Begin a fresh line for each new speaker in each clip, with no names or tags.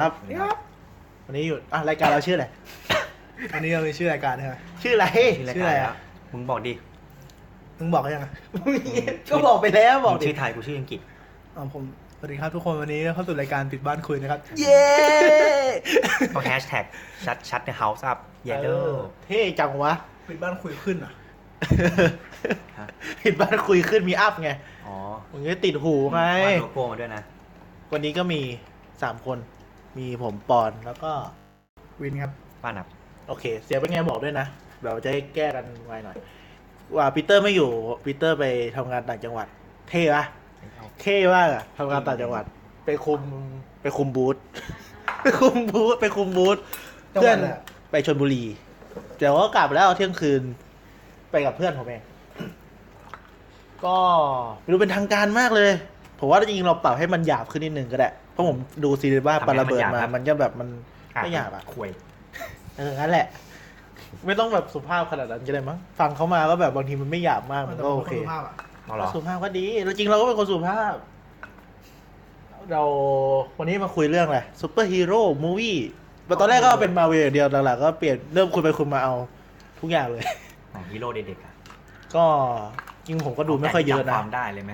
ครับวันนี้อยู่อ่ะรายการเราชื่ออะไร วันนี้เรามีชื่อรายการใช่ไหมชื่ออะไร
ชื่อ
ชื่อ
รายการ
อะไร
แล้
อ่ะ
วมึงบอกดิ
มึงบอกเขายังอ่ะ
ชื่
ก็
อ
บอกไปแล้วบอก
มึง
ดิ
ชื่อไทยกูชื่ออังกฤษ
อ๋อผมสวัสดีครับทุกคนวันนี้เข้าสู่รายการปิดบ้านคุยนะครับ
เย้ต้องแฮชแท็กชัดชัดในเฮาส์อัพเยลโล่
เท่จังวะปิดบ้านคุยขึ้นอ่ะ
ฮะ
ปิดบ้านคุยขึ้นมีอัพไง
อ๋อ
มึงจะติดหูไง
วาดโลโก้มาด้วยนะ
วันนี้ก็มีสามคน มีผมปอนแล้วก็วินครับ
บ้านอับ
โอเค เสียเป็นไงบอกด้วยนะแบบจะได้แก้กันไวหน่อย ว่าปีเตอร์ไม่อยู่ปีเตอร์ไปทำงานต่างจังหวัด เท่ปะเท่มากอะทำงานต่างจังหวัด ไปคุมไปคุมบูธ ไปคุมบูธไปคุมบูธ
จังหวัด
เพื่อน
อะไรอะ
ไปชนบุรีแต่ว่ากลับแล้วเที่ยงคืน ไปกับเพื่อนผมเองก็ไม่รู้เป็นทางการมากเลย ผมว่าจริงๆเราปรับให้มันหยาบขึ้นนิดนึงก็ได้เพราะผมดูซีรีส์ว่าปาระเบิดมา มันก็แบบมันไม่หยาบอะ
ควย
เออนั่นแหละ ไม่ต้องแบบสุภาพขนาดนั้นก็ได้มั้งฟังเขามาก็แบบบางทีมันไม่หยาบมากมันก็โอเค
แต่ผมป็นนสุภาพอะ
เอาเหรอ
สุภาพก็ดีแล้วจริงเราก็เป็นคนสุภาพ เราวันนี้มาคุยเรื่องอะไรซูเปอร์ฮีโร่มูวี่ตอนแรกก็เป็นมาเวลเดียวหลังๆก็เปลี่ยนเริ่มคุยไปคุยมาเอาทุกอย่างเลย
หนังฮีโร่เด็กๆอ่ะ
ก็จริงผมก็ดูไม่ค่อยเยอะ
จำค
นะ
วามได้เลยไหม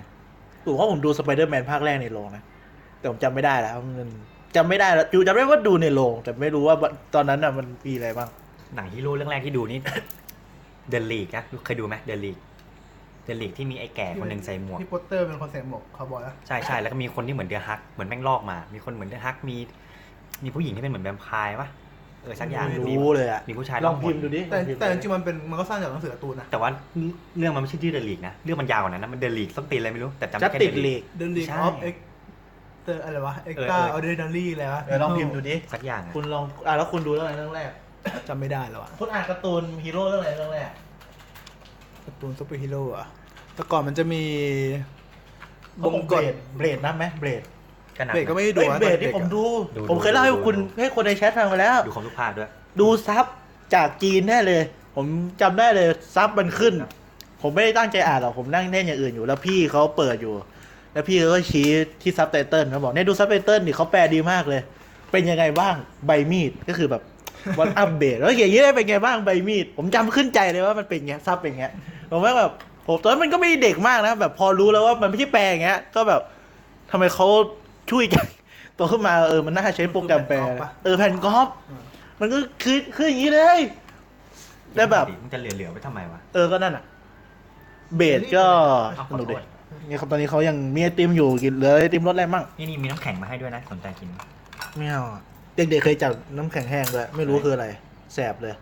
ถูกว่าผมดูสไปเดอร์แมนภาคแรกในโรงนะ แต่ผมจำไม่ได้แล้วมันจำไม่ได้แล้วอยู่จำได้ว่าดูในโรงแต่ไม่รู้ว่าตอนนั้นอ่ะมันมีอะไรบ้าง
หนังฮีโร่เรื่องแรกที่ดูนี่ เดลลีกนะเคยดูไหมเดลลีกเดลลีกที่มีไอ้แก่คนหนึ่งใส่หมวก
ที่โปสเตอร์เป็นคนใส่หมวกคาวบอยนะ
ใช่ใช่แล้วก็มีคนที่เหมือนเดือฮัก เหมือนแม่งลอกมา มีคนเหมือนเดือฮักมี มีผู้หญิงที่เป็นเหมือนแวมไพร์ปะเออสักอย่าง
ไม่
มี
รู้เลยอะ
มีผู้ชาย
ลองพิมพ์ดูดิ
แต่
ลองพิมพ์
แต่จ
ดูดิ
ริงๆมันเป็นมันก็สร้างจากหนังสือการ์ตูนนะ
แต่ว่าเรื่องมันไม่ใช่ที่เดลีกนะ เรื่องมันยาวกว่านั้นนะมันเดลีกต้องตีนอะไรไม่รู้แต่
จะ
จำได้แค่
ติด
เด
เล
ลีก
ก
เดนลี
ใช่
ออฟเอ็กเตอร์อะไรวะเอ็ก
เออ
ตา
เออ
ออเดนารี่อะไรวะ
เออลองพิมพ์ดูดิ
สักอย่างอะ
คุณลองอ่ะแล้วคุณดูเรื่องอะไรเรื่องแรก
จำไม่ได้แล้วอะ
คุณอ่านการ์ตูนฮีโร่เรื่องอะไรเรื่องแรก
การ์ตูนซูเปอร์ฮีโร่อะแต่ก่อนมันจะมี
บบ ง
ง
ก
ก
ฎ
ฎ
เบรดนะไหมเบรด
ก็หนัก
เบรกก็
นะ
ไม่ได้ดู
เฮ้ย
อะ
เบรด
ตอน
ที่
ด็ก
ผม
อะ
ดู
ดู
ผมเคยเล่าให้
ดู
คุณ
ดู
ให้คนในแชทฟังไปแล้ว
ดูครบทุกภาคด้วย
ดูซับจากจีนแน่เลย ผมจำได้เลยซับมันขึ้น ผมไม่ได้ตั้งใจอ่านหรอกผมนั่งเล่นอย่างอื่นอยู่ แล้วพี่เขาเปิดอยู่ แล้วพี่เขาก็ชี้ที่ซับไตเติลเขาบอกเนี่ยดูซับไตเติลดิเขาแปลดีมากเลย เป็นยังไงบ้างใบมีดก็คือแบบวันอัปเดตแล้วอย่างนี้ได้เป็นไงบ้างใบมีด ผมจำขึ้นใจเลยว่ามันเป็นไงซับเป็นไงผมว่าแบบผมตอนนั้นมันก็ไม่ได้เด็กมากนะแบบพอรู้แล้วว่ามันไม่ใช่แปลอย่างเงี้ย ก็แบบทำไมเขาช่วยจังโตขึ้น มาเออมันน่าใช้โปรแกรมแปลนะเออแผ่นกอล์ฟ มันก็คือคืออย่างนี้เลย ได้แบบ
มันจะเหลือๆไปทำไมวะ
เออ ก็นั่นอ่ะ เบสก็
เอาข
ส
อโทษ
นุกดีเนี่ยครับตอนนี้เขายังมีไอติมอยู่กินเหลือไอติมรสอะไรมั่ง
นี่นี่มีน้ำแข็งมาให้ด้วยนะสนใจกินไหม
ไม่เอาอะเด็กๆเคยจับน้ำแข็งแห้งด้วยไม่รู้คืออะไร แสบเลย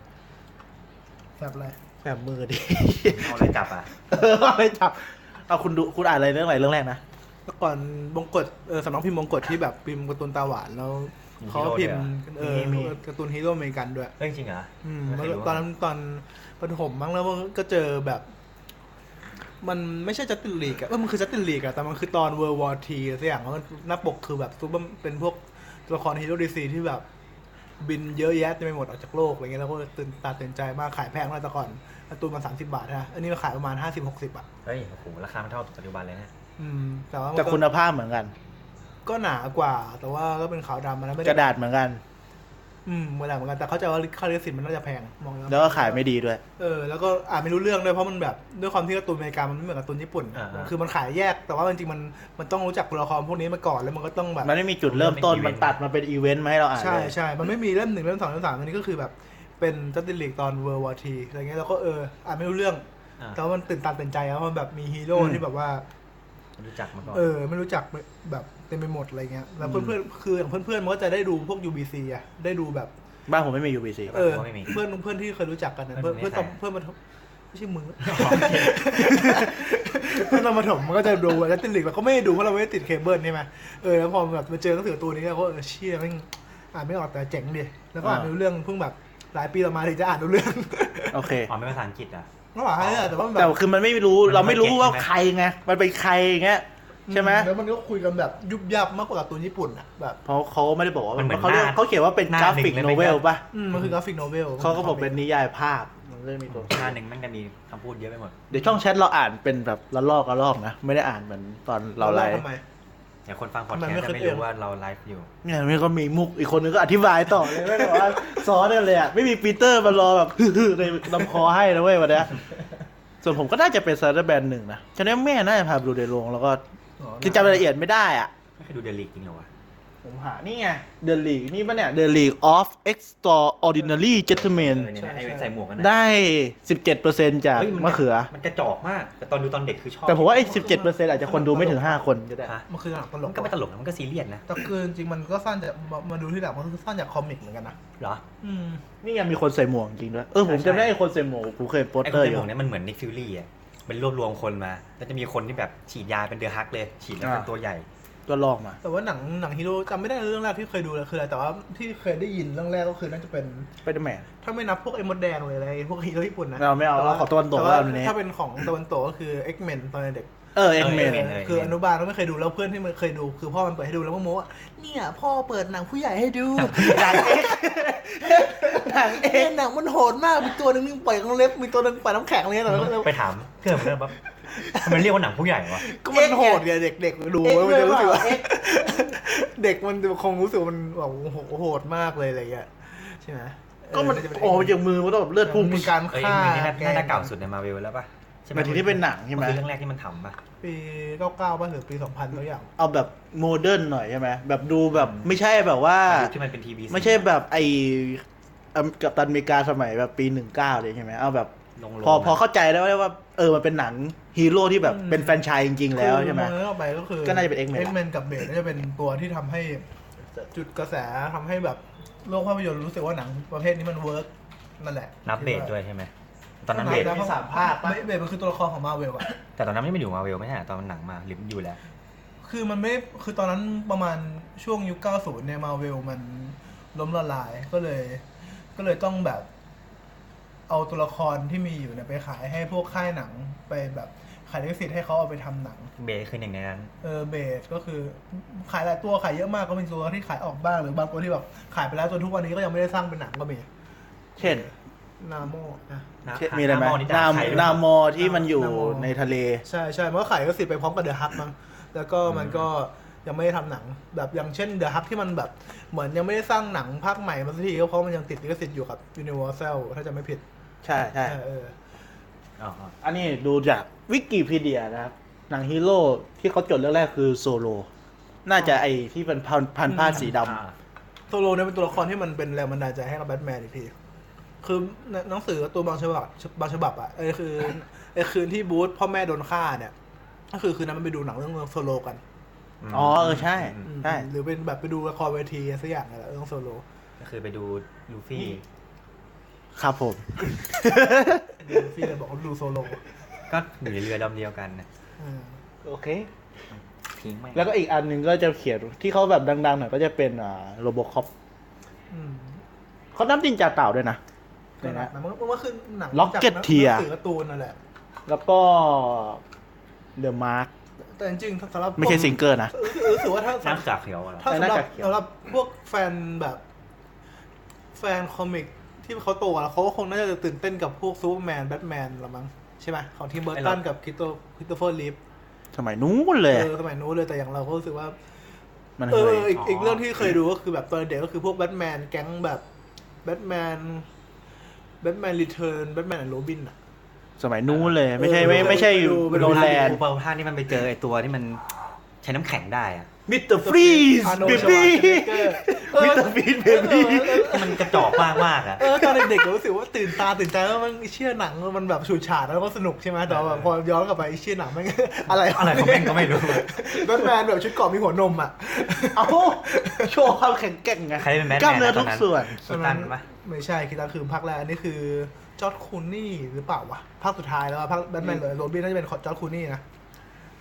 แบบอะไร
แสบมือดิ
เอาอะไรจับอ่ะ
เออไม่จับ เอาคุณดูคุณอ่านอะไรเรื่องอะไรเรื่องแรกนะ
แต่ก่อนบงกฎเออสำนักพิมพ์บงกฎที่แบบพิมพ์การ์ตูนตาหวานแล้วเขาก็พิมพ์เออ
มี
การ์ตูนฮีโร่อเมริกันด้วย
เรื่องจริงเหรอ
อืม
ไม่เคยรู้
ตอนนั้นตอนประถมมั้งแล้วก็เจอแบบ มันไม่ใช่จัสตินลีกอะเออมันคือจัสตินลีกอะแต่มันคือตอนเวอร์วอร์ทีสักอย่างแล้วมันหน้าปกคือแบบซูเปอร์เป็นพวกตัวละครฮีโร่ดีซีที่แบบ บินเยอะแยะเต็มไปหมดออกจากโลกอะไรเงี้ยแล้วก็ตื่นตาตื่นใจมากขายแพงมากแต่ก่อนการ์ตูนมันสามสิบบาทนะอันนี้มันขายประมาณห้าสิบหกสิบอะ
เฮ้ยโอ้โหราคามันเท่าปัจจุบันเลยนะ
อืม แต่ว่ามัน
แต่
ก็
คุณภาพเหมือนกัน
ก็หนากว่า แต่ว่าก็เป็นขาวดำมันไม่
กระ
ได้
ดาษเหมือนกัน
อืมเวลาเหมือนกันแต่เข้าใจว่าค่าลิขสิทธิ์มันน่าจะแพงมองแล้
แล้วก็ขายไม่ดีด้วย
เออแล้วก็อ่านไม่รู้เรื่องด้วยเพราะมันแบบด้วยความที่การ์ตูนอเมริกามันไม่เหมือนการ์ตูนญี่ปุ่น คือมันขายแยกแต่ว่าจริงๆมันมันต้องรู้จักตัวละครพวกนี้มาก่อนแล้วมันก็ต้องแบบ
มันไม่มีจุดเริ่มต้นมันตัดมาเป็นอีเวนต์มาให้เราอ่าน
ใช่
เลย
ใช่มันไม่มีเล่มหนึ่งเล่มสองเล่มสามอันนี้ก็คือแบบเป็นจัสตินลีกตอนเวอร์วอร์ทีอะไรเงี้ยแล้วก็เอออ่านไม่รู้เรื่อง
อ่ะ
แต่ว่ามันตื่นตาตื่นใจแล้วมันแบบมีฮีโร่ที่แบบว่า
รู้จักมาก่อน
เออไม่รู้จักแบบเต็มไปหมดอะไรเงี้ยแล้วเพื่อนๆคืออย่างเพื่อนๆมันก็จะได้ดูพวก UBC อ่ะได้ดูแบบ
บ้านผมไม่มียูบีซี
เออ
ผมว่าไม่มี
เพื่อนเพื่อนที่เคยรู้จักกันนะ
เพื่
เพื่
อ
อน น
ผม
เพื่อนตอน
ไม่ใช่
เพื่อนมาถมไม่ใช่มือเพื่อนเรามาถมมันก็จะดูแล้วติดหลีกเราก็ไม่ได้ดูเพราะเราไม่ได้ติดเคเบิลใช่ไหมเออแล้วพอแบบมาเจอหนังสือตัวนี้ก็เออเชี่ยแม่งอ่านไม่ออกแต่เจ๋งดิแล้วก็อ่าน
อ่า
รู้เรื่องเพิ่งแบบหลายปีต่อมาถึงจะอ่านรู้เรื่อง
โอเค
อ๋อไม่ภาษาอังกฤษอ่ะ
ก็หวานให้แต่ว่ามันแบ
แต่
บ
คือมันไม่รู้
มัน
เราไม่รู้
ไม่เก็ต
ว่า
ใช่ไหม
ใครไงมันเป็นใครอย่างเงี้ยใช่ไหม
แล้วมันก็คุยกันแบบยุบยับมากกว่าการ์ตูนญี่ปุ่นอ่ะแบบ
เพราะเขาไม่ได้บอกว่า
มันเหมือน
เขาเรียก
หน้า
เขาเขียนว่าเป็น
หน้าก
ราฟิก
หนึ่งเลย
โน
ไหม
เวล
ครับ
ป่ะ
อืมมันคือกราฟิกโนเวล
เขาก็บอกเป็นนิยายภาพมันเรื่องมีตัว
หน้าหนึ่งแม่งจะมีคำพูดเยอะไปหมด
เดี๋ยวช่องแชทเราอ่านเป็นแบบละลอกละลอกนะ ไม่ได้อ่านเหมือนตอนเราไลฟ์
ทำม
เดี๋ยวคนฟังพอด
ทำ
แค
ไม
ส
ไม่
ต์จะไม่
ขึ้นเอง
รู้ว่าเราไลฟ์อยู่
เนี่ยมันก็มีมุกอีกคนนึงก็อธิบายต่อเลยไม่ได้บอกว่าซ้อนกันเลยอ่ะไม่มีปีเตอร์มารอแบบ ฮือๆในลำคอให้นะเว้ยวันเนี้ย ส่วนผมก็น่าจะเป็นซาร์แบนหนึ่งนะจำได้แม่น่าจะพาไปดูในโรงแล้วก็คือจำรายละเอียดไม่ได้อ่ะ
ไม่เคยดูเดลิกจริงเหรอวะ
ผมหานี่ไง The League นี่ปะเนี่ย The League of Extraordinary
เอ
Gentlemen
อเนี่ยนะไอ้ใส่หมวกกันนะ
ได้ 17%จาก
ฮ้ยน
มะเขือ
มันกระจอกมาก แต่ตอนดูตอนเด็กคือชอบ
แต่ผมว่าไอ้17%อาจจะคนดูไม่ถึง 5 คนก็ได้
ฮะ
มันคือหนังตล
มั
ก
นก็ไม่ตลกนะมันก็ซีเรียสนะ
แต่คือจริงๆมันก็สร้างจากมามาดูที่หลังมันคือสร้างจากคอมิกเหมือนกันนะ
เหรอ
อืม
นี่ยังมีคนใส่หมวกจริงด้วย เออผมจำได้ไอ้คนใส่หมวกผมเคยโปส
ไอ้
เต
ค
อนร์อยู่
ในหมวกเนี่ยมันเหมือนนิกฟิลลี่อ่ะเป็นรวบรวมคนมา แล้วจะมีคนที่แบบฉีดยาเป็นเดือฮักเลย ฉีดแล้วเป็น
อ่า
ตัวใหญ่
ก็ลอกมา
แต่ว่าหนังหนังฮีโร่จำไม่ได้เรื่องแรกที่เคยดูเลยคืออะไรแต่ว่าที่เคยได้ยินเรื่องแรกก็คือน่าจะเป็น
ไปดแมน
ถ้าไม่นับพวกไอ้มดแดงเลยอะไรพวกฮีโร่ญี่ปุ่นนะ
ไม่เอาไม่เอา
แว่
เราขอตะวันตกแล้
แว่า
วอันนี้
ถ้าเป็นของตะวันตกก็คือ X-Men ตอนเด็ก
เออเอ็กเมน
X-Men เลย
คืออนุบาลก็ไม่เคยดูแล้วเพื่อนที่มันเคยดูคือพ่อมันเปิดให้ดูแล้วก็โม้ว่าเนี่ยพ่อเปิดหนังผู้ใหญ่ให้ดู
ดังเอ็กดังเอ็
เอ็
ก
นหนังมันโหดมากมีตัวหนึงมีปล่อยของเล็บมีตัวหนึงปล่อยน้ำแข็งเลยแต่ว่า
ไปถามเพื่อนผมเพื่อนแบบทำไมเรียกว่าหนังผู้ใหญ่วะ
ก็มันโหดไงเด็กๆดูแล้วมันจะรู้สึกว่า
เอ็ก
เด็กมันคงรู้สึกว่ามันแบบโอ้โหโหดมากเลยอะไรอย่างเงี้ยใช่ไหม
ก็มัน
เจะเป็
โอ้ยจากมือมันต้องแบบเลือดพุ่ง
มีการ
เอ้ย
ฆ่า
มันนี่น่าน่าจะเก่าสุดในมาเวลแล้วป่ะใช่ไห
ห
ม
มายถึงที่เป็นหนังใช่ไหม
นคือเรื่องแรกที่มันทำป่ะ
ปีเก้าเก้าป่ะหรือปีสองพันตัวอย่าง
เอาแบบโมเดิร์นหน่อยใช่ไหมแบบดูแบบไม่ใช่แบบว่า
ที่มันเป็นทีวี
ไม่ใช่แบบไออเมกับตันอเมริกาสมัยแบบปีหนึ่งเก้าเลยใช่ไหมเอาแบบ
ลงโลง
พอพอะ เข้าใจแล้วว่าเออมันเป็นหนังฮีโร่ที่แบบ
อืม
เป็นแฟรนไชส์จริง ๆ แล้วใช่ไหม
คือองเข้าไปก็คือ
ก็น่าจะเป็น X-Men
เอ็กแมนกับเบดน่าจะเป็นตัวที่ทำให้จุดกระแสทำให้แบบโลกภาพยนตร์รู้สึกว่าหนังประเภทนี้มันเวิร์กนั่นแหละ
นับเบสด้วยใช่ไหม ตอนนั้นเบส
บะ
มีสามภาคปะ
ไม่เบดมันคือตัวละครของมาเวลอะ
แต่ตอนนั้นไม่ได้อยู่มาเวลไม่ใช่เหรอตอนมันหนังมาหรืออยู่แล้ว
คือมันไม่คือตอนนั้นประมาณช่วงยุค 90 เนี่ยมาเวลมันล้มละลายก็เลย ก็เลยต้องแบบ เอาตัวละครที่มีอยู่เนี่ยไปขายให้พวกค่ายหนังไปแบบขายลิขสิทธิ์ให้เขาเอาไปทำหนัง
เบสคือหนึ่งในนั้น
เออเบสก็คือขายหลายตัวขายเยอะมากก็มีตัวที่ขายออกบ้างหรือบางตัวที่แบบขายไปแล้วจนทุกวันนี้ก็ยังไม่ได้สร้างเป็นหนังก็มี
เช่น
นาโมนะ
เช่นมีอะไรไหมนามนามอที่มันอยู่
นามอ
ในทะเล
ใช่ใช่มันก็ขายก็สิทธิ์ไปพร้อมกับเดอะฮักมั้งแล้วก็มันก็ยังไม่ได้ทำหนัง แบบอย่างเช่นเดอะฮักที่มันแบบเหมือนยังไม่ได้สร้างหนังภาคใหม่มาสักทีก็เพราะมันยังติดลิขสิทธิ์อยู่กับยูนิเวอร์แซลถ้าจะไม่ผิด
ใช่ใช่
เออเออ
อันนี้ดูจากวิกิพีเดียนะครับ หนังฮีโร่ที่เขาจดเรื่องแรกคือโซโล น่าจะไอที่เป็นพันพันผ้าสีดำ
โซโลเนี่ยเป็นตัวละครที่มันเป็นแรงบันดาลใจให้กับแบทแมนอีกทีคือหนังสือการ์ตัวบางฉบับบางฉบับอ่ะไอ้คือไอ้คืนที่บูธพ่อแม่โดนฆ่าเนี่ยก็คือคืนนั้นมันไปดูหนังเรื่องโซโลกัน
อ๋อเออใช่
อืม
ใช่
หรือเป็นแบบไปดูละครเวทีสักอย่างอะไรเรื่องโซโล
ก็คือไปดูลูฟี่
ครับผม
ดูฟรีเลยบอกว่าดูโซโล
ก็อยู่ในเรือลำเดียวกันนะ
อืม
โอเค
ทิ้งไม่
แล้วก็อีกอันหนึ่งก็จะเขียนที่เขาแบบดังๆหน่อยก็จะเป็นอ่าโรบอคอป
อืม
เขานับดินจ่าเต่าด้วยนะ
ก็หนักนะมันก็มันก็คือหนัง
Rocket
จากหนัง
Tier
หนังสือการ์ตูนนั่นแหละ
แล้วก็เดอะมาร์ก
แต่จริงๆสำหรับ
ไม่ใช่ซิงเกิลนะ
เออเออรู้สึกว่าถ้า
น้ำจากเขียวเหรอ
ถ้า
แต่
สำห
น่า
รับ
จะเขียว
สำหรับพวกแฟนแบบ แฟนคอมิกที่เขาโตแล้วเขาก็คงน่าจะตื่นเต้นกับพวกซูเปอร์แมนแบทแมนละมั้งใช่ไหมของทีมเบอร์ตันกับคิตโตคิตโตเฟอร์ลีฟ
สมัยนู้นเลย
เออสมัยนู้นเลยแต่อย่างเราก็รู้สึกว่า
มัน
เอ
เค
อย อีกอีกเรื่องที่เคยดูก็คือแบบตอนเด็กก็คือพวกแบทแมนแก๊งแบบแบทแมนแบทแมนรีเทิร์นแบทแมนโรบินอ่ะ
สมัยนู้นเลย ไม่ใช่
เออ
ไม่ไม่ใช่
ไปดูไปดู
โรแลนด์
เปท่านี่มันไปเจอไอตัวที่มันใช้น้ำแข็งได้อะ
มิสเตอร์ฟรีส
อาร์โน
เบ
ลด์ชวา
บี้
ร์เซเนกเกอร์เอ
มิ
อ
สเตอร์ฟรีสเบบี้
ที่มันกระจอกมากมากๆอะ
เออตอนเด็กๆก็รู้สึกว่าตื่นตาตื่นใจว่ามันไอ้เชื่อหนังมันแบบฉูดฉาดแล้วก็สนุกใช่ไหมแต่ว่าแบบพอย้อนกลับไปไอ้เชื่อหนังแม่ ง อะไร
อะไรของแม่งก็ ไม่ รู้
แบทแมนแบบชุดเกราะมีหัวนมอ่ะ
เอาโชว์ความแข็งแกร่งไง
ใครเป็นแบทแมน
กล้ามเนื้อ
ต
ทุ
น
ก
นั้น
ส่วน
คิดตันปะ
ไม่ใช่คิดตันคือภาคแรกอันนี้คือจอร์ดคูนี่หรือเปล่าวะภาคสุดท้ายแล้วอะภาคแบทแมนโรบินน่าจะเป็นจอร์ดคูนี่นะ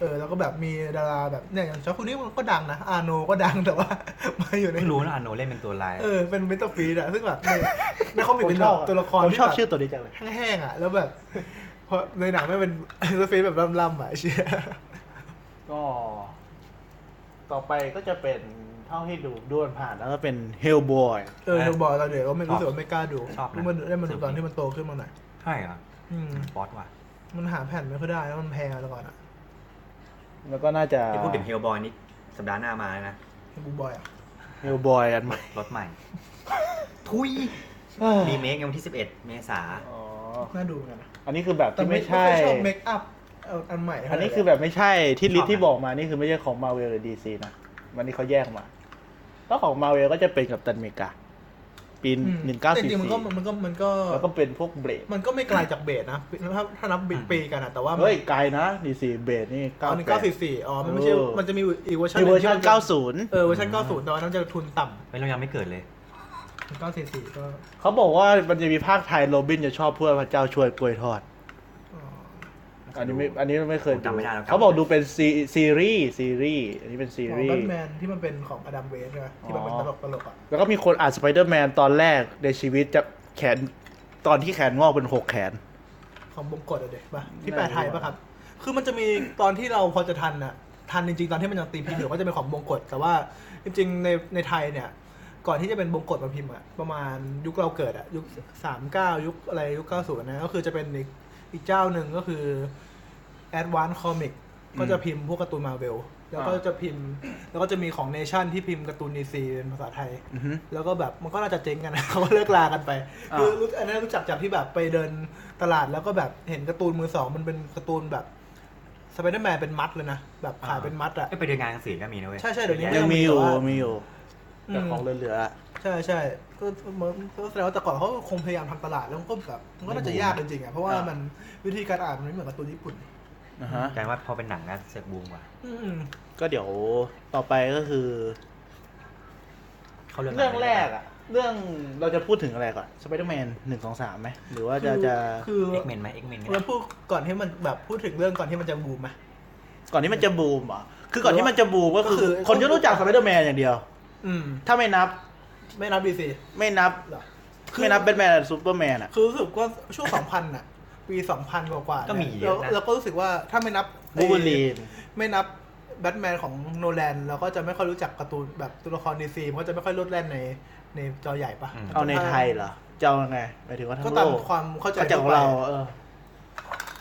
เออแล้วก็แบบมีดาราแบบเนี่ยอย่างจอร์ดคูนี่มันก็ดังนะอาโนก็ดังแต่ว่า มาอยู่ใน
ไม่รู้นะอาโนเล่นเป็นตัวร้าย
เออ เป็นมิสเตอร์ฟรีดอะซึ่งแบบในในคอมิก
ผม
เป็น
ช
แบ
อบบ
ตัวละคร
ผมชอบ
ที่แบบ
ชื่อตัวนี้จังเลย
แห้งๆอะแล้วแบบ พอในหนังไม่เป็น มิสเตอร์ฟรีดแบบล่ำๆอะไอ้เชี่ย
ก็ ต่อไปก็จะเป็นเท่าที่ดูด้วนผ่านแล้วก็เป็นเฮลบอย
เออเธอบอกเราเดี๋ยวก็ไม่รู้สึกว่าไม่กล้าดู
ชอบนะ
มันได้มาดูตอนที่มันโตขึ้นมาหน่อย
ใช่เหรอ
อืม
บอสว่ะ
มันหาแผ่นไม่ค่อยได้แล้วมันแพงแล้วก่อนอะ
แล้วก็น่าจะ
ที่พูดถึงเฮลบอยนี่ สัปดาห์หน้ามาแล้วนะ
บูบอยอ่ะ
เฮลบอยอันใหม่
รถใหม่
ทุย
รีเมคในวันที่ 11 เมษา
อ๋อ
น่าดูเหมือนกันนะ
อันนี้คือแบบ
แต่
ที่
ไม่
ไม่
ค่
ใช่
อยชอบเมคอัพเอาอันใหม่
อันนี้คือแบบไม่ใช่ที่ลิสต์ที่บอกมานี่คือไม่ใช่ของมาเวลหรือดีซีนะมันนี่เขาแยกมาแล้วของมาเวลก็จะเป็นกับตันอเมริกา ปี
อืม
หนึ่งเก้า
แต่จ
สี่
ริงๆมันก็
สี่
มันก็มันก็
แล้วก็เป็นพวกเบรด
มันก็ไม่ไกลจากเบสนะถ้าถ้านับบิดปีกันอะแต่ว่ามัน
เฮ้ยไกลนะดีซีเบรดนี่เก้า
อ๋อหนึ่งเก้าสี่สี่อ๋อ มันไม่ใช่ มันจะมีอีกเวอร์ชัน
เวอร์ชันเก้าศูนย์
เออ เวอร์ชันเก้าศูนย์แต่ว่านั้นจะทุนต่
ไม่เรายังไม่เกิดเลย
ำหนึ่งเก้าสี่สี่ก็
เขาบอกว่ามันจะมีภาคไทยโรบินจะชอบพูดว่าพระเจ้าช่วยกล้วยทอด
อ๋อ
อันนี้ไม่อันนี้ไม่เคย
ผมจำไม่ได้แล้ว
เขาบอกดูเป็นซีซีรีส์ซีรีส์อันนี้เป็นซี
ของ
รี
แบ
ส์
ทแมนที่มันเป็นของอดัมเวสใช่ไหมที่มันเป็น
อ๋
ต
อ
ลกตลกๆอ่ะ
แล้วก็มีคนอ่านสไปเดอร์แมนตอนแรกในชีวิตจะแขนตอนที่แขนงอกเป็นหกแขน
ของบงกฎอะเด็กป่ะ ที่
ไม่
แปลไทยป่ะครับ คือมันจะมีตอนที่เราพอจะทันอ่ะ ทันจริงๆ ตอนที่มันยังตีพิมพ์อยู่ก็จะเป็นของบงกฎแต่ว่าจริงๆ ในในไทยเนี่ย ก่อนที่จะเป็นบงกฎมาพิมพ์อ่ะ ประมาณยุคเราเกิดอ่ะ ยุคสามเก้ายุคอะไรยุคเก้าศูนย์นะก็คือจะเป็นอีกอีกเจ้าหนึ่งก็คือ Advance Comic
อืม
ก็จะพิมพ์พวกการ์ตูนมาเวล แล้วก็จะพิมพ์ แล้วก็จะมีของเนชั่นที่พิมพ์การ์ตูนดีซีเป็นภาษาไทย
อือฮึ
แล้วก็แบบมันก็น่าจะเจ๊งกันนะ เขาก็เลิกลากันไป
อ่า
คือรู้อันนั้นรู้จักจากที่แบบไปเดินตลาดแล้วก็แบบเห็นการ์ตูนมือสอง มันเป็นการ์ตูนแบบสไปเดอร์แมนเป็นมัดเลยนะ แบบขายเป็นมัดอะ
เอ้ยไปเดินงานหนังสือก็มีนะเว้ย
ใช่ๆเดี๋ยวนี้
ยังมีอยู่
แต่ว่า
มีอยู่แต่ของ
อืม
เหลือๆอะ
ใช่ใช่ก็มันก็แสดงว่าแต่ก่อนเขาคงพยายามทำตลาดแล้วมันก็แบบมันก็น่าจะยากจริงๆอะเพราะว่ามันวิธีการอ่านมันไม่เหมือนการ์ตูนญี่ปุ่น
นะฮะ
กลายว่าพอเป็นหนังนะเสือกบูมกว่า
อืม
ก็เดี๋ยวต่อไปก็คือ
เขาเรื่อง
เรื่องแรกอะเรื่องเราจะพูดถึงอะไรก่อนสไปเดอร์แมนหนึ่งสองสามไหมหรือว่าจะจะ
คือ
เอ็กเมนไหมเอ็กเมน
เราพูดก่อนที่มันแบบพูดถึงเรื่องก่อนที่มันจะบูมไหม
ก่อนที่มันจะบูมเหรอ่ะคือก่อนที่มันจะบูมก็คือ
ก็คือ
คนจะรู้จักสไปเดอร์แมนอย่างเดียว
อืม
ถ้าไม่นับ
ไม่นับดีซี
ไม่นับ
เหรอ
ไม่นับแบทแมนซูเปอร์แมนอ่ะ
คือรู้สึกว่าช่วง 2000น่ะ ปี 2000 กว่ากว่าๆ
ก็มีเย
เรา
อะนะ
เราก็รู้สึกว่าถ้าไม่นับไอ้
บูบูลีน
ไม่นับแบทแมนของโนแลนเราก็จะไม่ค่อยรู้จักการ์ตูนแบบตัวละครดีซีมันก็จะไม่ค่อยโลดแล่นในในจอใหญ่ปะ
อืม
เอาในไทยเหรอจะเอายังไงหมายถึงว่าทั้
ก็
ง
ตา
โล
ม
ก
ความเข้าใจ
ก็จากข
ทั่ว
อง
ไป
เราเออ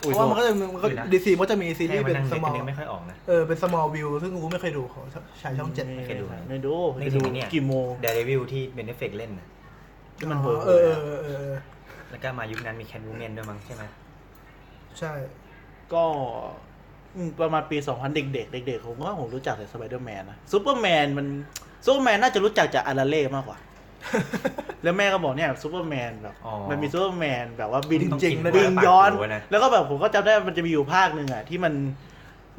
เพราะว่ามันก็จะมันก็
อุ้ยนะ
ดีซีมันก็จะมีซีรี
แค่มัน
ส์เป็น
นั่ง
ส
เด็ก
มอล
ยังไม่ค่อยออกนะ
เออเป็นสมอลวิวซึ่งกูไม่เคยดูของฉายช่องเจ็ด
ไม่
เคยดู
ไม่ดู
ใน
จะ
ที
ดู
วีเนี่ย
กี่โมง
เดลิวิวที่เบนเฟกเล่นนะ
มันเผลอ
เออเออเออเออ
แล้วก็มายุคนั้นมีแคนวูแมนด้วยมั้งใช่ไหม
ใช่
ก็อืมประมาณปี 2000 เด็กๆเด็กๆผมว่าผมรู้จักแต่สไปเดอร์แมนนะซูเปอร์แมนมันซูเปอร์แมนน่าจะรู้จักจากอาราเล่มากกว่า แล้วแม่ก็บอกเนี่ยซูเปอร์แมนแบบมันมีซูเปอร์แมนแบบว่าบิน
ต้อง
จริ
กิ
ง
กล้ว
บิน
ปาก
ย้อน
หวนะ
แล้วก็แบบผมก็จำได้มันจะมีอยู่ภาคหนึ่งอ่ะ ที่มัน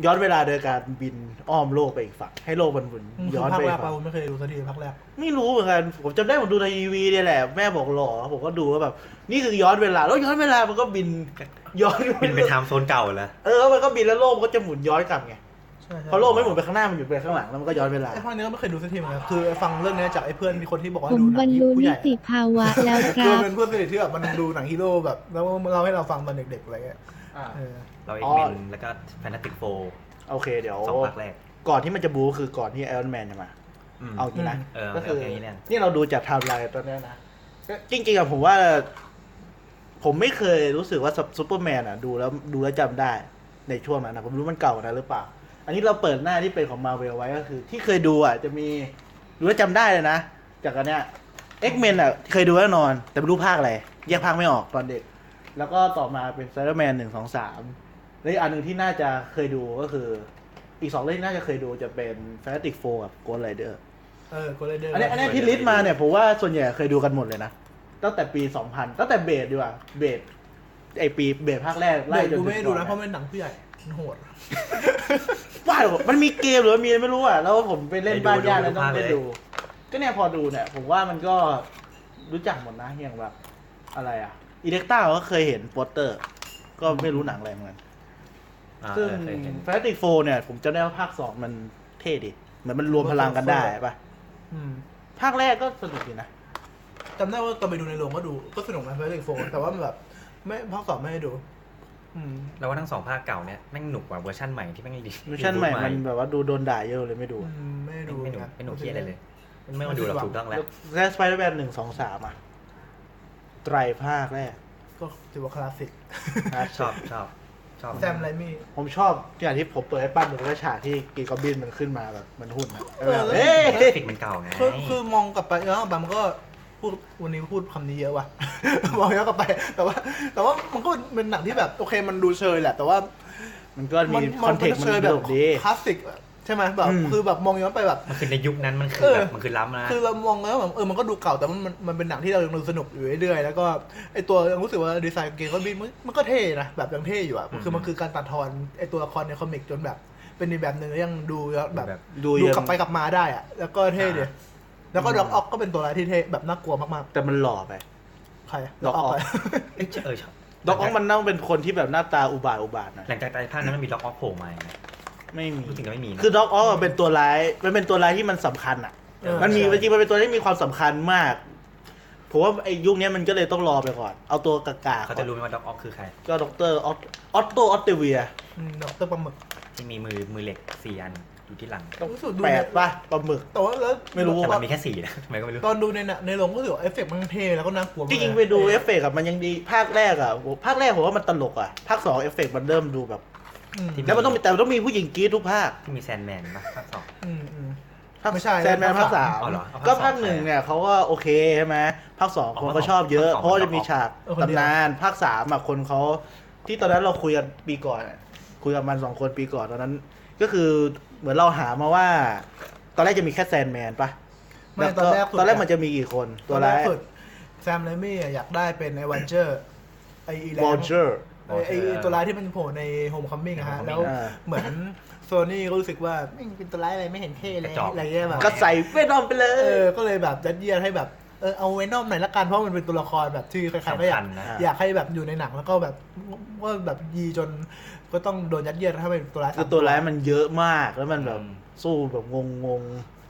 ย้อนเวลาโดยการบินอ้อมโลกไปอีกฝั่งให้โลกมันหมุน
ย้
ย้
อ
อน
นภา
ไป
ค
อี
แรก
ก
ปะ
ฝั่ง
กูไม่เคยดูสักทีภาคแรก
ไม่รู้เหมือนกันผมจำได้ผมดูในทีวีเนี่ยแหละแม่บอกหล่อผมก็ดูว่าแบบ นี่คือย้อนเวลาแล้วย้อนเวลามันก็บินย้อน
เป็นไปไทม์โซนเก่าแล้ว
เออแล้วมันก็บินแล้วโลกมันก็จะหมุนย้อนกลับไง
ใช่ใช่
เพราะโลกไม่หมุนไปข้างหน้า มันหมุนไปข้างหลัง แล้วมันก็ย้อนเวลา
ไอ้ภาคนี้ก็ไม่เคยดูสักทีเหมือนกันคือฟังเรื่องเนี้ยจากไอ้เพื่อนมีคนที่บอกว่า
ผม
ดูห
บ
นั
รง ร
ฮี
ลุ
โร่ผู้
นิ
ใหญ่
ติภาวะแล้วค
คือ
รับ
เป็นเพื่อนสนิทที่แบบมันดูหนังฮีโร่แบบแล้วมันเล่าให้เราฟังตอนเด็กๆอะไรเงี้ยเออ
เราเอ็
อ๋อ
กเมนแล้วก็แฟนตาติกโฟ
โอเคเดี๋ยว
สองภาคแรก
ก่อนที่มันจะบูคือก่อนที่ไอรอนแมนจะมา
อืม
เอาอย่างนี้นะ
เออ
ก็คือ
เอาอย่างนี้แหละ
นี่เราดูจากไทม์ไลน์ตอนเนี้ยนะจริงๆอะผมว่า ผมไม่เคยรู้สึกว่าซูเปอร์แมนอะดูแล้วดูแล้วจำได้ในช่วงนั้นนะผมรู้มันเก่านะหรือเปล่า อันนี้เราเปิดหน้าที่เป็นของมาเวลไว้ก็คือ ที่เคยดูอะจะมีดูแล้วจำได้เลยนะ จากอันเนี้ยเอ็กเมนอะเคยดูแน่นอน แต่ไม่รู้ภาคอะไรแยกภาคไม่ออกตอนเด็ก แล้วก็ต่อมาเป็นไซเดอร์แมนหนึ่งสองสามและอีกอันหนึ่งที่น่าจะเคยดูก็คือ อีกสองเรื่องที่น่าจะเคยดูจะเป็นแฟนติกโฟกับโกลไรเดอร์
เออโกเลเดอร์
อันเนี้ยอันเนี้ยที่ลิสต์มาเนี่ยผมว่าส่วนใหญ่เคยดูกันหมดเลยนะ ตั้งแต่ปี 2000 ตั้งแต่เบสดีกว่าเบสไอปีเบสภาคแรก ไล่จน
กู
ถึง
ไม่ได้ดูนะ
ตอ
เพราะมันหนังผู้ใหญ่มันโหด
ว่าหรอมันมีเกมหรือมีอะไรไม่รู้อ่ะ แล้วผมไปเล่นบ้านญาติแล้วต้อง
ไป
ไป
ดู
ดู ก็เนี่ยพอดูเนี่ย ผมว่ามันก็รู้จักหมดนะอย่างแบบ อะไรอ่ะอิเล็กต้าก็เคยเห็นโปสเตอร์ ก็ไม่รู้หนังอะไรเหมือนกัน
อ่า
ซึ่ง
เออเคยเห็น
แฟติโฟเนี่ย ผมจำได้ว่าภาคสองมันเท่ดิเหมือนมันรวมพลังกันได้ปะ
อืม
ภาคแรกก็สนุกดีนะ
จำได้ว่าตอนไปดูในโรงก็ดูก็สนุกนะเฟรนด์โฟแต่ว่ามันแบบไม่ภาคสองไม่ได้ดู อืม
เราว่าทั้งสองภาคเก่าเนี่ยแม่งหนุกกว่าเวอร์ชันใหม่ที่แม่งรี
เวอร์ชันใหม่มัน
ไ
แบบว่าดูโดนด่าเยอะเลยไม่ดู
อืมไม่ได้
ม่
ดู
ไม่หนุก
นะ
ไม่หนุกเทียอะไรเลย มันไม่มาดูหรอกถูกต้องแล้ว
แล้วสไปเดอร์แมนหนึ่งสองสามอ่ะ ไตรภาคแรก
ก็ถือว่าคลาสสิก
ชอบชอบช ชอบ
แซมไรมี่
ผมชอบอย่างที่ผมเปิดให้ปั้นดูแล้วฉากที่กีกอบบินมันขึ้นมาแบบมันหุ่นอะ
เออ
เอ้ย
กราฟิกมันเก่าไง
คือคือมองกลับไปเออบัมก็พูดวันนี้พูดคำนี้เยอะ ว่ะ มองย้อนกลับไป แต่ว่า แต่ว่ามันก็เป็นหนังที่แบบโอเคมันดูเชยแหละ แต่ว่า
มันก็มี
มั
คอนเทกต์มัน
เชย
ส
แบบ
นุกดี
คลาสสิกใช่ไหมแบบ
อืม
คือแบบมองย้อนไปแบบ
มันคือในยุคนั้นมันคื
เอ
อ
อ
แบบมันคือล้ำนะ
คือเรามองแล้วแบบเออมันก็ดูเก่าแต่มันมันมันเป็นหนังที่เรายังดูสนุกอยู่เรื่อยๆแล้วก็ไอตัวยังรู้สึกว่าดีไซน์เกมก็บินมันมันก็เท่นะแบบยังเท่อยู่อ่ะคือมันคือการตัดทอนไอตัวละครในคอมิกจนแบบ เป็นในแบบหนึ่งแล้วยังดูแล้วแบบ
แบบ
ดู
ดู
ยัง
กลับไปกลับมาได้อ่ะแล้วก็เท่ดีแล้วก็
อืม
ด็อกออกก็เป็นตัวร้ายที่เท่แบบน่ากลัวมาก
แต่มันหล่อไป
ๆใคร
Doc
Doc Ock
Ock
ไป
เอ้ยเออชอบ
ด็อกออกมันต้องเป็นคนที่แบบหน้าตาอุบาทอุบาทหนะ
หลังจากไตรภาคนั้นมันมีล็อกออฟโผล่มาอีกไหม
ไม่มี
รู้สึกจะไม่มีนะ
คือด็อกออกเป็นตัวร้ายมันเป็นตัวร้ายที่มันสำคัญอ่ะ
เออ
มันมี
ใช่
จริงๆมันเป็นตัวที่มีความสำคัญมากผมว่าไอ้ยุคเนี้ยมันก็เลยต้องรอไปก่อน เอาตัวกากา
เขาจะรู้ไหมว่าด็อกออฟคือใคร
ก็ด็อกเตอร์ออตโตออตเตเวีย
อืมด็อกเตอร์ปลาหมึก
ที่มีมือมือเหล็กสี่อันอยู่ที่หลัง
รู้สึกดู
แป
ใน
ดป่ะปลาหมึก
แต่ว่าแล้ว
ไม่รู้
แต่มันมีแค่สี่นะ ทำไมก็ไม่รู้
ตอนดูในหนังในโรงก็รู้สึกว่าเอฟเฟกต์มันเท่แล้วก็น่ากลัวมาก
จริงๆไปดูเอฟเฟกต์อะมันยังดีภาคแรกอะผมภาคแรกผมว่ามันตลกอะภาคสองเอฟเฟกต์มันเริ่มดูแบบ
ที่
แล้วมันต้องมีแต่มันต้องมีผู้หญิงกรีดทุกภาค
ที่มีแซนแมนปะภาคสอง
อืมอืม
ภาค
ไม่ใช่
แซนแมน
ภา
ภา
ค
ค
สา
สาม ม
อ๋อเหรอเอาภาค
ก็
สาม
ภาคหนึ่งเนี่ยเขาก็โอเคใช่ไหมภาคสอง
อ๋อ
คนก็
ภาคสอง
ชอบเยอะ
ภาคสอง
เพราะว่าจะมีฉาก
เออคนเดียว
ตำนานภาคสามอะคนเขาที่ตอนนั้นเราคุยกันปีก่อนอะคุยกับมันสองคนปีก่อนตอนนั้น ก็คือเหมือนเราหามาว่า ตอนแรกจะมีแค่แซนแมนปะ
ไม่ตอนแรกสุด
ตอนแรกมันจะมีกี่คน
ตั
ตัว ว
แร
ร้าก ย
สุดแซมไรมี่อะอยากได้เป็นไอวันเจอร์ไออีแล
วอน ลเจอร์
ไอ้ไอตัวร้ายที่มันโผล่ในโฮมคัมมิ่งอะฮะ
Homecoming
แล้ว
อ่า
เหมือนโซนี่ก็รู้สึกว่าแม่งเป็นตัวร้ายอะไรไม่เห็นเท่เลย
กระจอก
อะไรเงี้ยแบบ
ก็ใส่เวนอมไปเล
เอย อก็เลยแบบยัดเยียดให้แบบเออเอาเวนอมหน่อยละกันเพราะมันเป็นตัวละครแบบที่ใครๆก็อ
สำ
ยาก
คัญนะ
อยากให้แบบอยู่ในหนังแล้วก็แบบว่าแบบยีจนก็ต้องโดนยัดเยียดให้เป็นตัวร้าย
คือตัวร้ายมันเยอะมากแล้วมันแบบ
อืม
สู้แบบงงงง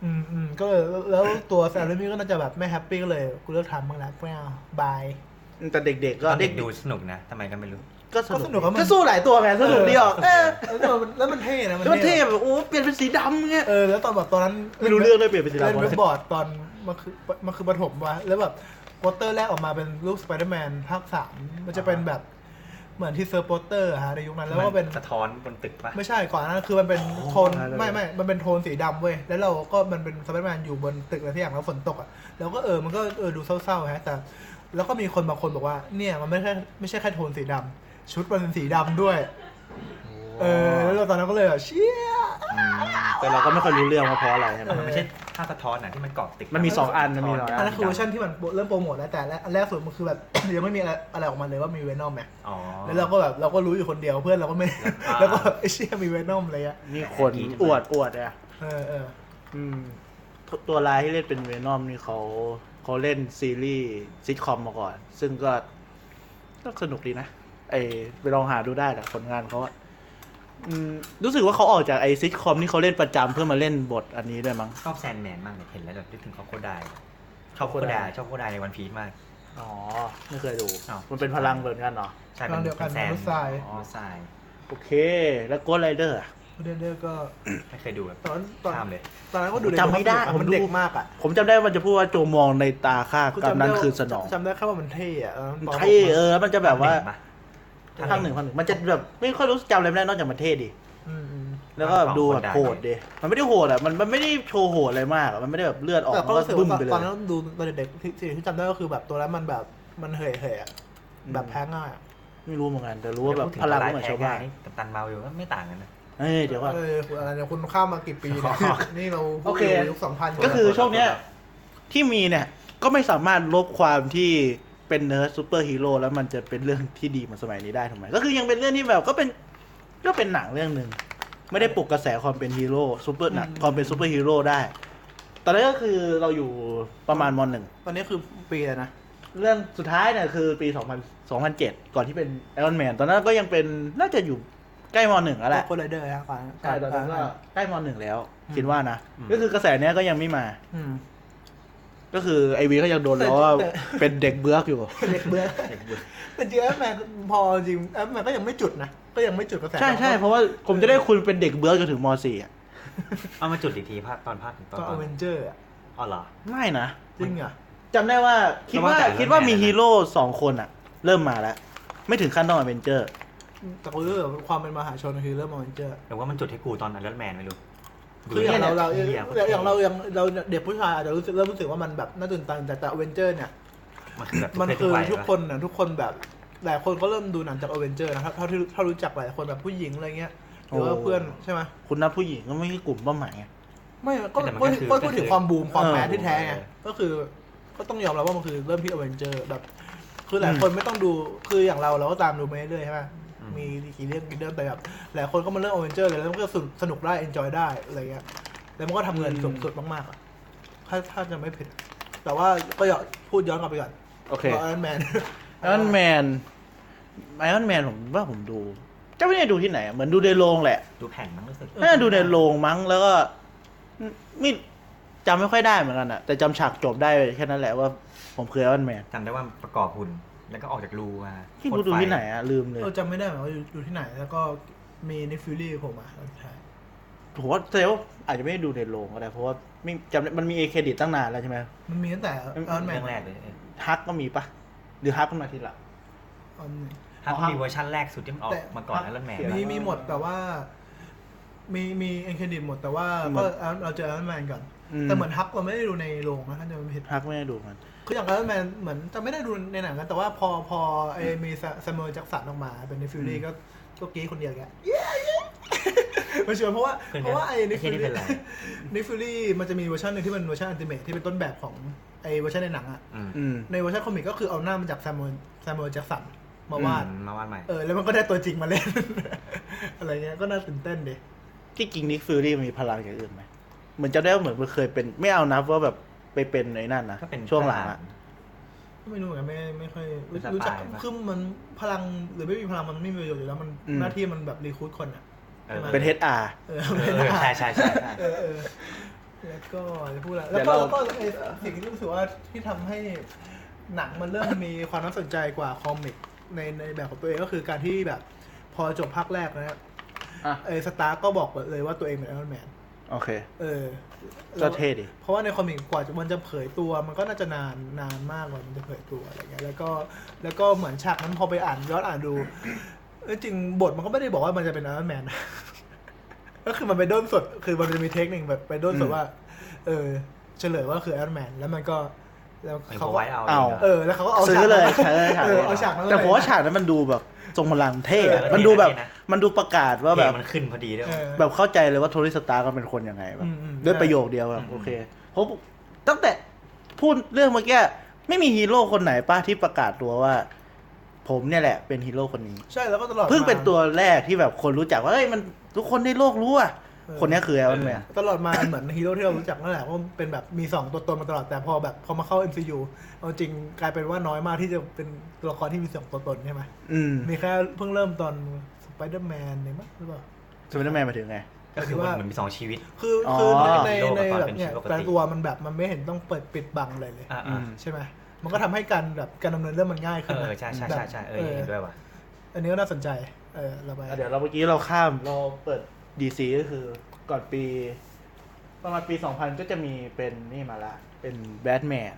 อืมอืมก็เลยแล้วแล้วตัวแซมไรมี่ก็น่าจะแบบไม่แฮปปี้ก็เลยกูเลิกทำบ้างแล้วไม่เอาบาย
ๆแต่เด็กๆ
ต
ก็
อนเด็กดูสนุกนะทำไมก็ไม่รู้
ก็
ก็สนุกอะมัน
ก็สู้หลายตัวไงสนุกดีออกเออ
แล้วมันแล้วมันเท่นะ
แล้วมันเท่แบบโอ้เปลี่ยนเป็นสีดำเงี้ย
เออแล้วตอนแบบตอนนั้น
ไม่รู้เรื่องเลยเปลี่ยนเป็นสี
เล่น
ดำ
เว็บบอร์ดตอนมันคือมันคือปฐมวะแล้วแบบวอเตอร์แรกออกมาเป็นรูปสไปเดอร์แมนภาคสามมันจะเป็นแบบเหมือนที่เซอร์โปสเตอร์ฮะในยุคนั้นแล้วก็เป็น
สะท้อนบนตึกปะ
ไม่ใช่ก่อนหนานั้นคือมันเป็นโทนไม่ไม่ มันเป็นโทนสีดำเว้ย แล้วเราก็มันเป็นสไปเดอร์แมนอยู่บนตึกอะไรที่อย่างแล้วฝนตกอ่ะแล้วก็เออมันก็เออดูเศร้าๆฮะแต่แล้วก็มีคนบางคนบอกว่าเนี่ยมันไม่ใช่ไม่ใช่แค่โทนสีดำชุดมันเป็นสีดำด้วย เออแล้วเราตอนนั้นก็เลยแบบเชี่ย
แต่เราก็ไม่ค่อยรู้เรื่องว่าเพราะอะไรใช่ไหม
เออ
มันไม่ใช่ภาพสะท้อนนะที่มันเกาะติด
มันมีสองอันมันมีสอง
อันนั้นคือเวอร์ชันที่มันเริ่มโปรโมทแล้วแต่แรกอันแรกสุดมันคือแบบ ยังไม่มีอะไรอะไรออกมาเลยว่ามีเวนอมแม
อ๋อ
แล้วเราก็แบบเราก็รู้อยู่คนเดียวเพื่อนเราก็ไม่
อ่า
แล้วก็แบบไอ้เชี่ยมีเวนอมอะไรอะ
นี่คนอวดอวดอ่ะ
เออเออ
อืมตัวร้ายที่เล่นเป็นเวนอมนี่เขาเขาเล่นซีรีส์ซิทคอมมาก่อน ซึ่งก็ก็สนุกดีนะไอไปลองหาดูได้แหละผลงานเขาอะอืมรู้สึกว่าเขาออกจากไอซิทคอมที่เขาเล่นประจำเพื่อมาเล่นบทอันนี้ด้วยมั้ง
ชอบแซนแมนมากเนี่ยเห็นแล้วแบบนึกถึงครอบโคดายชอบโคดาย
Crocodile
ชอบโคดายในวันพีชมาก
อ๋อ ไม่เคยดู
อ้าว
มันเป็นพลังเหมือนกันเหรอ
ใช่เป็น
เดียวกัน
แซน
รถทราย
อ๋อทราย
โอเค แล้วโก h ไรเดอร์
เดนเดอร์ก็
ไม่เคยดูแบบ
ตอนตอน
ข้ามเลย
ตอนนั้นก็ดูใน
จำไม่ได้
โทรศัพท์อะ
ผม
มัน
ดู
เด็กมากอ่ะ
ผมจำได้มันจะพูดว่าจงมองในตาข้า
กู
กำนั้นคือสนอง
จำได้แค่ว่ามันเท่อะตอนนั้นปหก
เท่เออแล้วมันจะแบบว่า
ภาคหนึ่งปะ
ภาคหนึ่งภาคหนึ่งมันจะแบบไม่ค่อยรู้สึกจำอะไรไม่ได้นอกจากมันเท่ดิ
อืมอืม
แล้วก็
ภาคสอง
ดูแบบ
คนด่า
โหดดิมันไม่ได้โหดอ่ะมันมันไม่ได้โชว์โหดอะไรมากอะมันไม่ได้แบบเลือดออก
แต่ก็
แล้ว
รู้สึก
บึ้ม
ว่า
ไปเลย
ตอนนั้นดูตอนเด็กๆที่สิ่งที่จำได้ก็คือแบบตัวนั้นมันแบบมันเห่ยเห่ยๆอะ
อืม
แบบแพ้ง่ายอะ
ไม่รู้เหมือนกันแต่รู้ว่าแบบ
พูดถึ
พลัง
ตัวร้ย
เหมือน
แพ้
ชาวบ้าน
ง่ยนี่กับตันมาวิลก็ไม่ต่างกันนะ
เอ้ยเดี๋ยวก่อน
เออคุณอะไรเนี่ยคุณข้ามมากี่ปี เนี่ย นี่เรา
โอเค
ยุคสองพัน
ก็คือช่วงเนี้ยที่มีเนี่ยก็ไม่สามารถลบความที่เป็นเนิร์ดซูเปอร์ฮีโร่แล้วมันจะเป็นเรื่องที่ดีเหมือนสมัยนี้ได้ถูกไหมก็คือยังเป็นเรื่องที่แบบก็เป็นก็เป็นหนังเรื่องหนึ่งไม่ได้ปลุกกระแสความเป็นฮีโร่ซูเปอร์หนังความเป็นซูเปอร์ฮีโร่ได้ตอนนั้นก็คือเราอยู่ประมาณมหนึ่ง
ตอนนี้คือปีแล้วนะ
เรื่องสุดท้ายเนี่ยคือปี2000 2007 ก่อนที่เป็นไอรอนแมนตอนนั้นก็ยังเป็นน่าจะอยู่ใกล้มหนึ่งแล้วแหละ
คนไรเดอร์ฮะก่อน
ใช่ตอนนั้นก็
า
ใกล้มหนึ่งแล้ว คิดว่านะ
อืม
ก็คือกระแสเนี้ยก็ยังไม่มา
อืม
ก็คือไอวีก็ยังโดนล้อว่า
แต่
เป็นเด็กเบือกอยู่
เด็กเบื่อ
เด็กเบื่อ
แต่จริงๆแล้วแมนพอจริงแล้วแมนก็ยังไม่จุดนะก็ยังไม่จุดกระแส
ใช่ใช่เพราะว่าผมจะได้คุณเป็นเด็กเบือกจนถึงม .4 อ่ะ
เอามาจุดอีกทีภาคตอนภาคตอน
ก็
ตอ
อน เวนเจอร์อะ
อ๋อเหรอ
ไม่นะ
จริงเหรอ่ะ
จำได้ว่าคิดว่า
ระวังแต่ละ
คิดว่ามี
แนวนะ
ฮีโร่สองคนอ่ะ เริ่มมาแล้ว ไม่ถึงขั้นต้องอเวนเจอร์
แต่ก็คือความเป็นมหาชนคือเริ่มมอนเจอร์
หรือว่ามันจุดให้กูตอนไอรอนแมนไม่รู้
คืออย่างเราเรา
ดูแล้วนี่ยหี้
อย่างเราอย่างเราเด็กผู้ชายอาจจะรู้สึกเริ่มรู้สึกว่ามันแบบน่าตื่นตาตื่นใจแต่อเวนเจอร์เนี่ย
มันคือแบบ
มัน
ทุ
คื
ก
อ
เพศ
ทุ
ทุ
ก
ก
ค
คน น
นะทุกคนแบบหลายคนก็เริ่มดูหนังจากอเวนเจอร์นะครับเท่าที่เท่ารู้จักหลายคนแบบผู้หญิงอะไรเงี้ยหรือว่า
โอ้
เพื่อนใช่ไหม
คุณนับผู้หญิงก็ไม่ใช่กลุ่มเป้าหมายไง
ไม่ก็ก็ก็พูดถึงความบูมความ
เออ
แมสที่แท้ไงก็คือก็ต้องยอมรับว่ามันคือเริ่มที่อเวนเจอร์แบบ คือหลายคนไม่ต้องดูคืออย่างเราเราก็ตามดูไปเรื่อยๆใช่ไหมมีกี่เรื่องกี่เรื่องแต่แบบหลายคนก็มาเริ่มอเวนเจอร์เลยแล้วมันก็สนุกสนุกได้เอนจอยได้อะไรเงี้ยแล้วมันก็ทำเงินสูงสุดมากๆอะถ้าถ้าจะไม่ผิด แต่ว่าก็อย่าพูดย้อนกลับไปก่อน
โอเค
ไอรอนแมน
ไอรอนแมนไอรอนแมนผมว่าผมดูจะไม่ได้ดูที่ไหนอะเหมือนดูในโรงแหละ
ดูแผ่นมั้งรู้สึก
น่าจะดูในโรงมั้งแล้วก็ไม่จำไม่ค่อยได้เหมือนกันอะแต่จำฉากจบได้แค่นั้นแหละว่าผมคือไอรอนแมน
จำได้ว่าประกอบหุ่นแล้วก็ออกจากรูมา
ที่ดูดูที่ไหนอะลืมเลย
เราจำไม่ได้เหมือนว่าอยู่อยู่ที่ไหนแล้วก็มีนิฟิลี่ผมอ่ะตอนสุดท้าย
ผมว่าแสดงว่าอาจจะไม่ได้ดูในโรงก็ได้เพราะว่าไม่จำได้มันมีเอเครดิตตั้งนานแล้วใช่ไหม
มันมีตั้งแต่
เอ้ย
ออนแม
เรื่
น
องแรกเลยเออ
ฮักก็มีปะหรือฮักมันมาทีหลัง
ออนแมน
ฮัก
อ๋อฮัก
มีเวอร์ชันแรกสุดที่มันออก
แต่
มาก่อนไอรอนแมน
เดี๋ยวะ
มีมีหมดแต่ว่า มีมีเอ็นเครดิตหมดแต่ว่า
หม
ก็
ด
เราเจอออนแมนก่อน
อืม
แต่เหมือนฮักเราไม่ได้ดูในโรงนะถ้าจำไม่ผิด
ฮักไม่ได้ดูมัน
คืออย่างออนแมนเหมือนจะไม่ได้ดูในหนังกันแต่ว่าพอพอไอมีซามเอลแจ็กสันออกมาเป็นนิฟิลี่ก็ก็กรี้คนเดียวแกเย้เย้ ไม่เชื่อเพราะว่า
เป็นไง
เพราะว่าไอ้นิ
ไอ้เหี้ย
ฟิ
นี่เป็น
ลี่
ไร
นิฟิลี่มันจะมีเวอร์ชันหนึ่งที่เป็นเวอร์ชันอันติเมทที่เป็นต้นแบบของไอเวอร์ชันในหนังอะ
อืม
อืม
ในเวอร์ชันคอมิกก็คือเอาหน้ามาจากแซม u e l แซม u e l แจ็กสันมาวาด
อืมมาวาดใหม่
เออ แล้วมันก็ได้ตัวจริงมาเล่น อะไรเงี้ย ก็น่าตื่นเต้นดิ
ที่จริงนิกฟิลลี่มันมีพลังอย่างอื่นไหมเหมือนจะได้ว่าเหมือนมันเคยเป็น ไม่เอานับว่าแบบไปเป็นไอ้นั่นนะ
ก็เป็น
ช่วงหลังอะ
ทาร
ไม่รู้เหมือนกันไม่ไม่ค่อย
เป็นสไตล์
รู้จัก
ปะ
คือมันพลังหรือไม่มีพลังมันไม่มีประโยชน์อยู่แล้วมัน
อืม
หน้าที่มันแบบรีคูดคนอ่ะ
ออ
เป็น HR
เออ
เออ
ไม่
เออ
ได้
ใช่ใช่ใช่ใช่
เออเออแล้วก็จะพูดอะไร
เดี๋
แล้ว
ยว
ก็
เรา
แล้วก็ไอ้สิ่งที่รู้สึกว่าที่ทำให้หนังมันเริ่มมีความน่าสนใจกว่าคอมิกในในแบบของตัวเองก็คือการที่แบบ พอจบภาคแรกนะครับ
อ่ะ
เออสตาร์ก็บอกเลยว่าตัวเองเป็นไอรอนแมน
โอเค
เออ
ก็เท่ดิ
เพราะว่าในคอมิกกว่าจะมันจะเผยตัว มันก็น่าจะนานนานมากกว่ามันจะเผยตัวอะไรเงี้ย แล้วก็แล้วก็เหมือนฉากนั้นพอไปอ่านย้อนอ่านดูเออจริงบทมันก็ไม่ได้บอกว่ามันจะ เป็นไอรอนแมน ก็คือมันไปด้นสด คือมันจะมีเทคนิคแบบไปด้นสด
อืม
ว่า เออ เฉลยว่าคือไอรอนแมน แล้วมันก็แล้ว
เหมือนเขา
เขาก็
ไว้เอา
เอา
ลยนะ
เออ แล้วเขาก็เอา
ซื้
ฉา
อก เลย
นั้น
ใช้เลยฉาก
เอ
เล
อย เอาฉากนั้น
แต่ผมว่า
ไป
ฉากนั้นมันดูแบบทรงพลังเท่อะ
เออ
มันดูแบบ
เท่นะ
มันดูประกาศว่า
เพ
แบ
ล
บ
งมันขึ้นพอดีด้วย
เออ
แบบเข้าใจเลยว่าโทนี่สตาร์ก็เป็นคนยังไงแบบ
อืมอืม
ด้วยประโยคเดียวแบบโอเคเพราะตั้งแต่พูดเรื่องเมื่อกี้ไม่มีฮีโร่คนไหนป้าที่ประกาศตัวว่า ผมเนี่ยแหละเป็นฮีโร่คนนี้
ใช่ แล้วก็ตลอด
เพิ่งเป็น
มา
ตัวแรกที่แบบคนรู้จักว่าเอ้ยมันทุกคนในโลกรู้อ่ะ
เออ
คนเนี้ยคือไอรอนแมน
ตลอดมา เหมือนฮีโร่ที่เรารู้จักนั่นแหละว่าเป็นแบบมี 2 ตัวตนมาตลอดแต่พอแบบพอมาเข้า MCU เอาจริงกลายเป็นว่าน้อยมากที่จะเป็นตัวละครที่มีสองตัวตนใช่ไหม
อืม
มีแค่เพิ่งเริ่มตอนสไปเดอร์แมนเนี่ยมั้งหรือเปล่า
สไปเดอร์แมนมาถึงไง
ก็คือมันเหมือนมีสองชีวิต
คือ
อ๋อ
คือในใน
ฮีโร่
ใน
กับตอน
แบบเนี่ย
เป็นชีวิตปกติ
แต่ตัวมันแบบมันไม่เห็นต้องเปิดปิดบังอะไรเลย
อ่า
อืม
ใช่ไหมมันก็ทำให้การแบบการดำเนินเรื่องมันง่าย
เอ
ขึ้น
อ
นะ
ใช่ใช่ใช่ใช่เออเห็นด้วยว่ะ
อันนี้ก็น่าสนใจเออเราไป
อ่ะเดี๋ยวเราเมื่อกี้เราข้ามเราเปิดดีซีก็คือก่อนปี ประมาณปี 2000 ก็จะมีเป็นนี่มาละ เป็นแบทแมน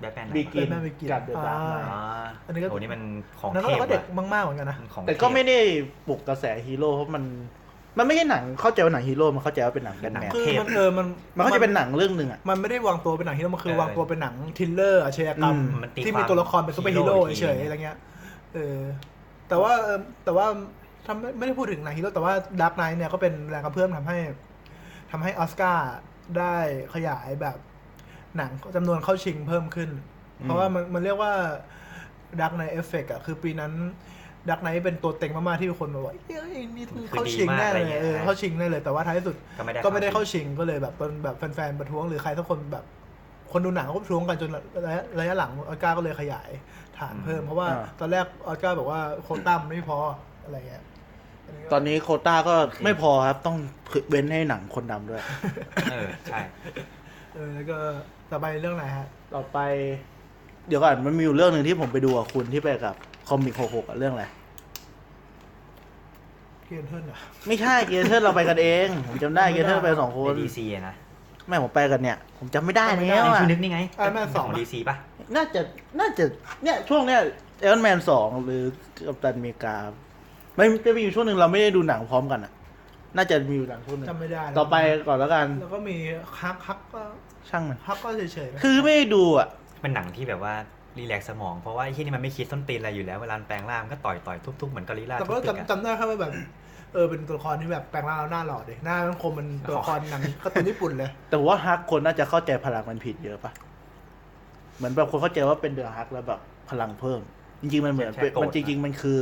แบทแมน
บิ๊ก
เป็นแม่วิกิ
กับ The Dark Knight
อ่า
อ๋อ
อั
อั
น
น
นี้
นี้
ก็
โหนี่มันของ
นั้น
เทพ
เราก็เด็ก
ว่ะ
มากๆเหมือนกันนะ
มันของ
แต่ก็
เทพ
ไม่ได้ปลุกกระแสฮีโร่เพราะมัน มันไม่ใช่หนังเข้าใจว่าหนังฮีโร่มันเข้าใจว่าเป็นหนังแบทแมน
คือ
เทพ
มันเออมัน
มันก็จะเป็นหนังเรื่องหนึ่งอ่ะ
มันไม่ได้วางตัวเป็นหนังฮีโร่มันคือ
เออ
วางตัวเป็นหนังทริลเลอร์อาชญากรรม
อืม
มันตี
ที่
ความ
มีตัวละครเป็นซูเปอร์ฮีโร่
ฮีโร่อีกที
เฉยๆ
หนึ่ง
อะไรเงี้ยเออแต่ว่าเออแต่ว่าทำไม่ไม่ได้พูดถึงหนังฮีโร่แต่ว่าดาร์กไนท์เนี่ยก็เป็นแรงกระเพื่อมทำให้ทำให้ออสการ์ได้ขยายแบบหนังจำนวนเข้าชิงเพิ่มขึ้น เพราะว่ามันมันเรียกว่าด a r k กไน g h t เอฟเฟกอะคือปีนั้นด a r k กไน g h t เป็นตัวเต็งมากๆที่คนบอกว่าเอ้ยนี่ต้องเข้าชิงแน่เลยเออเข้าชิงแน่เลยแต่ว่าท้ายที่สุด
ก็ไม่ได้
ก็ไม่ได้เข้าชิงก็เลยแบบเป็นแบบแฟนๆประท้วงหรือใครสักคนแบบ คนดูหนังก็ประท้วงกันจนระยะระยะหลังออสการ์ก็เลยขยายฐานเพิ่ม เพราะว่า
อ่า
ตอนแรกออสการ์บอกว่าโควต้ามันไม่พออะไรเงี้ย
ตอนนี้โควต้าก็ไม่พอครับ ต้องเว้นให้หนังคนดำด้วย
เออใช่
เออแล้วก็ต่อไปเรื่องไหนฮะ
ต่อไป เดี๋ยวก่อนมันมีอยู่เรื่องหนึ่งที่ผมไปดูกับคุณที่ไปกับคอมิกหกหกเรื่องอะไร
เกียนเทิร์นเหรอ่ะ
ไม่ใช่เกียร์เทิร์นเราไปกันเอง ผมจำได้เกียร์เทิร์นไปสองคน
ในดีซีนะ
ไม่ผมไปกันเนี่ย ผมจำไม่ได้
ไอ
แล้วอะ
คิวนึกนี่ไง
ไอแมน
ข
สอ
องงดีซีป่ะ
น่าจะน่าจะเนี่ยช่วงเนี้ยเอลแมนสองหรือกัปตันอเมริกา ไม่ไม่มีอยู่ช่วงหนึ่งเราไม่ได้ดูหนังพร้อมกันอะน่าจะมีอยู่หนังช่วงหนึ่ง
จำไม่ได้แล้ว
ต่อไปก่อนแล้วกัน
แล้วก็มีฮักฮักก็
ช่างมัน
ฮักก็เฉยๆนะ
คือไม่ได้ดูอ่ะ
เป็นหนังที่แบบว่ารีแลกซ์สมองเพราะว่าไอ้ที่นี่มันไม่คิดต้นตีนอะไรอยู่แล้วเวลามันแปลงร่างมันก็ต่อยต่อยทุบๆเหมือนกอริลลา
แต่ก็
ทุบๆอะ
จำจำได้แค่ว่าแบบเออเป็นตัวละครที่แบบแปลงร่างแล้วหน้าหล่อเด็หน้ามันคมมันตัวละครหนังการ์ตูนญี่ปุ่นเลย
แต่ว่าฮักคนน่าจะเข้าใจพลังมันผิดเยอะปะเหมือนแบบคนเข้าใจว่าเป็นเดือฮักแล้วแบบพลังเพิ่ม จริง ๆ มันเหมือน
ใช่ใช่โกรธ
มันจริง
นะ
ๆ มันคือ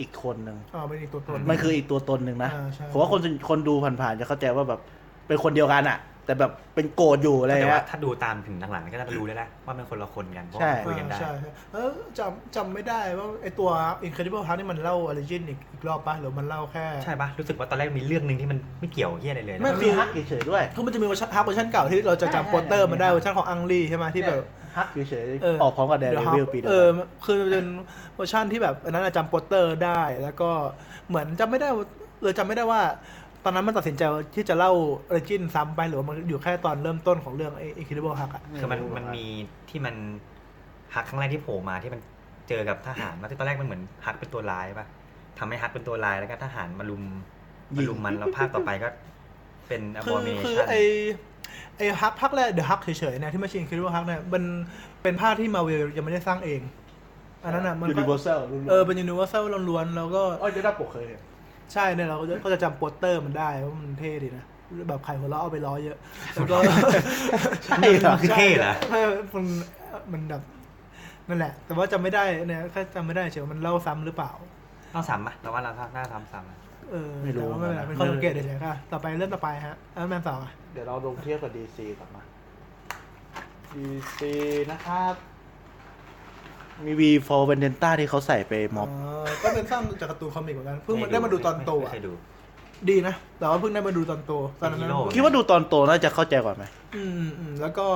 อีกคนหนึ่ง
อ๋อไม่มีตัวตน
มันคืออีกตัวตนหนึ่งนะ
อ่าใช่
ผมว่าคนส่วนคนดูผ่านๆจะเข้าใจว่าแบบเป็นคนเดียวกันอะแต่แบบเป็นโกรธอยู่อะไร
แต่ว่า
เงี้ย
ถ้าดูตามถึงหลังๆก็น่าจะรู้แล้วแหละว่าเป็นคนละคนกันเพราะ
ใช่
คุยกันได้
อ่าใช่ใช่เออจำจำไม่ได้ว่าไอตัว Incredible Hulk นี่มันเล่า origin อีกอีกรอบปะหรือมันเล่าแค่
ใช่ปะรู้สึกว่าตอนแรกมีเรื่องหนึ่งที่มันไม่เกี่ยวเฮียอะไรเลยนะ
ไม่
มันมีฮักเฉยๆด้วย
คือมันจะมีเวอร์ชันฮักเวอร์ชันเก่าที่เราจะจำโปสเตอร์มันได้เวอร์ชันของอังลีใช่ไหมที่แบบ
ฮักเฉย
เออ
ๆออกพร้อมกับแดน
เดี๋ยว
เด
ฮั
วิลปีเดียว
เอ
กั
อน คือมันเป็นเวอร์ชันที่แบบอันนั้นอะจำโปสเตอร์ได้ แล้วก็เหมือนจำไม่ได้ว่าเลยจำไม่ได้ว่า ตอนนั้นมันตัดสินใจที่จะเล่า origin ซ้ำไปหรือว่ามันอยู่แค่ตอนเริ่มต้นของเรื่องไอ้ Incredible Hulk อะ
คือมันมันมีที่มันฮักครั้งแรกที่โผล่มาที่มันเจอกับทหารมาที่ตอนแรกมันเหมือนฮักเป็นตัวร้ายปะทำให้ฮักเป็นตัวร้ายแล้วก็ทหารมา ลุมมาลุมมันแล้วภาคต่อไปก็เป็นอ
คื
บ
อ
อมิเน
คือ
ชั่น
ไอไอฮักภาคแรกเดอะฮักเฉยๆนะที่ไม่ใชินคิดว่าฮักเนี่ยมันเป็นภาคที่มาเวลยังไม่ได้สร้างเอง อันนั้นอ่ะมัน
ยู
ก็
นิเวอร์แซล
เออเป็นยูนิเวอร์แซลล้วนๆแล้วก็
อ๋อจะได้ปกเคยเห็น
ใช่เนี่ยเราก็จะก็จะจำโปสเตอร์มันได้ว่ามันเท่ดีนะแบบใครหัวเราะเอาไปล้อเยอะแล้วก็
ใช่เหรอ
มันคือเท่เหรอ
ใช่มันมันแบบนั่นแหละ แต่ว่าจำไม่ได้เนี่ยแค่จำไม่ได้เฉยว่ามันเล่าซ้ำหรือเปล่า
เราซ้ำปะเราว่าเราหน้าซ้ำซ้ำอะ
เออแต่ว่าไม่เป็นไรเป็นข้อสังเกตเฉยๆค่ะต่อไปเรื่องต่อไปฮะแอมแมนสองอ่ะ
เดี๋ยวเราลงเทียบกับดีซีกลับมาดีซีนะครับ มี V for Vendetta ที่เขาใส่ไปม็อบ
เก็เป็นสร้างจากการ์ตูนคอมิกเหมือนกันเพิ่งมาได้มาดูตอนโต
ไม่
อ่ะ
เคยดู
ดีนะแต่ว่าเพิ่งได้มาดูตอนโตตอนนั้น
เป็นฮีโร่
คิดว่าดูตอนโตน่าจะเข้าใจก่อนไหม
อืมอืมแล้วก็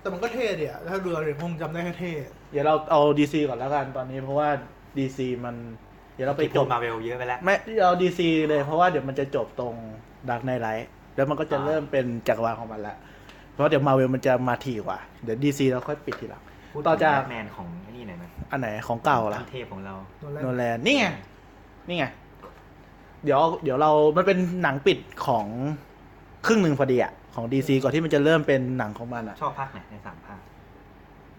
แต่มันก็เท่ดีอ่ะถ้าดูเราเด็กคงจำได้แค่เท่
เดี๋ยวเราเอาดีซีก่อนแล้วกันตอนนี้เพราะว่าดีซีมัน เดี๋ยวเราไป
ไป
จ
จ
บบ
มาเวลเยอะไปแล้ว
ไม่เอาดีซีเลยเพราะว่าเดี๋ยวมันจะจบตรงดักในไลท์แล้วมันก็จะ
อ่า
เริ่มเป็นจักรวาลของมันละเพราะเดี๋ยวมาเวลมันจะมาทีกว่า เดี๋ยวดีซีเราค่อยปิดทีหลัง
พูด
ต่อ
ถึง
จาก
แบทแมนของไอ้นี่หน่อยไหม
อันไหนของเก่าละ
ขั้นเทพของเรา
ตอนแรก
โนแลนนี่ไงนี่ไงเดี๋ยวเดี๋ยวเรามันเป็นหนังปิดของครึ่งหนึ่งพอดีอะของดีซีก่อนที่มันจะเริ่มเป็นหนังของมันอะ
ชอบภาคไหนในสามภาค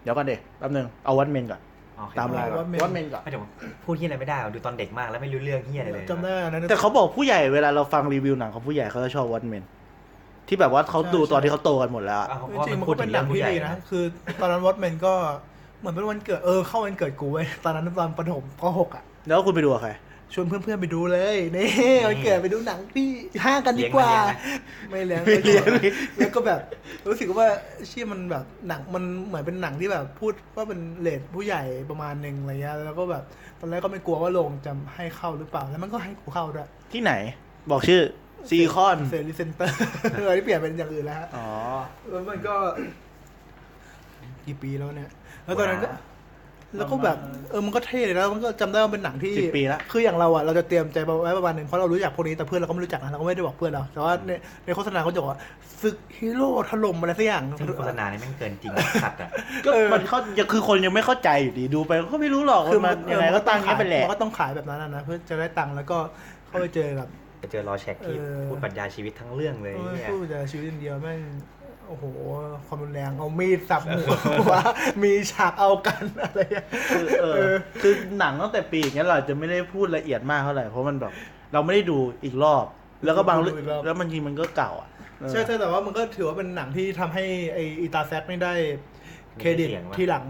เดี๋ยวก่อนเดี๋ยวแป๊บนึงเอาวันเมนก่อน
อ๋อโอเค
ตามไลน์ก่อนวันเมนก่อน
ไม่เดี๋ยวพูดที่อะไรไม่ได้อะดูตอนเด็กมากแล้วไม่รู้เรื่องที่อะไรเลย
จำได้อันนั้น
แต่เขาบอกผู้ใหญ่เวลาเราฟังรีวิวหนังของผู้ใหญ่เขาจะชอบวอตเมนที่แบบว่าเขาดู
ใช่
ตอนที่เขาโตกันหมดแล้วอะ
อ่ะเพราะ
จ
ว่า
ริ
มั
งๆ
น
มัน
พู
ก็
ด
เป็
ถึ
น
ง
ห
เรื่องผู้
นังที่
ใหญ่
ดีนะ
นะ
คือตอนนั้นวอตแมนก็เหมือนเป็นวันเกิดเออเข้าวันเกิดกูเว้ยตอนนั้นตอนประถมปหกอ่ะ
แล้วคุณไปดูกับใคร
ชวนเพื่อนๆไปดูเลยนี่วันเกิดไปดูหนังที่ห้างกันดีกว่า ไม่เลี้ยงไม่เลี้ยงแล้วก็แบบรู้สึกว่าเชี่ยมันแบบหนังมันเหมือนเป็นหนังที่แบบพูดว่าเป็นเลทผู้ใหญ่ประมาณหนึ่งอะไรเงี้ยแล้วก็แบบตอนแรกก็ไม่กลัวว่าโรงจะให้เข้าหรือเปล่าแล้วมันก็ให้กูเข้าด้วย
ที่ไหน บอกชื่อซีคอน
เซรีเซนเตอร์ เลยที่เปลี่ยนเป็นอย่างอื่นแล้วฮะ
อ๋อ
แล้วมันก็กี่ปีแล้วเนี่ย แล้วตอนนั้นก็ แล้วก็แบบเออมันก็เท่เลยแล้วมันก็จำได้ว่าเป็นหนังที่
สิบปีละ
คืออย่างเราอ่ะเราจะเตรียมใจไว้ประมาณหนึ่งเพราะเรารู้จักพวกนี้แต่เพื่อนเราก็ไม่รู้จักนะเราก็ไม่ได้บอกเพื่อนเราแต่ว่าในในโฆษณาเขาจะบอกว่าศึกฮีโร่ถล่มอะไรสักอย่าง
ซึ่งโฆษณานี่แม่งเกินจริงสัตว์อ่ะ
ก็
เออ
มันเขายังคือคนยังไม่เข้าใจอยู่ดีดูไปก็ไม่รู้หรอกว่ามันยังไงก็ตั้งแค่ไปแหละ
มันก็ต้องขายแบบนั้นอะนะเพื่อจะได้ตังค์แล้วก็เข้าไปเจอกับ
ไปเจอรอแชกที่
เออ
พูดปรัญญาชีวิตทั้งเรื่องเลย
เออ
เนี่ย
สู้จะชีวิตอย่างเดียวแม่งโอ้โหความรุนแรงเอามีดสับหมูหัว มีฉากเอากันอะไรอะ
คือเออ
เออ
คือหนังตั้งแต่ปีอย่างเงี้ยเราจะไม่ได้พูดละเอียดมากเท่าไหร่เพราะมันแบบเราไม่ได้ดูอีกรอบ แล้วก็บางเรื่อง
ดูอีกรอบ
แล้วมันจริงมันก็เก่าอ่ะเออ
ใช่ใช่แต่ว่ามันก็ถือว่าเป็นหนังที่ทำให้ไออีตาแซกไม่ได้เครดิตทีหลัง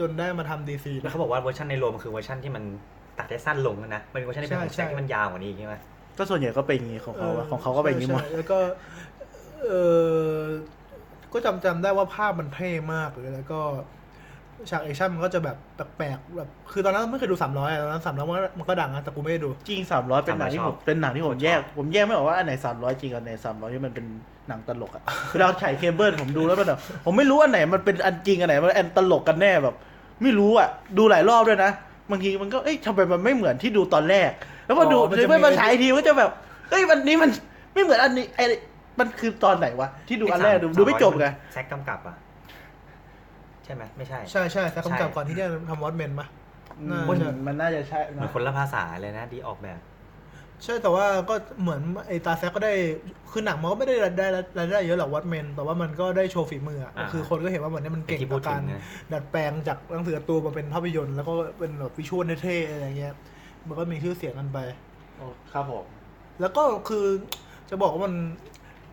จนได้มาทำดีซี
แล้ว
นะ
เขาบอกว่าเวอร์ชันในโรมนคือเวอร์ชันที่มันตัดได้สั้นลงนะมันเป็นเวอร์ชันที่เป็นของแซ
ใช่
ก
ใช่
ที่มันยาวกว่านี้ใช่ไหม
ก็ส่วนใหญ่ก็เป็นอย่างงี้ของเขาอะของเขาก็เป็นอย่างงี้หมด
ใช่ใช่แล้วก็เออก็จำจำได้ว่าภาพมันเท่มากเลยแล้วก็ฉากแอคชั่นมันก็จะแบบแปลกๆแบบคือตอนนั้นไม่เคยดูสามร้อยตอนนั้นสามร้อยมันก็ดังนะแต่กูไม่ได้ดู
จริงสามร้อยเป็นหนังที่ผมเป็นหนังที่ผมแยก ผมแยกไม่ออกว่าอันไหนสามร้อยจริงกับอันไหนสามร้อยที่มันเป็นหนังตลกอะ คือเราฉายเคเบิลผมดูแล้วมันแบบผมไม่รู้อันไหนมันเป็นอันจริงอันไหนมันอันตลกกันแน่แบบ ไม่รู้อะดูหลายรอบด้วยนะบางทีมันก็เอ้ยทำไมมันไม่เหมือนที่ดูตอนแรก แล้วพอดู
อ๋อมันจะ
ไม่มา
มี
ฉายอีกทีก็จะแบบเอ้ยวันนี้มันไม่เหมือนอันนี้ไอ้มันคือตอนไหนวะที่ดูอันแรกดูดูไม่จบไง
แซกกำกับอ่ะใช่ไหมไม่ใช่
ใช่ใช่แต่
ใช่
กำกับก่อนที่จะทำวอตแมนปะ น่าจะ
มันน่าจะใช่
เหมือ
นะ
นคนละภาษาเลยนะดีออกแบบ
ใช่แต่ว่าก็เหมือนไอ้ตาแซกก็ได้คือหนังมันก็ไม่ได้รายได้รายได้เยอะหรอกวัตเมนแต่ว่ามันก็ได้โชว์ฝีมืออะ
อ่า
คือคนก็เห็นว่าเหมือนเนี่ยมัน
เป็น
เก่ง
ที่พู
กั
ด
บ
ถึ
การ
งนะ
ดัดแปลงจากหนังสือการ์ตูนมาเป็นภาพยนตร์แล้วก็เป็นแบบวิชวลเท่ๆอะไรเงี้ย มันก็มีชื่อเสียงกันไป
โอ้ครับผม
แล้วก็คือจะบอกว่ามัน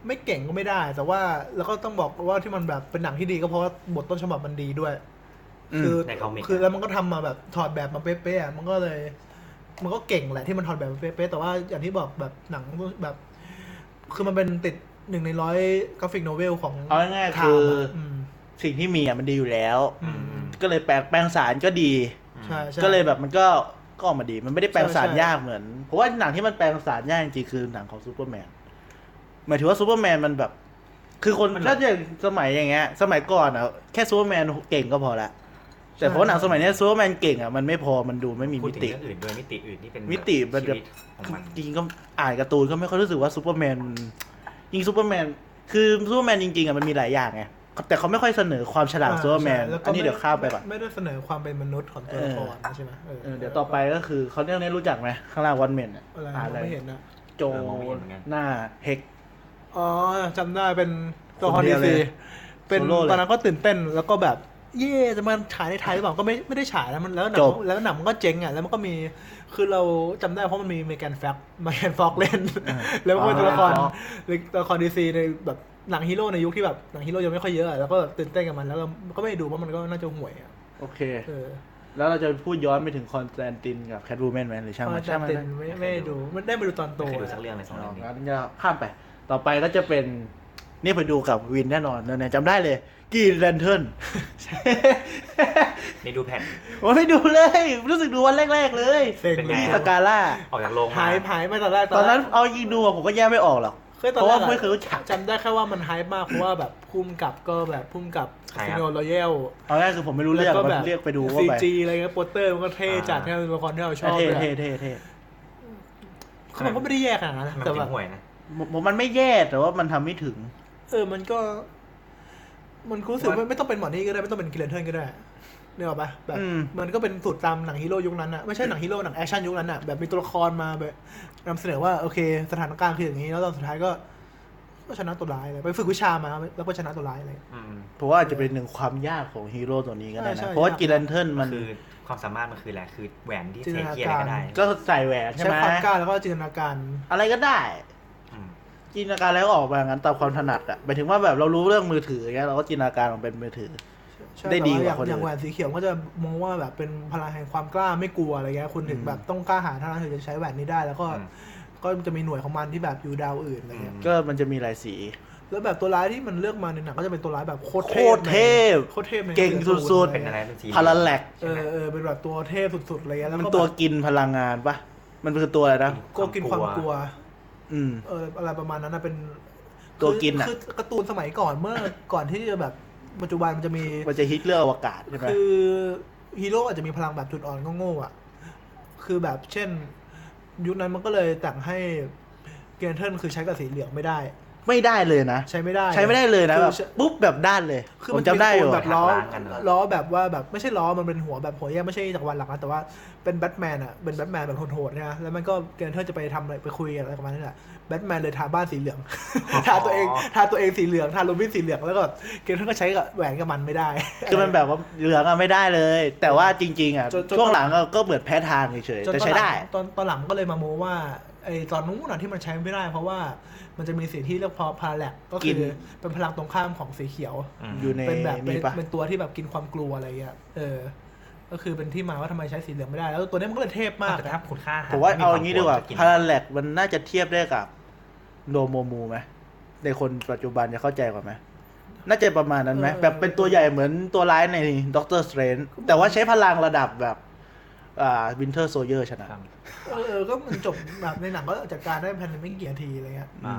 ไม่เก่งก็ไม่ได้ แต่ว่าแล้วก็ต้องบอกว่าที่มันแบบเป็นหนังที่ดีก็เพราะว่าบทต้นฉบับมันดีด้วย คือ
ในคอมิก
คือแล้วมันก็ทำมาแบบถอดแบบมาเป๊ะๆอะมันก็เลย มันก็เก่งแหละที่มันถอดแบบมาเป๊ะๆแต่ว่าอย่างที่บอกแบบหนังแบบ คือมันเป็นติดหนึ่งในร้อยกราฟิกโนเวลของ
เอาง่ายๆ
ไท
คือ
ม์
อ
อะม
สิ่งที่มีอ่ะมันดีอยู่แล้ว
อืมอืม
ก็เลยแปลงแปลงสารก็ดี
ใช่ใช่
ก็เลยแบบมันก็ก็ออกมาดี มันไม่ได้แปลงสาร
ใช่ใช่
ยากเหมือนเพราะว่าหนังที่มันแปลงสารยากจริงๆคือหนังของซูเปอร์แมนหมายถึงว่าซูเปอร์แมนมันแบบ คือคนถ้าอย่างสมัยอย่างเงี้ย สมัยก่อนอ่ะแค่ซูเปอร์แมนเก่งก็พอละแต่เพราะหนังสมัยเนี้ยซูเปอร์แมนเก่งอ่ะมันไม่พอมันดูไม่มี
พูด
มิ
ถึง
ติ
เรื่องอื่นด้วยมิติอื่นที่เป็น
มิติมัน
ชี
จะ
วิตของมัน
จริงๆก็อ่านการ์ตูนก็ไม่ค่อยรู้สึกว่าซูเปอร์แมนยิงซูเปอร์แมนคือซูเปอร์แมนจริงๆอ่ะมันมีหลายอย่างไงแต่เขาไม่ค่อยเสนอความฉลาดของซูเปอร์แมน
ใช่ล้วก็
อันนี้เดี๋ยวข้ามไปก่อน
ไม่ได้เสนอความเป็นมนุษย์ของตัวละครนะใช่ไหม
เออเดี๋ยวต่อไปก็คือเขาเรื่องนี้รู้จักไหมข้างล่างวันเมนอะ
อะไร
อ่า
นะ
นอะไร
ไม่เห็นนะ
โจ
เออมองไม่เห็นเหมือนกัน
หน้าเฮก
อ๋อจำได้เป็นตัวละค
คน
ร
เดี
ดี
ยวเล
ซี
ย
เป็น
โซโล่เลย
ตอนนั้นก็ตื่นเต้นแล้วก็แบบเย่จะมาฉายในไทยหรือเปล่าก็ไม่ไม่ได้ฉายแล้วมันแล้วหนั
จ
ง
บ
แล้วหนังมันก็เจ๊งอ่ะแล้วมันก็มีคือเราจำได้เพราะมันมีเมแกนแฟกเมแกนฟอกเล่น แล้วก็เป็นตัวละครหรือตัวละครดีซีในแบบหนังฮีโร่ในยุคที่แบบหนังฮีโร่ยังไม่ค่อยเยอะอะแล้วก็แบบตื่นเต้นกับมันแล้วเราก็ไม่ได้ดูเพราะมันก็น่าจะห่วยอ่ะ
โอเค
เออ
แล้วเราจะพูดย้อนไปถึงคอนสแตนตินกับแคทวูแมนไหมหรือช่างมัน
เออ
ช่างมัน
แต่ไม่ไม่ได้ดูมันได้ไปดูตอนโต
ไม่เคยดู
อะ
สักเรื่องเลยสอง
อ๋อ
เรื่
งั้
องนี้
นก็ข้ามไป ต่อไปก็จะเป็น นี่ไปดูกับวินแน่นอนเนียจำได้เลยกีแลนเทิร์น
ในดูแผ่น
ผมไม่ดูเลย รู้สึกดูวันแรก ๆ เลย
เซ็ง
เป็นไง
ที่
อะ
สกาล่า
ออกจากโร
หาม
งาย
หายไปตอนแรก
ตอนนั้นเอายิงดูอะผมก็แยกไม่ออกหรอก
เคยตอน
เพราะ
แร
ว่าก
อะ
ไม่เคยรู้จัก
จำได้แค่ว่ามันหายมาก เพราะว่าแบบพุ่มกับก็แบบพุ่มกับคาสิโนรอยัล
เอาง่ายคือผมไม่รู้เรื่องมันเรียกไปดูว่า
ซี
ไป
จีอะไรเงี้ยโปสเตอร์มันก็เท่จัดแค่เป็นละครที่เราชอบ
เท่
เลยอะ
เท่เท่เท่
คือมันก็ไม่ได้แย่ขนาดนั้นนะ
มัน
แต่
ถึ
แบบ
งห่วยนะ
ผมผมมันไม่แย่แต่ว่ามันทำไม่ถึง
เออมันก็ มันรู้สึกว่าไม่ต้องเป็นหมอนี่ก็ได้ไม่ต้องเป็นกิเลนเทิร์นก็ได้เนี่ยหรอกปะแบบ
อืม
มันก็เป็นสูตรตามหนังฮีโร่ยุคนั้นอะไม่ใช่หนังฮีโร่หนังแอคชั่นยุคนั้นอะแบบมีตัวละครมาแบบนำเสนอว่าโอเค สถานการณ์คืออย่างนี้ แล้วตอนสุดท้ายก็ ก็ชนะตัวร้ายเลยไปฝึกวิชามาแล้วก็ชนะตัวร้ายเลย
อืม
เพราะว่าอาจจะเป็นหนึ่งความยากของฮีโร่ตัวนี้ก็ได้นะ
ใช่ใช่
เพราะว่า
ใช่
กีรันเทิลมัน
คือความสามารถมันคืออะไรคือแหวนที่
จินต
เท
นา
เกียอะไรก็ได้
การ
ก็ใส่แหวนใช่
ใช้
ไหม
ความกล้าแล้วก็จินตนาการ
อะไรก็ได้
อืม
จินตนาการแล้วออกมางั้นตามความถนัดอะหมายถึงว่าแบบเรารู้เรื่องมือถืออย่างเงี้ยเราก็จินตนาการออกเป็นมือถือ
ใช่
ได้ดี
แต่
กว่าคนอื่น
อย่งอย่างแหวนสีเขียวก็จะมองว่าแบบเป็นพลังแห่งความกล้าไม่กลัวอะไรเงี้ยคุณถึง
อืม
แบบต้องกล้าหาญเท่านั้นถึงจะใช้แหวนนี้ได้ แล้วก็
อืม
ก็จะมีหน่วยของมันที่แบบอยู่ดาวอื่นอะไร
อื
เงี้ย
ม
ก็มันจะมีหลายสี
แล้วแบบตัวร้ายที่มันเลือกมาในหนังก็จะเป็นตัวร้ายแบบโคตร
โคตรเทพ
โคตรเทพใน
เก่งสุด
เป็นอะไรเป็นสี
พาราแลก
เออเออเป็นแบบตัวเทพสุดๆอะไรเงี้ยแล้ว
มัน
ก็
ตัว
แบบ
กินพลังงานปะมันคือตัวอะไรนะ
โกกินความกลัว
อืม
เอออะไรประมาณนั้นนะเป็น
ตัวกิน
อะ
อะ
คือการ์ตูนสมัยก่อนเมื่อก่อนที่จะแบบปัจจุบันมันจะมี
มันจะฮิตเรื่องอวกาศใช่ไหม
คือฮีโร่อาจจะมีพลังแบบจุดอ่อนโง่ๆอ่ะ คือแบบเช่น ยุคนั้นมันก็เลยแต่งให้เกรนเทิร์นคือใช้กับสีเหลืองไม่ได้
ไม่ได้เลยนะ
ใช้ไม่ได้
ใช้ไม่ได้เลยนะ
คือ
แบบ
ใช้
ปุ๊บแบบด้านเลย
คือ
ผ
มั
ม
น
จำได้อยู่
เป็น
อะ
แบบล้อ
หักล้างกันเหรอ
ล้อแบบว่าแบบไม่ใช่ล้อมันเป็นหัวแบบหัวแยกไม่ใช่จักรวาลหลักนะแต่ว่าเป็นแบทแมนอ่ะเป็นแบทแมนแบบโหดๆเนี่ยนะแล้วมันก็เกรนเทอร์จะไปทำอะไรไปคุยอะไรกับมันนี่แหละแบทแมนเลยทาบ้านสีเหลือง ทาตัวเองทาตัวเองสีเหลืองทาโรบินสีเหลืองแล้วก็เกรนเทอร์ก็ใช้กับแหวนกับมันไม่ได้
คือมันแบบว่าเหลืองอะไม่ได้เลย แต่ว่าจริง ๆอะ
จนจน
ช่วงหลังอะก็เหมือนแพ้ทางเฉยๆ
จน
แต่
ตอน
ใช้
หลั
ได้
งตอนตอนหลังก็เลยมาโมว่าไอตอนนู้นน่ะที่มันใช้ไม่ได้ เพราะว่ามันจะมีสีที่เรียกพอพาแลกก็
กิ
คื
น
อเป็นพลังตรงข้ามของสีเขียว
ม
อยู่ใน
เป็นแบบเป็
นี่
น
ปะ
เป็นตัวที่แบบกินความกลัวอะไรเงี้ย เออ ก็คือเป็นที่มาว่าทำไมใช้สีเหลืองไม่ได้ แล้วตัวนี้มันก็เลยเทพมาก
แต่
นะ
ถ้าคุณค่าห
ผมว่า
ไม่
เอาอย่างนี้ดีกว่า
ควรจะน
พาราแลกมันน่าจะเทียบได้กับโนโมมูไหมในคนปัจจุบันจะเข้าใจกว่าไหมน่าจะประมาณนั้นไหมแบบเป็นตัวใหญ่เหมือนตัวร้ายในด็อกเตอร์สเตรนแต่ว่าใช้พลังระดับแบบอ่าวินเทอร์โซเยอร์ชนะครับ
เออเออก็มันจบแบบในหนังก็จัดการได้ภายในไม่กี่นาทีอะไรเงี้ย
อ่า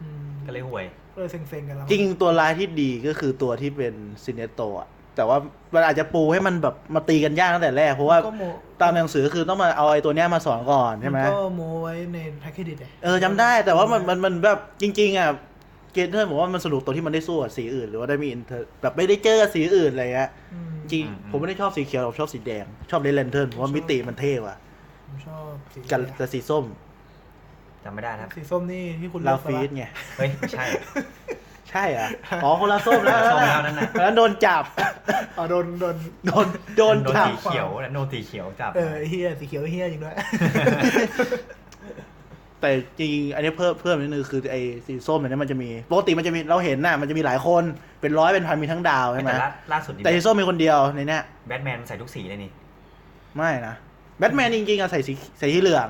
อืม
ก็เลยห่วย
ก็เลยเซ็งๆกันแล้ว
จริงตัวร้ายที่ดีก็คือตัวที่เป็นซินเนโตะแต่ว่ามันอาจจะปูให้มันแบบมาตีกันยากตั้งแต่แรกเพราะว่า
ก็โม
ตามหนังสือคือต้องมาเอาไอ้ตัวเนี้ยมาสอนก่อนใช่ไหม
นก็โมไว้ในแพ็กเกจดิตไง
เออจำได้แต่ว่ามันมันมันแบบจริง ๆอ่ะ เกนเทอร์ผมว่ามันสนุกตัวที่มันได้สู้กับสีอื่น หรือว่าได้มี inter- แบบไม่ได้เจอกับสีอื่นอะไรเงี้ย
อืม
จริง
อืมอืม
ผมไม่ได้ชอบสีเขียวผมชอบสีแดง ชอบเลนเลนเทิร์นผมว่ามิติมันเท่กว่า
ผมชอบสี
กับกับสีส้ม
จำไม่ได้นะครับ
สีส้มนี่ที่คุณ
ลา
เอก
ฟี
ปะ
สไง
เฮ้ยไม่ใช่
ใช่เหรอ่ะอ๋อคนละส้มแล้ว
ส้มแล้วนั่
นั่น
น
น่ะ
น่ะ
อันนั้นโดนจับ
อ๋อโดนโดน
โดนโดน
โดน
จับ
สีเขียวนะโดนสีเขียวจับ
เออไอ้เฮียสีเขียวไอ้เฮียจริ งด้วย
แต่จริงๆอันนี้เพิ่มเพิ่มนิดนึงคือไอ้สีส้มเนี่ยมันจะมีปกติมันจะมีเราเห็นน่ะมันจะมีหลายคนเป็นร้อยเป็นพันมีทั้งดาวใช่ไหม
แต่ล่าล่าสุดนี่
แต่สีส้มมีคนเดียวในเนี้ย
แบทแมนมันใส่ทุกสีเลยนี่
ไม่นะแบทแมนจริงๆอะใส่สีใส่สีเหลือง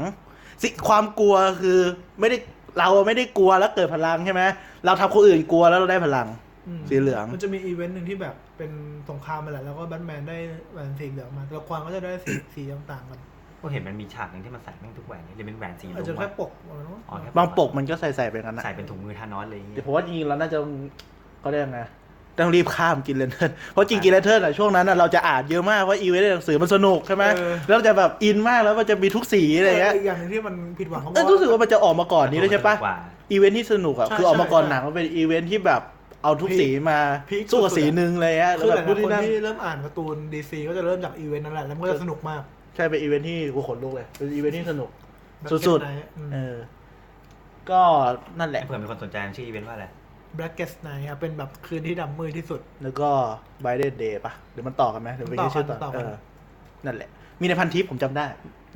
สิความกลัวคือไม่ได้เราไม่ได้กลัวแล้วเกิดพลังใช่ไหมเราทำคนอื่นกลัวแล้วเราได้พลัง
อืม
สีเหลือง
มันจะมีอีเวนต์หนึ่งที่แบบเป็นสงครามมาแหละแล้วก็แบทแมนได้แหวนสีเหลืองมาแต่ละครก็จะได้สี สีต่างๆกัน
ก็เห็นมันมีฉากหนึ่งที่มันใส่แม่งทุกแหวนเลยหรือเป็นแหวนสี
อาจ
รุ้
จะ
ง
แค่
อะ
ปกประมาณนั้น
อ๋อแค่
บางปกมันก็ใส่ใส่ไปกันนะ
ใส่เป็นถุงมือทานอสเลยอย่างเงี้
เดี๋ยวย ผมว่าจริงๆเราน่าจะก็ได้ไงต้องรีบข้ามกินเลนเทิร์นเพราะจริงกินเลนเทิร์นอะช่วงนั้นอะเราจะอ่านเยอะมากว่าอีเวนต์ในหนังสือมันสนุกใช่ไหมแล้วเราจะแบบอินมากแล้วมันจะมีทุกสีอะไรเงี้ย
กอย่างหนึงที่มันผิดหวังเขา
เออรู้สึกว่ามันจะออกมาก่อนนี้ด้วยใช่ปะ
กว่า
อีเวนต์ที่สนุกอะคือออกมาก่อนหนังมันเป็นอีเวนต์ที่แบบเอาทุกสีมาสู้กับสีหนึ่งเลยอะแล้
คื
ว
อ
แบ
หลา
บ
ย
นู่น
ๆค
นี่
น
นั่น
ที่เริ่มอ่านการ์ตูนดีซีก็จะเริ่มจากอีเวนต์นั่นแหละแล้วมันก็จะสนุกมาก
ใช่เป็นอีเวนท์ที่กูขนลุกเลยเป็นอีเวนท์ที่สนุก
แบบ
สุด
Black Knight อืม
เออ ก็นั่นแหละ
เผื่อมีคนสนใจชื่ออีเวนต์ว่าอะไร
Black Guest Night ครับเป็นแบบคืนที่ดำมืดที่สุด
แล้วก็ไบเดนเดย์ปะหรือมันต่อกันไหมหรือเป็นแค่ชื่อ
ต่
ต่
อ
อ
กันต่
เอ
อ
อ
กัน
นั่นแหละ มีในพันทิปผมจำได้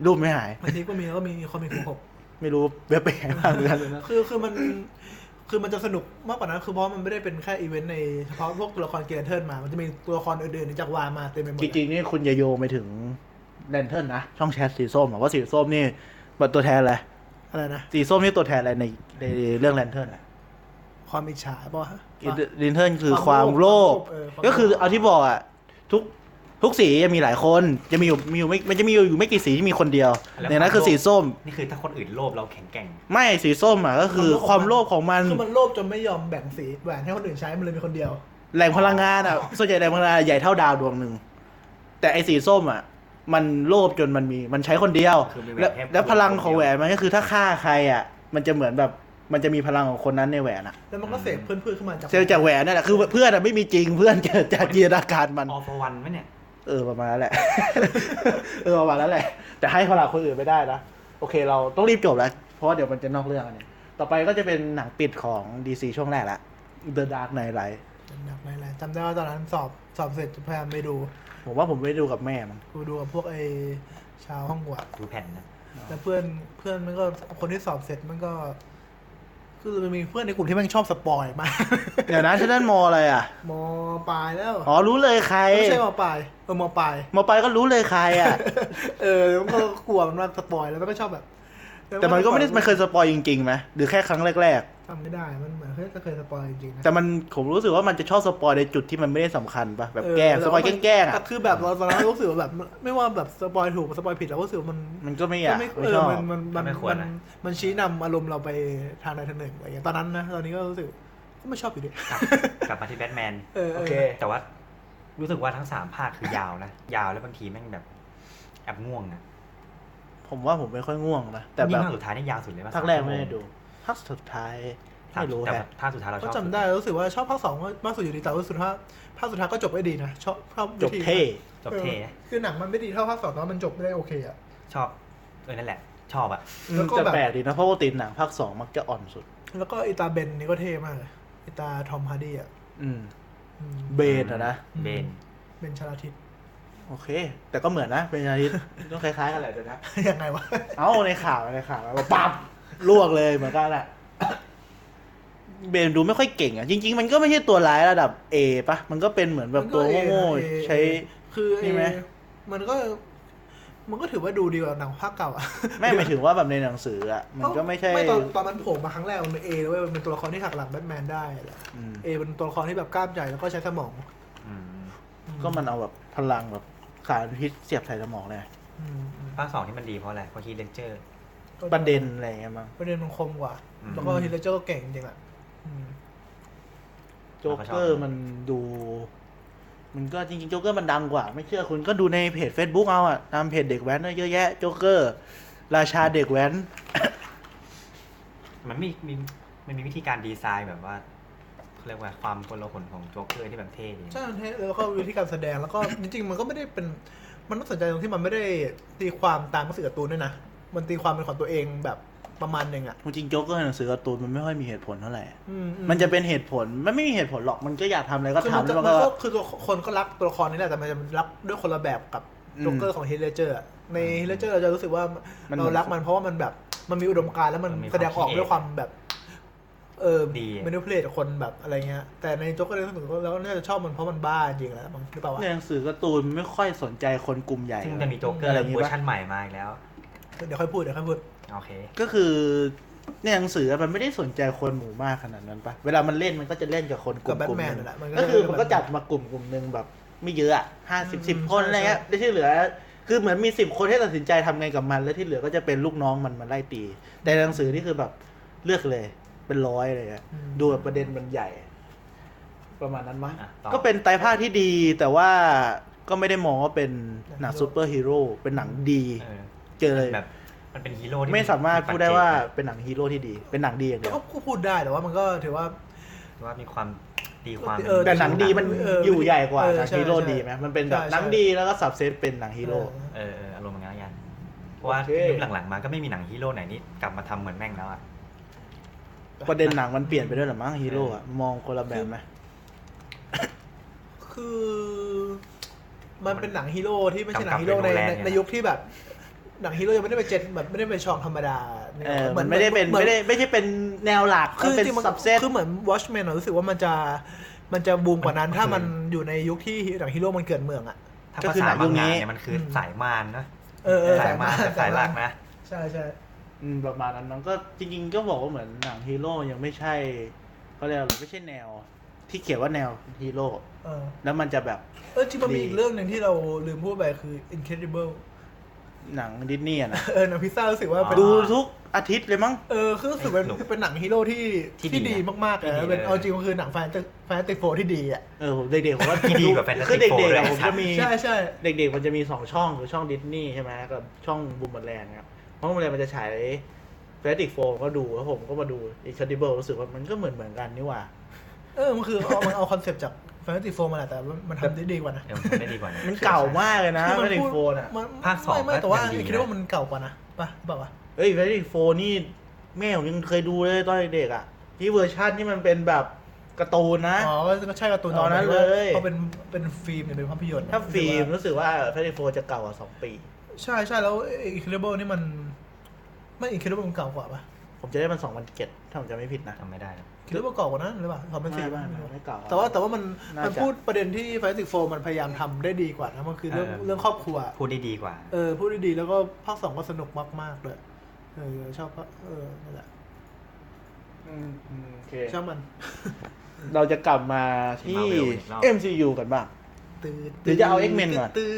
รูปไม่หาย
อันนี้ก็มีแล้วก็มีคอมิกหก
ไม่รู้เว็บไปไหนบ้างเหมือนกันนะ
คือคือมันคือมันจะสนุกมากกว่านั้นคือเพราะมันไม่ได้เป็นแค่อีเวนต์ในเฉพาะพวกตัวละครเกียร์เทิร์นมา มันจะมีตัวละครอื่นๆจากวามาเต็มไปหมด
จริงๆนี่คุณอย่าโยงไปถึงแลนเทิร์นนะ ช่องแชทสีส้มอะว่าสีส้มนี่เป็นตัวแทนอะไร
อะไรนะ
สีส้มนี่ตัวแทนอะไรในในเรื่องแลนเทิร์นอะ
ความอิจฉาป่ะ
ลินเทิร์นคือความโลภ
ความโลภเออความโลภ
ก็คือเอาที่บอกอ่ะทุกทุกสีจะมีหลายคนจะมีอยู่มีอยู่ไม่มันจะมีอยู่ไม่กี่สีที่มีคนเดียว
แล้ว
ในนั้นคือ
ความโลภ
สีส้ม
นี่คือถ้าคนอื่นโลภเราแข็งแกร่ง
ไม่สีส้มอ่ะก็คือความโลภของมัน
คือมันโลภจนไม่ยอมแบ่งสีแหวนให้คนอื่นใช้มันเลยมีคนเดียว
แหล่งพลังงานอ่ะส่วนใหญ่แหล่งพลังงานใหญ่เท่าดาวดวงหนึ่งแต่ไอสีส้มอ่ะ มันโลภจนมันมีมันใช้คนเดียว
คือมีแหวน
แล้ว
แค่
แล้วพลัง
คนเดียว
ของแหวนมันก็คือถ้าฆ่าใครอ่ะ มันจะเหมือนแบบมันจะมีพลังของคนนั้นในแหวนอ่ะ
แล้วมันก็เสกเพื่อนๆขึ้นมาจาก
เซลล์จากแหวนนั่นแหละคือเพื่อนอ่ะไม่มีจริงเพื่อนเกิดจากจินตนาการมัน
ออฟวันไหมเนี่ย
เออประมาณนั้นแหละ เออประมาณนั้นแหละ แต่ให้พลังคนอื่นไม่ได้นะโอเค เราต้องรีบจบแล้ว เพราะว่าเดี๋ยวมันจะนอกเรื่องอันเนี่ยต่อไปก็จะเป็นหนังปิดของ DC ช่วงแรกละ The Dark Knight Rises
หนักเลยแหละจำได้ว่าตอนนั้นสอบสอบเสร็จพยายามไปดู
ผมว่าผมไม่ได้ดูกับแม่มัน
กูดูกับพวกไอ้ชาวห้องกวด
ดูแผ่นนะ
แล้วเพื่อนเพื่อนมันก็คนที่สอบเสร็จมันก็ คือมันมีเพื่อนในกลุ่มที่แม่งชอบสปอยมาก
เดี๋ยวนะฉันนั่นมออะไรอ่ะ
มปลายแล้ว
อ๋อ รู้เลยใคร
ไม่ใช่มปลายเออมปลาย
มอไปก็รู้เลยใคร อ่ะ
เออมันก็กลัวมันมาสปอยแล้วมันก็ชอบแบบ
แต่มันก็ไม่ได้มันเคยสปอยจริงๆไหมหรือแค่ครั้งแรก
ทำไม่ได้มันเหมือนเฮ้ยจะเคยสปอยจริงๆ
ๆ
นะ
แต่มันผมรู้สึกว่ามันจะชอบสปอยในจุดที่มันไม่ได้สำคัญปะแบบแกล้ง
เ
สปอยแกล้งๆ
แต่
อ่ะ
คือแบบเราตอนนั้นรู้สึกว่าแบบ ไม่ว่าแบบสปอยถูกสปอยผิดเราก็รู้สึกว่ามัน
มันก็ไม่อยาก
ไม่
ไม่
เอ
ช
อ
อบ
มันมันมัน
ไม่ควร
มัน
นะ
มันชี้นำอารมณ์เราไปทางใดทางหนึ่งอะไรอย่างเงี้ยตอนนั้นนะตอนนี้ก็รู้สึกก็ไม่ชอบอยู่ดี
กลับกลับมาที่แบทแมน
เออ
โอเค
แต่ว่ารู้สึกว่าทั้งสามภาคคือยาวนะ ยาวแล้วบางทีแม่งแบบแอบง่วงนะ
ผมว่าผมไม่ค่อยง่วงนะแต่
แต่
แบบ
ภาคสุดท้ายนี่ยาวสุดเลยป่ะ
ภาคแรกไม่ได้ดูภาคสุดท้าย
สาม
ไม่รู้
แต่
แฮะ
ภาคสุดท้ายเราช
ก็
อบ
จำได้รู้สึกว่าชอบภาคสองมากสุดอยู่ดีแต่รู้สึกว่าภาคสุดท้ายก็จบได้ดีนะชอบชอบ
จบ
วิธี
เท่
จบเท่นะ
ออคือหนังมันไม่ดีเท่าภาคสองแต่ว่ามันจบได้โอเคอ่ะ
ชอบเออนั่นแหละ ชอบอะ
แล้วก็
แต่
แบบ
แปลกดีนะเพราะปกติหนังภาคสองมักจะอ่อนสุด
แล้วก็อิตาเบนนี่ก็เท่มากเลยอิตาทอมฮาร์ดี้อ่ะ
อืม
อืม
เบนอะนะ
เบน
เป็นชาลาทิต
โอเค แต่ก็เหมือนนะ เป็นอาทิตย์ต้องคล้ายๆกันแหละเดี๋ยวนะ
ยังไงวะ
เอ้าในข่าวในข่าวแล้วปั๊บลวกเลยเหมือนกันแหละเบนดูไม่ค่อยเก่งอ่ะ จริง ๆ มันก็ไม่ใช่ตัวร้ายระดับเอปะมันก็เป็นเหมือนแบบตัว
มันก็ A
โง่
นะ A
ๆใช้
คือ
ใช่ไหม
เอมันก็ มันก็ถือว่าดูดีกว่าหนังภาคเก่าอ่ะ
ไม่หมายถึงว่าแบบในหนังสืออ่ะ มันก็ไม่ใช่
ไม่ตอนตอนมันโผล่มาครั้งแรกมันเป็นเอเว้ยมันเป็นตัวละครที่หักหลังแบทแมนได้แหละ
อืม
เอเป็นตัวละครที่แบบกล้ามใหญ่แล้วก็ใช้สมอง
อืม
ก็มันเอาแบบพลังแบบสารพิษเสียบใส่สมองเลย
อืมอืม
ภาคสองที่มันดีเพราะอะไรเพราะฮีเลนเจอร์
ประเด็นอะไรอย่างเงี้ยมั้ง
ประเด็นมันคมกว่า
อืม
แล้วก็ฮิลเลเจอร์ก็เก่งจริงๆอ่ะอืม
โจ๊กเกอร์มันดู มันก็จริงๆโจ๊กเกอร์มันดังกว่า ไม่เชื่อคุณก็ดูในเพจ Facebook เอาอะตามเพจเด็กแว้นเยอะแยะโจ๊กเกอร์ ราชาเด็กแว้น
มันมีมีมันมีวิธีการดีไซน์แบบว่า เรียกว่าความโกลาหลของโจ๊กเกอร์ที่แบบเท่ดี
ใช่มันเท่แล้วก็วิธีการแสดงแล้วก็ จริงๆ มันก็ไม่ได้เป็น มันน่าสนใจตรงที่มันไม่ได้ตีความตามหนังสือการ์ตูนด้วยนะ มันตีความเป็นของตัวเองแบบประมาณหนึ่งอ่ะ
จริงโจ๊กเกอร์ในหนังสือการ์ตูนมันไม่ค่อยมีเหตุผลเท่าไหร่
อื
มันจะเป็นเหตุผลมันไม่มีเหตุผลหรอกมันก็อยากทำอะไรก็
คือมัน
ทำ
จะ
แล้ว
มัน
ก็
ก็คือตัวคนก็รักตัวละครนี้แหละแต่มันจะรักด้วยคนละแบบกับ
อืม
โจ๊กเกอร์ของเฮเลเจอร์ในเฮเลเจอร์เราจะรู้สึกว่า
มัน
เรารักมันเพราะว่ามันแบบมันมีอุดมการณ์แล้วมัน
มันมีความ
แสดงออกด้วยความแบบ เออ
ดี
มนิเพลตคนแบบอะไรเงี้ย แต่ในโจ๊กเกอร์เรารู้สึกว่าเราน่าจะชอบมันเพราะมันบ้าจริงแหล้วมั้งหรือเปล่าวะ
ในหนังสือการ์ตูนไม่ค่อยสนใจคนกลุ่มใหญ่
ซึ่งจะมีโจ๊กเกอร์
อะไรอย่างงี้
เวอ
ปะ
ร์ชันใหม่มาอีกแล้ว
เดี๋ยวค่อยพูดเดี๋ยวค่อยพูด
โอเค
ก็คือในหนังสือมันไม่ได้สนใจคนหมู่มากขนาดนั้นปะเวลามันเล่นมันก็จะเล่นกับคนกลุ่ม
กับ
กลุ่ม
Batman
นึง
นั่นแหละมันก็
ก็คือ
เล่นกับ
มันก็จับมากลุ่มกลุ่มหนึ่งแบบ ไม่เยอะอะห้าสิบ
อืม
สิบคนอะไรเงี้ยแล้ว
ใช่
ที่เหลือ คือเหมือนมีสิบคนให้ตัดสินใจทำไงกับมัน แล้วที่เหลือก็จะเป็นลูกน้องมันมาไล่ตี แต่ในหนังสือนี่คือแบบเลือกเลย เป็นร้อยเลยอะดูแบบประเด็นมันใหญ่ ประมาณนั้นมั้ง
อ่ะต่อ
ก็เป็นไตรภาคที่ดี แต่ว่าก็ไม่ได้มองว่าเป็นหนังซูเปอร์ฮีโร่เป็นหนังดี
เออ
เจอเลย
แบบ มันเป็นฮีโร่ที่
ไม่สามารถพูดได้ว่า
ปัจเจ
เป็นหนังฮีโร่ที่ดี เป็นหนังดีอย่างเดียว
ก็พูดได้แต่ว่ามันก็ถือว่า
กว่ามีความตีความ
เออ
แต่หนังดีมันอยู่ใหญ่กว่า
เออ
หนัง
ใช่
ฮีโร่
ใช่
ดีไหมมันเป็นแบบ
ใช่
หนังดีแล้วก็สับเซตเป็นหนังฮีโร่
เออเอออารมณ์เหมือนกันละกันเพราะว่า
โอเค
ยุคหลังๆมาก็ไม่มีหนังฮีโร่ไหนนี่กลับมาทำเหมือนแม่งแล้วอ่ะ
ประเด็นหนังมันเปลี่ยนไปด้วยเหรือมั้งฮีโร่อะมองคนละแบบไหม
คือ มันเป็นหนังฮีโร่ที่ไม่ใช่หนังฮีโร่
กำกั
ใน
บด้วย
ใน
โนแลนเนี่ย
ในยุคที่แบบ หนังฮีโร่ยังไม่ได้ไปเจ็ดแบบไม่ได้ไปช่องธรรมดา
เออมันไม่ได้เป็นไม่ได้ไม่ใช่เป็นแนวหลัก
คือ
มันเป็น
จริงๆมัน
สับเซต
คือเหมือน Watchmen อะรู้สึกว่ามันจะมันจะบูมกว่านั้นถ้ามันอยู่ในยุคที่หนังฮีโร่มันเกิดเมืองอ่ะ
ถ้าภาษาบางงานเนี่ยมันคือสายมารนะ
เออเออ
สายมารกับสายหลักนะ
ใช่ใช่
อืมประมาณนั้นมันก็จริงๆก็บอกว่าเหมือนหนังฮีโร่ยังไม่ใช่เขาเรียกอะไรไม่ใช่แนว ที่เขียนว่าแนวฮีโร่
เออ
แล้วมันจะแบบ
เออที่มันมีอีกเรื่องหนึ่งที่เราลืมพูดไปคือ Incredible
หนังดิสนีย์ อะนะ
เออหนังพิซซ่ารู้สึกว่าเป็น
อ๋อ
ดูทุกอาทิตย์เลยมั้ง
เออคือรู้สึกเป็น
สนุก
เป็นหนังฮีโร่ที่
ที่
ที่
ดี
ดี
นะ
มากๆเลย
ที่ดี
นะเป็น
เลย
เอาจริงมันคือหนังแฟนแฟนติโฟที่ดีอ่ะ
เออผมเด็กๆผมว่า
ที่ดีกว่า Fantastic
คือเด็ก
Four
ๆ
ด้วย
อะผม
ไอ้สัต
จะ
ว์
มี
ใช่ใช่
เด็กๆ มันจะมีสองช่องคือช่องดิสนีย์ใช่ไหมกับช่องบูมเบอร์แลนด์ครับเพราะบูมเบอร์แลนด์มันจะฉายแฟลติกโฟมก็ดูแล้วผมก็มาดูอีคัดดิเบิลรู้สึกว่ามันก็เหมือนเหมือนๆกันนี่หว่า
เออมันคือเอามันเอาคอนเซปต์จากแฟนติโฟมาแหละแต่ว่ามันทำได้ดีกว่านะ
เดี๋ยวมันได้ดีกว่านะ
มันเก่ามากเลยนะ
คือ
แฟลติก
พูด
โฟน่ะ
มัน
ภาคสอง
ไม่ไม่
ก็
แต่ว่า
ยังดีนะ
คิดว่ามันเก่ากว่านะป่ะป่าวะ
เอ้ยแฟลติกโฟนี่แม่ผมยังเคยดูเลยตอนเด็กๆอ่ะ ที่เวอร์ชันที่มันเป็นแบบการ์ตูนนะ
อ๋อก็ใช่การ์ตูน
ตอนนั้นเลย
เพราะเป็นเป็นฟิล์มเนี่ยเป็นภาพยนตร์
ถ้าฟิล์มรู้สึกว่าแฟลติกโฟจะเก่ากว่าสองปี
ใช่ใช่แล้วอินเครดิเบิลนี่มันไม่อินเครดิเบิลมันเก่ากว่าป่ะ
ผมจะได้มันสองพันเจ็ดถ้าผมจะไม่ผิดนะ
จำไม่ได้นะ
คิดว่าเก่ากว่านั้นหรือเปล่าสองพันสี่
ไม่ไม่ไม่เก่า
แต่ว่าแต่ว่ามัน
น่า
มัน
จะ
พูดประเด็นที่แฟนติโฟมันพยายามทำได้ดีกว่านะมันคือเรื่อง
เออ
เรื่องครอบครัว
พูดได้ดีกว่า
เออพูดดีๆแล้วก็ภาคสองก็สนุกมากๆเลยเออชอบก็เออนั่นแหละ
อืมอืมโอเค
ชอบมัน
เราจะกลับมาที่
Marvel อีกรอบ
MCU กันบ้าง
ตื่น
หรือจะเอา X-Men ก่อน
ตื่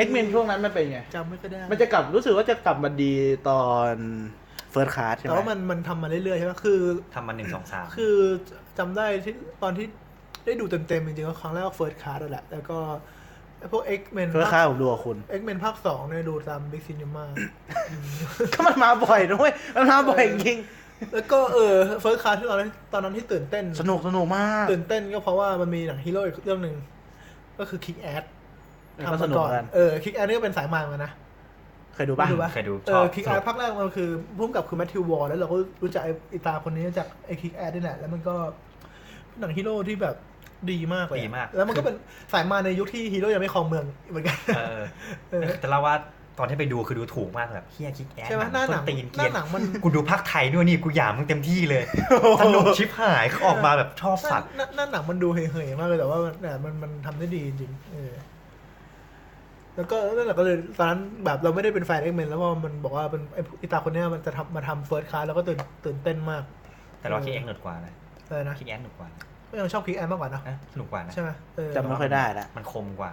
น
X-Men ช่วงนั้นมันเป็นไง
จำไม่ค่อยได้
มันจะกลับรู้สึกว่าจะกลับมาดีตอนเฟิร์สคลาสใช่ไหม
แต่ว่ามันมันทำมาเรื่อยๆใช่ไหมคือ
ทำมาหนึ่งสองสาม
คือจำได้ที่ตอนที่ได้ดูเต็มๆจริงๆก็ครั้งแรกเฟิร์สคาร์ดแหละ แล้วก็ไอ้พวก X-Men
เฟิร์สคลา
ภา
ส
ค
ผมดูกับคุณ
X-Men ภาคสองเนี่ยดูตาม Big Cinema
ก็มันมาบ่อยนะเว้ยมันมาบ่อยจริง
แล้วก็เออเฟิร์สคาร์ที่ตอนนั้นตอนนั้นที่ตื่นเต้น
สนุกสนุกมาก
ตื่นเต้นก็เพราะว่ามันมีหนังฮีโร่อีกเรื่องหนึ่งก็คือ Kick Ass
เออก็สนุกเหมือนกัน
เออคิกแอร์นี่ก็เป็นสายมารเหมือนกันนะ
เคยดูป่ะ
เคยดู
เอ
ชอ
อบ คิก
ช
แอ
อบ
ร์ภาคแรกมันคือพุ่มกับคือแมทธิววอร์แล้วเราก็รู้จักไอ้ไอีตาคนนี้จากไอ้คิกแอร์นี่แหละ แล้วมันก็หนังฮีโร่ที่แบบดีมากเลย
ดีมาก
แล้วมันก็เป็นสายมารในยุคที่ฮีโร่ยังไม่ครองเมืองเหมือนกัน
เออ
เออ
แต่เราว่าตอนที่ไปดูคือดูถูกมากแบบเฮียคิกแอส
ใช่ไหมหน้าหนัง
ตีน
ห
เกี
น้าย
น
หนังมัน
กูดูภาคไทยด้วยนี่กูหยามมึงเต็มที่เลยสนุกชิบหายเขาออกมาแบบชอบสัตว์
หน้าหน้าหนังมันดูเหยๆมากเลยแต่ว่ามันเนี่ยมันมันทำได้ดีจริงๆเออแล้วก็นั่นแหละก็เลยตอนนั้นแบบเราไม่ได้เป็นแฟนเอ็กเมนแล้วว่ามันบอกว่าเป็นไอ้ไอีตาคนเนี้ยมันจะทำมาทำเฟิร์สคลาสแล้วก็ตื่นตื่นเต้นมาก
แต่เราคิกแอสหนุกกว่านะ
เลยนะ
คิกแอสหนุกกว่า
ก็ยังชอบคิกแอนมากกว่านะ
นะสนุกกว่านะ
ใช่ไหมเออ
จำไม่ค่อยได้ละ
มันคมกว่า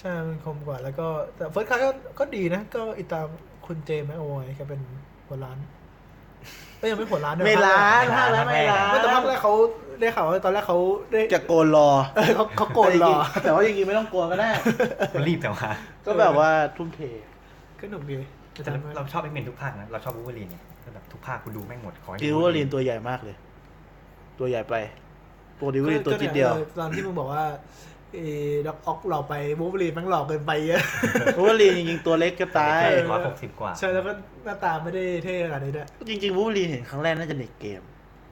ใช่มันคมกว่าแล้วก็แต่เฟิร์สคลาสก็ดีนะ ก็อีตามคุณเจมส์แมคโอไวแกเป็นหัวร้านก็ยังไม่หัวร้านด้วย
ไม่ล้าน
ไม่
ภาค
ล้า
แล้ว
น
ไม่ล้าน
ไม่แต่ภาคแรกเขาได้ข่าวว่าตอนแรกเขาได้
จะโกนรอ
เออเขาเขาโกรธหรอ
แต่ว่าจริงๆไม่ต้องโกน ก็ได้
มันรีบแต่ว่า
ก็แบบว่าทุ่มเท
ก็หนุกดี
แต่เราชอบเอ็กเมนทุกภาคนะเราชอบวูเวอรีนเนี่ยแบบทุกภาคกูดูแม่งหมดขอให้ดู
ดิวเวอรีนตัวใหญ่มากเลย ตัวใหญ่ไป โปรดิวตัวจิดเดียว
ออตอนที่มึงบอกว่าเออด็อกออกหลอกไปบูบลีมันหลอกเกินไปเยอะ
เพราะว่าลีนจริงๆตัวเล็กก็ตาย
เด็กร้อยหกสิบกว่า
ใช่แล้วก็หน้าตาไม่ได้เท่ขนาดนี้ด้วย
จริงๆวูล์ฟเวอรีนเห็นครั้งแรกน่าจะในเกม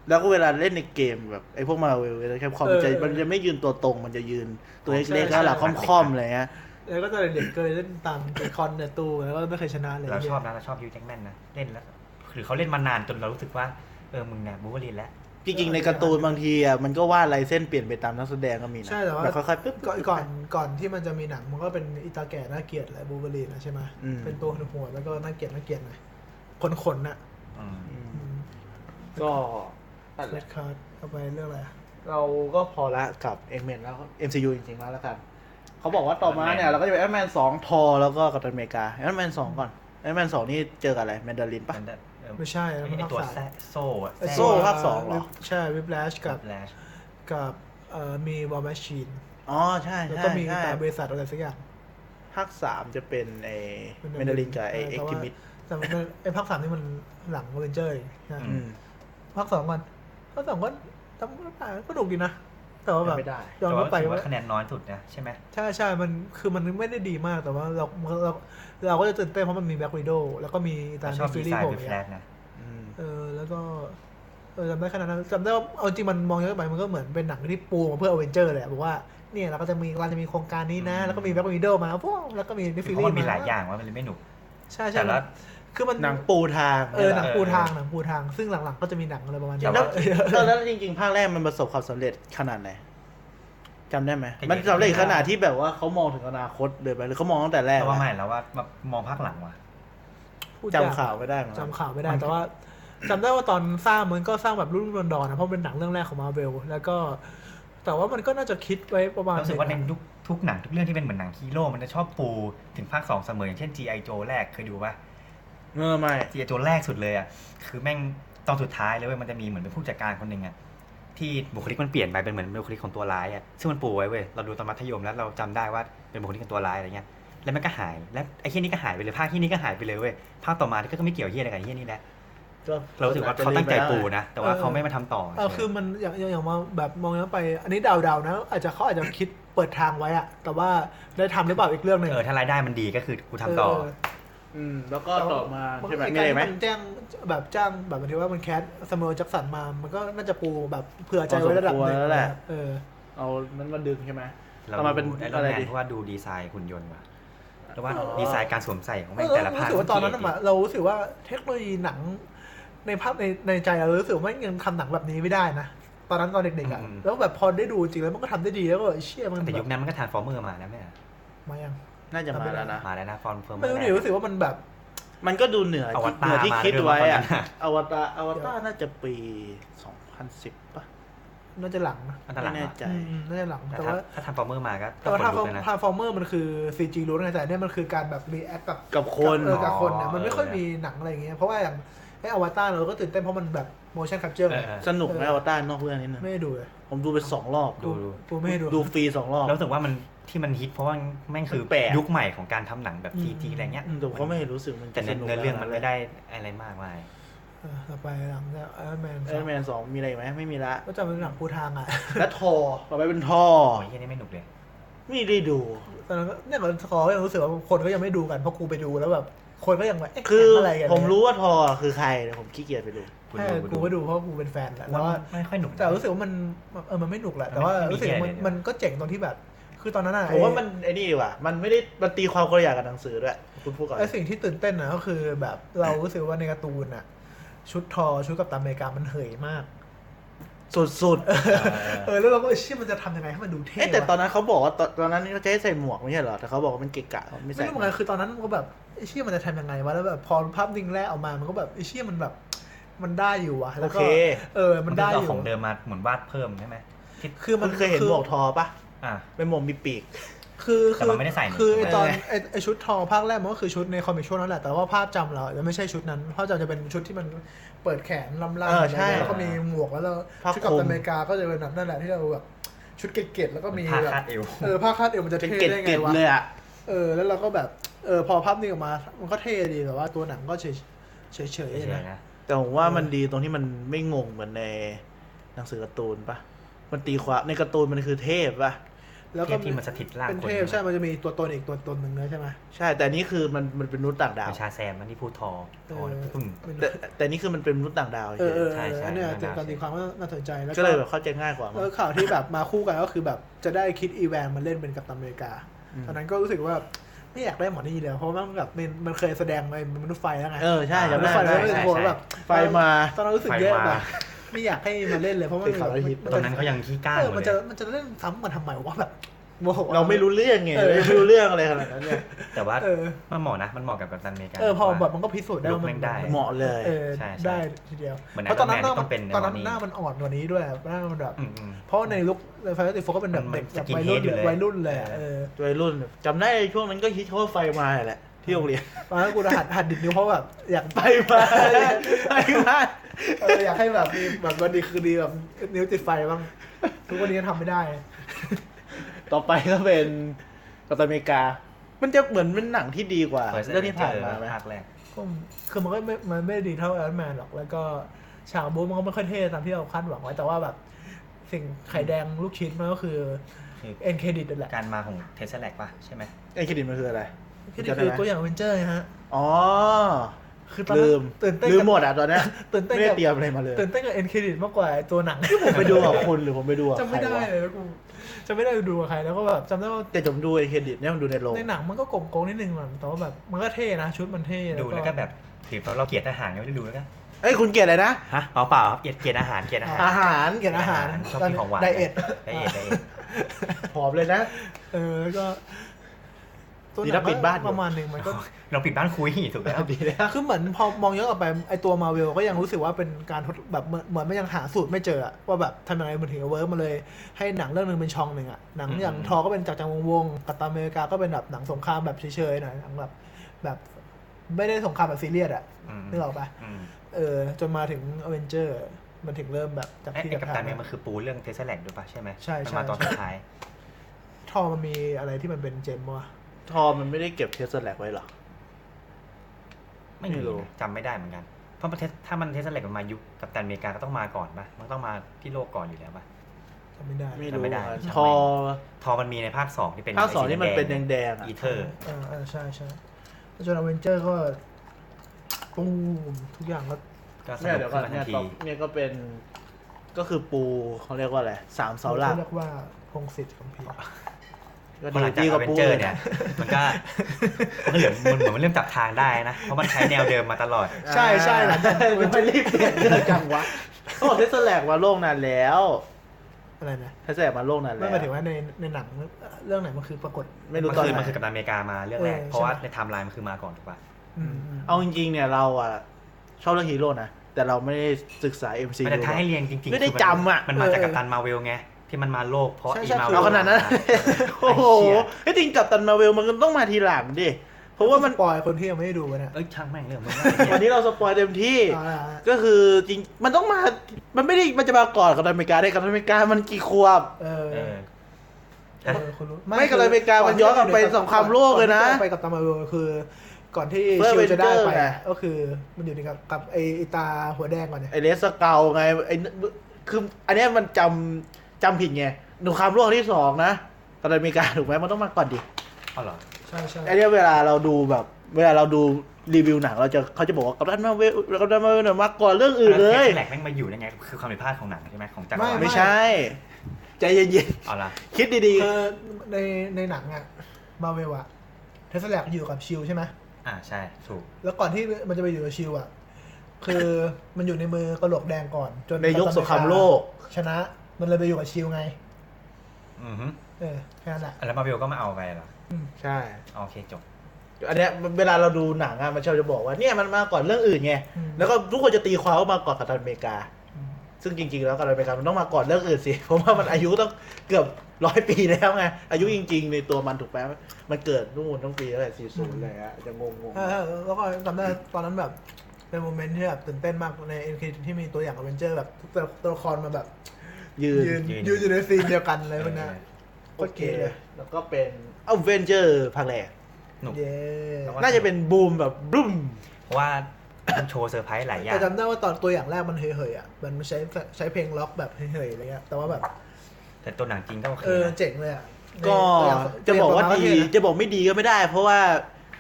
แล้วก็เวลาเล่นในเกมแบบไอ้พวกมาเวลแคปคอมมันจะมันจะไม่ยืนตัวตรงมันจะยืนตัวเล็กๆแล้วหลังคอมๆอะไรเงี้ย
แล้วก็ตอนเด็กๆเคยเล่นตามคอนเนยตู้แล้วก็ไม่เคยชนะเลย
เราชอบนะเราชอบยูแจ็คแมนนะเล่นแล้วหรือเขาเล่นมานานจนเรารู้สึกว่าเออมึงเนี่ยบูเบอรีนแล้ว
จริงๆในการ์ตูนบางทีอ่ะมันก็วาดลายเส้นเปลี่ยนไปตามนักแสดงก็มีนะ
ใช่แต่ว่า
บบค่อยๆปึ๊บ
ก่อนก่อนก่อนที่มันจะมีหนังมันก็เป็นอิตาแก่น่าเกลียดแหละบูเบอรีนะใช่ไหม
อืม
เป็นตัวหัวๆแล้วก็น่าเกลียดน่าเกลียดหน่อยขนๆน่ะ
อืม
อืม
อืม
ก็
นั่นแห
เล
ละ
ดคาร์ดเอาไปเรื่องอะไรอะ
เราก็พอละกับ x m e n แล้ว MCU จริงๆแล้วแล้วกัน เขาบอกว่าต่อมาเนี่ย เราก็จะไป Iron Man 2ทอแล้วก็กัปตันอเมริกา Iron Man 2 ก่อน Iron Man 2 นี่เจอกับอะไรแมนดารินปะ
มันได้เออ
ไม่ใช่แล้วมัน
ไอ้ตัว
ภาคสาม
แซ่โซ่อะ
ไอ้
โซ่ภาคสองเหรอ
ใช่วิบแลชกับ
แลช
กับเอ่อมีวอลแมชชีน
อ๋อใช่
แล้
ใช่
วก็มี
ใช่
ตาบริษัทอะไรสักอย่าง
ภาคสามจะเป็นไอ้แมนดารินกับไอ้เอ็กซ์คิมิด
แต่ว่าแต่มันไอ้ภาคสามนี่มันหลังเรนเจอร์อีกนะ
อืม
ภาคสองมันภาคสองก็จำไม่ได้ก็ดุกดีนะ แต่ว่าแบบ
ไม่ได้
ย้อน
แต่
กลับ
ว่า
ไป
ถือว่า
ว่า
คะแนนน้อยสุดนะใช่ไหม
ใช่ใช่มันคือมันไม่ได้ดีมากแต่ว่าเราเราเราก็จะตื่นเต้นเพราะมันมีแบ็กวิดโดแล้วก็มีตา
เราชอบ
ฟิ
ดี
ลลี่
ไซน์
โผล่
เป็นแฟลช
เนี่ย
นะ
อืม
เออแล้วก็เออจำได้ขนาดนั้นจำได้ว่าเอาจริงมันมองย้อนกลับไปมันก็เหมือนเป็นหนังที่ปูมาเพื่ออเวนเจอร์แหละบอกว่าเนี่ยเราก็จะมีเราจะมีโครงการนี้นะ
อืม
แล้วก็มีแบ็กวิดโดมาพวกแล้วก็มี
คื
ฟิ
อ
ล
เพ
ลี่
ราะมันมีหลายอย่างว่ามันเลยไม่หนุก
ใช่ใช่
แต่ละ
คือมัน
หนังปูทาง
เออหนังปูทาง
เออ
หนังปูทางซึ่งหลังๆก็จะมีหนังอะไรประมาณ
จริ
นี้
งๆแล้วเอ
แต่ว่า
อแล้วจริงๆ ภาคแรกมันประสบความสำเร็จขนาดไหนจำได้ไหม มันสำเร็จขนาดที่แบบว่าเขามองถึงอนาคตเลยไปหรือเขามองตั้งแต่แรก
แต่ว่าไม่
นะ
แล้วว่ามองภาคหลังว่ะ
พูดยก
จำข่าวไม่ได้เหมือนกัน
จำข่าวไม่ได้
มัน
แต่ว่าจำได้ว่าตอนสร้างมันก็สร้างแบบรุ่นรุ่นดอนๆนะเพราะเป็นหนังเรื่องแรกของมาเวลแล้วก็ แต่ว่ามันก็น่าจะคิดไว้ประมาณ
รู้สึกว่าใน
หง
ทุกทุกหนังทุกเรื่องที่เป็นเหมือนหนังฮีโร่มันจะชอบปูถึงภาคสองเสมออย่างเช่น G.I. Joe แรกเคยดูป่ะ
เออไม่
จีโจแรกสุดเลยอ่ะคือแม่งตอนสุดท้ายเลยเว้ยมันจะมีเหมือนเป็นผู้จัดการคนหนึ่งอ่ะที่บุคลิกมันเปลี่ยนไปเป็นเหมือนบุคลิกของตัวร้ายอ่ะซึ่งมันปูไว้เว้ยเราดูตอนมัธยมแล้วเราจำได้ว่าเป็นบุคลิกของตัวร้ายอะไรเงี้ยแล้วมันก็หายแล้วไอ้เฮี้ยนี้ก็หายไปเลยภาคเฮี้ยนี้ก็หายไปเลยเว้ยภาคต่อมานี่ก็ไม่เกี่ยวเฮี้ยอะไรกับเฮี้ยนี้แหละเรารู้สึกว่าเขาตั้งใจปูนะ แต่ว่าเขาไม่มาทำต่อ
เออคือมันอย่างอย่างอย่างมาแบบมองย้อนไป อันนี้เดาๆนะ อาจจะเขาอาจจะคิดเปิดทางไว้อะแต่ว่าได้ทำหรือเปล่าอีกเรื่องหนึ่ง
เออถ้ารายได้มันดีก็คือกูทำต่อ
เ
อืม แล้วก็ต่อมาใช่ไหม
น
มีอะไรไหม
นแจ้งแบบจ้างแบบหมายถึงว่ามันแคสสมอลจักสันมา มันก็น่าจะปูแบบเผื่อใจไว้ระดับหนึ่ง
พอสมควรแล้วแหละ
เออ
เอานั้นมาดึงใช่ไหม
เรา
เอามาเป็น
ไอรอ
อะไร
นแมน
ดี
เพราะว่าดูดีไซน์หุ่นยนต์ว่ะแต่ว่าดีไซน์การสวมใส่ของแม่งแต่ละภาค
เออรู้สึกว่าตอนนั้นน่ะมาเรารู้สึกว่าเทคโนโลยีหนัง ในภาพในในใจเรารู้สึกว่ามันยังทำหนังแบบนี้ไม่ได้นะ ตอนนั้นตอนเด็กๆอ่ะ
อืม
แล้วแบบพอได้ดูจริงแล้วมันก็ทำได้ดีแล้วก็เชี่ยมัน
แต่
แบ
ยุ
บ
คนั้นมันก็ทานฟอร์เมอร์มาแล้วไหมอะ
มายัง
น่าจะมาแล้วนะ
มาแล้วนะฟอร์เฟิร์ม
ไม่รู้ดิรู้สึกว่ามันแบบ
มันก็ดูเหนือ
อว
ที่เห
ตาร
นือที่
มา
คิด
ด้วย
ไว้
ว่า
อะ
มันน่ะ
อวตารอวตารน่าจะปี 2010ป่ะ
น่าจะหลังนะ
อันตราย
ไม่แน่
มาก
ใจ
อืมน่าจะหลัง
แต่
แต่
ถ้า
ว่า
ถ้าทำฟอร์เมอร์มาก็
แต่
ก็
ว่า
ข
ทาน ง
ลุกเลยนะ
ทางฟอร์เมอร์มันคือซีจีล้วนไงแต่เนี่ยมันคือการแบบรีแอคกับ
กับคน
เออกับคนเนี่ย
อ๋อ
มันไม่ค่อยมีหนังอะไรอย่างเงี้ยเพราะว่าอย่างไออวตารเราก็ตื่นเต้นเพราะมันแบบ motion capture
เออ
ไง
เออ
สนุกไหมอวตารนอกเรื่องนิดนึง
ไม่ได้ดูเลย
ผมดูไปสองรอบ
ดูดู
กูไม่ได้ดู
ดูฟรีสองรอบ
แล้วรู้สึกว่ามันที่มันฮิตเพราะว่าแม่งคือ
มันแปลก
ยุคใหม่ของการทำหนังแบบ
อืม
ซีจีอะไรเงี้ย
อืมแต่ผมก็ไม่รู้สึกมัน
แต่เนื้อเนื้อเรื่องมันไม่ได้อะไรมากมาย
เออต่อไปหลังจากไอรอนแมน
เอแมนสองมีอะไรอีกไหมไม่มีละ
ก็จำเป็นหนังปูทางอ่ะ
และทอต่อไปเป็นทอ
โอ้ยแค่นี้ไม่หนุกเลย
ไม่ได้ดู
ตอนนั้นก็เนี่ยมันขอยังรู้สึกว่าคนก็ยังไม่ดูกันเพราะกูไปดูแล้วแบบ คนก็ยังแบบเอ๊ะ
คือ
หนังอะไรกัน
ผม
เนี่ย
รู้ว่าทอคือใครแต่ผมขี้เกียจไปดู
กู
ใช่
ดู
กูก็ดูเพราะกูเป็นแฟนแหละแต่
ว่า
ว่า
ไม่ค่อยหนุกนะ
แต่รู้สึกว่ามันเออมันไม่หนุกแหละแต่ว่า
ไม่มี
รู้สึกว่า
อะ
มัน
ไรเลย
มันก็เจ๋งตรงที่แบบ คือตอนนั้นอ่ะ
ผมว่ามันไอ้นี่ดีกว่า มันไม่ได้มันตีความคนละอย่างกับหนังสือด้วยคุณพูดก่อน
ไอ้สิ่งที่ตื่นเต้นนะก็คือแบบเรารู้สึกว่าในการ์ตูนอ่ะ ชุดทอชุดกับตาอเมริกามันเหยมาก
สุดๆ
เอ
เอ
อ
อแล้วเราก็เชื่อมันจะทำยังไงให้มันดูเท่
เอ๊ะแต่ตอ
วะ
นนั้นเขาบอกว่าตอนตอนนั้นเขาจะให้ใส่หมวกไม่ใช่เหรอแต่เขาบอกว่ามันเกะกะไม่
ไม่
ใส่
รู้เหมือนกันคือตอนนั้นมันก็แบบไอ้เชื่อมันจะทำยังไงวะแล้วแบบพอภาพนิ่งแรกออกมามันก็แบบไอ้เชื่อมันแบบ มันได้อยู่วะ
โอ
แล้วก็
เค
เออ มั
มัน นได้
ได้อ
เอา
ยู่
ของเดิมมาเหมือนวาดเพิ่มใช่ไหมที่
คือ
มั
มัน
นเคยเห็นหมวกทอปะ
อ่ะ
เป็นหมวกมีปีก
คือ
แต่
คือ
มันไม่ได้ใส่
คือไอ
ใน
ตอน
ใช่ไหม
ไอไอชุดทองภาคแรกมันก็คือชุดในคอมมิชชั่นนั่นแหละ แต่ว่าภาพจำเราจะไม่ใช่ชุดนั้น ภาพจำจะเป็นชุดที่มันเปิดแขนลำล่าง
เออใช่
แล้วก็มีหมวกแล้วเรา
ผ้า
ชุดกับ
คลุม
อเมริกาก็จะเป็นแบบนั่นแหละที่เราแบบชุดเกล็ดๆแล้วก็มี
ผ้า
แบบ
คาดเอว
เออผ้าคาดเอวมันจะ
เป็น
เท่
เกล็ด
ได้
เก
ไง
ล็ด
วะ
เลยอ่ะ
เออแล้วเราก็แบบเออพอภาพนี้ออกมา มันก็เท่ดีแต่ว่าตัวหนังก็เฉยเฉยเฉย
เฉ
ๆ
ย
นะ
ๆนะ
แต่ผมว่ามันดีตรงที่มันไม่งงเหมือนในหนังสือการ์ตูนปะ มันตีความในการ์ตูนมันคือเทพป่ะ
แล้วก็
เทพที่มันสถิตร่าง
เป็น
คน
เทพใช่
ใช่ไหม
มันจะมีตัวตนอีกตัวตนหนึ่งด้วยใช่ไหม
ใช่แต่นี่คือมันมันเป็นมนุษย์ต่างดาว
ประชาแซมมันที่พูดทอท
เออ
อ
เออ
พึ่ง
แต่แต่นี่คือมันเป็นมนุษย์ต่างดาว
เออเออ
ใช่ใช่
อันเนี้ย
น่าจะ
การตีความก็น่าสนใจแล้ว
ก็เลยแบบเข้าใจง่ายกว่ามั้
แล้ว
ง
ข่าวที่แบบมาคู่กันก็คือแบบจะได้คิดอีแวนมันเล่นเป็นกัปตันอเมริกา
อืม
ตอนนั้นก็รู้สึกว่าไม่อยากได้หมอนี่แล้วเพราะว่ามันแบบมันมันเคยแสดงในมนุษย์ไฟแล้วไง
เออใช่จำ
มนุษ
ได้
ย์ไฟแล้
ได้
วก็รู้สึกโหแบบ
ไฟมา
ตอนนั้นรู้สึกแย่
ไฟมา
แบบไม่อยากให้มันเล่นเลยเพราะว่ามัน
เป็นข่าวระยิบ
มั
ตอนนั้นเขายังขี้กล้า
เอ
อ
อยู่ มัน
เล
จะ
ย
มันจะเล่นซ้ำมันทำไมวะแบบโอ้โห
เรา ไม่รู้เรื่องไง
เออ
เราไม่รู้เรื่องอะไรขนาดนั้นเนี่ย
แต่ว่า
เออ
มันเหมาะนะ มันเหมาะกับกัปตันอเมริกา
เออพอแบบมันก็พิสูจน์ได้
ยก
ว่า
แม่
มัน
งได้
เหมาะเลย
เออ
ใช่ใช่
ได้ทีเดียว
เหมือน
เพราะตอนนั้นห
Iron Man
น้า
ต้อ
มั
น งเป็นแนว
ตอนนั้น
นี้
หน้ามันอ่อนกว่านี้ด้วยหน้ามันแบบ
อืมอืม
เพราะในลุคไฟนอลติโฟก็เป็นแบบ
มัน
เด็ก
มัน
แบบ
สกิน
วัย
เฮ
รุ่
ด
น
อยู่เลย
วัยรุ่นเลยอะ
เออ
เออ
วัยรุ่นจำได้ช่วงนั้นก็คิดว่าไฟมาแหละ ที่โรงเรียน
ตอนนั้นกูรหัสหัดดิดนิ้วเพราะแบบอยาก
ไฟมาไฟมา
เอออยากให้แบบมีแบบวันดีคือดีแบบนิ้วติดไฟบ้างทุกวันนี้ทำไม่ได้
ต่อไปก็เป็นกัปตันอเมริกา มันจะเหมือนเป็นหนังที่ดีกว่า
First
เรื่องที่ผ่านมา
Avenger
ไหม
ภาคแรก
ก็คือมันก็ไม่มันไม่ได้ดีเท่า Iron Man หรอก แล้วก็ฉากบู๊มันก็ไม่ค่อยเท่ตามที่เราคาดหวังไว้ แต่ว่าแบบสิ่งไข่แดงลูกชิ้นมันก็คือ
คือ
เอ็นเครดิตนั่นแหละ
การมาของเทสแลกป่ะใช่ไหม
ไอ้เครดิตมันคืออะไร
พี่นี่คือตัวอย่างอเวนเจอร์ไงฮะ
อ๋อ
คือตอนนั้
ลื
น
ม
ตื่นเต้น
ลืม
กับ
หมดอ่ะตอนเนี้ย
ตื่นเต้น
ไม่ได้
กับ
เตรียมอะไรมาเลย
ตื่นเต้นกับเอ็นเครดิตมากกว่าไอ้ตัวหนัง
ผมไปดูกับคุณหรือผมไปดูกับ
จำไม่
ใคร
ได้
วะ
เลยแล้วกูจำไม่ได้ดูกับใครแล้วก็แบบจำได้ว่า
แต่ผมดูไอ้เครดิตเนี่ยผมดูในโรง
ในหนังมันก็กลมโกงนิดนึงมันแต่ว่าแบบมันก็เท่นะชุดมันเท่
ดูแล้วก็แบบถือว่าเราเกลียดทหารไม่ได้ดูแล้วก็
เอ้ยคุณเกียรติอะไรนะ
ฮะเปล่าเปล่าครับเกลียดเกลียดอาหารเกลียดอาหาร
อาหาร
เกลียดอาหาร
ชอบกินของหวาน
ไดเอท
ไดเอทไดเอท
หอมเลยนะ
เออแล้วก็
ดีนะปิดบ้านอยู่
ประมาณหนึงมันก็
เราปิดบ้านคุยถูกแล้ว
ดีแล้ว
คือเหมือนพอมองย้อนกลับไปไอตัวมาเวลก็ยังรู้สึกว่าเป็นการทดแบบเหมือนเหมือนมันยังหาสูตรไม่เจออะว่าแบบทำยังไงมันถึงจะเวิร์กมาเลย ให้หนังเรื่องหนึ่งเป็นช่องหนึ่งอะหนัง
อืม
อย่างทอก็เป็นจากจังวงวงๆกัปตันอเมริกาก็เป็นแบบหนังสงครามแบบเฉยๆหน่อยหนังแบบแบบไม่ได้สงครามแบบซีเรียสอะ
ม
นึกออกปะ
อืม
เออ จนมาถึงอเวนเจอร์มันถึงเริ่มแบบจาก
ไอ้
ที่
ไอ้กัปตัน
แบ
เนี่ย
บ
มันคือปูเรื่องเทสแลกด้วยป่ะใช่ไหม
ใช่ใช่
มันมาตอนสุดท้าย
ทอมันมีอะไรที่มันเป็นเจมวะ
ทอมันไม่ได้เก็บเทสแลกไว้หรอ
ไม่มี
ไม่รู้
นะจำไม่ได้เหมือนกัน เพราะมันเทสถ้ามันเทสแลกมันมายุคกัปตันอเมริกาก็ต้องมาก่อนป่ะ มันต้องมาที่โลกก่อนอยู่แล้วป่ะ
จำไม่ได้
ไม่รู้
ไม่ได้
อ่ะทอ
ทอมันมีในภาคสองที่เป็น
ภาคสอง
ไ
นี่มันเป็น
แดง
แดงๆอ่ะ
อีเทอร์
เออเออใช่ใช่แล้วจนอเวนเจอร์ก็ปูมทุกอย่างก็
ก็ส
เนี่ยเดี๋
นุก
ยวก่อ
ขึ้
น น
มาทั
เนี่ย
นที
ต่อเนี่ยก็เป็น ก็คือปูเขาเรียกว่าอะไรสามเสาหลัก
เรียกว่าพงศิษฐ์คำพีร์
ก็
พอหลังจาก
ดี
อ
กับ
เวน
ปู
เจอร์
เนี่
เนี่ย ย มันก็มันเหลือมันเหมือนมันเริ่มจับทางได้นะ เพราะมันใช้แนวเดิมมาตลอด
ใช่ใช่หลังจาก
มันไม่รีบเปลี่ยน
เรื่องจังวะเขาบอกเทสแลกมาโลกนานแล้ว
อะไรนะ
เทสแลกมาโลกนานแล้
ไม่
ว
หมายถึงว่าในในหนังเรื่องไหนมันคือปรากฏ
ไม่รู้
มัน
ตอน
คือ
ไห
มันคือ อกัปตันอเมริกามาเรื่องแรก
เออ
เพราะว่า
ใช่
ในไทม์ไลน์มันคือมาก่อนถูกป่ะ
อืมอืม
เอาจริงๆเนี่ยเราอ่ะ ชอบเรื่องฮีโร่นะ แต่เราไม่ได้ศึกษา MCU
แต่ถ้าให้
หรอก
เรียงจริงๆ
ไม่ได้
คืน
จำอะ
มันมาจากกัปตันมาเวลไง ที่มันมาโลกเพราะ
ใช่
อี
ใช่
มา
คื
เวล
เอาขนา ดนั้น โอ้โหไอ้ยจริงกับตันมาเวลมันก็ต้องมาทีหลังดิ เพราะว่ามัน
สปล่อยคนที่ยังไม่ได้ดูไปนะ
เอ้ยช่างแม่งเรื่องมึง
วันนี้เราสปอยเต็มที่
เอาละ
ก็คือจริง มันต้องมา มันไม่ได้ มันจะมาก่อนกับอเมริกาได้กับอเมริกามันกี่ขวบ
เออ
เออ
เออคุณรู้
ไม่กับอเมริกามันย้อนกลับไปสงครามโลกเลยนะ
ก่อที่จไปกับตามาเวลคือ ก่อนที่
เพื่อ
ชิลจะได้ไป
Avenger ไง
ก็คือมันอยู่ในกับกับไอไอ้ตาหัวแดงก่อนเนี่ย
ไอเลสเกาไงไอคืออันเนี้ยมันจำจำผิดไงหนูคำโลกที่สองนะกับอเมริกาถูกไหมมันต้องมาก่อนดิ
เอาเหรอ
ใช่ใช่
ไอเนี้ยเวลาเราดูแบบ เวลาเราดูรีวิวหนังเราจะเขาจะบอกว่ากับดันมาเวลกับดันมาเวลเนี่ยมาก่อนเรื่องอื่นเลย
แหลกแม่งมาอยู่ได้ไง คือความผิดพลาดของหนังใช่ไหมของจักรวาล
ไม่ใช่ ใจเย็น
เอาละ
ๆ คิดดี
คือในในหนังอะมาเวลอะเทสแลกอยู่กับชิลใช่ไหม
อ่าใช่ถูก
แล้วก่อนที่มันจะไปอยู่กับชิวอ่ะ คือมันอยู่ในมือกระโหลกแดงก่อน จน
ๆ ในยุคสงครามโลก
ชนะ มันเลยไปอยู่กับชิวไง
อือฮึ
เออแค่นั้นแหละ
แล้วมาเวลก็มาเอาไปเหรอ
ใช่
โอเคจบ
อันเนี้ยเวลาเราดูหนังอะมันชอบจะบอกว่าเนี่ยมันมาก่อนเรื่องอื่นไง แล้วก็ทุกคนจะตีความว่ามาก่อนกับอเมริกา ซึ่งจริงๆ แล้วกับอเมริกามันต้องมาก่อนเรื่องอื่นสิ เพราะว่ามันอายุต้องเกือบร้อยปีแล้วไง อายุจริง ๆ ในตัวมันถูกไหมมันเกิดนู่นตั้งปีอะไรสี่ศูนย์อะไรอะจะงง
เออเออแล้วก็จำได้ตอนนั้นแบบ เป็นโมเมนต์ที่แบบตื่นเต้นมากในเอ็นเคที่มีตัวอย่างอเวนเจอร์แบบทุกตัวตัวละครมาแบบ
ๆยืน
ยืน
ยืน
ยืนอยู่ในซีนเดียวกันเลยพวกเนี้ย
โอเค
โอเคเลย
แล้วก็เป็นเอ้าเวนเจอร์ภาคแรก
หนุก
เย้
แล้วก็
น่าจะเป็นบูมแบบบุ้ม
เพราะว่ามันโชว์เซอร์ไพรส์หลายอย่าง
แต่จำได้ว่าตอนตัวอย่างแรกมันเหยๆอ่ะ มันใช้ใช้เพลงล็อกแบบเหยๆอะไรเงี้ย แต่ว่าแบบ
แต่ตัวหนังจริงก็โอเค
เออ
นะ
เจ๋งเลยอ่ะ
ก็
เจ๋
จะ
ง
บอกว่า
ประมณ
ดีจะบอกไม่ดีก็ไม่ได้ เพราะว่า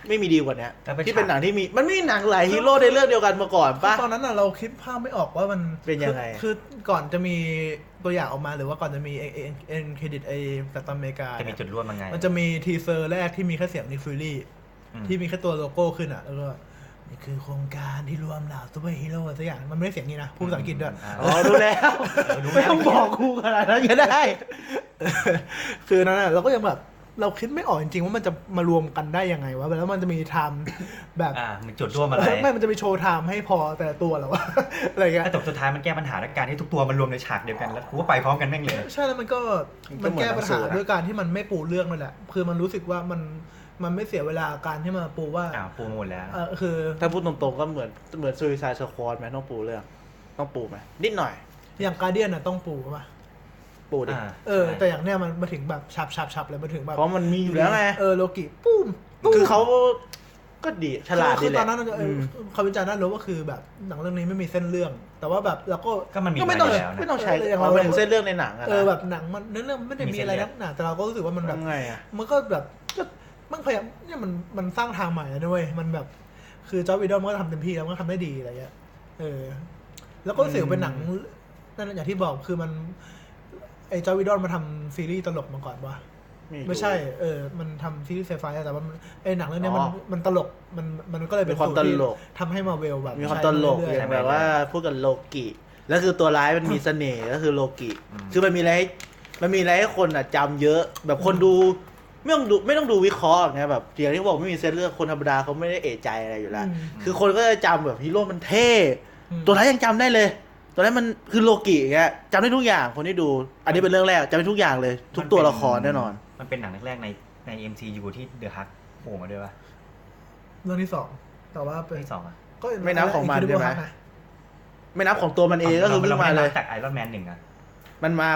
ไม่มีดีกว่าเนี้ย
แล้ว
ที่เป็นหนั
ฉาก
งที่มีมันไม่มีหนังหลายฮีโร่ในเรื่องเดียวกันมาก่อน
คือ
ปะ
ตอนนั้นน่ะเราคิดภาพไม่ออกว่ามัน
เป็นยังไง
คือคือก่อนจะมีตัวอย่างออกมาหรือว่าก่อนจะมีเอ็นเอ็นเครดิตไอ้กัปตันอเมริกา
จะมี
เนี่ย
จุดร่วมยังไง
มันจะมีทีเซอร์แรกที่มีแค่เสียงนิกฟิลลี่
อืม
ที่มีแค่ตัวโลโก้ขึ้นอ่ะ แล้วก็นี่คือโครงการที่รวมเหล่าซูเปอร์ฮีโร่สักอย่างมันไม่ได้เสียงนี้นะพูดภาษาอังกฤษด้วย
า
อ๋อรู้แล้วไม่ต้องบอกกูขนาดนั้นก็ได้
คือนั้นน่ะเราก็ยังแบบเราคิดไม่ออกจริงๆว่ามันจะมารวมกันได้ยังไงวะแล้วมันจะมีไทม์แบบ
อ่ามันจุดร่วมอะไร
ไม่มันจะมีโชว์ไทม์ให้พอแต่ละตัวเหรอวะ อะไรเงี้ย
แต่สุดท้ายมันแก้ปัญหาด้วยการที่ทุกตัวมันรวมในฉากเดียวกันแล้วกูก็ไปพร้อมกันแม่งเลย
ใช่แล้วมันก็
มั
มัน
ก็เห
น
มือน
แก้ปัญ
หนัง
หา
สือนะ
ด้วยการที่มันไม่ปูเรื่องนั่นแหละคือมันรู้สึกว่ามันมันไม่เสียเวลาการที่มาปูว่า
อ่าปูหมดแล้ว
เออคือ
ถ้าพูดตรงๆก็เหมือนเหมือนซูซายสควอตไหมต้องปูเรื่อง ต้องปูไหมนิดหน่อย
อย่างการเดียนน่ะต้องปูป่ะ
ปูดิ
อ่า
เออแต่อย่างเนี้ยมันมาถึงแบบฉับฉับฉับเลยมาถึงแบบ
เพราะมันมีอยู่แล้วไง
เออโลกิปุ้มตุ้ม
คือเขาก็ดีฉลาด
คื
ดี
อ
แห
ต
ละ
อนนั้นเออ
ม
เขาวิจารณ์น่ารู้ว่าคือแบบหนังเรื่องนี้ไม่มีเส้นเรื่อง แต่ว่าแบบเราก็
ก็มันมี
ไม่ต้อง
มาแล้วนะ
ไม่
ไม่
ต้
ต้
อ
อง ง
ใช้
ใช้
อย่าง
เรา
เรา
เป็นเส้นเรื่องในหนังอะนะ
เออแบบหนังมันเนื้อเรื่องมันไม่ได้มีอะไรนักหนาแต่เราก็รู้สึกว่ามันแบบ
ทำไงอะ
มันก็แบบก็มันพยายามเนี่ยมันมันสร้างทางใหม่แล้วด้วยมันแบบคือจอร์วิดอมก็ทำเต็มที่แล้วมันก็ทำได้ดีอะไรเงี้ยเออ แล้วก็รู้สึกว่าเป็นหนังนั่นแหละอย่างที่บอกคือมันไอ้จอร์วิดอนมาทำซีรีส์ตลกมาก่อนวะ
รู้
ไม่ใช่ เออ มันทำซีรีส์ไซไฟอะแต่ว่ามันไอหนังเรื่องเนี้ยมัน
อ๋อ
มันตลก มันมันก็เลยเป็น
มีความ
สูรที่
ตลก
ทำให้มาเวลแบบ
มีความตลกอ
ใช้เรื่
ย่า
อง ย
แบบว่าพูดกันโลกิแล้วคือตัวร้ายมันมีเสน่ห์ก็คือโลกิ
อืม
คือมันมีอะไรให้มันมีอะไรให้คนอ่ะจำเยอะ แบบคนดูไม่ต้องดูไม่ต้องดูวิเคราะห์ไงแบบอย่างที่บอกไม่มีเส้นเรื่องคนธรรมดาเขาไม่ได้เอะใจอะไรอยู่แล้ว คือคนก็จะจำแบบฮีโร่มันเท่
ๆอืม
ตัวร้ายยังจำได้เลย ตัวร้ายมันคือโลกิอย่างเงี้ยจำได้ทุกอย่างคนที่ดู อันนี้เป็นเรื่องแรกจำได้ทุกอย่างเลย ทุกตัวละครแน่นอน
มันเป็นหนังแรกๆในใน MCU ที่เดอะฮักโผล่มาด้วยป่ะ
เรื่องที่สอง แต่ว่าเป็น
เรื่องที่สองอ่ะ
ก็
ไม่นับของมันใช่ไหม
นะ
ไม่นับของตัวมันเองก็คือ
ร
วิ่ง
ไได้
มาเลย
จากไอรอนแมนหนึ่งอ่ะ
มันมา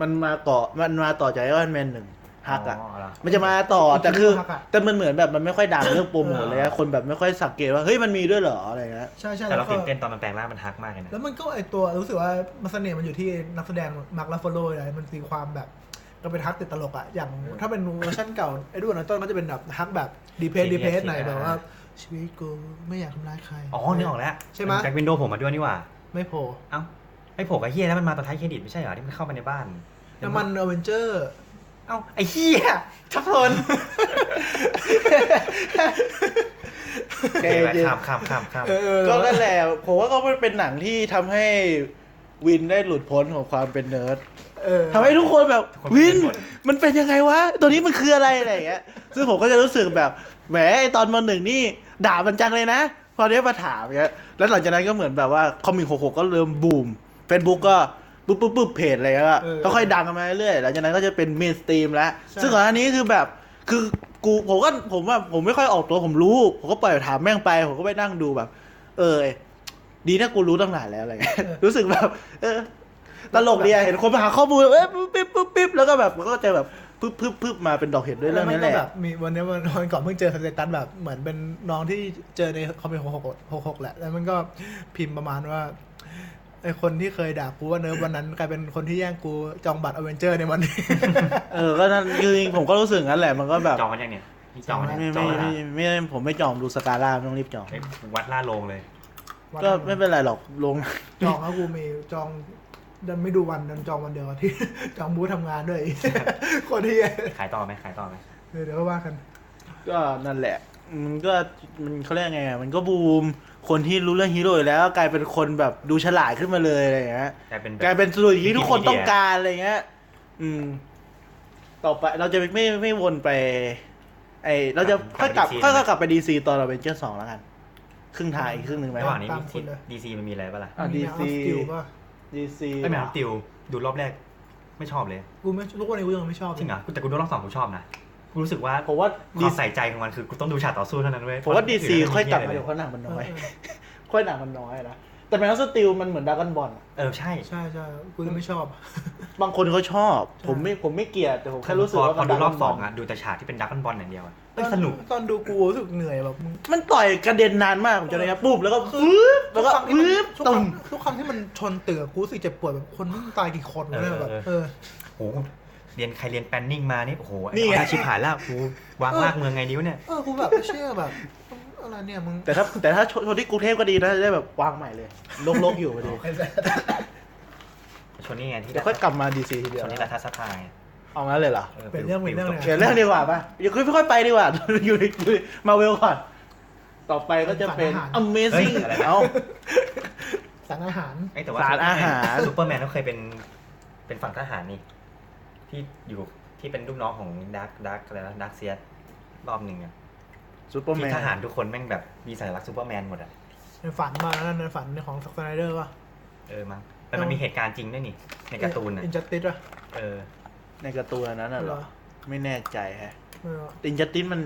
มันมาเกาะมันมาต่อจากไอรอนแมนหนึ่งฮักอ่ะ
เหรอ
มันจะมาต่อแต่คือ แต่มันเหมือนแบบมันไม่ค่อยดังเรื่องโปรโมทเลย
เอ
อะ
อ
คนแบบไม่ค่อยสังเกตว่าเฮ้ยมันมีด้วยเหรออะไรเงี้ย
ใช่ใช่
แต่เรา
ก็
ตื่นเต้นตอนมันแปลงร่างเป็นฮักมากเลยนะ
แล้วมันก็ไอตัวรู้สึกว่ามันเสน่ห์มันอยู่ที่นักแสดงมาร์คลาฟโลอะไรมันตีความแบบก็เป็นฮักติดตลกอะอย่างถ้าเป็นเวอร์ชันเก่าไอ้ด้วยนะต้นก็จะเป็นแบบฮักแบบดีเพสดีเพสหน่อยแบบว่าชีวิตกูไม่อยากทำร้ายใคร
อ๋อนึกออกแล้ว
ใช่ไหม
แจ็ควินโดว์ผมมาด้วยนี่หว่า
ไม่โผล่
เอ้าไอ้โผล่กับเฮียแล้วมันมาตอนท้ายเครดิตไม่ใช่เหรอที่มันเข้ามาในบ้าน
น้ำมันอเวนเจอร์
เอ้าไอ้เฮียชับพลน
เจ๊
ข้ามข้ามข้ามข้าม
ก็นั่นแหละผมว่าก็เป็นหนังที่ทำให้วินได้หลุดพ้นของความเป็นเนิร์ด
เออ
ทำให้ทุกคนแบบ
ทุกคน
วิน
เป็นหมด
มันเป็นยังไงวะตัวนี้มันคืออะไรอะไรเงี้ย ซึ่งผมก็จะรู้สึกแบบแหมไอ้ตอนมหนึ่งนี่ด่ามันจังเลยนะ พอได้มาถามเงี้ยแล้วหลังจากนั้นก็เหมือนแบบว่าคอมิกหกก็เริ่มบูมเฟซบุ๊กก็ปุ๊บปุ๊บปุ๊บเพจอะไรก็
เออ
ก็ค่อยดังกันมาเรื่อยๆหลังจากนั้นก็จะเป็นเมนสตรีมแล้ว
ใช่
ซึ่งก่อนหน้านี้คือแบบคือกูผมก็ผมว่าผมไม่ค่อยออกตัวผมรู้ ผมก็ปล่อยถามแม่งไป ผมก็ไปนั่งดูแบบ เออ ดีนะกูรู้ตั้งนานแล้วอะไรเงี้ย รู้สึกแบบ เออ ตลกดีอะเห็นคนมาหาข้อมูลเอ้ยปุ๊บปิ๊บปุ๊บปิ๊บแล้วก็แบบมันก็จะแบบปึ๊บปึ๊บปึ๊บมาเป็นดอกเห็ดด้วยเรื่องนี้แห
มัก็
ละ
แบบมีวันนี้วันวันก่อนเพิ่งเจอสเตตัสแบบเหมือนเป็นน้องที่เจอในคอมเมนต์หกหกหกหกแหละ แล้วมันก็พิมพ์ประมาณว่าไอคนที่เคยด่ากูว่าเนิร์ฟวันนั้นกลายเป็นคนที่แย่งกูจองบัตรอเวนเจอร์ในวันนี้
เออ ก็นั่นคือจริงๆผมก็รู้สึกงั้นแหละมันก็แบบ
จองกันยังเนี่ยนี่จองกันยั
ไม่ไม่
งจองแล้ว
ไม่
นะ
ไม่ไม่ผมไม่จองดูสกาล่าไม่ต้องรีบจอง
ไปวัดล่าโลงเลย
ก็ไม่เป็นไรหรอกลง
จองแล้วกูมีจองดันไม่ดูวันดันจองวันเดียวกับที่ จองบูธทำงานด้วย คนที่
ขายต่อไหมขายต่อไหม
เออเดี๋ยวก็ว่ากัน
ก็นั่นแหละ มันก็มันเขาเรียกไงอะมันก็บูม คนที่รู้เรื่องฮีโร่อยู่แล้ว กลายเป็นคนแบบดูฉลาดขึ้นมาเลยอะไรอย่างเงี้ย
กลายเป็นแบบ
กลายเป็นสรุปที่ทุกคน
Wikipedia
ต้องการอะไรเงี้ย อืม ต่อไปเราจะไม่ไม่วนไป ไอเราจะ
กลั
ค่อบ ย
ก
ก
ลั
ลัค่อ
บบ ไป DC
ยๆกลับไปดีซีตอนเราเป็นเจ้าสองแล้วกัน ครึ่งทางอีกครึ่งหนึ่งไหม
ระหว่างนี้
ตามคุณเลย
ดีซีมันมีอะไรบ้างล่ะ
อ่ะ
มีแนว
DC
อัพสกิลป่ะ
ดีซี
ไอ้แมวติวดูรอบแรก ไม่ชอบเลย
กูไม่ทุกวันนี้กูยังไม่ชอบเลย
จริงเหรอกูแต่กูดูรอบสองกูชอบนะ กูรู้สึกว่า
ผมว่า
ค
ดี
วามใส่ใจของมันคือกูต้องดูฉากต่อสู้เท่านั้นเว้ย
ผมว่าดีซี
เพระ
ค่อยกลับมา
เหี้
เดี๋
เล
ยวค่อยหนักมันน้อย ค่อยหนักมันน้อยนะ แต่แมนสติลมันเหมือนดราก้อนบอล
เออใช่
ใช่ใช่กูเลยไม่ชอบ
บางคนเขาชอบ ผมไม่ผมไม่เกลียดแต่ผมแค่รู้สึก
พอ
ว่า
พอดูรอบสอง
มัน Dragon
อ่ะ ดูแต่ฉากที่เป็นดักบอลอย่างเดียวอะ
ต
เอ้ยสนุก
ตอนดูกูรู้สึกเหนื่อยแบบมึง
Ball มันต่อยกระเด็นนานมากผมจะได้ครับปุ๊บแล้วก็ฟืบแล้วก็
ทุครั้งที่
ฟื
มัน
บตรง
ทุกครั้งทุกครั้งที่มันชนเตือกกูรู้สึกเจ็บปวดแบบคนมันตายกี่คนวะเนี่ยแบบ
เออ
เออ
โหเรียนใครเรียนแปนนิ่งมานี่โอ้โหไอ้
นี่ไง
อาชีพหายแล้วกูวางลากเมืองไงนิ้วเนี่ย
เออกูแบบเชื่อแบบอะไรเนี่ยมึง
แต่ถ้าแต่ถ้าชนที่กรุงเทพก็ดีนะจะได้แบบวางใหม่เลยโลกๆอยู่ไปดู
ชนนี่ไงที่
เดี๋ยวค่อยกลับมาดีซีทีเดีย
ช
วน
นี่
นะ
รัฐสภาไง
เอางั้นเลยเหรอ
เป็นเรื่องเป็นเรื่องเลย
เดี๋ยวเรื่องดีกว่าป่ะเดี๋ยวคุยค่อยๆไปดีกว่า อยู่ในมาเวลก่อน ต่อไปก็จะเป็น Amazing เอ้า
สั่งอาหาร
ไอยแต่ว่า
สารอาหาร
ซูเปอร์แมนเขาเคยเป็นเป็นฝั่งทหารนี่ ที่อยู่ที่เป็นลูกน้องของดักดักอะไรนะดักเซียสรอบหนึ่งอะ
ซูเปอร์แม
ที่
น
ทหารทุกคนแม่งแบบมีสัญลักษณ์ซูเปอร์แมนหมดอะ
ในฝันมาแล้วนั่นในฝันในของสไนเดอร์ป่ะ
เออมั้งแต่มันมีเหตุการณ์จริงด้วยนี่ ในการ์ตูนอะ
อินจัสติสอ่ะ
เออ
ในการ์ตูนอันนั้นน่ะเหรอ ไม่แน่ใจฮะ
เออ
ตินจัตินมัน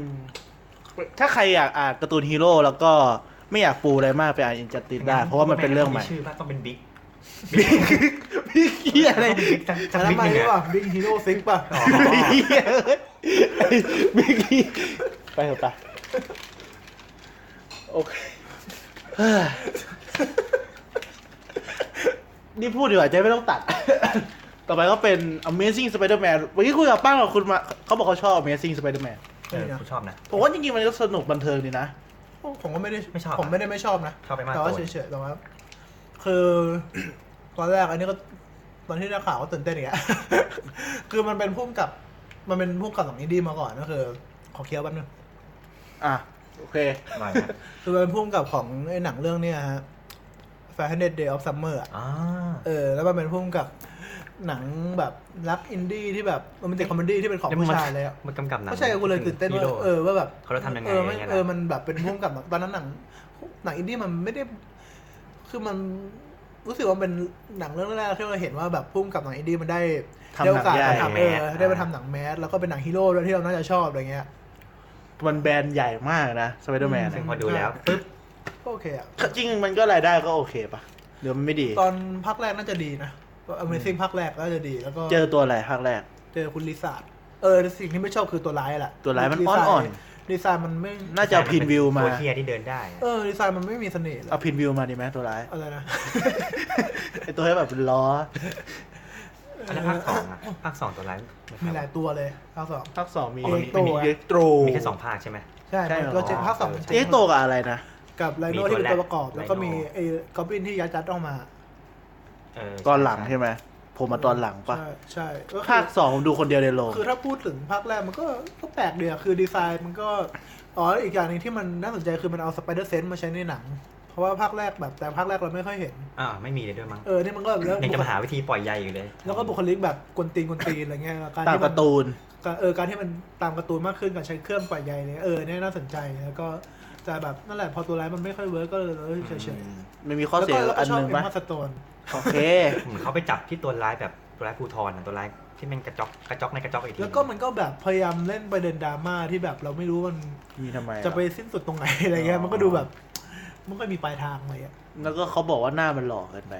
ถ้าใครอยากอ่านการ์ตูนฮีโร่แล้วก็ไม่อยากปูอะไรมากไปอ่านอินจัตินได้ เพราะว่ามันเป็นเรื่องใหม่
ชื่อว่าต้องเป็นบิ๊ก
พี่เกียอะไร
ต้องเป็นบิ๊กสักสัก
แล้ว
บิ๊ก
มา
หนึ่ง
ดีกว่า
อะ
บิ๊กฮีโร่ซิกป่ะ
อ๋อ
พี่เกียไปเถอะไปโอเคเฮ้ยนี่พูดดีกว่าจะไม่ต้องตัด ต่อไปก็เป็น Amazing Spider-Man เมื่อกี้คุยกับป้ากับคุณมาเขาบอกเขาชอบ Amazing Spider-Man
เออกูชอบนะ
ผมว่าจริงๆมันก็สนุกบันเทิงดีนะ
ผมก็ไม่ได้
ไม่ชอบ
ผมไม่ได้ไม่ชอบนะ
ชอบไปมาก
แต่ว่า
ตัว
เฉยๆแต่ว่าคือ ตอนแรกอันนี้ก็ตอนที่ได้ข่าวก็ตื่นเต้นอย่างเงี้ย คือมันเป็นพุ่มกับ มันเป็นพุ่มกับของอินดี้มาก่อนก็คือ ขอเคลียร์แป๊บนึง
อ่ะ โอเค
อร่อยนะ
คือเป็นพุ่มกับของไอ้หนังเรื่องเนี้ยฮะ f a s h i o n e d Day of Summer อะ
อ๋อ
เออ แล้วมันเป็นพุ่มกับหนังแบบรักอินดี้ที่แบบมันเป็นคอมเมดี้ที่เป็นของผู้ชายเลยอ่ะ
มันกำกับหนัง
ผู้ชายกูเลยตื่นเต้นว่า
ฮีโร่
เออว่าแบบ
เขาจะทำยังไง
เออมัน
อย่างเงี้ยนะ
เออมันแบบเป็นพุ่มกับแบบตอนนั้นหนังหนังอินดี้มันไม่ได้ คือมันรู้สึกว่าเป็นหนังเรื่องแรกที่เราเห็นว่าแบบพุ่มกับหนังอินดี้มันได้
ทำ
ได้โอ
หนั
กาส
งใหญ่
มาทำเออได้มาทำหนังแมสแล้วก็เป็นหนังฮีโร่ด้วยที่เราน่าจะชอบอะไรเงี้ย
มันแบรนด์ใหญ่มากนะสไปเดอร์แมน
ซึ่งพอดูแล้วปุ๊บ
ก็โอเคอ่ะ
ก็จริงมันก็รายได้ก็โอเคปะเดี๋ยวมันไม่ดี
ตอนภาคแรกน่าจะดีนะ Amazing ภาคแรกน่าจะดีแล้วก็
เจอตัวอะไรภาคแรก
เจอคุณลิซ่าเออสิ่งที่ไม่ชอบคือตัวร้ายแหละ
ตัวร้ายมัน
ลิซ่
อ่อน
ลิซ่ามันไม่
น่าจะเอาพินวิวมา
ตัวเทียที่เดินได้
เออลิซ่ามันไม่มีเสน่ห์เลย
เอาพินวิวมาดีไหมตัวร้าย
อะไรนะ
ไอตัวให้แบบล้อ
อันนั้นภาคสองอะภาคสองตัวร้าย
มีหลายตัวเลยภาคสอง
ภาคสองมี
เอ็กโต
มี
อะ
เอ็กโต
มีแค่สองภาคใช่ไหม
ใช่
ใช่เหรอ
ก็เจอภาคสอง
เออ
เอ็กโตกับอะไรนะ
กับไลโน
มี
ที่เป็น
ตัวแร
ตัว
ก
ประกอบ แล้วก็มี
ไลโน่
ไอ้กอบลินที่ยัดยัดออกมา
เ
ตอนหลังใช่ไหมผมมาตอนหลังปะ
ใช่ใช่ก็คือ
ภาคสองผมดูคนเดียวในโรง
คือถ้าพูดถึงภาคแรกมันก็ก็แปลกเดียวคือดีไซน์มันก็ อ๋ออีกอย่างหนึงที่มันน่าสนใจคือมันเอาสไปเดอร์เซนส์มาใช้ในหนัง เพราะว่าภาคแรกแบบแต่ภาคแรกเราไม่ค่อยเห็น
อ่าไม่มีเลยด้วยมั้ง
เออนี่มันก็แบบเรื่อง
ยังจะมาหาวิธีปล่อยใยอยู่เลย
แล้วก็บุคลิกแบบกวนตีนกวนตีนอะไรเงี้ยแล้ว
ตาม
ที่
กา
มัน
ร์ตูน
ก็เออการที่มันตามการ์ตูนมากขึ้นการใช้เครื่องปล่อยใยเนี่ยเออเนี่ยน่าสนใจแล้วก็จะแบบนั่นแหละพอตัวร้ายมันไม่ค่อยเวิร์กก็เลยเออเฉย
มันมี
ๆ
ข้อเสีย
แล้วก็
อันหนึ่ง
แล้วก็
ปะ
ชบเอ็มมาสโตน
โอเค
เหมือนเขาไปจับที่ตัวร้ายแบบตัวร้ายภูทรอะตัวร้ายที่แม่งกระจอกกระจอกในกระจอกอีกที
แล้วก็มันก็แบบพยายามเล่นประเด็นดราม่าที่แบบเราไม่รู้มัน
มีทำไมอ
จะไปสิ้นสุดตรงไหน อะไรเงี้ยมันก็ดูแบบไมันก็มีปลายทางอะไรอ่ะ
แล้วก็เขาบอกว่าหน้ามันหล่อเกินไป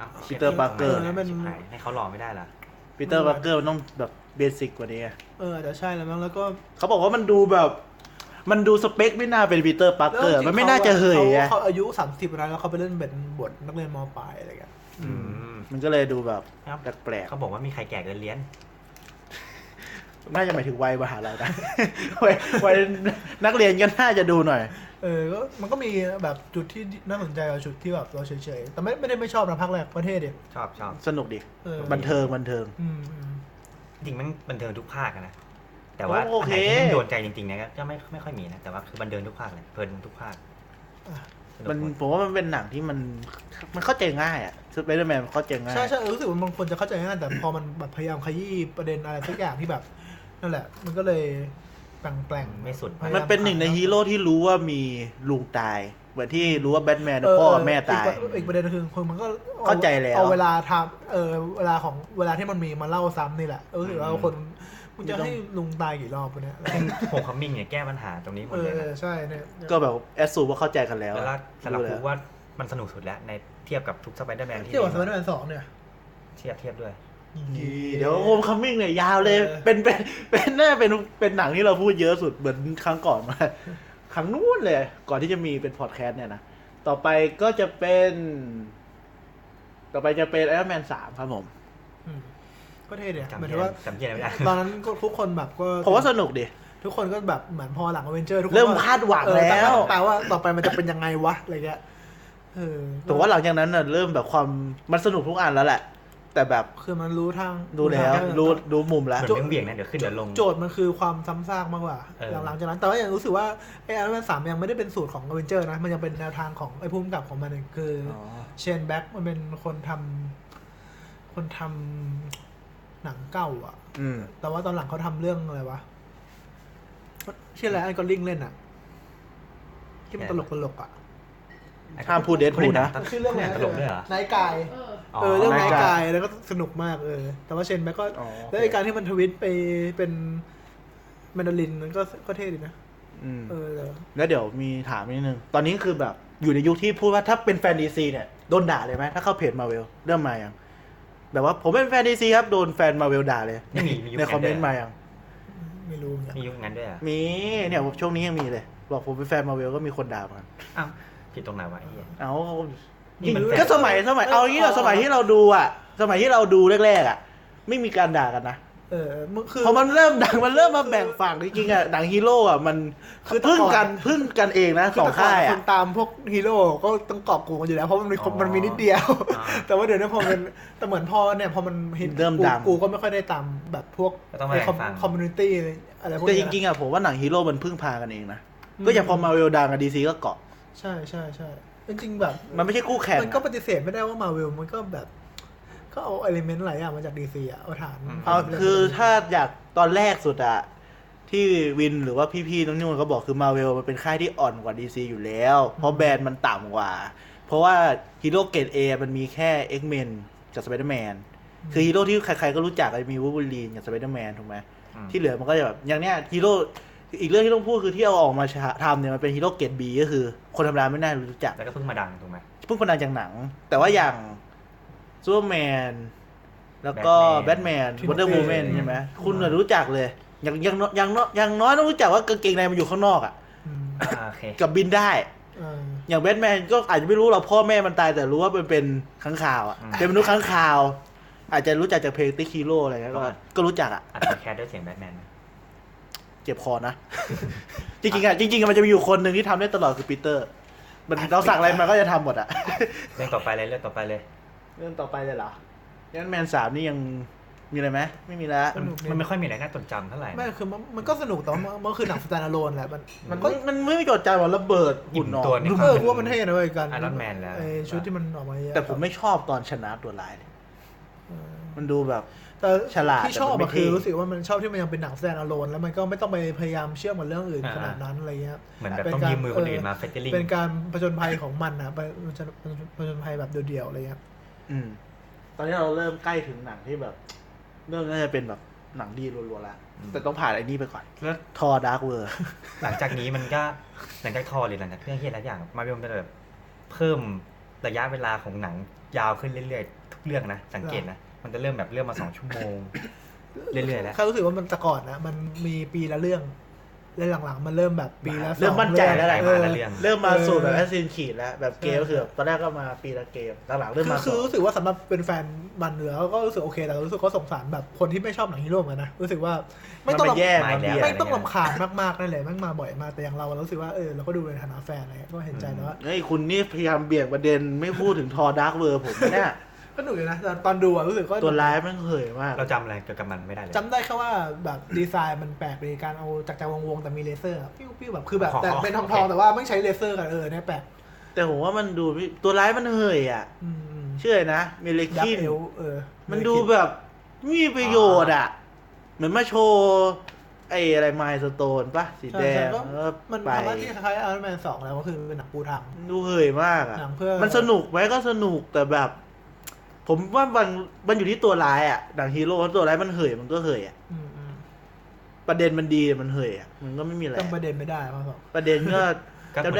อ้าว
Peter Parker
แล้วมัน
ชิบหายให้เขาหล่อไม่ได้ล่ะ
ปีเตอร์บัคเกอร์มันต้องแบบเบสิกกว่านี้ไง
เออแต่ใช่แล้วมั้งแล้วก็
เขาบอกว่ามันดูแบบ มันดูสเปคไม่น่าเป็นปีเตอร์ปาร์
แล้ว
เกอร์
จริงๆ
มันไม่น่าจะเหย
ขา
ไง
เขาอายุ30แล้วแล้วเขาไปเล่นเป็นบทนักเรียนมปลายอะไรเงี้ย
อืม
มันก็เลยดูแบบ
ครับ
แปลก
เขาบอกว่ามีใครแก่เกินเลี้ยน
ๆ น่าจะหมายถึงวัยมหาลัยนะ วัยวัยนักเรียนก็น่าจะดูหน่อย
เออก็มันก็มีแบบจุดที่น่าสนใจกับจุดที่แบบเราเฉยๆแต่ไม่ไม่ได้ไม่ชอบนะภาคแรกประเทศเดีย
ชอบชอบ
สนุกดี
เออ
บันเทิงบันเทิง
อืมอืม
จริงมันบันเทิงทุกภาคอะนะแต่ว่า
โอ้โอเค
นไหนที่แม่งโดนใจจริงๆเนี่ยก็ไม่ไม่ค่อยมีนะแต่ว่าคือบันเทิงทุกภาคเลยเพลินทุกภาค
อ่ะ
สก
มัน
หด
ผมว่ามันเป็นหนังที่มัน มันเข้าใจง่ายอะสไปเดอร์แมนมันเข้าใจง่าย
ใช่ใช่เออรู้สึกว่ามันควรจะเข้าใจง่ายแต่พอมันแบบพยายามขยี้ประเด็นอะไรสักอย่างที่แบบ นั่นแหละ มันก็เลยแปลงๆ
ไม่สุด
พยายา
มันเป็นหนึ่งในฮีโร่ที่รู้ว่ามีลุงตาย เหมือนที่รู้ว่าแบทแมนพ่อกับแม่ตาย
อีกอีกประเด็นคือคนมันก็อ
เข้าใจแล้ว
เอาเวลาทำเออเวลาของเวลาที่มันมีมาเล่าซ้ำนี่แหละเออรู้สึกว่าคนมึงจะให้ลุงตายกี่รอบวะเนี่ย
ซึ่งโฮมคัมมิ่งเนี่ยแก้ปัญหาตรงนี้หม
เอ
ด
อ
เลย
เอ
นะ
อใช่เนี่ย
ก็แบบแอสซูว่าเข้าใจกันแล้ว
แล้ว
อะ
สำหรับ
รู้
กู
แล้ว
ว่า มันสนุกสุดแล้วในเทียบกับทุกสไปเดอร์แมนที่
เที่ยวกับสไปเดอร์แมนสองเนี่ย
เทียบเทียบด้วย
เดี๋ยวโฮมคัมมิ่งเนี่ยยาวเลย เป็นเป็นเป็นน่าเป็นเป็นหนังที่เราพูดเยอะสุดเหมือนครั้งก่อนมาครั้งนู้นเลย ก่อนที่จะมีเป็นพอดแคสต์เนี่ยนะ ต่อไปก็จะเป็น ต่อไปจะเป็นไอรอนแมนสามครับผม
อืมก็เท่เดีย
จำ
หมาย
เที
ถึ
ย
งว่า
จำเทียอะไรไม่ได้
ตอนนั้นก็ทุกคนแบบก็
ผมว่าสนุกดี
ทุกคนก็แบบเหมือนพอหลังอเวนเจอร์ทุกคน
เริ่มคาดหวัง
เออ
แล้
ตั้ง
ว
แต่ว่าต่อไปมันจะเป็นยังไงวะอะไรเงี้ยเออ
แต่ว่าหลังจากนั้นน่ะเริ่มแบบความมันสนุกทุกอันแล้วแหละ แต่แบบ
คือมันรู้ทาง
ดูแล้ว
ทาง
รู้ดูมุมแล้ว
เหมือนเบี่ยงๆนะเดี๋ยวขึ้นเดี๋ยวลง
โจทย์มันคือความซ้ำซากมากกว่า
เออ
หลังๆจากนั้น แต่ว่าอย่างรู้สึกว่าไอ้อันนั้นสามยังไม่ได้เป็นสูตรของอเวนเจอร์นะ มันยังเป็นแนวทางของไอ้ภูมิกับของมันเองคืออเชนแบ็กมันเป็นคนทำคนทำหนังเก่าอ่ะ
อืม
แต่ว่าตอนหลังเขาทำเรื่องอะไรวะชื่ออะไรอันก็ลิงเล่นอ่ะ ที่มันตลกตลกๆอ่ะ
ห้ามพูด Deadpool นะ
ชื่อเรื่องอะไร
ตลกด้วยเหรอ
นายกาย เออเรื่องนายกายแล้วก็สนุกมากเออ แต่ว่าเชนแบ็กก็
อ๋อโอเค
แล้วไอ้การที่มันทวิตไปเป็นแมนดารินมันก็ก็เท่ดีนะ
อืม
เออเดี๋ยว
แล้วเดี๋ยวมีถามนิดนึง ตอนนี้คือแบบอยู่ในยุคที่พูดว่าถ้าเป็นแฟนดีซีเนี่ย โดนด่าเลยไหมถ้าเข้าเพจมาเวลเริ่มมายังแบบว่าผมเป็นแฟนดีซีครับ โดนแฟนมาเวลด่าเลย
ไม่มีมียุค
ในคอมเมน
นั้
ต์
นด้วย
มายัง
ไม่รู้เหมือนกัน
มียุคนั้นด้วยเหรอ่ะ
มีเนี่ยช่วงนี้ยังมีเลย บอกผมเป็นแฟนมาเวลก็มีคนด่าเหมือนกัน
อ้าวผิดตรงไหนวะไอ้เหี้ย
เอา
นี่มัน
ก็สมัยสมัยเอาอย่างนี้เหรอสมัยที่เราดูอ่ะ สมัยที่เราดูแรกๆอ่ะ ไม่มีการด่ากันนะ
เออมึงคือ
พอมันเริ่มดังมันเริ่มมาแบ่งฝั่งจริงๆอ่ะหนังฮีโร่อ่ะมันคือพึ่งกันพึ่งกันเองนะสอง
แต่ก่น
ค่าย
ค
อ่ะ
นตามพวกฮีโร่ก็ต้องกอบกูกันอยู่แล้ว เพราะมันมีคน
อ๋อ
มันมีนิดเดียว
อ่า
แต่ว่าเดี๋ยวนี้พอมันแต่เหมือนพอเนี่ยพอมันฮิต
เริ่มดัง
กูกูก็ไม่ค่อยได้ตามแบบพวก
ก็ต้องมา
ไอ้คอม
แบ่งฝั่ง
คอมมูนิตี้อะไรพวก
แต่
นี้
จ
นะ
ริงๆอ่ะผมว่าหนังฮีโร่มันพึ่งพากันเองนะ
อืม
ก็อย่างพอมาเวลดังกับดีซีก็เกาะ
ใช่ใช่ใช่จริงๆแบบ
มันไม่ใช่คู่แข่ง
มันก็ปฏิเสธไม่ได้ว่ามาเวลมันก็แบบ ก็เอาเอลิเมนต์หลายอย่างมาจากดีซีอะเอาฐาน
อืม
เอาคือถ้าอยากตอนแรกสุดอะที่วินหรือว่าพี่ๆน้องนุ่นเขาบอกคือมาเวลมันเป็นค่ายที่อ่อนกว่าดีซีอยู่แล้ว เพราะแบรนด์มันต่ำกว่า เพราะว่าฮีโร่เกรดเอมันมีแค่ X-Men กับสไปเดอร์แมนคือฮีโร่ที่ใครๆก็รู้จักอะมีวูบูลีนกับสไปเดอร์แมนถูกไหม
อืม
ที่เหลือมันก็จะแบบอย่างเนี้ยฮีโร่อีกเรื่องที่ต้องพูดคือที่เอาออกมาทำเนี่ยมันเป็นฮีโร่เกรดบีก็คือ คนธรรมดาไม่น่ารู้จัก
แล้วก็เพิ่งมาดังถูกไหม
เพิ่งคนดังจากหนัง แต่ว่าอย่างซูเปอร์แมน แล้วก็แบทแม
Batman
นวันเดอร์ m ูแมนใช่ไหมคุณน่ะรู้จักเลยอย่างอย่างน้อยอย่างน้อยอย่างน้อยต้องรู้จักว่ากางเกงในมันอยู่ข้างนอกอ่ะ
อืม
อ่าโอเค
กับบินได้
เออ
อย่างแบทแมนก็อาจจะไม่รู้หรอกพ่อแม่มันตายแต่รู้ว่ามันเป็นข้างข่าวอ่ะเป็นมนุษย์ข้างข่าว อาจจะรู้จักจากเพลงติ๊กฮีโร่อะไรเงี้ยก็ก็รู้จักอ่ะ
อัดพอดแคสต์ด้วยเสียงแบทแมนไหม
เจ็บคอนะ จริงๆอ่ะจริงๆอ่ะมันจะมีอยู่คนหนึ่งที่ทำได้ตลอดคือปีเตอร์ มันเราสั่งอะไรมันก็จะทำหมดอ่ะ
เรื่องต่อไปเลยเรื่องต่อไปเลย
เรื่องต่อไปเลยเหรอยันแมนสามนี่ยังมีอะไรไหมไม่มีแล้ว
สนุกดี
มันไม่ค่อยมีอะไรน่าจดจำเท่าไหร่นะ
ไม่คือมันมันก็สนุกแต่ว่ามันมันคือหนังสแตนด์โลนแหละมัน
มั
มัน น
ก็
ก็
มันไม่มีโจทย์ใจว่าระเบิดหุ่นนอ
ตัว
ก
เนี่ย
เออกูว่ามันเท่นะเว้ยกัน
Iron Man แล้ว
ไอ้ชุดที่มันออกมาเยอะ
แต่ผมไม่ชอบตอนชนะตัวร้ายเนี่ยมันดูแบบ
แต่
ฉลาด
ที่ชอบ
แต่มัน
อะ
ไม่เท่
คือรู้สึกว่ามันชอบที่มันยังเป็นหนังสแตนด์โลนแล้วมันก็ไม่ต้องไปพยายามเชื่อมกับเรื่องอื่น
อ่า
ขนาดนั้นอะไรเงี้ย
เหมือนแบบ
ป็
ต้อง
กร
ยืมมือคนอื่นมาเฟตเตอร์ลิง
เป็นการผจญภัยของมันนะผจญผจญภัยแบบเดี่ยวๆอะไรเงี้ย
อืม ตอนนี้เราเริ่มใกล้ถึงหนังที่แบบ เรื่องน่าจะเป็นแบบหนังดีรัวๆแล้วแต่ต้องผ่านไอ้นี่ไปก่อน
แล้ว
ทอดาร์กเวอร์
หลังจากนี้มันก็หลังจากทอหรือหลังจากเรื่องเฮียอะไรอย่างมาเวลมันจะแบบเพิ่มระยะเวลาของหนังยาวขึ้นเรื่อยๆ ทุกเรื่องนะ สังเกตนะ มันจะเริ่มแบบเรื่องมาสองชั่วโมง เรื่อยๆแล้ว
แค่รู้สึกว่ามันแต่ก่อนนะมันมีปีละเรื่องแล้วหลังๆ มันเริ่มแบบปีละสอง
เริ่มมั่นใจแล้วแหละ
เออ
มาละเรื่อง
เริ่มมาสู่แบบ
เออ
แอสซินขีดแล้วแบบเกมก็คือแบบตอนแรกก็มาปีละเกมหลังๆเริ่ม
คือ
มาส
คือ
อง
รู้สึกว่าสำหรับเป็นแฟนมันเหนือก็รู้สึกโอเค แต่รู้สึกก็สงสารแบบคนที่ไม่ชอบหนังฮีโร่เหมือนกันนะรู้สึกว่าไม่ต้อง
มันแย่
รำ
มาอีกแล้ว
ไม่ต้อง
ะรเย
ลำคาญมากๆนั่นแหละแม่งมาบ่อยมากแต่อย่างเราเรารู้สึกว่าเออเราก็ดูในฐานะแฟนอะไรเงี้ยก็เห็นใจ
อืม
นะว่า
เฮ้ยคุณนี่พยายามเบี่ยงประเด็นไม่พูดถึงทอดาร์กเวอร์ผมเนี่ย
ก็หนุกอยู่นะแต่ตอนดูอะรู้สึกก็
ตัวร้ายแมันเหยมาก
เราจำอะไรเกี่ยวกับมันไม่ได้เลย
จำได้แค่ว่าแบบดีไซน์มันแปลกดีการเอาจักรจักรวงๆแต่มีเลเซอร์อะปิ้วปิ้วแบบคือแบบแต่
อ๋อ
เป็นทอง
โอ
ทอง
เค
แต่ว่าไม่ใช้เลเซอร์กันเออเนี่ยแปลก
แต่ผมว่ามันดูไม่ตัวร้ายมันเหยอ่ะ
อืม
เชื่อนะเมเล
ดับ
คิน
เอลเออ
มันดูแบบไมมีประโยชน์อ่ะ เหมือนมาโชว์ไอ้อะไรไมล์สโตนปะสี
ใช่
แดง
ใช่ก็
แล้ว
มัน
ไป
ทำหน้าที่คล้ายๆ Iron Man สองแล้วก็คือเป็นหนังปูทาง
ดูเหยมากอ่ะ
หนังเพื่อ
มันสนุกไหมก็สนุกแต่แบบ ผมว่าบางมันอยู่ที่ตัวร้ายอ่ะดังฮีโร่ตัวร้ายมันเหยมันก็เหยอ่ะ
อืมอืม
ประเด็นมันดีแต่มันเหยอ่ะ มันก็ไม่มีอะไร
จำประเด็นไม่ได้มาสอง
ประเด็นก็
ก็เหมื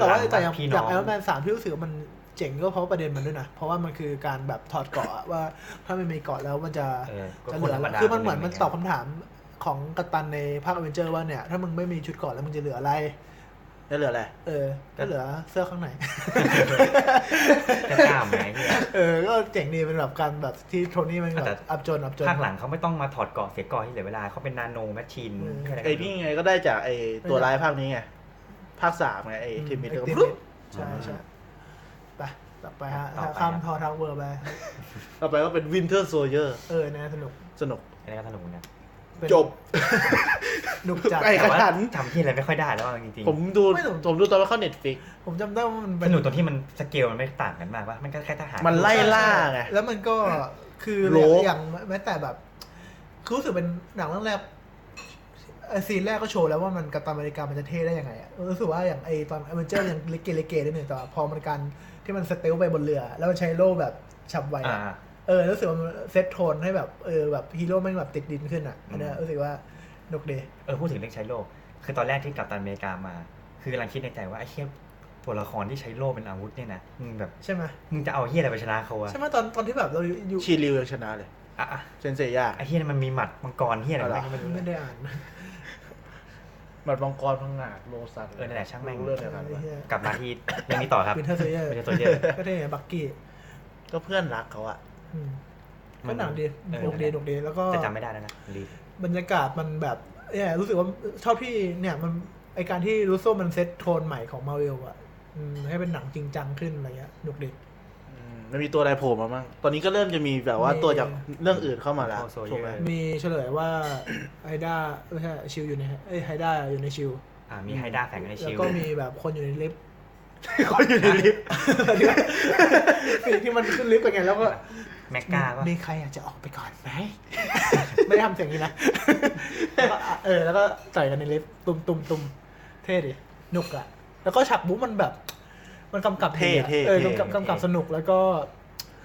จำ
อน
ได้
จะชิบัลลั
เอง อแต่ว่าง
ก์
แต่อย่าง
พี่
อ
น้
ย่า
องง
ไอรอนแมนสามที่รู้สึกว่ามัน เจ๋งก็เพราะประเด็นมันด้วยนะ เพราะว่ามันคือการแบบถอดเกราะอะว่าถ้าไม่มีเกราะแล้วมันจะ
เออก็ค
จะเห
น
ลือ
ธรรมดา
คือมันเหมือน
ค
มัน
หง
ตอบคำถามของกัปตันในภาคอเวนเจอร์ว่าเนี่ย ถ้ามึงไม่มีชุดเกราะแล้วมึงจะเหลืออะไร
แล้วเหลืออะไร
เออ ก็เหลือเสื้อข้างใน
จะกล้ามไหมเนี่ย
เออ ก็เจ๋งดีเป็นแบบการแบบที่โทนี่มันแบ
แต่
บอับจนอับจน
ภาคหลังเขาไม่ต้องมาถอดเกาะเสียเกาะที่เหลือเวลาเขาเป็นนาโนแมชชีน
เออ
อะไรกั
ไอ้นี่ไงก็ได้จากไอ้ตัวร้ายภาคนี้ไง ภาคสามไงไอ้
อืม
ทีมมิด
ไอ้
ก็
ทีม
ปุ๊บ
มิดใช่ใช่ไปต่อไปฮะข้ามทอทาวเวอร์ไป
ต่อไปก็เป็นวินเทอร์โซเยอร์
เออเนี่ยสนุก
สนุก
อันนี้ก็สนุกนะ
เป็น
จบ
สนุกจัด
ไอ้กระ
ว่า
ชัน
จำที่อะไรไม่ค่อยได้แล้วอะจริงๆ
ผมดู
ไม่สนุก
ผมดูตอนว่าเข้าเน็ตฟิก
ผมจำได้ว่ามันเป็
สนุกตรงที่มันสเกลมันไม่ต่างกันมากว่ามันก็แค่ทหาร
มันไล่ล่าไง
แล้วมันก็คือ
โลก
อย่างแม้แต่แบบคือรู้สึกเป็นหนังเรื่องแรกเอ่อซีนแรกก็โชว์แล้วว่ามันกัปตันอเมริกามันจะเท่ได้ยังไงอะรู้สึกว่าอย่างไอตอนอเวนเจอร์ยังเลเกเลเกได้หนึ่งแต่ว่าพอมันการที่มันสเตลไปบนเรือ แล้วมันใช้โล่แบบฉับไว
อ่า
อะ เออรู้สึกว่ามันเซตโทนให้แบบเออแบบฮีโร่แม่งแบบติดดินขึ้นอ่ะอันเนี้ย
อืม
รู้สึกว่าหนุกดี
เออพูดถึงเรื่องใช้โล่คือตอนแรกที่กัปตันอเมริกามา คือกำลังคิดในใจว่าไอ้เหี้ยตัวละครที่ใช้โล่เป็นอาวุธเนี่ยนะมึงแบบ
ใช่ไหม
มึงจะเอาเหี้ยอะไรไปชนะเขาอะ
ใช่ไหมตอนตอนที่แบบเราอยู่อยู่
ชีริวยังชนะเลย
อ่ะอ่ะ
เซนเซยาก
ไอ้เหี้ยมันมีหมัดมังกรเหี้ยอะไร
เอาล่ะ
ไม่รู้
ไม่
นะ
ได้อ่าน
หมัดมังกรพังงาดโลซัน
เออนั่นแหละช่างแม่ง
รู้เรื่องเดียวกันวะ
กลับมาที่เรื่องนี้ต่อครับ
วินเทอร์โซเยอร์
Winter Soldier
ก็ได้ไงบักกี้
ก็เพื่อนรักเขาอะ
อืมก็หนังดี
เออ
หนุกดีหนุกดีแล้วก็
จะจำไม่ได้แล้วนะรี
บรรยากาศมันแบบเนี่ยรู้สึกว่าชอบที่เนี่ยมันไอการที่รูโซ่มันเซตโทนใหม่ของมาเวลอ่ะอืมให้เป็นหนังจริงจังขึ้นอะไรเงี้ยหนุกดี
มันมีตัวอะไรโผล่มาบ้างตอนนี้ก็เริ่มจะมีแบบว่า
มี
ตัวจากเรื่องอื่นเข้ามาแล้วถูกไหม
มีเฉลยว่าไฮด้าไม่ใช่ชิวอยู่ในไอยไฮด้าอยู่ในชิว
อ่ามีไฮด้าแฝงอยู่ใน
แล้
ชิ
ว
ล
ก็มีแบบคนอยู่ในลิฟต์
คนอยู่ในลิฟต์
ที่มันขึ้นลิฟต์กันไงแล้วก็
แมกกาป่ะ
มีใครอยากจะออกไปก่อน ไหม ไม่ได้ทำเสียง นี้นะแล้วก็อ่ะเออ แล้วก็ต่อยกันในลิฟต์ตุมตุมตุมเท่ดิหนุกอะแล้วก็ฉากบุ๊มันแบบ มันกำกับดีอะเออกำกับกำกับสนุกแล้วก็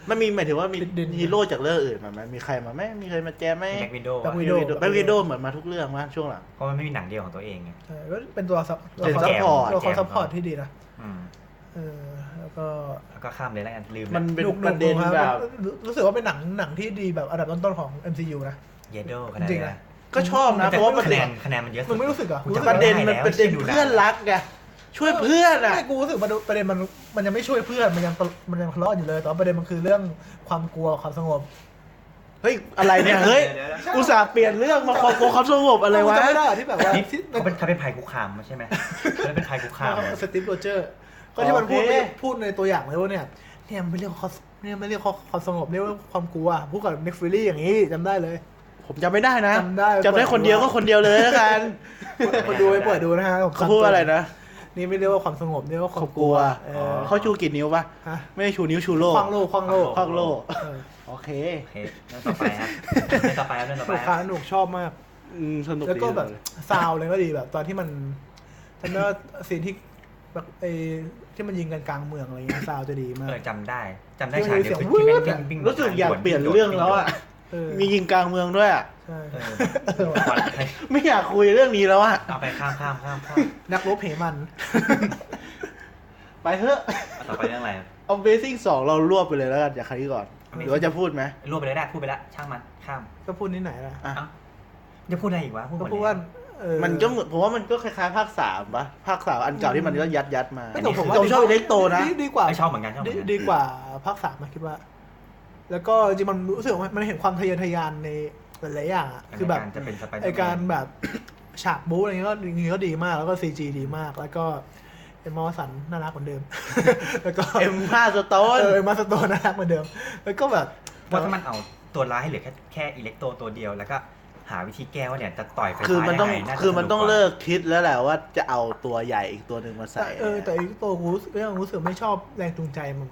มันมีหมายถึงว่ามี
เด่นๆ
ฮีโร่จากเรื่องอื่นมาไหมมีใครมาไหมมีใครมาแจมไหม
มีแบ็กวิดโดว์
แบ็ค
แบ็ค
Widow
วิดโดว์แบ็ควิดโดว์เหมือนมาทุกเรื่องว่าช่วงหลัง
เพราะมันไม่มีหนังเดียวของตัวเองไง
เออก็เป็นตัวซับ
เป็น support
ตัวคอซัพพอร์ต
แจม
ที่ดีนะ
อืม
เออ แล้วก็
แล้วก็ข้ามเลยแล้วกันลืม
มันเป็น
หกๆ
ประเด็น
หกๆค
แบบ
มันรู้รู้สึกว่าเป็นหนังหนังที่ดีแบบอันดับต้นๆของ MCU นะ
เยโดคะแนน
จริง
เลย
ๆนะ
นะ
ก็ชอบนะเพราะว่าประ
คะแน
เด็น
นคะแนนมันเยอะสุด
มึงไม่รู้สึกเหรอ
กูจำ
ป
ไม่
ระ
ไ
เด็นมัน
แล้ว
ประเด็น
ชี่ยดู
เพื่อน
หง
รักไงช่วยเพื่อนอะ
ไม่กูรู้สึกว่าประเด็นมันมันยังไม่ช่วยเพื่อนมันยังมันยังทะเลาะอยู่เลย แต่ว่าประเด็นมันคือเรื่องความกลัวความสงบ
เฮ้ย อะไรเนี่ย เฮ้ยอุตส่าห์เปลี่ยนเรื่องมาความกลัวความสงบอะไรวะ
จำไม่ได้อะที่แบบว่า
นี่
ที่
เขาเป็นเขาเป็นภัยคุกคามใช่ไหมเขาเป็นภัยคุก คามเหรอ
สตีฟโรเจอร์ก็ที่มันพูด
โอเค
พูดในตัวอย่างเลยว่าเนี่ยเนี่ยมันไม่เรียกความเนี่ยไม่เรียกความสงบเรียกว่าความกลัวพูดกับนิกฟิลี่อย่างนี้จำได้เลย
ผมจำไม่ได้นะ
จำได้
จำได้คนเดียวก็คนเดียวเลยแล้วกัน
คนดูไปเปิดดูนะฮะของ
เขาพูดว่าอะไรนะ
นี่ไม่เรียกว่าความสงบเรียกว่าค
ข
วา
อบ
มก
ก
ลั
ลั
ว
ว
เออ
เขาชูกี่นิ้วปะ
ฮะ
ไม่ได้ชูนิ้วชูโล่
ควางโลกควางโลก
ควักโล่
เออ
โอเค
โอเคเรื่องต่อไปครับเรื่องต่อไปครับเรื่องต่อไป
หนุ
ค
กค่ะ
รับ
หนุกชอบมาก
อืมสนุก
แล้ว
ดี
ก็แบบซาวด์เลยก็ดีแบบตอนที่มันฉันว่าซีนที่แบบไอ้ที่มันยิงกันกลางเมืองอะไรเงี้ยซาวด์จะดีมาก
เออจำได้จำได้ฉากเดียวคือที่เป็นปิ้งปิ้ง
รู้สึกอยากเปลี่ยนเรื่องแล้วอ่ะ
เออ
มียิงกลางเมืองด้วยอะ
ใช่
เออก่อนไป
ไม่อยากคุยเรื่องนี้แล้วอะ
เอาไปข้ามข้ามข้ามข้าม
นักรบเหมัน
ไปเถอะ
เอาต่อไปเรื่องอะไร
Amazing 2 เรารวบไปเลยแล้วกันจากใครที่ก่อน หรือว่าจะพูดไหม
รวบไปแล้วได้พูดไปแล้วช่างมันข้าม
ก็พูดนิดหน่อยละ
อ่ะ
เอ้าจะพูดอะไรอีกวะพูดหม
ก็
ด
พูดว่า
แล้ว
เออ
มันก็เหมือนผมว่ามันก็คล้ายๆภาคสามปะภาคสามอันเก่าที่มันก็ยัดยัดๆมา
ไม่แต่ผมว่า
แต่ผมชอบอิเล็กโตนะ
ดีดีกว่า
ไม่ชอบเหมือนกันชอบเหมือ
ดี
นกัน
ดีกว่าภาคสามอะคิดว่า แล้วก็จริงๆมันรู้สึกว่ามันเห็นความทะเยอทะยานในหลายๆอย่างอะคือแบบ
ในารจะเป็นสไปเดอ
ไอ
ร์แม
การ
น
แบบ ฉากบู๊อะไรเงี้ยก็จริงๆก็ดีมาก แล้วก็ซีจีดีมาก แล้วก็เอ็มมอสันน่ารักเห มือนเดิม แล้วก็
เอ็มพาสโต
เอน อเอ็มมาสโตนน่ารักเหมือนเดิม แล้วก็แบบ
ว่าถ้ามันเอาตัวร้ายให้เหลือแค่แค่อิเล็กโตตัวเดียวแล้วก็หาวิธีแก้ว่าเนี่ยจะต่อยไฟฟ้า
คือมันต้อง
ยังไาจะ
คือมันต้อง
สกกว่า
เลิกคิดแล้วแหละว่าจะเอาตัวใหญ่อีกตัวหนึ่งมา
แต่
ใส่
เออแต่ไอีกตัวกูรู้สึกยังรู้สึกไม่ชอบแรงจูงใจมัน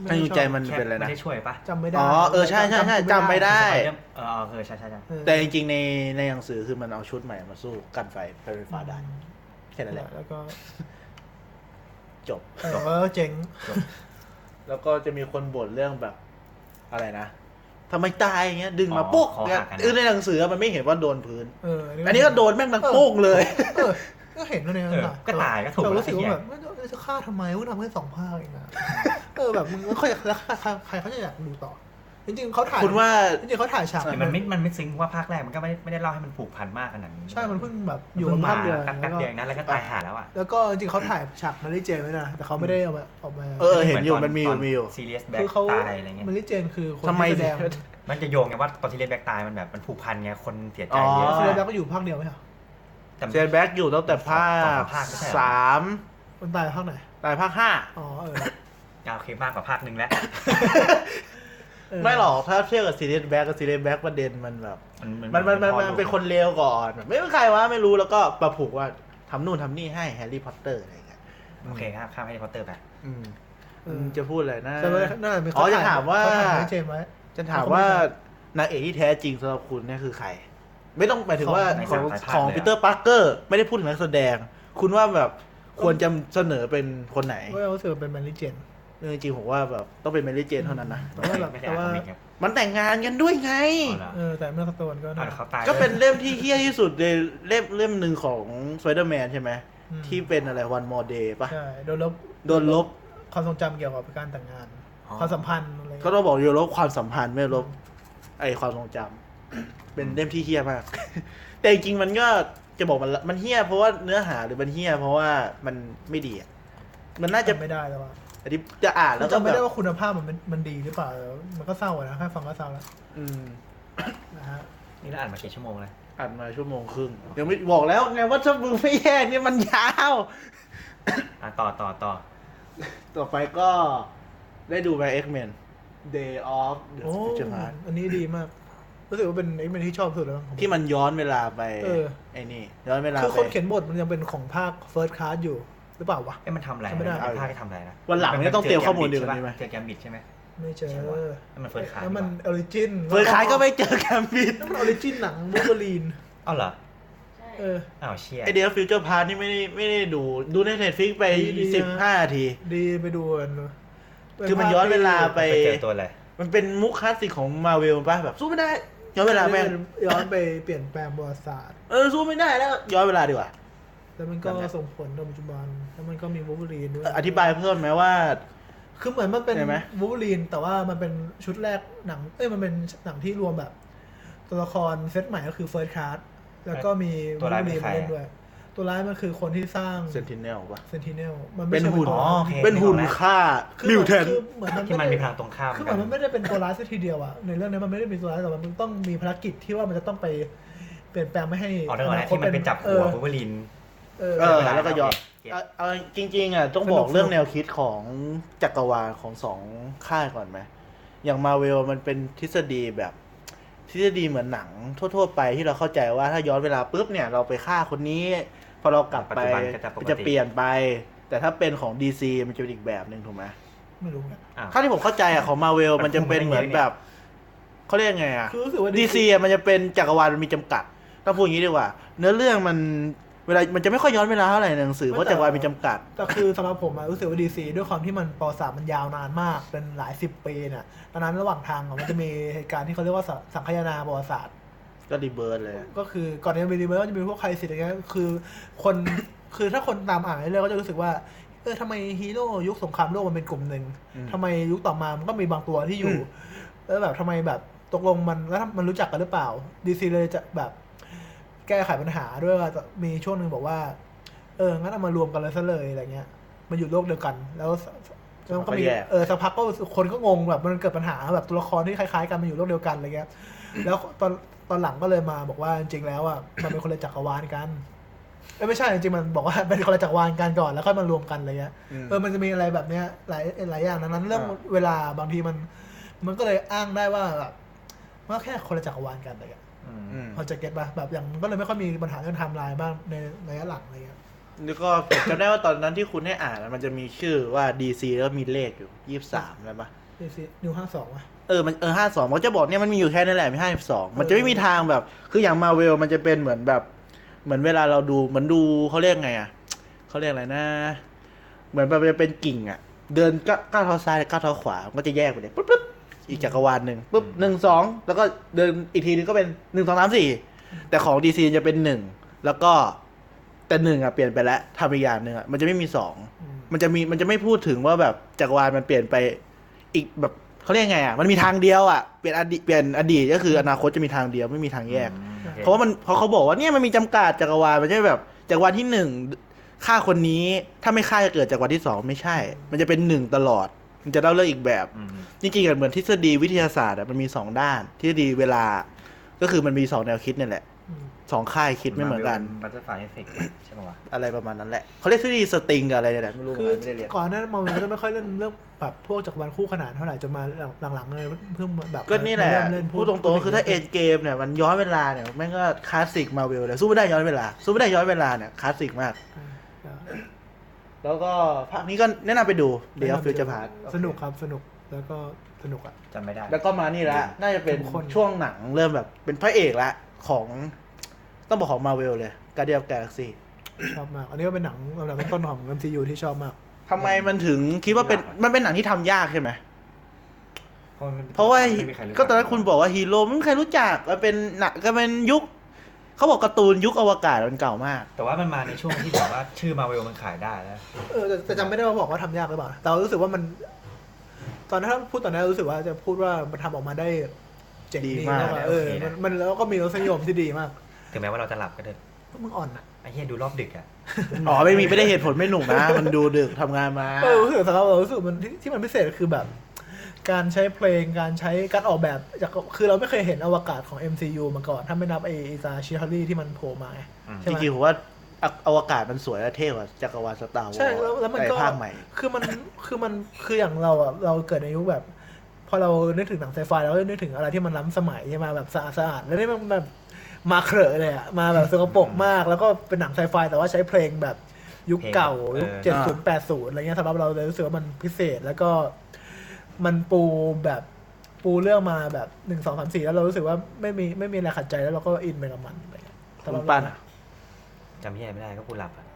ไม่
ให้
ค่อย
ใจมันเป็นอะไร
ไม่
นะ
ได้ช่วยปะ
จำไม่ได้
อ๋อเออใช่ใช่ใช่จำไม่ได้
สปเดอร์เออเออใช่ใช่ใช่
เออ
แต่จริงๆในในหนังสือคือมันเอาชุดใหม่มาสู้กันไฟไฟฟ้าได้แค่นั้นแหละ
แล้วก็
จบ
เออเออเจ๋ง
แล้วก็จะมีคนบ่นเรื่องแบบอะไรนะทำไมตายอย่างเงี้ยดึงมา
อ๋อ
ปุ๊ก
คอหักอะนะ
เออในหนังสือมันไม่เห็นว่าโดนพื้น
เออ
อันนี้ก็โดนแม่งดังโป้งเลย
เออก็เห็นแล้วเนี่ย
เออก็ตายก็ถูก
แต่รู้สึกว่า
แล้
แบ
ว
บ
ไอ้เหี้ย
อจะฆ่าทำไมเพิ่งทำแค่สองภาคเองนะ เออแบบมึงแล้วใครแล้วใครใครเขาจะอยากดูต่อ จริงๆเขาถ่าย
คุณว่า
จริงๆเขาถ่ายฉาก
แต่มันไม่ มันไม่ซิงค์เพราะว่าภาคแรกมันก็ไม่ได้ไม่ได้เล่าให้มันผูกพันมากขนาดนี้
ใช่มันเพิ่งแบบ
อ
อยู่ ยู่
กัมา
กันนภาคเดียว
แป๊บๆเดียวเองนะแล้วก็ตายหาแล้วอ่ะ
แล้วก็จริงๆเขาถ่ายฉากมาริเจนไว้นะแต่เขาไม่ได้เอามาออกมา
เออ ห็นยู่มันมีอยู่มีอยู่
ซีเรียสแบ็ค
คือเขา
ตายอะไรเงี้ย
มาริเจนคือคน
ทำไม
ที่แสดง
มันจะโยงไงว่าตอนซีเรียสแบ็คตายมันแบบมันผูกพันไงคนเสียใจเย
อ๋
อะ
อ
ซีเรียสแล้วก็อยู่ภาคเดียวไหมเหรอ
แต่มัน
เจนแบ็กอยู่ตั้งแต่ภา
สอง
ค
ภาคไม่ใช่เหรอ
สาม
มันตายภาคไหน
ตายภาคห้า
อ๋อเออ
อ่ะโอเคมากกว่าภาคหนึ่งแล้ว
เ
ไม่หรอกถ้าเทียบกับซีเรียสแบ็กกับซีเรียสแบ็กประเด็นมันแบบ มันมันมันมันเป็นคนเลวก่อนแบบไม่เป็นใครวะไม่รู้แล้วก็ประผูกว่าทำนู่นทำนี่ให้แฮร์รี่พอตเตอร์อะไรอย่างเงี้ย
โอเคครับข้ามให้พอตเตอร์ไป
อืม
เออ
จะพูดอะไรนะ
แต่ว่านั่นเป็น
อ๋อจะถามว่า
ริเจนไว้
จะถามว่านางเอกที่แท้จริงสำหรับคุณเนี่ยคือใคร ไม่ต้องหมายถึงว่าข
ขอ
อง ง
ในสายพันธุ์
ของ
เลยอะ
ปีเตอร์ปาร์เกอร์ ไม่ได้พูดถึงนักแสดง คุณว่าแบบควรจะเสนอเป็นคนไหน
ว่ารู้สึกว่าเป็นแมรี่เจน
เออจริงๆผมว่าแบบต้องเป็นเมลิเจนเท่านั้นนะ
แต่ว่าแบบ
ไม่ได้อ่านคอมิกครับ
มันแต่งงานกันด้วยไง
เอาละ
เออแต่เมื่อสโตนก็
เอา
นะ
ละเขาตาย
ก็เป็นเล่มที่เฮี้ยที่สุดในเล่มเล่มหนึ่งของสไปเดอร์แมนใช่ไหม
อืม
ที่เป็นอะไรวันมอเดย์ปะ
ใช่โดนลบ
โดนลบ
ความทรงจำเกี่ยวกับการแต่งงาน ความสัมพันธ์อะไร
ก็ต้องบอกอยู่ลบความสัมพันธ์ไม่ลบไอความทรงจำ เป็นเล่มที่เฮี้ยมาก แต่จริงๆมันก็จะบอกมันละมันเฮี้ยเพราะว่าเนื้อหาหรือมันเฮี้ยเพราะว่ามันไม่ดีอะมันน่าจะ
จำไม่ได้แล้วว่า
อันนี้จะอ่านแล้วก็
จำ
แบ
ไม่
บ
ได้ว่าคุณภาพมันเป็นมันดีหรือเปล่าแต่ว่ามันก็เศร้าอะนะแค่ฟังก็เศร้าแล้ว
อืม
นะฮะ
นี่เราอ่านมากี่ชั่วโมงแล้ว
อ่านมาชั่วโมงครึ่งยังไม่บอกแล้วไงว่าถ้ามึงไม่แย่เนี่ยมันยาว
อ่ะต่อต่อต่อ
ต่อไปก็ได้ดูไป X-Men Day of the
โอ้
Future Past
อันนี้ดีมาก รู้สึกว่าเป็นไอ้เป็นที่ชอบสุดแล้วมั้งผม
ที่มันย้อนเวลาไป
เออ
ไอ้นี่ย้อนเวลา
คือคน
ไป
เขียนบทมันยังเป็นของภาคเฟิร์สคลาสอยู่หรือเปล่าวะ
เอ้ยมันทำอะไร
จำไม่ได้
นะเป็นภาคที่ทำอะไรนะ
วันหลังเนี่ยต้องเตรียมข้อมูลดีกว่านี้
ไห
ไหม
เจอแกมบิดใช่ไหม
ไม่เจอ
ใช่วะแล้วมันเฟิร์สคลาส
แล้วมันออริจิน
เฟิร์สคลาสก็ไม่เจอแคมปิด
แล้วมันออริจินหนังบูเบอรีน
อ้าวเหรอ
เออ
อ้าวเชี่ย
ไอเดียฟิวเจอร์พาร์ทนี่ไม่ได้ไม่ได้ดูดูในเน็ตฟิกไป
ดีๆนะ
สิบห้าที
ดีไปดูกันเนอะ
คือมันย้อนเวลาไป
ไปเจอตัวอะไร
มันเป็นมุกคลาสสิกของมาเวลป่ะแบบสู้ไม่ได้ ย้อนเวลาแม่ง
ย้อนไปเปลี่ยนแปลงประวัติศาสตร์
เออสู้ไม่ได้แล้วย้อนเวลาดีกว่า
แล้วมันก็
นั่นแหละ
ส่งผลต่อปัจจุบัน แล้วมันก็มีวูล์ฟเวอรีนด้วย
เอออธิบายเพิ่มไหมว่า
คือเหมือนมันเป็น
ได้ไหม
วูล์ฟเวอรีน แต่ว่ามันเป็นชุดแรกหนัง เอ้ย มันเป็นหนังที่รวมแบบ ตัวละครเซตใหม่ก็คือเฟิร์สคลาส แล้วก็มีวูล์ฟเวอรีนมาเล่นด้วย ตัวร้ายมันคือคนที่สร้าง
เซนติเนลป่ะ
เซนติเนล มันไม่
เป็น
ใช่
หุ่น
ตัว
อ๋อ
ร้าย
โอเค
เป็นหุ่นฆ่า
คือ
มิวเทน
คือเหมือนมัน
ที่มันมี
ไม่
พลั
ได้
งตรงข้าม
คือเหมือนมันไม่ได้เป็นตัวร้ายซะทีเดียวอะในเรื่องนี้มันไม่ได้มีตัวร้ายแต่ว่ามันต้องมีภารกิจที่ว่ามันจะต้องไปเปลี่ยนแปลงไม่ให้
อ๋อทั้งหมดนะที่มันเป็นจับหัวบูเบอริน
เออ
เอ
เออ
อแล้วก็ย้อน
เก็บ
เอาเอาจริง ๆอ่ะต้องบอกเรื่องแนวคิดของจักรวาลของสองค่ายก่อนไหมอย่างมาเวลมันเป็นทฤษฎีแบบ ทฤษฎีเหมือนหนังทั่ว ๆ ไปที่เราเข้าใจว่าถ้าย้อนเวลาปุ๊บเนี่ยเราไปฆ่าคนนี้ พอเรากลับไป
ปัจจุบันก็จะปกติ
มันจะเปลี่ยนไป แต่ถ้าเป็นของ DC มันจะเป็นอีกแบบหนึ่งถูกไหม
ไม่รู้อะ
อ้าว
ถ้าที่ผมเข้าใจอ่ะของมาเวล
มั
มัน
น
จะเป็นเหมือน
คุมไม่ได้
แบบเขาเรียกไงอ่ะ
คือรู้สึกว่า
ดีซีมันจะเป็นจักรวาลมันมีจำกัดต้องพูดอย่างนี้ดีกว่า เนื้อเรื่องมันเวลามันจะไม่ค่อยย้อนเวลาเท่าไหร่ในหนังสือเพราะจักรวาลมีจำกัด
แต่คือสำหรับผมอะรู้สึกว่าดีซีด้วยความที่มันปอสามมันยาวนานมาก เป็นหลายสิบปีน่ะตอนนั้นระหว่างทางอะมันจะมีเหตุการณ์ที่เขาเรียกว่าสสังคายนาประวัติศาสตร์
ก็รีเบิร์ดเลยอะ
ก็คือก่อนที่จะมีดีเบอร์ก็จะมีพวกใครสิทธิ์อะไรเงี้ยคือคน คือถ้าคนตามอ่านเรื่อยๆก็จะรู้สึกว่าเออทำไมฮีโร่ยุคสงครามโลกมันเป็นกลุ่มหนึ่งทำไมยุคต่อมามันก็มีบางตัวที่อยู่แล้วแบบทำไมแบบตกลงมันแล้วมันรู้จักกันหรือเปล่าดีซีเลยจะแบบ แก้ไขปัญหาด้วยว่ามีช่วงหนึ่งบอกว่า เอองั้นเอามารวมกันเลยซะเลยอะไรเงี้ยมันอยู่โลกเดียวกัน แล้วแล้วก็มีเออสักพักก็คนก็งงแบบมันเกิดปัญหาแบบตัวละครที่คล้ายๆกันมันอยู่โลกเดียวกันอะไรเงี้ย แล้วตอนตอนหลังก็เลยมาบอกว่าจริงๆแล้วอ่ะมันเป็นคนละจักรวาลกันเอ้ยไม่ใช่จริงๆมันบอกว่าเป็นคนละจักรวาลกันก่อนแล้วค่อยมารวมกันอะไรเงี้ยเออมันจะมีอะไรแบบเนี้ยหลายหลายอย่างดังนั้น เรื่องเวลาบางทีมัน มันก็เลยอ้างได้ว่าแบบว่าแค่คนละจักรวาลกันอะไรเงี้ย
อืม
อืม
พอจะเก็ตป่ะแบบอย่างมันก็เลยไม่ค่อยมีปัญหาเรื่องไทม์ไลน์บ้างในระยะหลังอะไรเงี้ย
แล้วก็ ผมจำได้ว่าตอนนั้นที่คุณให้อ่านอะมันจะมีชื่อว่าดีซีแล้วก็มีเลขอยู่ยี่สามอะไรปะ
DC นิวห้าสองว่ะ
เออมันเออห้าสองมันจะบอกเนี่ยมันมีอยู่แค่นั้นแหละมีห้าสองมันจะไม่มีทางแบบ คืออย่างมาเวลมันจะเป็นเหมือนแบบ เหมือนเวลาเราดูเหมือนดูเขาเรียกไงอ่ะเขาเรียกอะไรนะ เหมือนแบบจะเป็นกิ่งอ่ะ เดินก้าก้าวเท้าซ้ายและก้าวเท้าขวามันก็จะแยกไปเลยปุ๊บปุ๊บอีกจักรวาลหนึ่งปุ๊บหนึ่งสองแล้วก็เดินอีกทีนึงก็เป็นหนึ่งสองสามสี่แต่ของดีซีจะเป็นหนึ่งแล้วก็แต่หนึ่งอ่ะเปลี่ยนไปแล้วทำอีกอย่างหนึ่งอ่ะมันจะไม่มีสอง
อืม
มันจะมีมันจะไม่พูดถึงว่าแบบจักรวาลมันเปลี่ยนไปอีกแบบเขาเรียกไงอ่ะมันมีทางเดียวอ่ะเปลี่ยนอดีตเปลี่ยนอดีตก็คืออนาคตจะมีทางเดียวไม่มีทางแยก
อืมโอค
เพราะว่ามันเพราะเขาบอกว่าเนี่ยมันมีจำกัดจักรวาลมันไม่ใช่แบบจักรวาลที่หนึ่งฆ่าคนนี้ถ้าไม่ฆ่าจะเกิดจักรวาลที่สองไม่ใช่ มันจะเป็นหนึ่งตลอด มันจะเล่าเรื่องอีกแบบ
อืม
จริงๆอะเหมือนทฤษฎีวิทยาศาสตร์อะมันมีสองด้านทฤษฎีเวลา ก็คือมันมีสองแนวคิดเนี่ยแหละ
อืม
สองค่ายคิดไม่เหมือนกัน
บัตเตอร์ฟลายเอฟเฟกต์ใช่ไหมวะ
อะไรประมาณนั้นแหละเขาเรียกทฤษฎีสตริงกับอะไรเนี่ยแหละไม่รู้เหมื
คื
อน
อ
กันไม่ได้เรียน
ก่อนหน้านั้นมองมันก็จะไม่ค่อยเล่นเรื่องแบบพวกจักรวาลคู่ขนานเท่าไหร่จนมาหลังๆเลยเพิ่มแบบ
ก็นี่แหละ
เริ่มเล่น
พูดตรงๆก็คือถ้าเอ็นเกมเนี่ยมันย้อนเวลาเนี่ยแม่งก็คลาสสิกมาเวลเลยสู้ไม่ได้ย้อนเวลาสู้ไม่ได้ย้อนเวลาเนี่ยคลาสสิกมาก แล้วก็ภาคนี้ก็แนะนำไปดูเดี๋ยวฟิวจะพาร์
สนุกครับสนุกแล้วก็สนุกอ่ะ
จำไม่ได้
แล้วก็มานี่ละน่าจะเป็น
ทุกคน
ช่วงหนังเริ่มแบบเป็นพระเอกละของต้องบอกของมาเวลเลยกาเดียบกาแล็กซี
ชอบมาก อันนี้ก็เป็นหนังลำดับต้นๆของ MCU ที่ชอบมาก
ทำไมมันถึงคิดว่าเป็น
ยากอะ
มันเป็นหนังที่ทำยากใช่ไหม
เพราะมัน
เพราะว่า
ไม่มีใครู้จั
ก็ตอนนั้นคุณบอกว่าฮีโร่ไม่มีใครรู้จักมันเป็นหนักก็เป็นยุค เขาบอกการ์ตูนยุคอวกาศมันเก่ามาก
แต่ว่ามันมาในช่วงที่แบบว่า ชื่อมาเวลมันขายได้แล้ว
เออแต่แต่จำไม่ได้ว่าบอกว่าทำยากหรือเปล่า แต่รู้สึกว่ามัน ตอนนั้นถ้าพูดตอนนั้นรู้สึกว่าจะพูดว่ามันทำออกมาได้เจ๋งดี
ดีมาก
แล้วอะเออ
โอเคนะ
มันมันแล้วก็มีรสนิยมที่ดีมาก
ถึงแม้ว่าเราจะหลับก็เถอะ
พวกมึงอ่อนอ่ะ
ไอ้เฮียดูรอบดึกอ่ะ
อ๋อไม่มีไม่ได้เหตุผลไม่หนุกนะ มันดูดึกทำงานมา
เออรู้สึกสำหรับเรารู้สึกมันที่ที่มันพิเศษคือแบบ การใช้เพลงการใช้การออกแบบจากคือเราไม่เคยเห็นอวกาศของ MCU มาก่อน ถ้าไม่นับไอซาชิฮารีที่มันโผล่มาไง
อืม
ใช่
จ
ไหม
ริงๆผมว่าออวกาศมันสวยและเท่กว่าจักรวาลสตาร์วอ
ใช่แล้วแล้วมันก็
ภาคใหม่
คือมันคือมันคืออย่างเราอ่ะเราเกิดในยุคแบบ พอเรานึกถึงหนังไซไฟแล้วนึกถึงอะไรที่มันล้ำสมัยใช่ไหมแบบสะอาดสะอาดแล้วนี่มันแบบมาเครอะเลยอ่ะมาแบบสกปรกมาก แล้วก็เป็นหนังไซไฟแต่ว่าใช้เพลงแบบยุคเก่า
เพลง
ยุค
เอ
เจ็ด
อ
ศูนย์แปดศูนย์อะไรเงี้ยสำหรับเราเลยรู้สึกว่ามันพิเศษแล้วก็มันปูแบบปูเรื่องมาแบบหนึ่งสองสามสี่แล้วเรารู้สึกว่าไม่มีไม่มีอะไรขัดใจแล้วเราก็อินไปกับมันอะไรเงี้ยสำห
คุ
รั
ณ
บเรา
ปั้น
นะ
อะ
จำเฮียไม่ได้ก็กูหลั บอ่ะ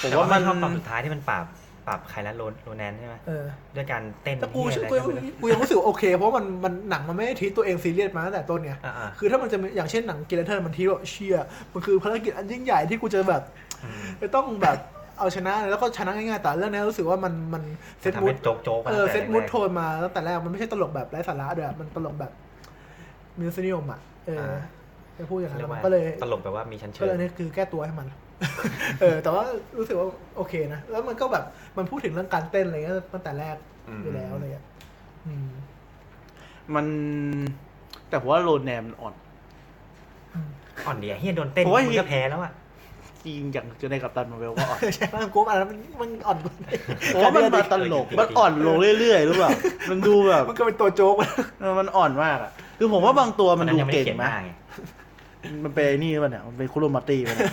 ผม
แต่
ว่ามัน
ชอบตอนสุดท้ายที่มันปราบปราบใครแล้วโรนโรแนนใช่ไหม
เออ
ด้วยการเต้น
แต่กู
เหี้ยอะไร
กู
ไม่รู้
กูยังรู้สึกว่าโอเค เพราะมันมันหนังมันไม่ได้ทีตัวเองซีเรียสมาตั้งแต่ต้นไง
อ่า
คือถ้ามันจะมีอย่างเช่นหนังกิเลเทอร์มันทีว่าเชียมันคือภารกิจอันยิ่งใหญ่ที่กูจะแบบ
ๆอืม
จะต้องแบบเอาชนะแล้วก็ชนะง่ายๆแต่เรื่องนี้รู้สึกว่ามันมันเซต
ทำ
มู
เป็
ด
นโจ๊กโจ๊ก
เออเซตมูดโทนมาตั้งแต่แรกมันไม่ใช่ตลกแบบไร้สาระด้วยอะมันตลกแบบมิวสินิยมอ่ะเออจะพูดอย่างนั้น
เรียกว่า
มันก็เลย
ตลกแบบว่ามีชั้นเชิ
ก็เลย
ง
นี่คือแก้ตัวให้มัน เออ แต่ว่ารู้สึกว่าโอเคนะ แล้วมันก็แบบมันพูดถึงเรื่องการเต้นอะไรเงี้ยตั้งแต่แรกอยู่แล้วอะไรเลยอ่ะอืม
มัน แต่ผมว่าโรนแนมมันอ่อน
อ่อนเดียเฮียโดนเต้น
ผมว่า
มึงก็แพ้แล้วอ่ะ
จริงอย่างเจอในกัปตันมาเวลก็อ่อน
ใช่ป่ะกูอ่านแล้วมัน มันอ่อนกว่า
ผมว่ามันมาตลกมันอ่อนลงเรื่อยๆหรือเปล่ามันดูแบบ
มันก็เป็นตัวโจ๊ก
เออมันอ่อนมากอ่ะ คือผมว่าบางตัวมัน
ตอ
ดู
ยังไได้
เก่ง
ขียนห
นะ
น้าไง
มันเป็นไอ้นี่มันเนี่ย มันเป็นคุโรมาตี้มันเนี่ย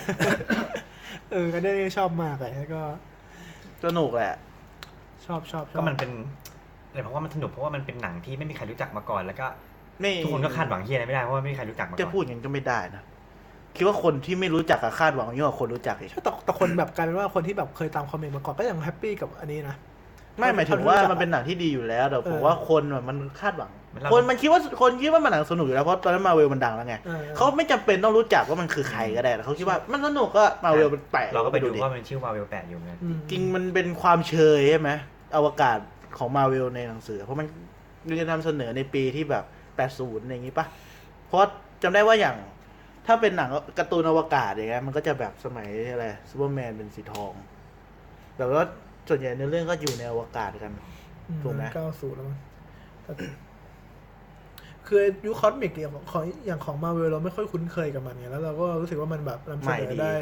เออก็ได้ชอบมากเลยแล้วก็
สนุกแหละ
ชอบชอบชอบ
ก็มันเป็นเลยเพราะว่ามันสนุกเพราะว่ามันเป็นหนังที่ไม่มีใครรู้จักมาก่อนแล้วก็
ไม่
ทุกคนก็คาดหวังเฮียอะไรไม่ได้เพราะว่าไม่มีใครรู้จักมาก่อน
จะพูดอย่างนั้นก็ไม่ได้นะ คิดว่าคนที่ไม่รู้จักอะคาดหวังยิ่งกว่าคนรู้จักอีก
แต่แต่คนแบบกลายเป็นว่าคนที่แบบเคยตามคอมเมนต์มาก่อนก็ยังแฮปปี้กับอันนี้นะ
ไม่หมายถึงว่ามันเป็นหนังที่ดีอยู่แล้วแต่ผม
เออ
ว่าคนอะมันคาดหวัง
มันเรา
คนมันคิดว่าคนคิดว่ามันหนังสนุกอยู่แล้วเพราะตอนนั้นมาเวลมันดังแล้วไง
เออ
เขาไม่จำเป็นต้องรู้จักว่ามันคือใครก็ได้แต่เขาคิดว่ามันสนุกก็มาเวลมันแปลก
เราก็ไปดู
ดิ
ว่ามันชื่อมาเวลแปดอยู่ไง
อืม
จริงมันเป็นความเชยใช่ไหมอวกาศของมาเวลในหนังสือ เพราะมันจะนำเสนอในปีที่แบบ80อะไรอย่างนี้ปะเพราะจำได้ว่าอย่าง ถ้าเป็นหนังการ์ตูนอวกาศอย่างเงี้ยมันก็จะแบบสมัยอะไรซูเปอร์แมนเป็นสีทองแบบว่าส่วนใหญ่ในอเรื่องก็อยู่ในอวกาศกัน
อืม
ถูกไหม
เก้าสูแล้วมั้ง แต่คือยุคคอสมิกเนี่ยของของอย่างของมาเวลเราไม่ค่อยคุ้นเคยกับมันไงแล้วเราก็รู้สึกว่ามันแบบนำเสนอได้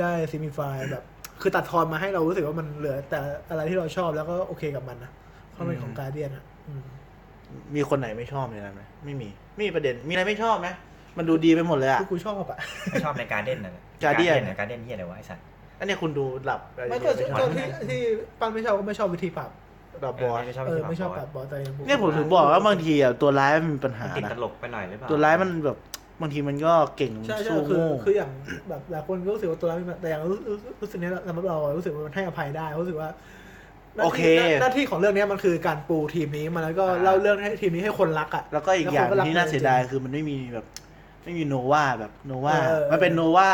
ได้ซิมิฟายแบบ คือตัดทอนมาให้เรารู้สึกว่ามันเหลือ แต่อะไรที่เราชอบแล้วก็โอเคกับมันนะข้อเป็นของการเดียนอ่ะอืม
มีคนไหนไม่ชอบในนั้นไหมไม่มีไม่มีประเด็น มีอะไรไม่ชอบไหมมันดูดีไปหมดเลยอะ
ที่กูชอบอะ
ไม่ ชอบในการเด่นนะ
Guardian
นะการเด่นเฮียอะไรวะไอ้สัตว์
อันเนี้ยคุณดูหลับ
ไม่ก็
ช
ที่
อบ
ที่ปั้นไม่ชอบก็ไม่ชอบวิธีปรับ
หลับบอล
ไม่ชอบ
เออไม่
ที่
ช
ช
อ
อ
บบ ป
แบ
รั
บ
บบอสแต่ยัง
เนี่ยผมถึงบอกว่าบางทีอะตัวร้ายมันมีปัญหา
ติด
นะ
ตลกไปหน่อยหรือเปล่า
ตัวร้ายมันแบบบางทีมันก็เก่ง
ใช่ใช่
สู้
คือ
โง่
คืออย่างแบบหลายคนก็รู้สึกว่าตัวเรามีแต่อย่างรู้รู้รู้สึกเนี้ยสำหรับเราอะรู้สึกว่ามันให้อภัยได้รู้สึกว่าหน้าที่
โอเค
หน้าหน้าที่ของเรื่องเนี้ยมันคือการปูทีมนี้มาแล้วก็เล่าเรื่องให้ทีมนี้ให้คนรักอ่ะ
แล้วก็อีกอย่าง
แล้วคนก็รัก
ที่น่าเสียดายคือมันไม่มีแบบ ไม่มีโนวาแบบโนวา
เออ
มันเป็นโนวา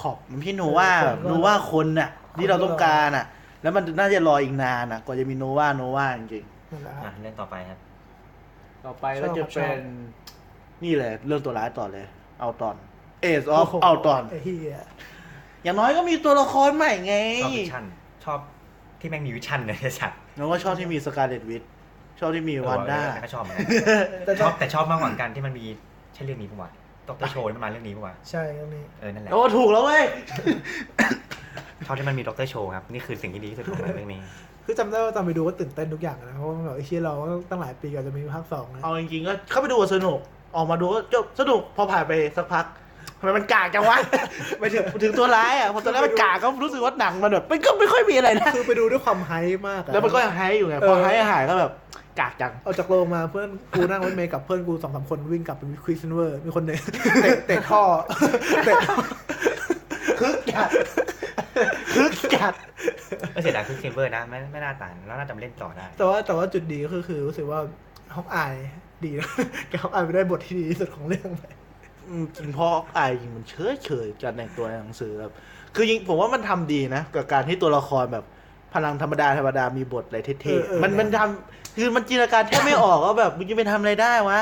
ขอบมันพี่โนวา
เออ
แบบโนวาคนน่ะที่เราต้องการน่ะ แล้วมันน่าจะรออีกนานนะกว่าจะมีโนวาโนวาจริง
นั่นแหละ
อ่ะ
ฮะ
เรื่องต่อไปครับ
ๆต่อไปก็
ชอบ
จะ
ครับ
เป็น
ชอ
นี่แหละ เรื่องตัวร้ายต่อเลย เอาตอน เอสออฟเอาตอน
ไอ้เหี้ย
อย่างน้อยก็มีตัวละครใหม่ไง
ชอบวิชั่น ชอบที่แม่งมีวิชั่น เลยไอ้สัตว์
น้องก็ชอบที่มีสกาเลตวิทชอบที่มีวันด้า
เออก็ชอบเหมือนกัน
แต่
ช
ช
อ
อ
บบ แต่ชอบมากกว่ากันที่มันมีใช่เรื่องนี้ปะวะดรโชว์มันมาเรื่องนี้ปะวะ
ใช่ตรงนี้
เออนั่นแหละ
โอ้ถูกแล้วเว้ย
ชอบที่มันมีดรโชว์ครับนี่คือสิ่งที่ดีที่สุดของหนังเรื่องนี้
คือจำได้ว่าตอนไปดูก็ตื่นเต้นทุกอย่างนะ เพราะว่าแบบไอ้เชี่ยเราตั้งหลายปีกว่อนจะมีภาคสองนะ
เอาจริงๆก็เข้าไปดูอะสนุก ออกมาดูก็จบสนุกพอผ่านไปสักพักทำไมมันกากจังวะ ไปถึงถึงตัวร้ายอ่ะพอตอนแรกมันกากก็รู้สึกว่าหนังมันแบบมันก็ไม่ค่อยมีอะไรนะ
คือไปดูด้วยความไฮป์มากอะ
แล้วมันก็ยังไฮอยู่ไง
เอ
พอ
อ
ไฮหายก็แบบกากจัง
ออกจากโรงมาเพื่อนกูนั่งรถเมย์กับเพื่อนกูสองสามคนวิ่งกลับเป็นควิสเวอร์ มีคน หนึ่งเตะเตะท่อเตะ
คึกจัด คึกจัด
ก็เสียดายคือซิลเวอร์นะไม่ไม่น่าต่างแล้วน่าจะมาเล่นต่อได้
แต่ว่าแต่ว่าจุดดีก็คือคือรู้สึกว่าฮอกอายดีนะ แกฮอกอายไปได้บทที่ดีที่สุดของเรื่องไป
อืมจริงพอไอายจริงมันเฉยเฉยๆการแต่งตัวในหนังสือแบบคือจริงผมว่ามันทำดีนะ กับการที่ตัวละครแบบพลังธรรมดาธรรมดามีบทอะไรเท่
เออเออ
ๆมันมันทำคือมันจินตนาการแทบไม่ออกว่าแบบมึงจะไปทำอะไรได้วะ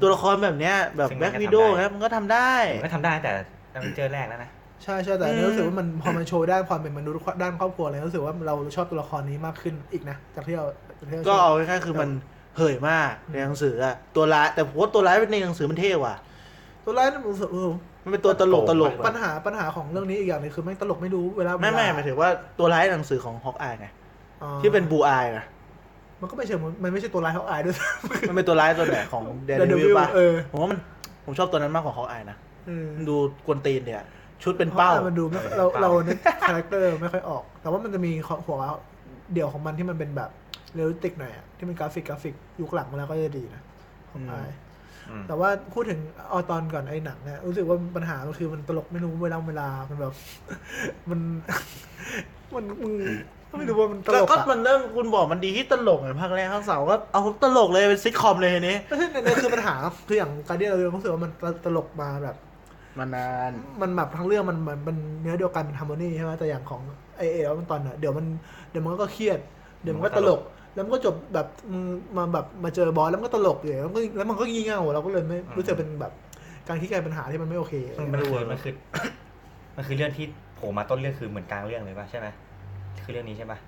ตัวละครแบบเนี้ยแบบ
ซึ่งมั
แบ็
น
ค
ก็
วิ
ทำ
ดโอ
ได้
ครับมันก็ทำได้
ผมก็ทำได้แต่แต่มันเจอแรกแล้วนะ
ใช่ใช่แต่อันนี้รู้สึกว่ามันพอมันโชว์ด้านความเป็นมนุษย์ด้านครอบครัวอะไรรู้สึกว่าเราชอบตัวละครนี้มากขึ้นอีกนะจากที่เราจากที่เรา
ก็
ชอบ
เอาง่ายๆคือมันเห่ยมากในหนังสืออะตัวร้ายแต่ผมว่าตัวร้ายในหนังสือมันเท่ว่ะ
ตัวร้ายนั่นผมรู้สึกเออ
มันเป็นตัวตลกตลก
โอ้
ๆ
ปัญ
อะ
หาปัญหาของเรื่องนี้อีกอย่างหนึงคือแม่งตลกไม่รู้เวลา
ไม่ไม่หมายถึงว่าตัวร้ายในหนังสือของฮอกอายไง
อ๋อ
ที่เป็นบูอายนะ
มันก็ไม่เชิงมันไม่ใช่ตัวร้ายเขาอายด้วย
มันเป็นตัวร้ายตัวไหนของเดน
Daredevil
วิลป่ะ
เออ
ผมว่ามันผมชอบตัวนั้นมากกว่าฮอกอายนะ
อืม
ดูกวนตีนเนี่ย ชุดเป็นเป้า
พระว่มันดูไม่เรา
เป้า
เรานึกคาแรคเตอร์ไม่ค่อยออก แต่ว่ามันจะมีของหัวเดี่ยวของมันที่มันเป็นแบบเรียลลิติกหน่อยอะที่เป็นกราฟิกกราฟิกยุคหลังมาแล้วก็จะดีนะของอาย
อืม
แต่ว่าพูดถึงเอาตอนก่อนไอ้หนังเนี่ยรู้สึกว่าปัญหามันคือมันตลกไม่รู้เวลาเวลามันแบบ มัน มันมึงก็ไม่รู้ว่ามันตล
แล้ว
ก
ก็
อะ
มันเริ่มคุณบอกมันดีที่ตลกไงภาคแรกภาคสองก็เอาตลกเลยเป็นซิทคอมเลยทีนี้
ไม่ใช่ในในคือปัญหา คืออย่างการที่เราเรียนรู้สึกว่ามันตลกมาแบบ
มานาน
มันแบบทั้งเรื่องมันมันมันเนื้อเดียวกันมันฮาร์โมนีใช่ไหมแต่อย่างของไอเอแล้วมันตอนน่ะเดี๋ยวมันเดี๋ยวมันก็เครียด เดี๋ยวมันก็ตลก แล้วมันก็จบแบบมึงมาแบบมาเจอบอสแล้วมันก็ตลกอยู่แล้วมันก็แล้วมันก็งี่เง่าเราก็เลยไม่รู้สึกเป็นแบบการที่แก้ปัญหาที่มันไม่โอเค
มันคือมันคือ มันคือเรื่องที่โผล่มาต้นเรื่องคือเหมือนกลางเรื่องเลยป่ะใช่ไหมคือเรื่องนี้ใช่ป่ะ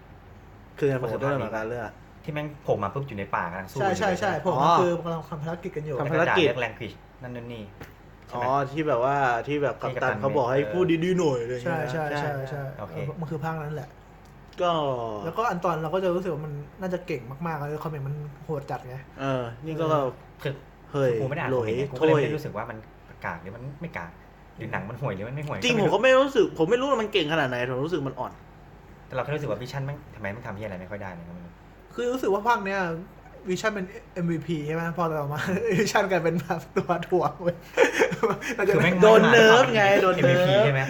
คือไงมันคือต้นเรื่องของการเลือก
ที่แม่งโผล่มาปุ๊บอยู่ในป่ากำลังสู้
ใช่ใช่ใช่
อยู่เลย
ผม
อ๋อ
คือกำลังทำภารกิจกันอยู่
ทำภา
ทำภาร ร
กิ
กิ
จ
จเรื่องแรงกิจนั่นนู่นนี่
อ๋อที่แบบว่าที่แบบกัปตันเขาบอกให้พูดดีๆหน่อยเลย
ใช่ใช่ใช่ใช่
โอเค
เออมันคือภาคนั้นแหละ
ก็
แล้วก็อันตอนเราก็จะรู้สึกว่ามันน่าจะเก่งมากๆเลยคอมเมนต์มันโหดจัดไง
เออ นี่ก็
คือ
เฮ้ย
กูไม่ได้อ่าน
โหล
คอมเม
ย
นต์
โถย
เนี่ยกูก็เลยไม่ได้รู้สึกว่ามันกากหรือมันไม่กากหรือหนังมันห่วยหรือมันไม่ห่วย
จริงผมก็ไม่รู้สึก ผมไม่รู้ว่ามันเก่งขนาดไหนผมรู้สึกมันอ่อน
แต่เราแค่รู้สึกว่าวิชั่นแม่งทำไมแม่งทำที่อะไรไม่ค่อยได้เลยก็ไม่รู้
คือรู้สึกว่าภาคเนี้ยวิชั่นเป็น MVP ใช่ไหมพอต่อมา วิชั่นกลายเป็นแบบตัวถ่วงเว้ย หลังจาก
คือ
นั้
แม่
น
ง
โดนเนิร์ฟไงโดนเนิร์ฟ
ฟใช่ไหม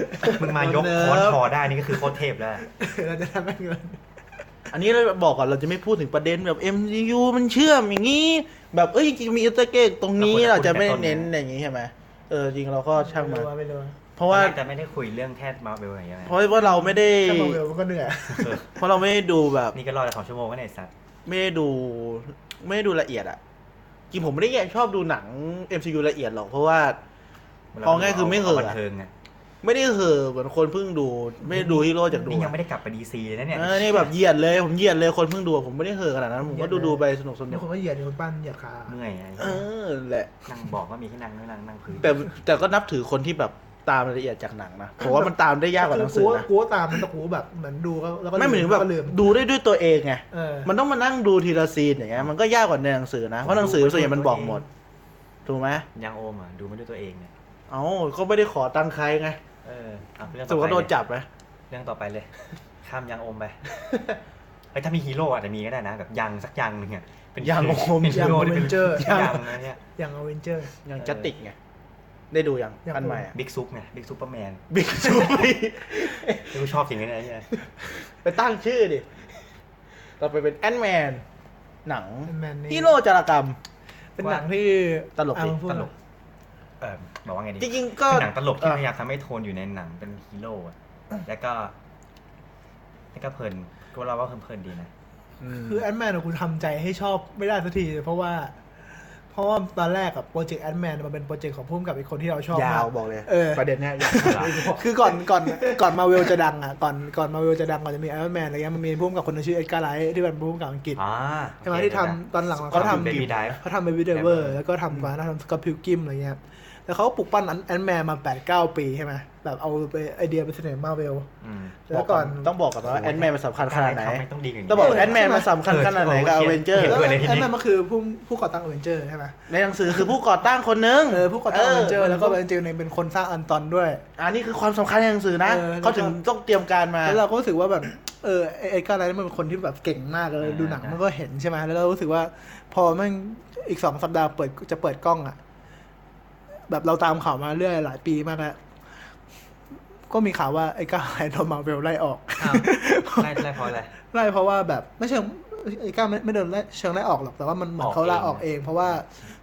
มึงมายกคอนคอได้นี่ก็คือโคตรเทพแล้ว
หลังจากนั้นแม่งเงิน
อันนี้เราบอกก่อนเราจะไม่พูดถึงประเด็นแบบ MCU มันเชื่อมอย่างนี้ แบบเอ้ยจริงๆมีอิสเตอร์เกกตรงนี้
เรา
เรา
ควร
จะ
จะพูดแต่
ไม่
ต้น
เน้นอย่างนี้ใช่ไหมเออจริงเราก็ช่างมัน
ไม่รู้อะ
เพราะว่า
แต่ไม่ได้คุยเรื่องแค่มาเวลอะไร อย่างเงี้ย
เพราะว่าเราไม่ได้
ช่างมาเวลมันก็เหนื่อย
เออ
เพราะเราไม่ได้ดูแบบ
นี่ก็รอแต่สองชั่วโมงก็เนี่ยไอ้สัตว์
ไม่ได้ดู ไม่ได้ดูละเอียดอะจริงผมไม่ได้แยกชอบดูหนัง MCU ละเอียดหรอกเพราะว่า เอาง่ายคือไม่เหอะ
าบันเทิงอะ
ไม่ได้เห่อเหมือนคนเพิ่งดู ไม่ได้ดูฮีโร่จากดู
นี่ยังไม่ได้กลับไปดีซีเลยนะเนี่ย
เออนี่แบบเหยียดเลยผมเหยียดเลยคนเพิ่งดูผมไม่ได้เห่อขนาดนั้น ผมก็ดูดูๆไปสนุกส
มี
นุก
คนก็เหยียดมีคนปั้นเหยียดขา
เมื่อยอะไร
เออแหละ
นั่งบอกว่ามีที่นั่งไม่นั่งนั่งพื้น
แต่แต่ก็นับถือคนที่แบบตามรายละเอียดจากหนังนะผมว่ามันตามได้ยากกว่าหนังสือนะ
กูว่าตามมันแต่กูแบบเหมือนดูก็แล้วก็
ไม่เหมือนแบบ
ก็ลืม
ดูได้ด้วยตัวเองไง
เออ
มันต้องมานั่งดูทีละซีนอย่างเงี้ยมันก็ยากกว่าในหนังสือนะเพราะหนังสือส่วนใหญ่มันบอกหมดถูกไหม
ยังโอมอ่ะดูไม่ด้วยตัวเองเนี่ย
เอ้าก็ไม่ได้ขอตังค์ใครไง
เออเอาเรื่อง
สม
ต่
มติ
อไป
ว่าโดน
เลย
จับไหม
เรื่องต่อไป เลย ข้ามยังโอมไปไอ้ยถ้ามีฮีโร่อาจจะมีก็ได้นะแบบยังสักยังหนึ่งอ่ะเป็น
ยังโอม
เป็นฮี
อย่าง
โร่
อ
ที่
เว
เป็น น
เจอร์
ยังนะเนี่ย
อย่างอเวนเจอร์
ยัง
เออ
จัดติกไงได้ดูยัง
ยัง
อันใหม่อะ
บิ๊กซุปไงบิ๊กซุปเปอร์แมน
บิ๊กซูบี้
กูชอบสิ่งนี้นะไอ้เนี่ย
ไปตั้งชื่อดิเราไปเป็นแอนแมนหนัง
Ant-Man นี่
ฮีโร่จารกรรม
เป็นหนังที่
ตลกดิ
อ่ะมึงพูด
ตลก เออบอกว่าไงดี
จริงๆก็
คือหนังตลกที่
เออ
พยายามทำให้โทนอยู่ในหนังเป็นฮีโร่อะแล้วก็ แล้วก็เพลินก็เราว่าเพลินๆดีนะ
คือแอดแมนกูทำใจให้ชอบไม่ได้สักที เพราะว่า เพราะว่าตอนแรกกับโปรเจกต์แอดแมนมันเป็นโปรเจกต์ของพุ่มกับอีกคนที่เราชอ
ยาม
บาก
วบอกเลย
เออ
ประเด็น เนี้ยยาว
คือก่อนก่อนก่อนมาเวลจะดังอ่ะก่อนก่อนมาเวลจะดังก่อนจะมีไอรอนแมนอะไรเงี้ยมันมีพุ่มกับคนหนึ่งชื่อเอ็ดการ์ไลท์ที่เป็นพุ่มกับอังกฤษ
อ่า
ใช่ไหม
โอเค
ที่ทำ
เดี๋ยวนะ
ตอนหลังเขาทำ
เบบี้ไดฟ์
เขาทำเบบี้เดเวอร์ แล้วก็ทำกวาทำสกอร์พิวกิมอะไรเงี้ย แล้วเขาปลูกปั้นแอนแมนมา8ปดเก้าปีใช่ไหม แบบเอาไปไอเดียไปเสนอมาเวล
บ
แล้
อ
ว
ก
ก่
ก่
อ
อน นต้องบอกก่อนว่าแอนแมนมันสำคัญขนาดไหน
ทำมต้องดีกว่านี้
ต้องบอกแอนแมนมันสำคัญขนาดไหนกับ
เอ
อ
อ
เวนเจอร์
เห็นด้วยเลย
แอนแมนมันคือผู้ผู้ก่อตั้งอเวนเจอร์ใช่ไหม
ในหนังสือคือผู้ก่อตั้งคนหนึง
เออ ผู้ก่อตั้งอเวนเจอร์ แล้วก็เป็นจริงๆเป็นคนสร้างอันตอนด้วย
อันนี้คือความสำคัญในหนังสือนะ
เออ
เขาถึงต้องเตรียมการมา
แล้วเราก็รู้สึกว่าแบบ เออไอ้การอะไรนี่มันเป็นคนที่แบบเก่งมากเลย
อ่า
ดูหนัง
อ่ามั
มันก็เห็นใช่ไหมแล้วเรารู้สึกว่า พอแมันอีกสองสัปดาห์เปิดจะเปิดกล้องอะแบบเราตามข่าวมาเรื่อยหลายปีมากแล้วก็มีข่าวว่าไอ้ก้าวไอ้โดนมาเวลไล่ออก
อ้าวไล่ไล่เพราะอะไร
ไล่เพราะว่าแบบไม่เชิงไอ้ก้าวไม่ไม่โดนไล่เชิงไล่ออกหรอกแต่ว่ามันเหมือน
ออก
เขาลา
เอง
ออกเอง เพราะว่า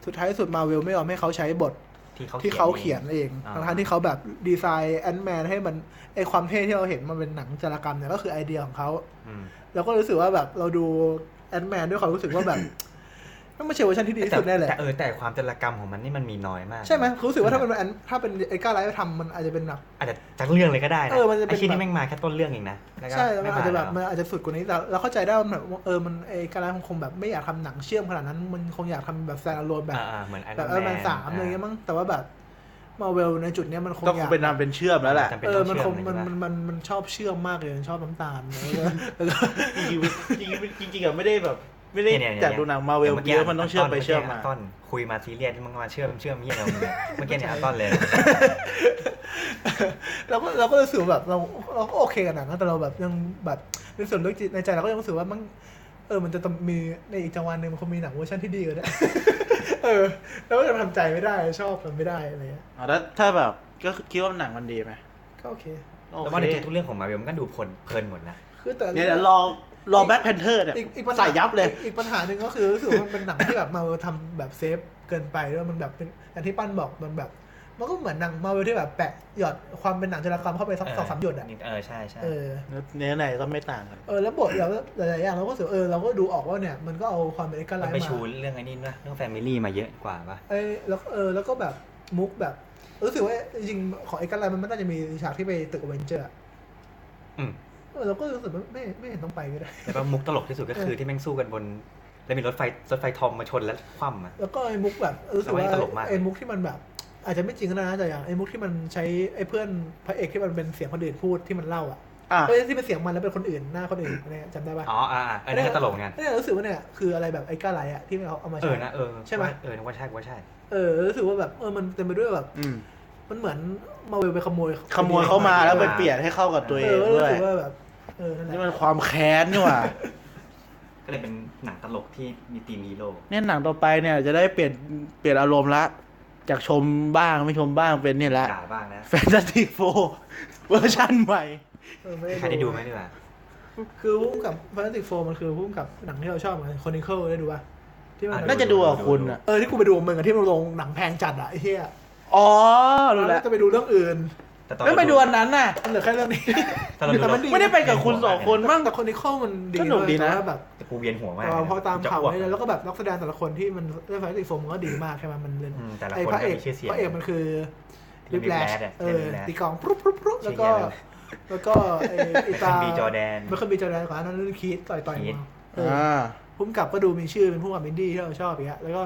สุดท้ายสุดมาเวลไม่ยอมให้เขาใช้บท
ที่เขา
ที่เขาเขียนเอง
า
ทั้งๆที่เขาแบบดีไซน์แอนแมนให้มันไอความเท่ที่เราเห็นมันเป็นหนังจารกรรมเนี่ยก็คือไอเดียของเขา
อืม
เราก็รู้สึกว่าแบบเราดูแอนแมนด้วยความรู้สึกว่าแบบ มันไม่ใช่เวอร์ชันที่ดีที่สุดแน่เลย
แต่เออแต่ความจารกรรมของมันนี่มันมีน้อยมาก
ใช่ไหมรู้สึกว่าถ้าเป็นอันถ้าเป็นไอ้ก้าไลท์ทำมันอาจจะเป็นแบบ
อาจจะจากเรื่องเลยก็ได้นะ
เออมันจะเป็น
ไอ้ที่
แบบ
นี่แม่งมาแค่ต้นเรื่องเองนะแล้วก็
ใช่แล้วมันอาจจะแบบ
ไม่ผ่
มัน
น
อาจจะสุดกว่านี้แต่เราเข้าใจได้ว่าแบบเออมันไอ้ก้าไลท์คงแบบไม่อยากทำหนังเชื่อมขนาดนั้น มันคงอยากทำแบบแซนด์โลนแบบ
อ่าอ่าเหมือน Iron
แบบเออแมน
Man
สามอะไรเงี้ยมั้งแต่ว่าแบบมาเวลในจุดเนี้ยมันคง
ก็
อ
ค
ยาง ก
เป็นนามเป็นเชื่อมแล้วแหละ
จำเป็น
เอ
ต้
อ
อง
มัน
เชื่
ค
อง ม
มัน
อะไรอย่างงี้
มั
ปะ
นมันมันชอบเชื่อมมากเลยมันชอบน้ำตาลแล้วก็แล้วก็
จริงๆจริงๆจริงๆอะไม่ได้แบบ ไม่ได้
เนี่ยเนี่ยเนี่ย
จากดูหนังมาเวล
แต่
เยอะมันต้องเชื่อมไปเชื่อมมา
ต้นคุยมาซีเรียสมันมาเชื่อมเชื่อมเหียอะไรของมึงเนี่ยเมื่อกี้เนี่ยอั
ไม่
ล
ใช่
ตอนเลย
เราก็เราก็รู้สึกว่าแบบเราเราก็โอเคกับหนังนะแต่เราแบบยังแบบในส่วนลึกจิตในใจเราก็ยังรู้สึกว่ามันเออมันจะต้องมีในอีกจังหวะหนึ่งมันคงมีหนังเวอร์ชันที่ดีกว่านี้ เออแล้วก็จะทำใจไม่ได้ชอบมันไม่ได้อะไรเงี้ย
อ๋อแล้วถ้าแบบก็คิดว่าหนังมันดีไหม
ก็โอเค
โอ
แต่ว่า
เค
ในทุกๆเรื่องของมาเวลมันก็ดูเพลินเพลินหมดนะ
คือแต่
เนี่ยเดี๋ยวรอรอแบ็คแพนเทอร์เนี่ย
อีกอีกปัญหา
ใส่ยับเลย
อีกอีกปัญหาหนึ่งก็คือรู้สึกว่ามันเป็นหนังที่แบบมาทำแบบเซฟเกินไปด้วยมันแบบเป็นอย่างที่ปั้นบอกมันแบบ มันก็เหมือนหนังมาเวลที่แบบแปะหยอดความเป็นหนังจราจรเข้าไปสัก
เออ
สองสามหยดอ่ะ
เออใช่ใช่
เออ
เนื้อในก็ไม่ต่างกัน
เออแล้วบทเราก็หลายๆอย่างเราก็รู้สึกเออเราก็ดูออกว่าเนี่ยมันก็เอาความเป็นเอก
มั
ลัก
น
ษณ์
ไป
มา
ชูเรื่องไอ้นี่ด้วยเรื่องแฟมิลี่มาเยอะกว่าปะ
เออแล้วเออแล้วก็แบบมุกแบบรู้สึกว่าจริงๆของเอกลักษณ์มันน่าจะมีฉากที่ไปตึกอเวนเจอร์อะ
อืม
เออเราก็รู้สึกว่าไม่ไม่เห็นต้องไปก็ได้
แล้วก็มุกตลกที่สุดก็คือที่แม่งสู้กันบน แล้วมีรถไฟรถไฟทอมมาชนแล้วคว่ำอะ
แล้วก็ไอ้มุกแบบรู้สึก
แต่ว่า
ว่า
ตลกมาก
ไอ้มุกที่มันแบบ อาจจะไม่จริงก็ได้นะแต่อย่างไอ้มุกที่มันใช้ไอ้เพื่อนพระเอกที่มันเป็นเสียงคนอื่นพูดที่มันเล่าอ่ะ
อ่ะ
เอ้ยที่เป็นเสียงมันแล้วเป็นคนอื่นหน้าคนอื่นเนี่ยจำได้ปะ
อ๋ออ่าอ่าอันนี้ก็ตลกเหมือนกัน
เนี่ยรู้สึกว่าเนี่ยคืออะไรแบบไอ้ก้าไรอะที่มันเอาเอามา
เอ
ใช้
อนะเออ
ใช่ไหม
เออนึกว่าใช่ว่าใช่
เออรู้สึกว่าแบบเออมันเต็มไปด้วยแบบ
อืม
มันเหมือนมาเวลไปขโมย
ขโมยเขามาแล้วไปเปลี่ยนให้เข้ากับตัวเอง
เอ
ด้
อรู้
วย
สึกว่าแบบเออนั่นแห
นี่
ละ
มันความแค้นนี่หว่า
ก็เลยเป็นหนังตลกที่มีตีมฮีโร่
เนี่ยหนังต่อไปเนี่ยจะได้เปลี่ยนเปลี่ยนอารมณ์ละ จากชมบ้างไม่ชมบ้างเป็นเนี่ยละ
ด่าบ้างนะ
แฟนตาซีโฟ เวอร์ชันใหม่
เออม่
ใครได้ดูไหมดีกว่า
คือพุ่มกับฟ a น t ิกโฟมันคือพุ่มกับหนังที่เราชอบเหมือนคอนิเคิลได้ดูป่ะที่มัน
น่าจะดูอ่ะคุณอ่ะ
เออที่กูไปดูมึงอะที่มันลงหนังแพงจัดอะไอ้เหี้ย
อ๋อรู้แล้ว
จะไปดูเรื่องอื่น
แต่ตอน
ไม่ไป
เรา
ดูอันนั้นน่ะ
มันเหลือแค่เรื่องนี้
ตอนเราดู
แต่มันดี
ไม่ได้ไปกับคุณสองคนมั้ง
แต่คอนิเคิลมันดี
สนุกดีนะ
แต่ว่าแบบ
แต่กูเวียนหัวมาก
เราพอตาม
จะ
ข่าว
อ้ก
ไว้แล้วก็แบบนักแสดงแต่ละคนที่มันเรื่องแฟนติกโฟมันก็ดีมากใช่ไหมมันเล่น
อืมแต่ละคน
ไอ้พระเอก
ก็มีชื่อเสียง
พระเอกมันคือ
ลิ
ลิ
ป
ป
แล
แล
ช
ช
อะ
เอ
เรียน
อ
ลิปแลช
ตีกลองปรุ๊บปรุ๊บปรุ๊บแล้วก็
ชื่ออะไรวะ
แล้วก็ไอ้
ไป
อี
คั
ตาน
บีจอร์แดน
มันเคยมีจอร์แดนก่อนนั้นนั่นคีตต่อยต่อย
คีธ
มาเออ
อ่า
พุ่มกับก็ดูมีชื่อเป็นพุ่มกับอินดี้ที่เราชอบอย่างเงี้ยแล้วก็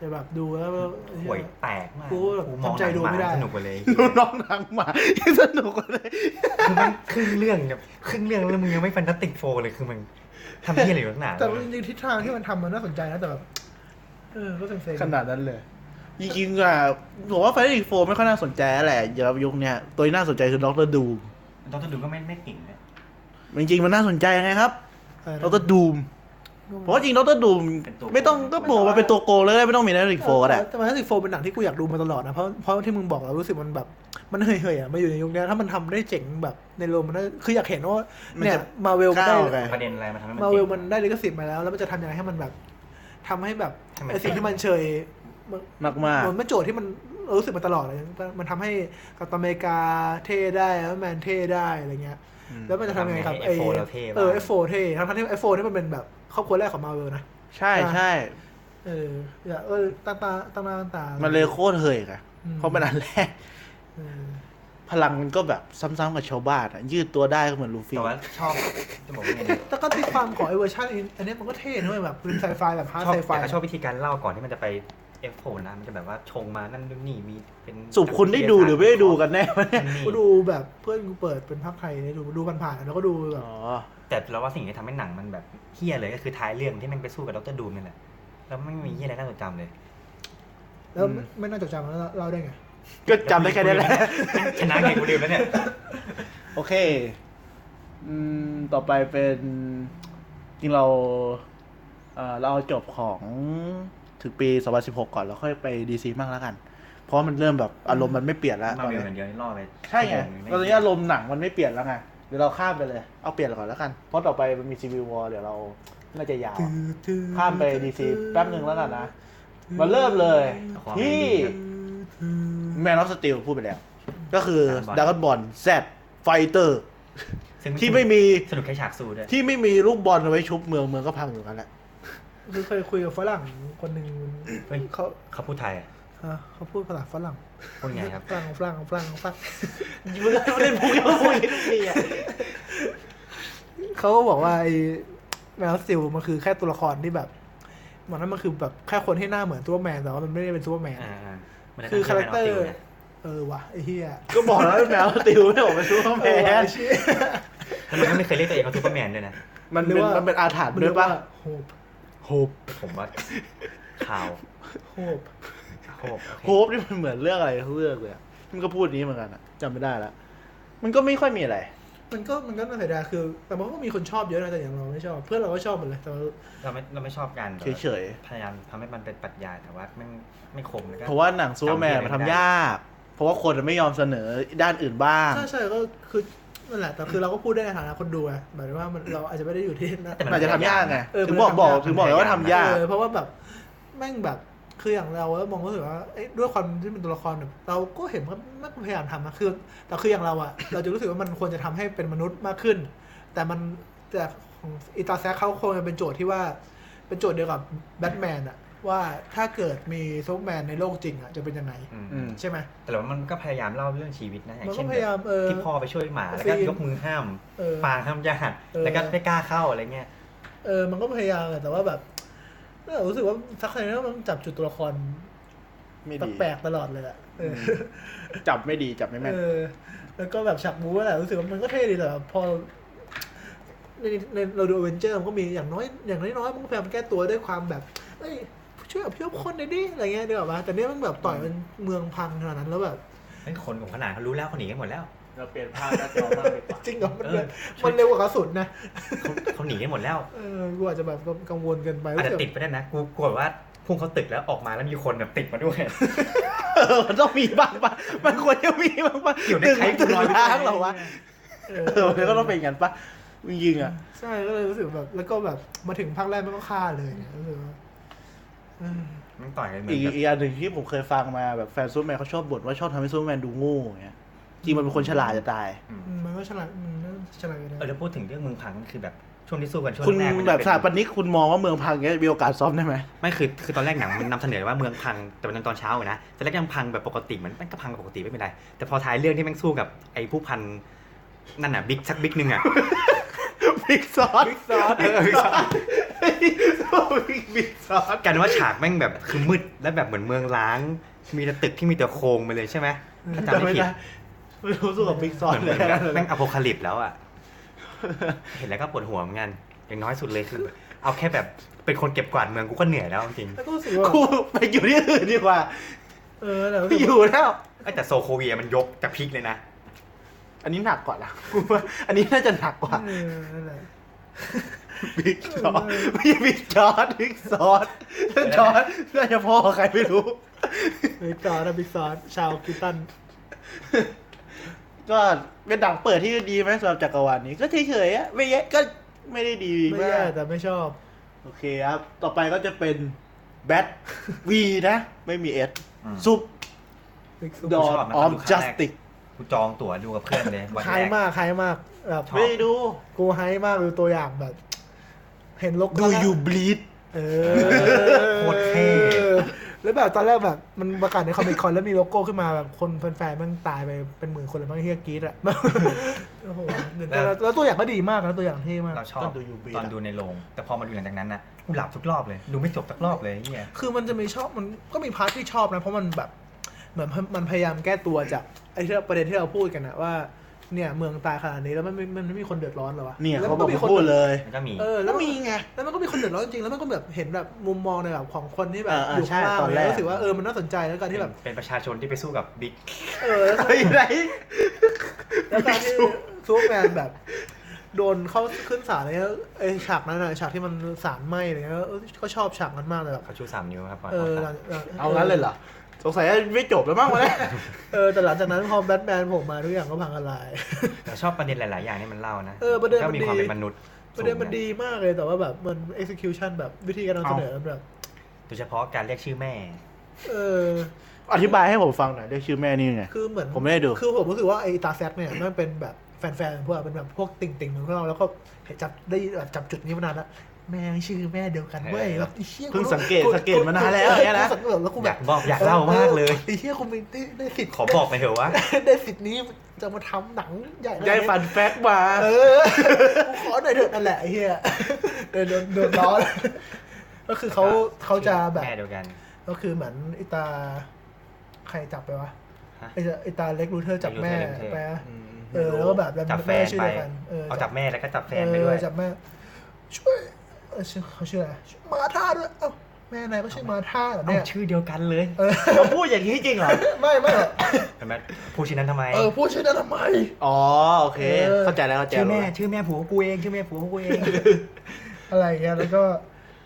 จะแบบดูแล้วก็
ห่วยแตกมาก
กูแบบ
กูมอง
ทำใจดูไม่ได้
หนังหาสนุกกว่าเลย
ดูน้องหนังหมา ยังสนุกกว่าเลย
คือมันครึ่งเรื่องเนี่ยครึ่งเรื่องแล้วมึงยังไม่แฟนตาติกโฟเลยคือมึงทำที่อะไรอยู่ตั้งนาน
แต่ว่าจริงๆทิศทางที่มันทำมันน่าสนใจนะแต่แบบเออก็เซ็งๆ
ขนาดนั้นเลย จริงๆอ่ะผมว่าแฟนตาซีโฟไม่ค่อยน่าสนใจแหละสำหรับยุคเนี้ยตัวที่น่าสนใจคือด็อกเตอร์ดูม
ดรดูก็ไม่ไม่เก่งนะ
จริงๆมันน่าสนใจไงครับ
เออ
ด็อกเตอร์ดูมเพราะว่าจริงด็อกเตอร์ดูมไม่ต้องก็โผล่มาเป็นตัวโกงเลยก็ได้ไม่ต้องมีแฟนตาซีโฟก็ได้
แต่แฟนตาซีโฟเป็นหนังที่กูอยากดูมาตลอดนะ เพราะเพราะที่มึงบอกเรารู้สึกมันแบบ มันเห่ยๆอ่ะมาอยู่ในยุคเนี้ยถ้ามันทำได้เจ๋งแบบในโรงมันได้คืออยากเห็นว่า
มัน
เนี่ย
จะ
มาเวลได้
ก้าวไป
ประเด็นอะไรมันทำให้มัน
มา
เก่ง
เวลมันได้ลิขสิทธิ์มาแล้ว แล้วมันจะทำยังไงให้มันแบบทำให้แบบ
ให้มัน
ไอสิ่งที่มันเฉยมัน
มากๆ
มันโจทย์ที่มันรู้สึกมาตลอดเลยมันทำให้กับอเมริกาเท่ได้แล้วแมนเท่ได้อะไรเงี้ย
อืม
แล้วมันจะทำยังไงกับ
ทำไงให้
ไอ้
F4 เราเท่บ้าง
เออ F4 เท่ทั้งที่ F4 นี่มันเป็นแบบครอบครัวแรกของมาเวลนะ
ใช่ใช่
เอออย่าเออตาตาตาตาตา
มั
มั
นเลยโคตรเหยอะ
อืม
เพราะมันอันแรก พลังมันก็แบบซ้ำๆกับชาวบ้านอะยืดตัวได้ก็เหมือนลูฟี่
แต่ว่าชอบจะบอกว่าไงดี
แต่ก็ตีความของไอ้เวอร์ชันอันนี้มันก็เท่ด้วยแบบเป็นไซไฟแบบฮาร์ด
ชอบ
ไซไฟ
แต่ก็ชอบวิธีการเล่าก่อนที่มันจะไปเอฟโฟนะมันจะแบบว่าชงมานั่นนู่นนี่มีเป็น
สุบคุณได้ดูหรือไม่ได้ดูกันแน่วะเนี่ย
กูดูแบบเพื่อนกูเปิดเป็นภาคไทยเลยดูดูผ่านๆแล้วก็ดูแบบ
อ๋อ
แต่เราว่าสิ่งที่ทำให้หนังมันแบบเฮี้ยเลยก็คือท้ายเรื่องที่มันไปสู้กับดรดูมนี่แหละแล้วไม่มีเฮี้ยอะไรน่าจดจำเลย
แล้ว
อืม
ไม่น่าจดจำแล้วเราได้ไง
ก็จำได้แค่นี้แหละ
ชนะเก่งกู ลืมแล้วเนี่ย
โอเค อืม ต่อไปเป็น จริงเราเอ่อเราเอาจบของถึงปี 2016 ก่อน แล้วค่อยไปดีซีบ้างแล้วกัน เพราะมันเริ่มแบบอารมณ์มันไม่เปลี่ยนแล้วต
มา
อน
เวล
นี้
เหมือนเดียวนี่รอดเลย
ใช่ไง ตอนนี้อารมณ์หนังมันไม่เปลี่ยนแล้วไง เดี๋ยวเราข้ามไปเลย เอาเปลี่ยนก่อนแล้วกัน เพราะต่อไปมันมีซีวิววอเดี๋ยวเรา น่าจะยาว ข้ามไปดีซีแป๊บหนึ่งแล้วกันนะ มาเริ่มเลย ที่ แมนออฟสตีลพูดไปแล้ว ก็คือด r ก g อนบอลแซดไฟเตอร์
ซึ่ง
ที่ไม่มี
สนุกแค่ฉากสู้ด้วย
ที่ไม่มีลูกบอลเอาไว้ชุบเมืองเมืองก็พังอยู่กันแหละ
คือเคยคุยกับฝรั่งคนหนึ่ง
เฮ้ย
เขา
เขาพูดไทยอะ
ฮะเขาพูดภาษาฝรั่ง
พูดไงครับ
ฝรั่งฝรั่งฝรั่งฝ รั่ง
มันเล่นพวกเขาพูดทุกทีอ่ะ
เขาก็บอกว่าไอ้แมวซิลมันคือแค่ตัวละครที่แบบมันนั้นมันคือแบบแค่คนที่หน้าเหมือนตัวแมนแต่ว่ามันไม่ได้เป็นตัวแมน
อ่าๆมันจะ
คือ
ทำให้
คาแรคเตอร์
แมนฟสตีลเนี่ย
เออว่ะไอ้เหี้ย
ก็บอกแล้วแมวติวไม่ออกมาชุบ
เอ
แม
อ
น
ว่ะไอ้เหี้ย
แล้วมันก็ไม่เคยเรียกตัวเองว่าซูเปอร์แมนด้วยนะ
มัน
หรื
เป็
อน ว่า
มันเป็นอาถรรพ์
มัน
ด้
เรี
วย ย
กว่า
ป่ะ
โฮป
โฮป
ผมว่าข่าว
โฮป
โคก
โฮปนี่มันเหมือนเรื่องอะไรเรื่องเลยอะมันก็พูดนี้เหมือนกันอะจำไม่ได้ละมันก็ไม่ค่อยมีอะไร
มันก็มันก็น่าเสียดายคือ แต่มันก็มีคนชอบเยอะนะแต่อย่างเราไม่ชอบ เพื่อนเราก็ชอบหมดเลยแต่ว่า
เราไม่เราไม่ชอบกันแต่
เฉย
พยายามทำให้มันเป็นปรัชญาแต่ว่าไม่ไม่คมแล้วก็
ๆ เพราะว่าหนังซูเปอร์แมนมันทำยาก เพราะว่าคนมันไม่ยอมเสนอด้านอื่นบ้าง
ใช่ใช่ก็คือนั่นแหละแต่คือเราก็พูดได้ในฐานะคนดูไงหมายถึงว่ามันเราอาจจะไม่ได้อยู่ที่นั่น
แต่
มันอาจจะทำยากไง
เออ
ถึงบอก
มันทำ
บอ
ยาก
กถึงบอกไงว่าทำยาก
เออเพราะว่าแบบแม่งแบบคืออย่างเราอะมองก็รู้สึกว่าเอ้ยด้วยความที่เป็นตัวละครแบบเราก็เห็นว่ามันพยายามทำนะคือแต่คืออย่างเราอะ เราจะรู้สึกว่ามันควรจะทำให้เป็นมนุษย์มากขึ้น แต่มันแต่ของอิตาแซคเขาคงจะเป็นโจทย์ที่ว่า เป็นโจทย์เดียวกับแบทแมนอะว่าถ้าเกิดมีซูเปอร์แมนในโลกจริงอะจะเป็นยังไง
อืม
อืม
ใช่ไหม
แต่ว่ามันก็พยายามเล่าเรื่องชีวิตนะอย่าง
มันก็
เช่น
พยายามเออ
ที่พ่อไปช่วยหมาแล้วก็
ฟิล์ม
ยกมือห้าม
เออ
ฟางห้ามญาติ
เออ
แล้วก็ไม่กล้าเข้าอะไรเงี้ย
เออ มันก็พยายามแหละแต่ว่าแบบเออรู้สึกว่าซักไซเนอร์มันจับจุดตัวละคร
ไม่ดี
แปลกๆตลอดเลยอะเออ
จับไม่ดีจับไม่แม่น
เออ แล้วก็แบบฉากบู๊แหละรู้สึกว่ามันก็เท่ดีแต่แบบพอในในเราดูเวนเจอร์มันก็มีอย่างน้อยอย่างน้อยๆมันก็พยายามแก้ตัวด้วยความแบบเอ้ยช่วยอพยพคนหน่อยดิอะไรเงี้ยเดี๋ยวมาแต่เนี้ยมันแบบต่อยมันเมืองพังขนาดนั้นแล้วแบบ
เป็นคนของขนาดเขารู้แล้วคนหนีกันหมดแล้ว
เราเปลี่ยนภาพหน้าจอมากดีกว่า
จริงเหรอมัน
เอ
เร็ว
อ
มันเร็วกว่ากระสุนนะ
เขาเขาหนีกันหมดแล้ว
เออกูอาจจะแบบกังวลเกินไป
อาจจะติดไปได้นะ กูกลัวว่าพุ่งเขาตึกแล้วออกมาแล้วมีคนแบบติดมาด้วย
เออมันต้องมีบ้างปะมันควรจะมีบ้างปะ
อยู่ใน
ตึง
ไทย
ตึง
กูน้อย
ล้างเหรอวะ
เอ
เออมันก็ต้องเป็นอย่างนั้นปะจริงๆอ่ะ
ใช่ก็เลยรู้สึกแบบ แล้วก็แบบมาถึงภาคแรกมันก็ฆ่าเลยเนี่ยรู้สึกว่าเออ
มันต่อยกันเหมือ
อี
น
ก
แบบ
อีกอันหนึ่งที่ผมเคยฟังมาแบบแฟนซูเปอร์แมนเขาชอบบ่นว่าชอบทำให้ซูเปอร์แมนดูโง่อย่างเงี้ยจริงมันเป็นคนฉลาดจะตาย
มันก็ฉลาดมันก็ฉลาดอยู่นะ
เออแล้วพูดถึงเรื่องเมืองพังคือแบบช่วงที่สู้กันช่วง
คุณ
แรกๆมันจะ
แบบ
เป็น
สถาปนิกคุณมองว่าเมืองพังเงี้ยมีโอกาสซ้อมได้ไหม
ไม่คือคือตอนแรกหนังมันนำเสนอว่าเมืองพังแต่มันตอนเช้าอะนะตอนแรกยังพังแบบปกติเหมือนมันก็พังปกติไม่เป็นไรแต่พอท้ายเรื่องที่แม่งสู้กับไอ้ผู้พันนั่นน่ะบิ๊กสักบิ๊กหนึ่งอ่ะ
บิ๊กซ อสบิ๊กซอสบิ๊กซอสบิ๊กซอส
กันว่าฉากแม่งแบบคือมืดและแบบเหมือนเมืองล้าง มีแต่ตึกที่มีแต่โครงไปเลยใช่ไหมถ้าจำ
จำ
ไม่
ไม่
ผิด
ได้ไม่รู้สู้กับบิ๊กซอส
เห
เล
มือย นแบบแม่งอโพคาลิปส์แล้วอ่ะเห็นแล้วก็ปวดหัวเหมือนกันอย่างน้อยสุดเลยคือ เอาแค่แบบเป็นคนเก็บกวาดเมืองกูก็เหนื่อยแล้วจริง
แล้วก็รู้สึกว่า
กูไปอยู่ที่อื่นดี กว่า
เออแต่รู้
ไม่อ
สึกว่า
ยู่แล้ว
ๆเอ้ยแต่โซโคเวียมันยกจากพีกเลยนะ
อันนี้หนักกว่านะ กูว่าอันนี้น่าจะหนักกว่า
เออนั่นแหละ
บิ๊กจอร์ดไม่ใช่บิ๊กจอร์ดบิ๊กซอสแล้วจอร์ดน่าจะพ่อใครไม่รู้
บิ๊กซอสนะบิ๊กซอสชาวกิตตัน
ก็เป็นดังเปิดที่ดีไหมสำหรับจักรวาลนี้ก็เฉยๆอะไม่แย่ก็ไม่ได้ดี
ไม่
มาก
แย่แต่ไม่ชอบ
โอเคครับ ต่อไปก็จะเป็นแบทวีนะ ไม่มีเอส
อืม
ซุป
Big Soup
ดอ
ช
น
อบนะ
ออ
ตอ
ม
นดูครั้
จั
ง
ส
แรก
ติก
กูจองตั๋วดูกับเพื่อนเลยวัน
คล้า
แร
ย
ก
มากคล้ายมาก แบบ
ไม่ได้ดู
กูไฮป์มากดูตัวอย่างแบบ เห็นลก
ดูยูบลีด
เออ
โคตรเท่
แล้วแบบตอนแรกแบบ มันประกาศในคอมิคอนแล้วมีโลโก้ขึ้นมาแบบคนแฟนๆแมันตายไปเป็นหมื่นคนเลยมั้งเฮียกรีดอะ โอ้โหแต่แล้วแล้วตัวอย่างก็ดีมากนะตัวอย่างเท่มาก
เราชอบ
ตอนดู UB
ตอนดูในโรงแต่พอมาดูหลังจากนั้นน่ะกูหลับทุกรอบเลยดูไม่จบสักรอบเลยไอ้เฮีย
คือมันจะมีชอบมันก็มีพาร์ทที่ชอบนะ เพราะมันแบบเหมือนมันพยายามแก้ตัวจากไอ้ที่เราประเด็นที่เราพูดกันนะว่า เนี่ยเมืองตายขนาดนี้แล้วมันไม่มันไม่มีคนเดือดร้อนเหรอวะ
เนี่ย
แล้ว
เขา
มัน
บอก
มี
มา
คน
พูดเลย
มันก็มี
เออ
แล้
แล้วว
มี
มี
ไง
แล้วมันก็มีคนเดือดร้อนจริงแล้วมันก็แบบเห็นแบบมุมมองในแบบของคนที่แบบ
อ่าอ่า
อยู่
ใช่
ข้างล่าง
ตอนแร
แล้
ก
วรู้สึกว่าเออมันน่าสนใจแล้วการที่แบบ
เป็นประชาชนที่ไปสู้กับบิ๊ก
เออแล้ว
ไอ้ไร
แล้วการที่ซูเปอร์แมนแบบ โดนเข้าขึ้นศาลอะไรเงี้ยไอ้ฉากนั้นอะฉากที่มันศาลไหมอะไรเงี้ยเออก็ชอบฉากนั้นมากเลยแบบ
เขาชูสามนิ้วครับก่อน
เออ
เข้า
ห
เอา
ฉาก
ลังหลัง
งั้นเลยเหรอ สงสัยไม่จบแล้วมั้ งวะเนี่ย
เออแต่หลังจากนั้นพอแบทแมนโผมมาทุกอย่างก็พังท ลาย
แต่ชอบประเด็นหลาย ๆ อย่างที่มันเล่านะ
เออประเด็น
ก็
มัน
มี
ดี
ความเป็นมนุษย์
ประเด็นมัน
สูง
ดีมากเลยแต่ว่าแบบมัน execution แบบวิธีการนำเสนอมันแบบ
โดยเฉพาะการเรียกชื่อแม่
เออ
อธิบายให้ผมฟังหน่อยด้วยชื่อแม่นี่ไง
คือเหมือน
ผมไม่ได้ดู
คือผมรู้สึกว่าไอ้ตาแซดเนี่ยมันเป็นแบบแฟนๆของพวกเราเป็นแบบพวกติ่งติ่งๆของพวกเราแล้วก็เห็นจับได้แบบจับจุดนี้มานานแล้วแม่งชื่อแม่เดียวกันเว้ยแบบไอ้เชี่ย
เพิ่งสังเกตสังเกตมานานแล้วเนี่ยนะ
สังเกตแล้วกู
อ
แบ
ยา
บ
กบอกอยากเล่ามากเลย
ไอ้เชี่ยกูมีได้ได้สิทธิ์
ขอบอกไปเถอะว่า
ได้สิทธิ์นี้จะมาทำหนังใหญ่ขนาด
ได้
นี้
ฟันแฟกมา
เออกูขอหน่อยเถอะนั่นแหละไอ้เฮียเดินโดนโดนล้อเลยก็คือเขาเขาจะแบบ
แม่เดียวกัน
ก็คือเหมือนไอตา ใครจับไปวะ
ฮะ
ไอตาไอตาเล็กรูเทอร์จับแม่ไปนะเออ
ไม่รู้
แล้วก็แบบ
จับแฟ
แม่
น
ชื่อ
ไป
เดียวกันเออ
เอาจับแม่แล้วก็จับแฟ
เอน
ไปด้วย
อจับแม่ ช่วยเออชื่อเขาชื่ออะไรมาธาด้วยเอ้าแม่นายก็ชื่อมาธาเหรอ
เอา
เนี่ย
ชื่อเดียวกันเลย
เออ
เขาพูดอย่างนี้จริงเหรอ
ไม่ไม่หรอก
เห็นไหมผู้ชื่อนั้นทำไม
เออพูดชื่อนั้นทำไม
อ๋อ โอเค
เออ
เข้าใจแล้วเข้าใจ
ชื่อ
แล้
แม่
ว
ชื่อแม่ผัวกูเอง ชื่อแม่ผัวกูเอง
อะไรอย่างเงี้ยแล้วก็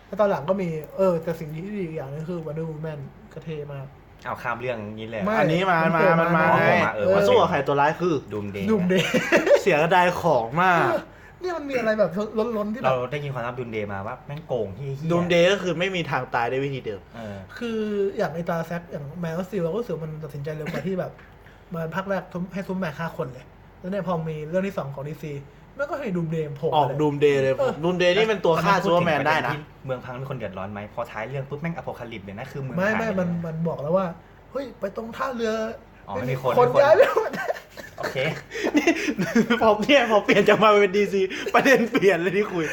แล้วตอนหลังก็มีเออ แต่สิ่งที่ดีอีกอย่างนึงคือวันเดอร์วูแมนก็เท่มาก
เอาข้ามเรื่องนี้เลย
ไม่
อันนี้มามามันมา
อ๋อ
ไง
มาเออ
มาสู้กับใครตัวร้ายคือ
ดูมเดย์
ดุมเดย์
เสียดายของมาก
เนี่ยมันมีอะไรแบบล้นล้นๆที่แบ
เรา
บ
ได้ยินความลับดูมเดย์มาว่าแม่งโกงที่เหี้ย
ดูมเดย์ก็คือไม่มีทางตายได้วยวิธีเดิม
เออ
คืออย่างไอตาแซกอย่างแมนก็ซิลก็รู้สึกว่ามันตัดสินใจเร็วกว่าที่แบบมาภาคแรกทุ่มให้ทุ่มแม่ฆ่าคนเลย แล้วเนี่ยพอมีเรื่องที่สองของดีซีมันก็ให้ดูมเดย์โผล่
ออก
เลย
ดูมเดย์เลย
ออ
ดูมเดย์นี่เป็นตัวฆ่าซูเปอร์แมนได้นะ
ที่เมืองพังมีคนเดือดร้อนไหมพอท้ายเรื่องปุ๊บแม่งอโพคาลิปส์เลยนะคือเมือง
ไม่ไม่
หายป
มัน
เลย
มันบอกแล้วว่าเฮ้ยไปตรงท่าเรือ
อ๋อไม่มีคน
คน
ไม่มีคน
ย้ ายไปหมด
โอเค
นี่ พอเนี่ยพอเปลี่ยนจากมาเป็นดีซีประเด็นเปลี่ยนเลยที่คุย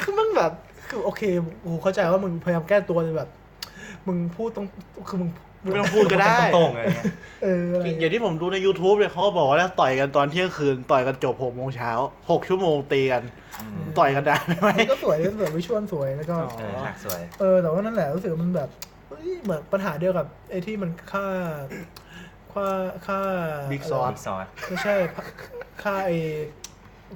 คือมันแบบคือโอเคกูเข้าใจว่ามึงพยายามแก้ตัวเลยแบบ มึงพูดตรงคือมึง
ไม่ต้องพูดก็ได้
ตรงๆเลยเนี่ย
เอออะไร
อย่างอย่างที่ผมดูใน YouTube เนี่ยเขาก็บอกว่าแล้วต่อยกันตอนเที่ยงคืน ต่อยกันจบหกโมงเช้าหกชั่วโมงตีกัน ต่อยกันได้ไหม
มันก็สวยสวยวิชวลสวยแล้วก็
อ๋อ
เออฉากสวย
เออ แต่ว่านั่นแหละรู้สึกว่ามันแบบเฮ้ยเหมือนปัญหาเดียวกับไอ้ที่มันฆ่าฆ่าฆ่า
Big
ะไร
Sauce
บิ๊กซอส
ไม่ใช่ฆ่าไอ้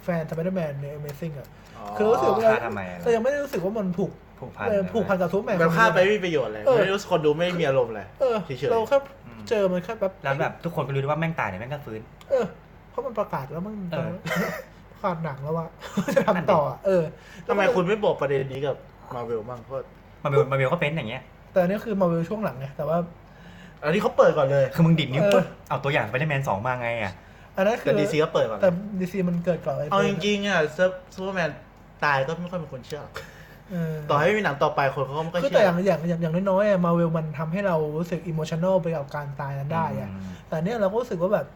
แฟนทำไมได้แมนใน Amazing อ่ะคือรู้สึก
อ๋อ
ว่า
ฆ่าทำไมอะ
แต่ยังไม่ได้รู้สึกว่ามันผูก
ผูกพัน
เออผูกพัน
เลย
กับทุกแมน
แบบฆ่าไปไม่มีประโยชน์เลย
เออ
ไม่รู้สึกคนดูไม่มีอารมณ์เลย
เออ
เฉยๆ
เราแค่
อืม
เจอมันแค่แบบ
แล้วแบบทุกคนก็รู้ด้วยว่าแม่งตายเนี่ยแม่งก็ฟื้น
เออเพราะมัน ประกาศแล้วมั้ง
เออ
ประกาศหนังแล้วว่า จะ ทำต่ออะเออ
ทำไมคุณไม่บอกประเด็นนี้กับมาเวลบ้างเพราะ
มาเบลมาเบลก็เป็นอย่างเงี้ย
แต่อันนี่คือมาเวลช่วงหลังไงแต่ว่า
อันนี้เขาเปิดก่อนเลย
คือมึงดิดนิ้ว
เออ
ปุ๊บเอาตัวอย่างไปได้แมนสองมาไงอ่ะ
อันนั้นคื
แต่
อ
ดีซีก็เปิดก่อนเล
แต่
ย
ดีซีมันเกิดก่อนไอ้
เอาจริงๆอ่ะซูเปอร์แมนตายก็ไม่ค่อยมีคนเชื่อ
เออ
ต่อให้มีหนังต่อไปคนเขาก็ไม่ค่อย
คือ
เชื่
แต่อย่าง
อ
อย่างอย่างอย่างน้อยๆอะมาเวลมันทำให้เรารู้สึกอิโมชัน a ลไปกับการตายนั้นได้อะ
อืม
แต่เนี้ยเราก็รู้สึกว่าแบบ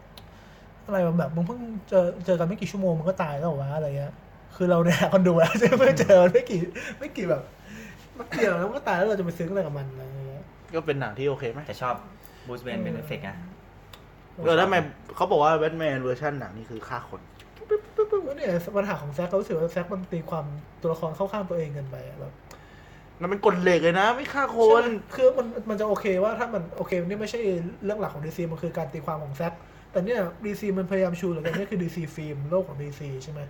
อะไรวะแบบมึงเพิ่งเจอเจอกันไม่กี่ชั่วโมงมันก็ตายแล้วเหรอวะอะไรเงี้ยคือเราเนี่ย คนดูแล้วจะไม่เจอมันไม่กี่ไม่กี่แบบไม่เกี่ยวแล้วมันก็ตายแล้วเราจะไปซึ้งอะไรกับมันอะไรเงี้ย
ก็เป็นหนังที่โอเคไหม
แต่ชอบบูสเบนเป็นเอฟเฟกต์นะ
เออแล้วทำไมเขาบอกว่าแบทแมนเวอร์ชันหนังนี่คือฆ่าคน
ปึ๊บปึ๊บปึ๊บเนี่ยปัญหาของแซกเขารู้สึกว่าแซกมันตีความตัวละครเข้าข้างตัวเองเกินไปอะแบบ
มันเป็นกฎเหล็กเลยนะ ไม่ฆ่าค
ใช่
น
มันคือมันมันจะโอเคว่าถ้ามันโอเคนี่ไม่ใช่เรื่องหลักของดีซีมันคือการตีความของแซกแต่เนี่ยดีซีมันพยายามชูเหลือเกินนี่คือดีซีฟิล์มโลกของดีซีใช่ไหม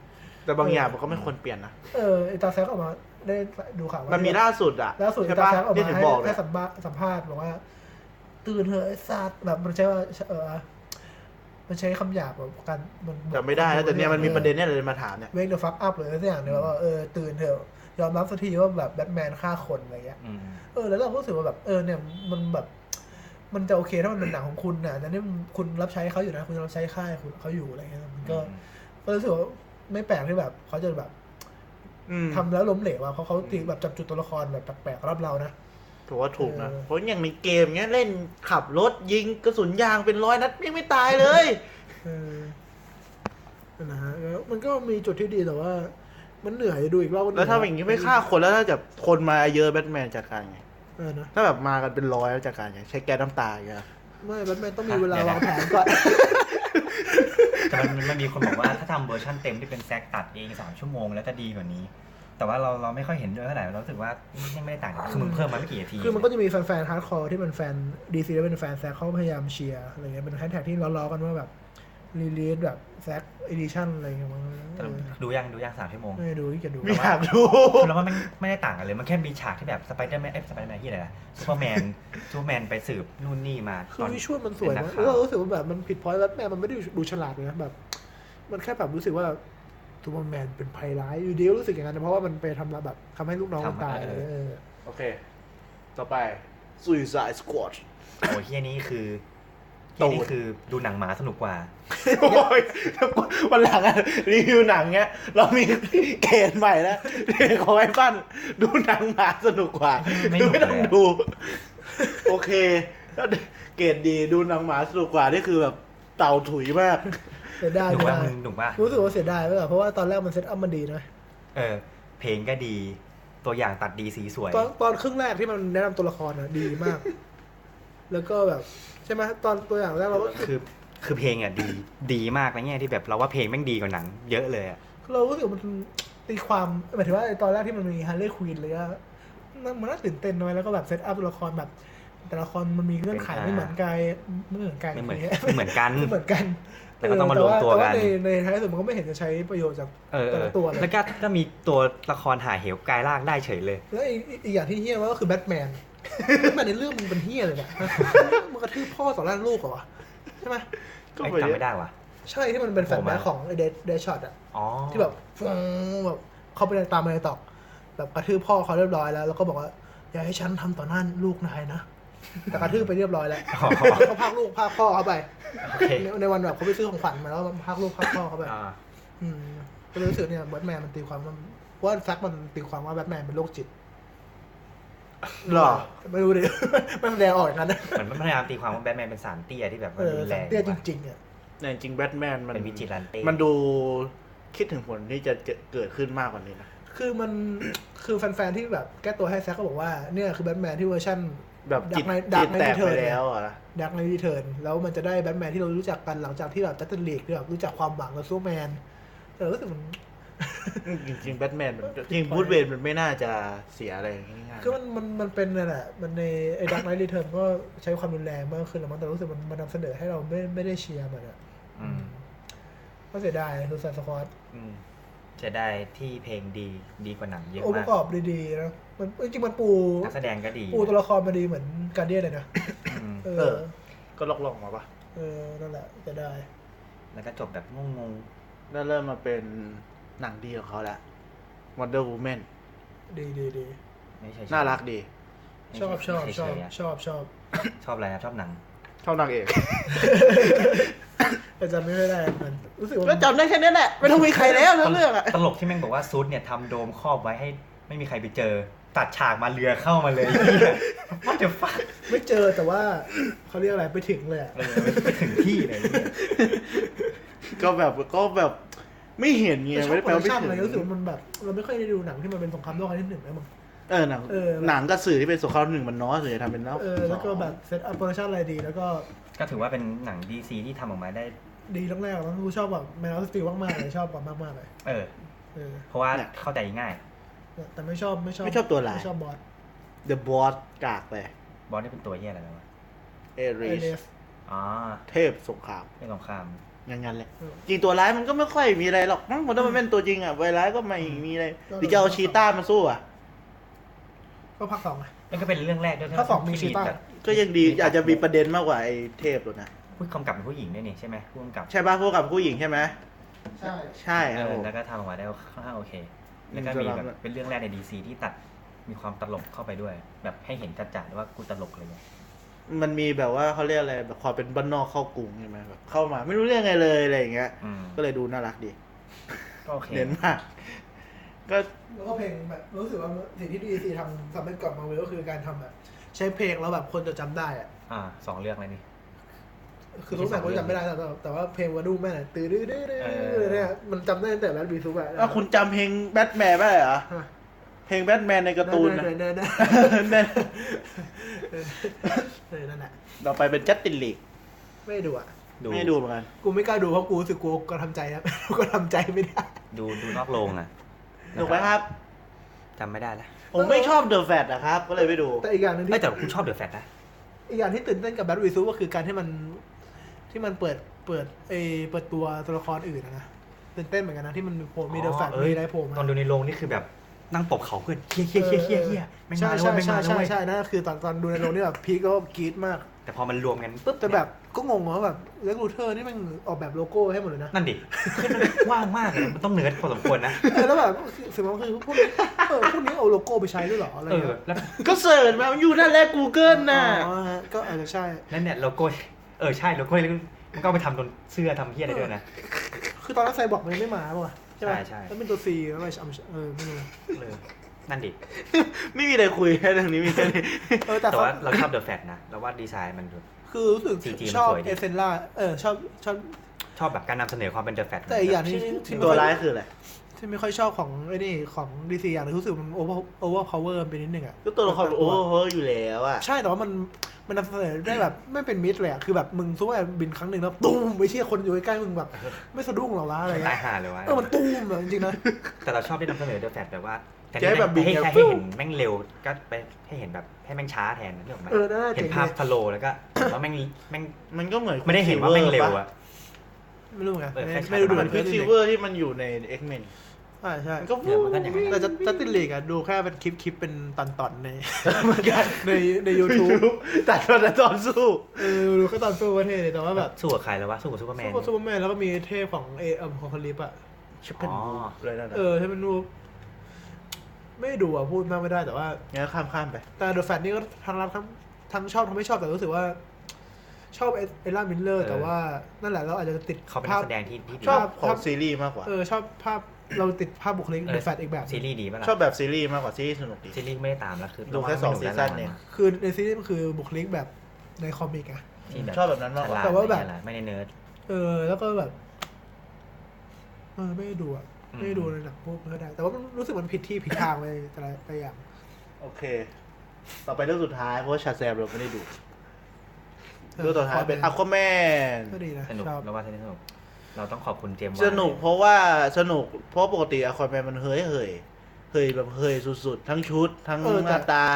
แต่บางอย่างมันก็ไม่ควรเปลี่ยนนะ
เออไอตาแซกออกมาได้ดูข่าวว่า
มันมีล่าสุดอ่ะ
ล่าสุดไอ
ใช่
ตา
ปะ
แซกออก
ที่
มา
ถึง
ให้
บอกเล
ให้
ย
สัมภาษณ์สัมภาษณ์บอกว่า ตื่นเถอะไอ้สัตว์แบบมันใช้ว่าเออมันใช้คำหยาบแบบการมัน
แต่ไม่ได้แล้วแต่เนี่ยมันมีประเด็นเนี่ยเลยมาถามเนี่ย
เวกเดอะฟักอัพเลยสักอย่างเนี่ยแบบว่าเออตื่นเถอะยอมรับสักทีว่าแบบแบทแมนฆ่าคนอะไรเงี้ย
อืม
เออแล้วเราก็รู้สึกว่าแบบเออเนี่ยมันแบบ มันจะโอเคถ้ามันเป็นหนังของคุณนะแต่นี่คุณรับใช้เขาอยู่นะ คุณรับใช้ค่ายคุณเขาอยู่อะไรเงี้ยมันก็ก็รู้สึกว่า ไม่แปลกที่แบบเขาจะแบบ
อืม
ทำแล้วล้มเหลวอะเพราะเขาตีแบบจับจุดตัวละครแบบแปลกๆรอบเรานะ
ถือว่าถูกนะ
เออ
เพราะอย่างในเกมเนี้ยเล่นขับรถยิงกระสุนยางเป็นร้อยนัดยังไม่ตายเลย
เออนั่นนะฮะแล้วมันก็มีจุดที่ดีแต่ว่า มันเหนื่อยดูอีกรอบก็เห
แล้
นื่
วถ้าอย่างนี้ไม่ฆ่าคนแล้วถ้าจะคนมาเยอะแบทแมนจัดการไง
เออนะ
ถ้าแบบมากันเป็นร้อยแล้วจัดการไงใช้แก๊สน้ำตาอย่างเงี้ย
ไม่แบทแมนต้องมีเวลาวางแผนก่อน
แต่มันมันมีคนบอกว่าถ้าทำเวอร์ชั่นเต็มที่เป็นแซกตัดเองสามชั่วโมงแล้วจะดีกว่านี้ แต่ว่าเราเราไม่ค่อยเห็นด้วยเท่าไหร่เรารู้สึกว่ายังไม่ได้ต่างกันคือมึงเพิ่มมาไม่กี่นาที
คือมันก็จะมีแฟนๆฮาร์ดคอร์ที่เป็นแฟนดีซีและเป็นแฟนแซกเขาพยายามเชียร์อะไรเงี้ยเป็นแฮชแท็กที่ล้อๆกันว่าแบบรีลีสแบบแซกเอดิชั่นอะไรเงี้ยมั้ง
แต่ดูยังดูยังสามชั่วโมง
ไม่ดูที่จะ ดู
ไม่อยากดู
แล้วมันไม่ได้ต่างกันเลย มันแค่มีฉากที่แบบสไปเดอร์แมนเอ้ยสไปเดอร์แมนที่อะไรนะซูเปอร์แม นซูเปอร์แมนไปสืบนู่นนี่มา
คือวิชวลมันสวย
เป็
นะ
กข่า
เรารู้สึกว่าแบบมันผิดพอยต์แล้วแม่มันไม่ได้ดูฉลาดเลยนะแบบ มันแค่แบบรู้สึกว่าทูบอมแมนเป็นภัยร้ายอยู่ดีก็รู้สึกอย่างนั้นนะเพราะว่ามันไปทำร้ายแบบทำให้ลูกน้องมันตายเออ
โอเค ต่อไป Suicide Squad
โอ้ยเฮียนี่คือเฮียนี่คือดูหนังหมาสนุกกว่า
โอ้ยวันหลังอะรีวิวหนังเงี้ย เรามีเกณฑ์ใหม่แล้วเด็กขอให้ปั้นดูหนังหมาสนุกกว่า
ไม่
ดู
หนุก
ไม่ต้อง
เลยอะ
ดู โอเคแล้วเกณฑ์ดีดูหนังหมาสนุกกว่านี่คือแบบเต่าถุยมาก
เสียดาย
หนุกว่า
นะ
มึงหนุกว่า
รู้สึกว่าเสียดายไปแบบเพราะว่าตอนแรกมันเซตอัพมันดีนะ
เออ เพลงก็ดี ตัวอย่างตัดดีสีสวย
ตอนตอนครึ่งแรกที่มันแนะนำตัวละครนะดีมาก แล้วก็แบบใช่ไหมตอนตัวอย่างแรกเราก็
คือคือเพลงอ่ะดีดีมากในแง่ที่แบบเราว่าเพลงแม่งดีกว่าหนัง เยอะเลยอ่ะ
เรารู้สึกว่ามันตีความหมายถึงว่าไอ้ตอนแรกที่มันมีฮาร์เลย์ควีนเลยอะนั่นมันน่าตื่นเต้นน้อยแล้วก็แบบเซตอัพตัวละครแบบ แต่ละครมันมีเงื่อนไขไม่เหมือนกันไม่เหมือนกัน
ไม่ เหมือน
ย่างงี้ย
ไม่เหมือนกัน
ไม่เหมือนกัน
แต่ ก็ต้องมารวมตัวกัน
แาในในท้ายสุดมันก็ไม่เห็นจะใช้ประโยชน์จาก
เออ
แต่
เออ
ละตัวเลย
แล้วก็ก็มีตัวละครหาเหวกลายร่างได้เฉยเลย
แล้วอีกอีกอีกอย่างที่เฮี้ยมากก็คือแบทแม นแบทแมนในเรื่องมันเป็นเฮี้ยเลย อะมันกระทืบพ่อต่อหน้าลูกเหรอวะใช่ไหม
ก็
ไอ้
ไป
จำไม่ได้ว่ะ
ใช่ที่มันเป็นแฟนแมนของไอเดเดชช็อตอะ
อ๋อ
ที่แบบฟงแบบเขาไปเดินตามมาในตอก แบบกระทืบพ่อเขาเรียบร้อยแล้ว แล้วก็บอกว่า อย่าให้ฉันทำต่อหน้าลูกนายนะ แต่กระทืบไปเรียบร้อยแล้ว
อ๋อ
เขาพากลูกพากพ่อเขาไป
โอเค
ในในวันแบบเขาไปซื้อของขวัญมาแล้วพากลูกพากพ่อเขาไป
อ่า
อืมก็เลยรู้สึกเนี่ยแบทแมนมันตีความว่าว่าแซักมันตีความว่าแบทแมนเป็นโรคจิต
หรอ
ไม่รู้ดิ ไม่แสดงออกอย่างนั้นนะ
เหมือนมันพยายามตีความว่าแบทแมนเป็นสารเตี้ยที่แบบ
เอ
ว่า
อ
รุนแร
สัต
ง
ว์เตี้ยจริงๆอ่ะ
แต่จริงๆแบทแมนมัน
เป็นวิจิรันเต้
มันดูคิดถึงผลที่จะเกิดขึ้นมากกว่านี้นะ
คือมัน คือแฟนๆที่แบบแก้ตัวให้แซกก็บอกว่าเนี่ยคือแบทแมนที่เวอร์ชัน
แบบจิต
Dark Knight-
จิต
Dark Knight
แตกไป
Return
แล้วอ่ะนะ
ดักในรีเทิร์นแล้วมันจะได้แบทแมนที่เรารู้จักกันหลังจากที่แบบจัสตินลีกแบบรู้จักความหวังกับซูเปอร์แมนแต่รู้สึกมัน
จริงๆแบทแมนมันจริงบูธเวนมันไม่น่าจะเสียอะไรง่ายๆ
คือมันมันมันเป็นนั่นแหละมันในไอ้ดักในรีเทิร์นก็ใช้ความรุนแรงมากขึ้นแล้วมั้งแต่รู้สึกมันมันนำเสนอให้เราไม่ไม่ได้เชียร์มันอะ
อืม
ก็เสียดายคือซานสควอต
อืมจะได้ที่เพลงดีดีกว่าหนังเยอะ
องค์ป
มาก
ระกอบดีๆนะมันจริงๆมันปู
นักแสดงก็ดี
ปูตัวละครมาดีเหมือนการเดียนเลยนะ
อืม
เอ
เอ
อ
อ ก็ลอกๆมาปะ
เออนั่นแหละเสียดาย
แล้วก็จบแบบงง
แล้วเริ่มมาเป็นหนังดีของเขาแล้ว Wonder Woman
ดีดีดี
ๆไม่ใช่
น่ารักดี
ชอบชอบชอบ
ช
ช
อบ
อบชอบ
ชอบอะไรครับชอบหนัง
ชอบนางเอก
แต่จำไม่ค่อยได้มันรู้สึกว่า
ก็
มัน
จ ำได้แค่นี้แหละ ไม่ต้องมีใคร แล้วทั้งเรื่องอ่ะ
ตลกที่แม่งบอกว่าซูดเนี่ยทำโดมครอบไว้ให้ไม่มีใครไปเจอ ตัดฉากมาเรือเข้ามาเลยว่าจะฟัง
ไม่เจอแต่ว่าเขาเรียกอะไรไปถึงเลยอะ
ไปถึงที่เลยเนี่ย
ก็แบบก็แบบไม่เห็นไง
แต่ชอ
ไม่
บ
ได้แปล
โปร
ว่าก
ดั
ไม่
ชั่น
ถึ
อะไรรู้สึก
ง
ว่ามันแบบเราไม่ค่อยได้ดูหนังที่มันเป็นสงครามโลกครั้งที่หนึ่งเลยมั้ง
เออหนัง
เออ
หนังกับสื่อที่เป็นสงครามหนึ่งมันน้อยเลยทำเป็นแล้ว
เออแล้วก็แบบเซตอัพโปรดักชั่นอะไรดี แล้วก็
ก็ถือว่าเป็นหนังดีซีที่ทำออกมาได้
ดีแรกๆแล้วกูชอบแบบแมนออสตีมากๆเลยชอบแบบมากๆเลย
เออ
เออ
เพราะว่าเข้าใจง่าย
แต่ไม่ชอบไม่ชอบ
ไม่ชอบตัวลาย
ไม่ชอบบอส
The Boss กากไป
บอสนี่เป็นตัวเฮียอะไรนะวะ
เอ
เอ
ริส
เนส
อ๋อ
เทพสงคราม
เรื่องของข้าม
อย่างนั้นแหละจริงตัวร้ายมันก็ไม่ค่อยมีอะไรหรอกมั้งมันต้องเป็นตัวจริงอ่ะไวร้ายก็ไม่มีอะไรหรือจะเอาชีต้ามาสู้อ่ะ
ก็ภาคสองไง
นั่นก็เป็นเรื่องแรกด้วยนะ
ถ้าสองมีชีต้า
แบบ
ก็ยังดีอาจจะมีประเด็นมากกว่าไอ้เทพหรอกนะ
ผู้กำกับเป็นผู้หญิงด้วยนี่ใช่ไหมผู้กำกับ
ใช่ป่ะพวกกับผู้หญิงใช่ไหม
ใช่
ใช่ค
เอ
รับผ
อ
ม
แล้วก็ทำออกมาได้ค่อนข้างโอเค แล้วก็
อืม
มี
สำหรับ
แบบเป็นเรื่องแรกในดีซีที่ตัดมีความตลกเข้าไปด้วย แบบให้เห็นจัดๆว่ากูตลกอะไรเงี้ย
มันมีแบบว่าเขาเรียกอะไรแบบความเป็นบ้านนอกเข้ากรุงใช่ไหมแบบเข้ามาไม่รู้เรื่องไงเลยอะไรอย่างเงี้ย
อืม
ก็เลยดูน่ารักดี
โอเค
เด่นมาก ก็
แล้วก็เพลงแบบรู้สึกว่าสิ่งที่ดีซีทำสำเร็จก่อนมาเวลก็คือการทำแบบใช้เพลงแล้วแบบคนจะจำได้อะ
อ่าสองเรื่องเลยนี่
คือทุกแบบคนจำไม่ได้แต่ว่าแต่ว่าเพลงวาดูแม่น่ะตื่นดื้อดื้อดื้อเนี่ยมันจำได้ตั้งแต่แบทบีซูบะ
อ่ะคุณจำเพลงแบทแมนได้เหรอ
ฮะ
เพลงแบทแมนในการ์ตูนนะ
เนๆๆๆเออนั่นแหละ
เราไปเป็นจัสตินลีก
ไม่ดูอ่ะ
ไม่ดูเหมือนกัน
กูไม่กล้าดูเพราะกูรู้สึกกูก็ทำใจนะ กูก็ทำใจไม่ได้
ดูดูนอกโรงอ่ะ
ถูกไหมครับ
จำไม่ได้แล้ว
ผมไม่ชอบเดอะแฟตนะครับ ก็เลยไม่ดู
แต่อีกอย่างหนึ่ง
เอ้ย
ที่
แต่กูชอบเดอะแฟตนะ
อีกอย่างที่ตื่นเต้นกับแบทวีซูก็คือการที่มันที่มันเปิดเปิดเออเปิดตัวตัวละครอื่นอะนะตื่นเต้นเหมือนกันนะที่มันมีโผล่มีเดอะแฟต
เอ้ย
มีอะไรโผล่มา
ตอนดูในโรงนี่คือแบบนั่งตบเขาเพื่อนเฮี้ยเฮี้ยเฮี้ยเฮี้ยเฮี้ยไม่ง
ใช่
มาแล้ว
ใช่
ไม่งมาแล้วเว้ย
ใช่ใช่ใช่นั่นคือตอนตอนดูในโรงนี่แบบพีคก็กรี๊ดมาก
แต่พอมันรวมกันปุ๊บ
แต่แบบก็งงว่าแบบเล็กลูเทอร์นี่มันออกแบบโลโก้ให้หมดเลยนะ
นั่นดิ คือมันกว้างมากเลยมันต้องเนิร์ดพอสมควรนะ
เออแล้วแบบสมมติคือพวกนี้เออพวกนี้เอาโลโก้ไปใช้ด้วยเหรออะไร
เออ
เงี้ย
แล้ว
ก็เสิร์ชมามันอยู่นั่นแหละ Google น่ะ
อ๋อฮะก็อาจจะใช่
แล้วเนี่ยโลโก้เออใช่โลโก้แล้วมันก็เอาไปทำบนเสื้อทำเฮี้ยอะไรด้วยนะ
คือตอนนั้นไซบอร์กมันยังไม่มาป่ะใช่ไหม
ใช่ใช่
แล้วเป็นตัวซีแล้วอะไรเออไม่รู้
เออนั่นดิ
ไม่มีอะไรคุยแค่เรื่องนี้มีแค่นี้
เออแต่
แต่
เขา
ว่าเราชอบเดอะแฟตนะเราว่าดีไซน์มัน
คือรู้สึก
CG
ชอบ
มันสวยดี
เอเซนล่าเออชอบชอบ
ชอบแบบการนำเสนอความเป็นเดอะแฟต
แต่อีกอย่างที่ที่ไม่
ตัว
ค่อย
ร้ายคืออะไร
ที่ไม่ค่อยชอบของไอ้นี่ของดีซีอย่างหนึงรู้สึกมันโอเวอร์โอเวอร์พาวเวอร์ไปนิดนึงอ่ะ
ก็ตัวละครโอ้โหอยู่แล้วอะ
ใช่แต่ว่ามันมันนำเสนอได้แบบไม่เป็นมิตรเลยอะคือแบบมึงซูเปอร์บินครั้งหนึ่งแล้วตุ้มไปเชี่ยคนอยู่ใกล้ๆมึงแบบ ไม่สะดุ้งหรอกละอะไร
ตาย
เงี้ย
หาเลยวะ
เออมันตุ้มอะจริงๆนะ
แต่เราชอบได้นำเสนอเดอะแฟตแบบว่าแต่
จะให้แบบบิน
ให้
แบบ
ให้
ฟิว
เห็นแม่งเร็วก็ไปให้เห็นแบบให้แม่งช้าแทนนึกออกไหม
เออน่าเจ๋
เห็
ง
นภาพ
เลย
สโลว์แล้วก็เห็นว่าแม่งแม่ง
มันก็เหมือน
ไม่ได้เห็นว่าแม่งเร็วอะ
ไม่รู้เหมือนกัน
เออ
ไม่
แค่
ไม่รู้ดู
เห
เห
มื
มื
อ
อน น
ค
กั
ริ
น
สซิเวอร์ที่มันอยู่ใน X-Men
ใช่ใช่
มันก็
เดี๋ยวมันก็อย่างนั้น
แต่จัสจัสตินลีกอะดูแค่เป็นคลิปคลิปๆเป็นตอนๆใน ในในยูทูบ
ตัดมาแต่ตอนสู้
เออดูแค่ตอนสู้ประเทศเลยแต่ว่าแบบ
สู้กับใครแล้ววะสู้กับซูเปอร์แมน
ซูเปอร์ซูเปอร์แมนแล้วก็มีเทพของเอเอ็มของคาลิปอ่ะ
ชิปเป็นวูฟเลยนั่นน่ะ
เออเทพเป็นรูปไม่ดูอ่ะ พูดมากไม่ได้แต่ว่า
งั้นข้ามข้ามไป
แต่เดอะแฟตนี่ก็ทั้งรักทั้งทั้งชอบทั้งไม่ชอบแต่รู้สึกว่า ชอบเอเอล่ามิลเลอร์ แต่ว่านั่นแหละเราอาจจะติด
เขาเป็นนั
ภา
ก
พ
แสดงที่ที่ดี
ช
ช
อ
อ
บบ ของซีรีส์มากกว่า
เออชอบภาพเราติดภาพบุคลิกเดอะแฟตอีกแบบ
ซีรีส์ดีป่ะล่ะ
ชอบแบบซีรีส์มากกว่าซีรีส์สนุกดี
ซีรีส์ไม่ได้ตามแล้วคือ
ดูแค่สองซีซั่นเอง
คือในซีรีส์มันคือบุคลิกแบบในคอมิกอะ
ที่
ชอบแบบนั้นมากกว่า
แต่ว่าแบ
ฉ
บ
ลดไม่ได้เนิร์ด
เออ แล้วก็แบบเออไม่ได้ดูอ่ะไม่ได้ดูในหนังพวกนี้ก็ได้ แต่ว่ามันรู้สึกมันผิดที่ผิดทางไปแต่ละแต่ละอย่าง
โอเค ต่อไปเรื่องสุดท้ายเพราะว่าชาแซมเราไม่ได้ดู
เออ
เรื่องต่อท้ายเป็นอัควาแมน
ก็ดีนะ
สนุก
ชอบ
เราว่าสนุก เราต้องขอบคุณเจมส์วา
สนุกเพราะว่าสนุกเพราะปกติอัควาแมนมันเฮยเฮยเฮยแบบเฮยสุดๆ ทั้งชุด ทั้ง
เออ
ห
แต่
น้าตา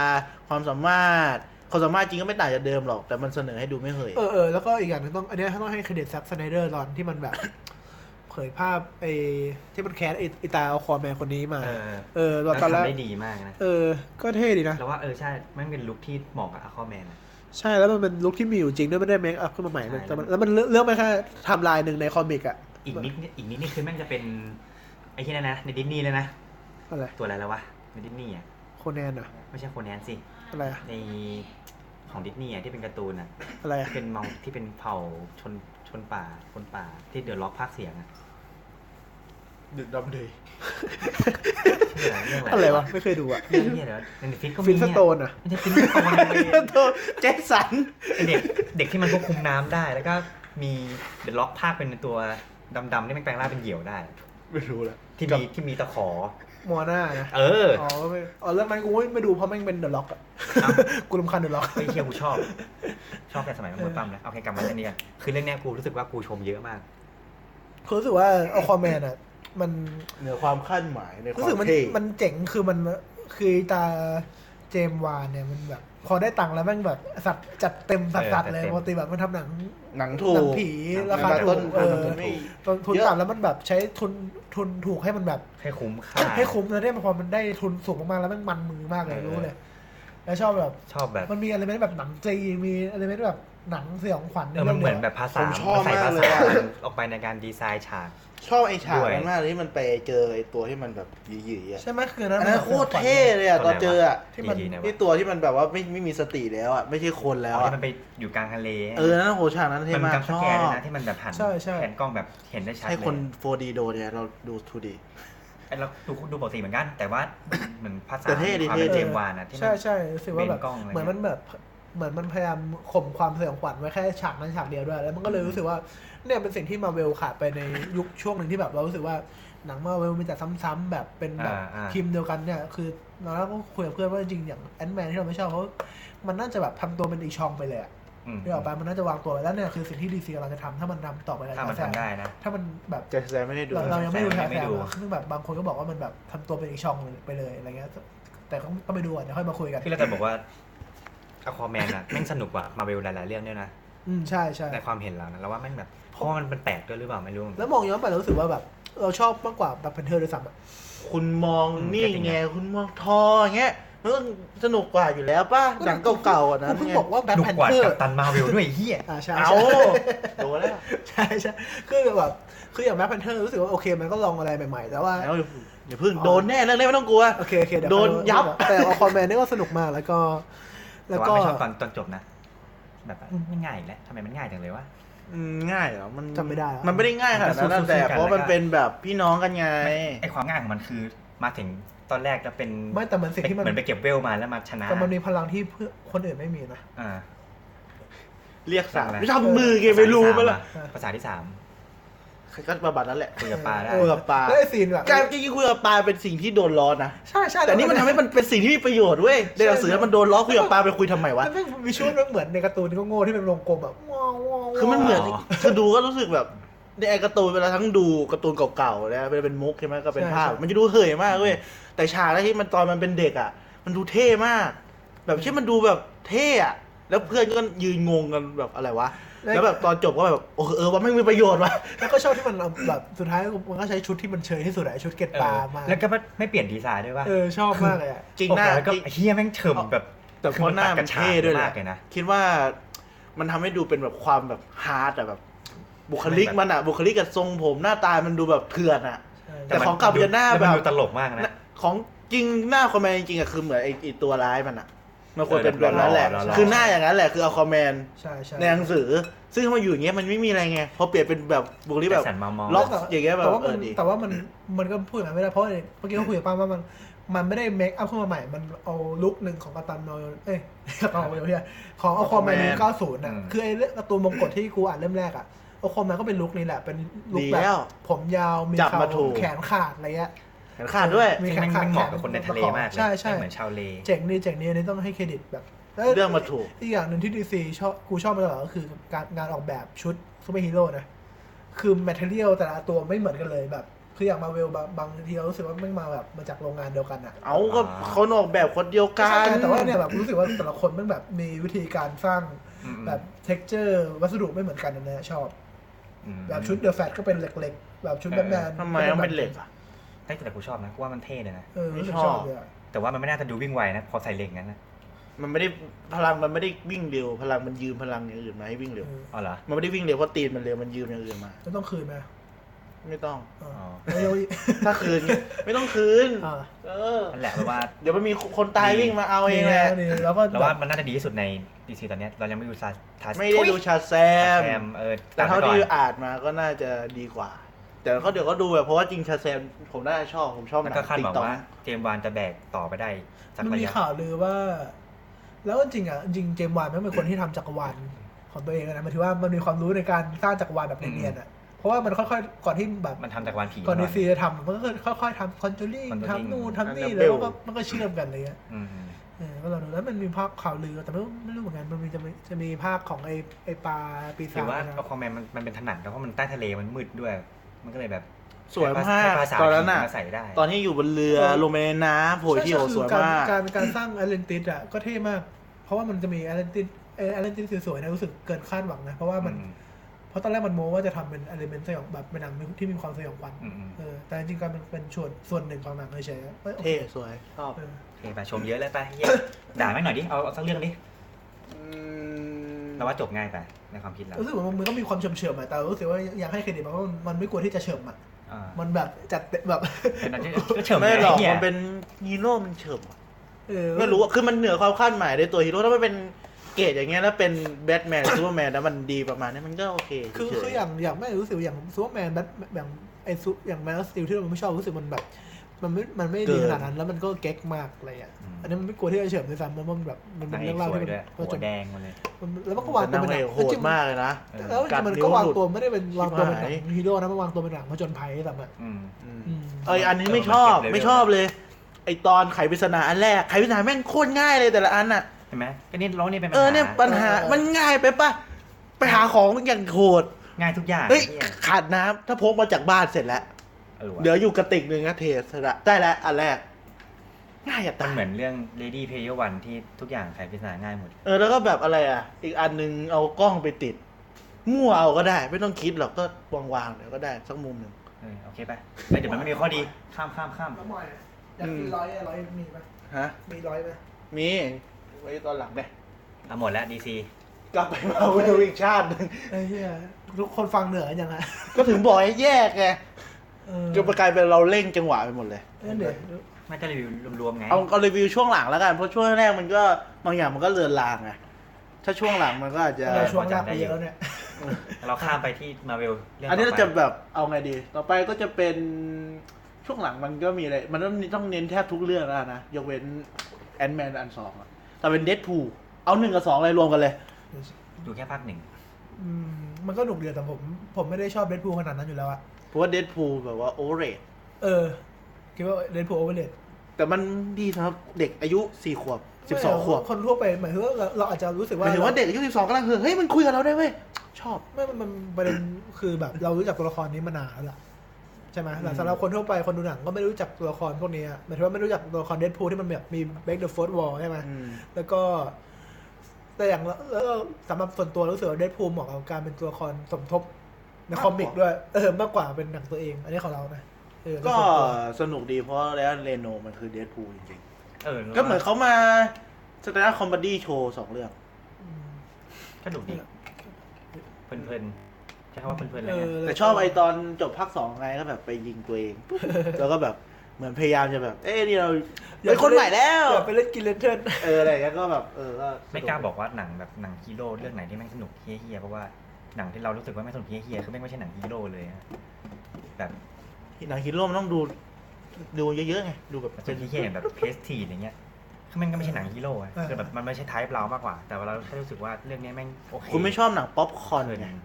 ความสามารถ ความสามารถจริงก็ไม่ต่างจากเดิมหรอก แต่มันเสนอให้ดูไม่เฮย
เออเออแล้วก็อีกอย่างหนึงต้องอันเนี้ยต้องให้เครดิตแซ็กสไนเดอร์ตอนที่มันแบบ เผยภาพไอ้ที่มันแคสไอ้ไอ้ตาเอาคอแมนคนนี้มา
เออ
เออ
เรา
ตอนแร
ทำ
ก
ได้ดีมากนะ
เออ ก็เท่ดีนะ
เราว่าเออใช่แม่งเป็นลุคที่เหมาะกับอาคอแมนอะ
ใช่แล้วมันเป็นลุคที่มีอยู่จริงด้วยไม่ได้แมคอัพขึ้นมาใหม่มัน
ใช่
แต่มันแล้วมันเลือกเลือกไปแค่ไทำลายหนึ่งในคอมิกอะ
อีกนิดเนี่ยอีกนิดนี่คือแม่งจะเป็นไอ้ที่นั่นนะในดิสนีย์เลยนะ
อะไร
ตัวอะไรแล้ววะในดิสนีย์อ่ะ
โคแนนเหรอะ
ไม่ใช่โคนันสิ
อะไรอะ
ในของดิสนีย์อ่ะที่เป็นการ์ตูนอ่ะ
อะไรอะ
ที่เป็นมองที่เป็นเผ่าชนชนป่าคนป่าที่เดือดร้อนภาคเสียงอ่ะ
ดึกดำเลย
ชื่อเรื่อง
อะ
อะไร ไร
วะไม่เคยดูอะ
เรื่องเนี้ยเดี๋ยวในฟิตก็มี
ฟิน
เย
สโตนอะ
มันจะฟินสโตนเลย
โทษเจสัน
ไอ้เด็กเด็กที่มันควบคุมน้ำได้แล้วก็มีเดือดร้อนภาคเป็นตัวดำๆที่แม่งแปลงร่างเป็นเหยี่ยวได้
ไม่รู้ละ
ที่มีที่มีตะขอ
มัวหน้านะ
เออ
อ๋อไม่อ๋อเรื่องนั้นกูไม่ดูเพราะแม่งเป็นเดอะล็อกอะ
เอ้า
กูรำคาญเดอะล็อก
ไอ้ยเชียกูชอบ ชอบแต่สมัยมันหมดปั๊มแล้วเอาแค่กลับมาเรื่องนี้กันคือเรื่องเนี้ยกูรู้สึกว่ากูชมเยอะมาก
คือรู้สึกว่าเอาคอมแมนอ่ะ มัน
เหนือความคาดหมายในควา
รู้
ม
สึกมัน
เท่
มันเจ๋งคือมันคือตาเจมส์วานเนี่ยมันแบบ พอได้ตังค์แล้วแม่งแบบสัตว์จัดเต็มสัตว์
เออจัดเต็ม
เลยปกติแบบมันทำหนัง
หนังถู
หนั
ก
งผี
หนัง
ราคา
ผี
ถูกเอ
ราคาต้นทุนมั
อ
นไม่
ตอนทุน
เยอะ
ต่ำแล้วมันแบบใช้ทุนทุนถูกให้มันแบบ
ให้คุ้มค่า
ให้คุ้มแล้วเนี่ยพอมันได้ทุนสูงมากๆแล้วแม่งมันมือมากเลย
เออ
รู้เลย แล้วชอบแบบ
ชอบแบบ
มันมีอะไรแบบหนังจีนมีอะไรแบบ หนังสยองขวัญ
เออมันเหมือนแบบภาษา
ผมชอบ
ใส่
มา
ภาก
เล
ษาย
อะ
ออกไปในการดีไซน์ฉาก
ชอบไอ้ฉาก
ด้วย
นั้นมากที่มันไปเจอไอ้ตัวที่มันแบบหยืดๆอะ
ใช่ไหมคือ
อั
นั้น
นนั้นโคตรเท่เลยอะตอนเจออะ
ที่มันไหนวะ
ที่ตัวที่มันแบบว่าไม่ไม่มีสติแล้วอะไม่ใช่คนแล้ว
อ๋อ
อะ
ที่มันไปอยู่กลางทะเล
เออนั่นโหฉากนั้นเท่
มัน
มาก
กำ
ช
ส
อ
แกนเลย
บ
นะที่มันแบบหันแผนกล้องแบบเห็นได้ชัด
ให้
เล
คน
ย
4D โดนเนี่ยเราดู 2D
ไอ้เราดูดูปกติเหมือนกัน แต่ว่า เหมือนภาษา
แต่เท่ดิ
ความเป็น
เท่
เจมส์วานอะที่มัน
ใช่ใช่รู้สึกว่าแบบ
เบนกล้องอะไร
เหมือนมันแบบเหมือนมันพยายามข่มความสยองขวัญไว้แค่ฉากนั้นฉากเดียวด้วยแล้วมันก็เลยรู้สึกว่าเนี่ยเป็นสิ่งที่มาเวลขาดไปในยุคช่วงหนึ่งที่แบบเรารู้สึกว่าหนังมาเวลมันจะซ้ำๆแบบเป็นแบบ
อ่าอ่า
ทีมเดียวกันเนี่ยคือเราก็คุยกับเพื่อนว่าจริงๆอย่างแอนแมนที่เราไม่ชอบเพราะมันน่าจะแบบทำตัวเป็นอีกช่องไปเลยอะ
อืม
เดี๋ยวออกไปมันน่าจะวางตัวไปแล้วเนี่ยคือสิ่งที่ดีซีกำลังจะทำถ้ามันทำต่อไป
ถ้ามันทำได้นะ
ถ้ามันแบบ
จะแสดงไม่ได้ดู
เราเรายังไม่ดูแฟร์
ไม่
แฟ
ดู
ร์ซึ่งแบบบางคนก็บอกว่ามันแบบทำตัวเป็นอีกช่องไปเลยอะไรเงี้ยแต่ก็ต้องไปดูอ่ะเดี๋ยวค่อยมาคุยกัน
พี่เราจะบอกว่าอควาแมนอะแม่งสนุกกว่ามาเวลหลายๆเรื่องด้วยนะ
อืมใช่ใช่
ในความเห็นเรานะเราว่าแม่งแบบเพราะว่ามันแปลกด้วยหรือเปล่าไม่รู้เหมือนกั
แล้
น
วมองย้อนไปเรารู้สึกว่าแบบเราชอบมากกว่าแบบเพนเทอร์ด้วยซ้ำอะ
คุณมองนี่
อืม
ไงคุณมองทออย่างเงี้ยมันก็สนุกกว่าอยู่แล้วป่ะหนังเก่าๆอ่ะนะ
กูเพิ่งบอกว่าแบ
ส
ท
นุก
แพน
กว่า
เทอร์
กับตันมาเวลด้วยไอ้เฮีย
อ่าใช่
เอา
ใช่
โดนแล้ว
ใช่ใช่คือแบบคืออย่างแบทแพนเทอร์รู้สึกว่าโอเคมันก็ลองอะไรใหม่ๆแต่ว่า
แล้วอย่าเพิ่งโดนแน่เรื่องนี้ไม่ต้องกลัว
โอเคโอเคเยว
โดนยับ
แต่อคอมแมนนี่ก็สนุกมากแล้วก็
แต่
แล้ว
ว่า
ก็
ไม่ชอบตอนตอนจบนะ แบบว่ามันง่ายอีกแล้วทำไมมันง่ายจังเลยวะ
อืมง่ายเหรอมัน
จำไม่ได้แล้ว
มันไม่ได้ง่ายขนาดนั้น
มันก็
นะ
สู้ๆ
แต่
กัน
เพราะมัน
แล้วก็
เป็นแบบพี่น้องกันไง
ไอความง่ายของมันคือมาถึงตอนแรกแล้วเป็น
ไม่แต่มันสิ่งที่มัน
เหมือนไปเก็บเวลมาแล้วมาชนะ
แต่มันมีพลังที่เพื่อคนอื่นไม่มีนะ
อ่า
เรียกสาม
อะไร
ไม่ชอบมือไงไปรู้ไปละ
ภาษาที่สาม
ใครก็ประบัดนั่นแหละ
คุยกับปลาได้
เออ ปลา
แล้วไอ้ซีนแบบ
การจริงๆคุยกับปลาเป็นสิ่งที่โดนล้อนะ
ใช่ใช่
แต่นี่มันทำให้มันเป็นสิ่งที่มีประโยชน์เว้ยในหนังสือมันโดนล้อคุยกับปลาไปคุยทำไมวะ
แล้วแม่งวิชวลมันเหมือนในการ์ตูนก็โง่ที่เป็นวงกลมแบบว้าวว้าวว้าว
คือมันเหมือน
อ๋อ
คือดูก็รู้สึกแบบในไอ้การ์ตูนเวลาทั้งดูการ์ตูนเก่าๆนะเป็นเป็นมุกใช่ไหมก็เป็นภาพ มันจะดูเหยมากเว้ยแต่ฉากแรกที่มันตอนมันเป็นเด็กอ่ะ มันดูเท่มาก แบบเช่นมันดูแบบเท่อะแล้วเพื่อนก็ยืนงงกันแบบอะไรวะแล้วแบบตอนจบก็แบบโอ้เออว่าไม่มีประโยชน์ว่ะ
แล้วก็ชอบที่มันเอาแบบสุดท้ายมันก็ใช้ชุดที่มันเชยที่สุดอะไอ้ชุดเกต
เอ
ปลา
อ
มา
แล้วก็ไม่เปลี่ยนดีไซน์ด้วยว่า
เออชอบมากเลยอะ
จริงหน้า
แล้วก็
จริง
เฮียแม่งเฉิมแบบ
แต่เพราะหน้ามันเท่ด้วยแห
มา
ละ
กเลยนะ
คิดว่ามันทำให้ดูเป็นแบบความแบบฮาร์ดอะแบบ บุคลิกมันอะบุคลิกกับทรงผมหน้าตามันดูแบบเถื่อนอะ แต่ของเก่ามันจะหน้า
ล้วมั
แบบ
ดูตลกมากนะ
ของจริงหน้าคอมแมนจริงๆอะคือเหมือนไอ้ไอ้ตัวร้ายมันอะมันควรเป็น
เออ
แบ
แบบ บ
นั้นแหละ
หล่อหล่อหล่อ
คือหน้าอย่างนั้นแหละคือเอาคอมแมน
ใช่ใช่
ในหนังสือ ซึ่งถ้ามันอยู่อย่างเงี้ยมันไม่มีอะไรไงพอเปลี่ยนเป็นแบบบุคลิก
แบ
แบบ บ
สันมามอง
ล็อก อย่างเงี้ยแบบ
แต่ว่ามัน
เออดี
แต่ว่ามันมันก็พูดอย่างนั้นไม่ได้เพราะว่าเมื่อกี้ก็คุยกับป้าว่ามันมันไม่ได้เมคอัพขึ้นมาใหม่ มันเอาลุคหนึ่งของกัปตันมาเอ้ยกัปตันมาเนี่ยของเอาคอมแมนยุคเก้าศูนย์อะคือไอ้เรื่องการ์ตูนมงกฎที่กูอ่านเล่มแรกอะเอาคอมแมนก็เป็นลุคนี้แหละเป็นลุค
ดี
แบบ
แล้ว
ผมยาวมี
จับ
เข่
มาถูก
แขนขาดอะไรเงี้ย
แขนขาดด้วย
ซึ่งแม่งแม่งเหมาะกับคนในทะเลมากเลย
ใช่ใช่
เหมือนชาวเล
เจ๋งดีเจ๋งดีอันนี้ต้องให้เครดิตแบบแล้ว
เรื่องมาถูก
อีกอย่างหนึ่งที่ดีซีชอบกูชอบมาตลอดก็คือการงานออกแบบชุดซูเปอร์ฮีโร่นะ คือแมทเทอเรียลแต่ละตัวไม่เหมือนกันเลยแบบ คืออย่างมาเวลบางทีเรารู้สึกว่าไม่งมาแบบมาจากโรงงานเดียวกันอะ
เอาก็เขาออกแบบคนเดียวกั
ใช่
น
แต่ว่าเนี่ยแบบรู้สึกว่าแต่ละคนมันแบบมีวิธีการสร้าง
อืม
แบบเท็กเจอร์วัสดุไม่เหมือนกันอันะชอบ
อืม
แบบชุดเดอะแฟตก็เป็นเหล็กๆแบบชุดแบทแมน
ทำไมต้องเป็นเหล็กอะ
แต่แต่กูชอบนะกูว่ามันเท่เลยนะ
เออรู้สึก
ไม่ช
ช
อ
อบ บเลยอะ
แต่ว่ามันไม่น่าจะดูวิ่งไวนะ พอใส่เหล็กงั้นนะ
มันไม่ได้พลังมันไม่ได้วิ่งเร็ว พลังมันยืมพลังอย่างอื่นมาให้วิ่งเร็ว
อ๋อเหรอ
มันไม่ได้วิ่งเร็วเพราะตีนมันเร็วมันยืมอย่างอื่นมา
จะต้องคืนไหม
ไม่ต้อง
เอ
อ๋อ
อไม่เอาอีก
ถ้าคืนไม่ต้องคืน
อ่า
เออ
นั่นแหละเพราะ ว่า
เดี๋ยวมันมีคนตายวิ่งมาเอาเองแหละ
ดีนะดีแล้วก็
เราว่ามันน่าจะดีที่สุดในดีซีตอนเนี้ยเรายังไม่ดูซาทา
ไม่ได้ดูชาแซ
แซ
ม
มเออ
แต่
มไป
เท่า
ก่อน
ที่อ่านมาก็น่าจะดีกว่า แต่ก็เดี๋ยวก็ดูแบบเพราะว่าจริงชาแซมผมน่าจะชอบ ผมชอบห
แล้ว
นั
ก็
ง
คาด
ติ๊ก
หวัง
ต็อก
ว่าเจมส์วานจะแบกต่อไปได้สัก
มั
ระ
นมี
ยะ
ข่าวลือว่า แล้วจริงๆอ่ะจริงเจมส์วานมันเป็นคนที่ทำจักรวาล ของตัวเองนะหมันถือว่ามันมีความรู้ในการสร้างจักรวาลแบบเนียนๆอ่ะเพราะว่ามันค่อยๆก่อนที่แบบ
มันทำจากวันผี
ก่อนดี
ก่
ซีจะทำมันก็ค่อยๆทำคอนจูริง
Conjuring
ทำนู่นทำนี่แล้วมันก็มันก็เชื่อมกันอะไรเลยอ่ะ
อืม
เออก็เราดูแล้วมันมีภาพข่าวลือแต่ไม่รู้ไม่รู้เหมือนกันมันมีจะมีจะมีภาพของไอไอปลาปี
ถื
ศา
อ
จ
ว่า
นะ
อคอมแมนมันมันเป็นถนัดแล้วเพราะมันใต้ทะเลมันมืดด้วย มันก็เลยแบบ
สวยมาก
ให้ภาษา
ตอนนั้น
ผี
อ่ะ
มาใส่ได้
ตอนที่อยู่บนเรือลงไปในน้ำโผล่ที่โอ
ใช่
สวย
ใช่คือ
มาก
การการสร้างอเลนติสอ่ะก็เท่มาก เพราะว่ามันจะมีอเลนติสเออเลนติสสวยๆนะรู้สึกเกินคาดหวังนะเพราะว่ามัน เพราะตอนแรกมันโม้ว่าจะทำเป็นอ l ลเมนต์สยองแบบเป็นหนังที่มีความสยองขวัญ
อืมอืม
เออแต่จริงๆการมันเป็นส่วนส่วนหนึ่งของหนังเฉยๆเอ้ยโอ
ๆ
เค
เท่สวยชอบ
เออ
โอเคไปชมเยอะแล้วไปเหี้ยด่าไม่งหน่อยดิ เอาเอาสักเรื่องดิ
อืม
เราว่าจบง่ายไปในความคิดเรา
รู้สึกว่ามันก็มีความเฉื่อยเฉื่อยแต่รู้สึกว่าอยากให้เครดิตมันว่ามันมันไม่กลัวที่จะเฉื่อยอ่ะ
อ่า
มันแบบจัดเต็มแบบ
เป็นอะไรที่ก็เฉิม
ไม่หรอก
เย
มันเป็นฮีโร่มันเฉิมอะ
เออ
ไม่รู้อะคือมันเหนือความคาดหมายในตัวฮีโร่ถ้ามันเป็นเกรดอย่างเงี้ยแล้วเป็นแบทแมนซูเปอร์แมนแล้วมันดีประมาณนี้มันก็โอเค
คือ
เฉ
คือย อย่างอย่างไม่รู้สึกอย่างซูเปอร์แมนแบทอย่างไอซูอย่างแมนสติลที่เราไม่ชอบรู้สึกมันแบบ มันไม่มันไม่ดีขนาดนั้นแล้วมันก็เก๊กมากอะไรอย่าง
อืม
อันนี้มันไม่กลัวที่จะเฉื่อยด้วยซ้ำมันแบบมันเป็
นา
น
งเอ
เรื่อก งเล่า
สวย
ที่
ด้วย
มั
หั
น
วแดงหมาเลย
มันแล้วมันก็
ๆ
วาง
แต่
ตั
นาว ง
เป็นห
เอ
นัง
กโหดมากเลยนะ
เออ
แล้วจริงๆมันก็วางตัวไม่ได้เป็นวางตัวเป็นหนัง
ชิบหาย
ฮีโร่นะมันวางตัวเป็นหนังผจญภัยด้วยซ้ำอ่ะ
อืม
อืม
อืม
เอออันนี้ไม่ชอบ
เออมันเก็บเลเวล
ไม่ชอบเลย ไอตอนไขปริศนาอันแรกไขปริศนาแม่งโคตรง่ายเลยแต่ละอันอ่ะ
เห็นไหมก็นี่ร้องนี่เป็นปัญ
เออเนี่ย
หา
ปัญหา
เออ
มันง่ายไปปะไปหาของอย่างโหด
ง่ายทุกอย่าง
เฮ้ย
หี้
ขาดน้ำถ้าพกมาจากบ้านเสร็จแล้ว
เออวะ
เดี๋ยวอยู่กระติกหนึ่งนะเทสละได้แล้วอันแรก ง่ายอะ
มั
ตาน ย
เหมือนเรื่อง Lady Player One ที่ทุกอย่างใครพิจารณาง่ายหมด
เออแล้วก็แบบอะไรอ่ะ อีกอันหนึงเอากล้องไปติด มั่วเอาก็ได้ ไม่ต้องคิดหรอกก็วางๆเดี๋ยวก็ได้สักมุมหนึ่ง
เออโอเคไปเฮ้ยเดี๋ยวมันไม่มีข้อดีข้ามข้ามข้าม
แล้วบอยอะอยาก
อื
มี
ม
ร้อยอะร้อยมีไหม
ฮะ
มีร้อยไหม
มีไว้ตอนหลังเนี่ย
เอาหมดแล้วดีซี
กลับไปมาเวลอีกชาติหนึ่ง
ไอ้เหี้ยทุกคนฟังเหนือกันยังไง
ก็ถึงบอกให้แยกไง
เออ
จนกลายเป็นเราเร่งจังหวะไปหมดเลย
นั่นเด็ก
ไม่ก็รีวิวรวมๆไง
เอาเอารีวิวช่วงหลังแล้วกัน เพราะช่วงแรกมันก็บางอย่างมันก็เลือนลางไง ถ้าช่วงหลังมันก็อาจจะ
เราช่วงแรกไปเยอะเนี่ย
เราข้ามไปที่มาเวลเรื่อง
อันนี้
ต่
เรา
ไป
จะแบบเอาไงดี ต่อไปก็จะเป็นช่วงหลังมันก็มีอะไร มันต้องต้องเน้นแทบทุกเรื่องแล้วนะ ยกเว้นแอนแมนอันสองอะแต่เป็นเดดพูเอาหนึ่งกับสองเลยรวมกันเลย
อยู่แค่ภาคหนึ่ง
อืมมันก็หนุกเดียวแต่ผม ผมไม่ได้ชอบเดดพูลขนาดนั้นอยู่แล้วอะ
เพราะว่าเดดพูแบบว่าโอเวอร์เรท
เออ คิดว่าเดดพูลโอเวอร์เลด
แต่มันดีสำหรับเด็กอายุสี่ขวบสิบสองขวบ
คนทั่วไปหมายถึงว่าเราเราอาจจะรู้สึก
ห
ว่า
มายถึงว่าเด็กอายุสิบสองกำลังคือเฮ้ยมันคุยกับเราได้เว้ยชอบ
ไม่มันมันประเด็น คือแบบเรารู้จักตัวละครนี้มานานแล้วล่ะใช่ไหมแต่สำหรับคนทั่วไปคนดูหนังก็ไม่รู้จักตัวละครพวกนี้อะหมายถึงว่าไม่รู้จักตัวละครเดดพูลที่มันแบบมีเบรกเดอะโฟร์ w วอลใช่ไหม
อืม
แล้วก็แต่อย่างแล้วแล้วสำหรับส่วนตัวรู้สึกว่าเดดพูลเหมาะกับการเป็นตัวละครสมทบใน
มากกว่า
คอมิกด้วย เออมากกว่าเป็นหนังตัวเอง อันนี้ของเรานะเออ
ก็
แล้วส่วน
ส
ตัว
นุกดีเพราะแล้วเรโนมันคือเดดพูจริง
เออ
ๆ ก็เหมือนเขามาสแตนด์คอมเมดี้โชว์สองเรื่อง
อืม
ก็ดูดีเพลินๆใช้คำว่าเพลินๆเล
เอย
นะ
อ
แต่ชอบไอตอนจบภาคสองไงก็แบบไปยิงตัวเอง แล้วก็แบบเหมือนพยายามจะแบบ เอ้ยนี่เราเป็นคนใหม่แล้ว
อย่าไปเล่นกินเลนเทิร์น
เอออะไรอย่างเงี้ยก็แบบเออก็สนุ
ไม่กล้าบอกว่าหนังแบบหนังฮีโร่เรื่องไหนที่แม่งสนุกเฮี้ยๆเพราะว่าหนังที่เรารู้สึกว่าไม่สนุกเฮี้ยๆคือแม่งไม่ใช่หนังฮีโร่เลยอะแบบ
หนังฮีโร่มันต้องดู ดูเยอะๆไงดูแบบ
เป็นเฮี้ยๆแบบเพสทีอย่างเงี้ยคือแม่งก็ไม่ใช่หนังฮีโร่อะคือแบบมันไม่ใช่ไทป์เรามากกว่า แต่ว่าเราแค่รู้สึกว่าเรื่องเนี้ยแม่งโอเค
คุณไม่ชอบหนังป๊อปคอร์น
เพลิ
ไง
น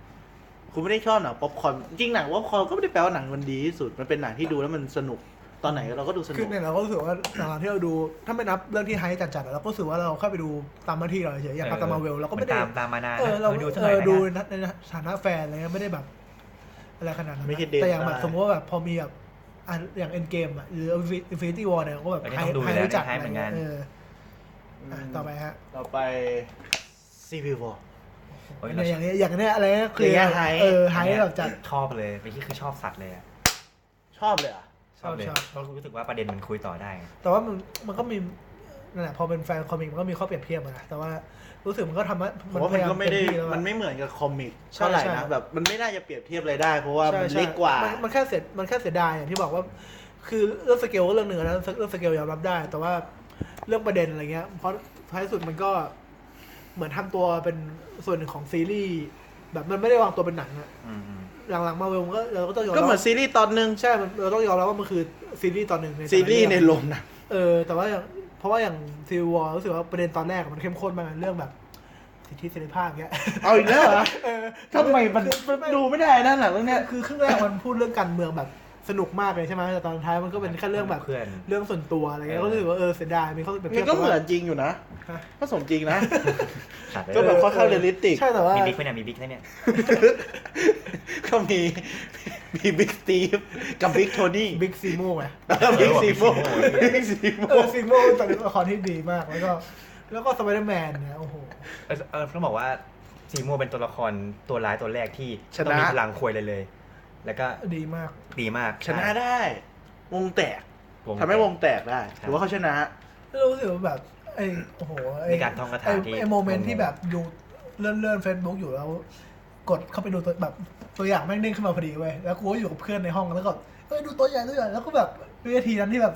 คุณไม่ได้ชอบหนังป๊อปคอร์นจริงหนังป๊อปคอร์นก็ไม่ได้แปลว่าหนังมันดีที่สุดมันเป็นหนังที่ดูแล้วมันสนุกตอนไหนเราก็ดูสนุ
คือก เนี่ยเราก็รู้สึกว่าหลังๆที่เราดู ถ้าไม่นับเรื่องที่ไฮจัดๆอะเราก็รู้สึกว่าเราเข้าไปดูตามหน้าที่เราเฉยๆอย่างกับตามมาเวลเราก็ไม่ได้
หอนตามตามมานาน
เออเรา
ดูสักห
เอ
น่อย
อ
นะ
ดูในฐานะแฟนอะไรเงี้ยไม่ได้แบบอะไรขนาดนั้น
ไม่
นะ
ใช่เดท
แต่อย่างแบบ
ได้
สมมติว่าแบบพอมีแบบอันอย่างเอ็นเกมอะหรืออินฟินิตี้วอร์เนี่ยเราก็แบบ
อันนี้
ไฮ
ต้องดู
ไฮ
แล้ว
รู้จัก
ไฮ
อะไร
เหมือนกั
เงี้
น
ยเออ
ม
อ่ะต่อไปฮะ
ต่อไปซีพีวอ
โอ้ย
อ
เรา
ย่างเงี้ยอย่างเนี้ยอะไรก็คื
ย่างเงี้ย
อ
ไฮ
เออไฮแบบจัด
ชอบเลยไปที่คือชอบสัตว์เลยอะ
ชอบเลยเหรอ่ะ
ชอบเลย
ชอบ
เพราะรู้สึกว่าประเด็นมันคุยต่อได้
แต่ว่ามันมันก็มีนั่นแหละพอเป็นแฟนคอมิกมันก็มีข้อเปรียบเทียบอะนะแต่ว่ารู้สึกมันก็ทำให้
ผมว่ามันก็ไม่ได้
พยายาเต็ที่แล้วอะ
มันไม่เหมือนกับคอมิก
ใช่
เท่าไหร่
ใช่
นะแบบมันไม่น่าจะเปรียบเทียบอะไรได้ เพราะว่า
ใช่
มัน
ใช่
เล็กกว่าน
มันแค่เสียมันแค่เสียดายอย่างที่บอกว่า คือเรื่องสเกลก็เรื่องหนึ่งนะเรื่องสเกลยอมรับได้ แต่ว่าเรื่องประเด็นอะไรเงี้ยเพราะท้ายสุดมันก็เหมือนทำตัวเป็นส่วนหนึ่งของซีรีส์แบบมันไม่ได้วางตัวเป็นหนังอะ
อืมอืม
หลังๆมาเวลมันก็เราก็ต้องยอมรับ
ก็เหมือนซีรีส์ตอนหนึ่ง
ใช่มันเราต้องยอมรับว่ามันคือซีรีส์ตอนหนึ่งใน
ซีรีส์
ห
ใน
ง
โรงหนะ
เออแต่ว่าอย่างเพราะว่าอย่างซีวอลรู้สึกว่าประเด็นตอนแรกอะมันเข้มข้นมากเรื่องแบบสิทธิเสรีภาพเงี้ย
เอาอีกแล้วเหรอ
เออ
ทำไมมันดูไม่ได้นะหนังเรื่องเนี้ย
คือครึ่งแรกมันพูดเรื่องการเมืองแบบสนุกมากเลยใช่ไหมแต่ตอนท้ายมันก็เป็นแค่เรื่องแบบ
เพื่อน
เรื่องส่วนตัวอะไรเงี้ย
เออ
ก็รู้สึกว่าเออเสียดายมีข้อแบบ
มันก็เหมือนจริงอยู่นะ
ฮะ
ก็สมจริงนะ
สัตว์เลย
ก็แบบ ค่อนข้างเรียลลิสติก
ใช่แต่ว่า
มีบิ๊กไหมเนี่ยมีบิ๊กไหมเนี่ย
ก็มี มีบิ๊กสตีฟกับบิ๊กโทนี่
บิ๊กซีโม่ไง
แล้วก็บิ๊กซีโฟบิ๊กซีโฟ
เออซีโม่ตอนนี้ละครที่ดีมากแล้วก็แล้วก็สไปเดอร์แมนเนี่ยโอ้โห
เออเออต้องบอกว่าซีมัวเป็นตัวละครตัวร้ายตัวแรกที่ต้องมีพลังควยเลยเลย แล้วก็
ดีมาก
ดีมาก
ชนะได้ วงแตก
วง
ทำให้วงแตกได้
ครับ
ถือว่าเขาชนะ
แล้วรู้สึกว่าแบบไอ้โอ้โหไอ้
ในการท่องคาถาที่
ไอ้โมเมนต์ที่แบบดู เลื่อนเลื่อนเฟซบุ๊กอยู่แล้ว กดเข้าไปดูตัวแบบตัวอย่างแม่งเด้งขึ้นมาพอดีเว้ยแล้วกูก็อยู่กับเพื่อนในห้องแล้วก็เอ้ยดูตัวอย่างตัวอย่างแล้วก็แบบวินาทีนั้นที่แบบ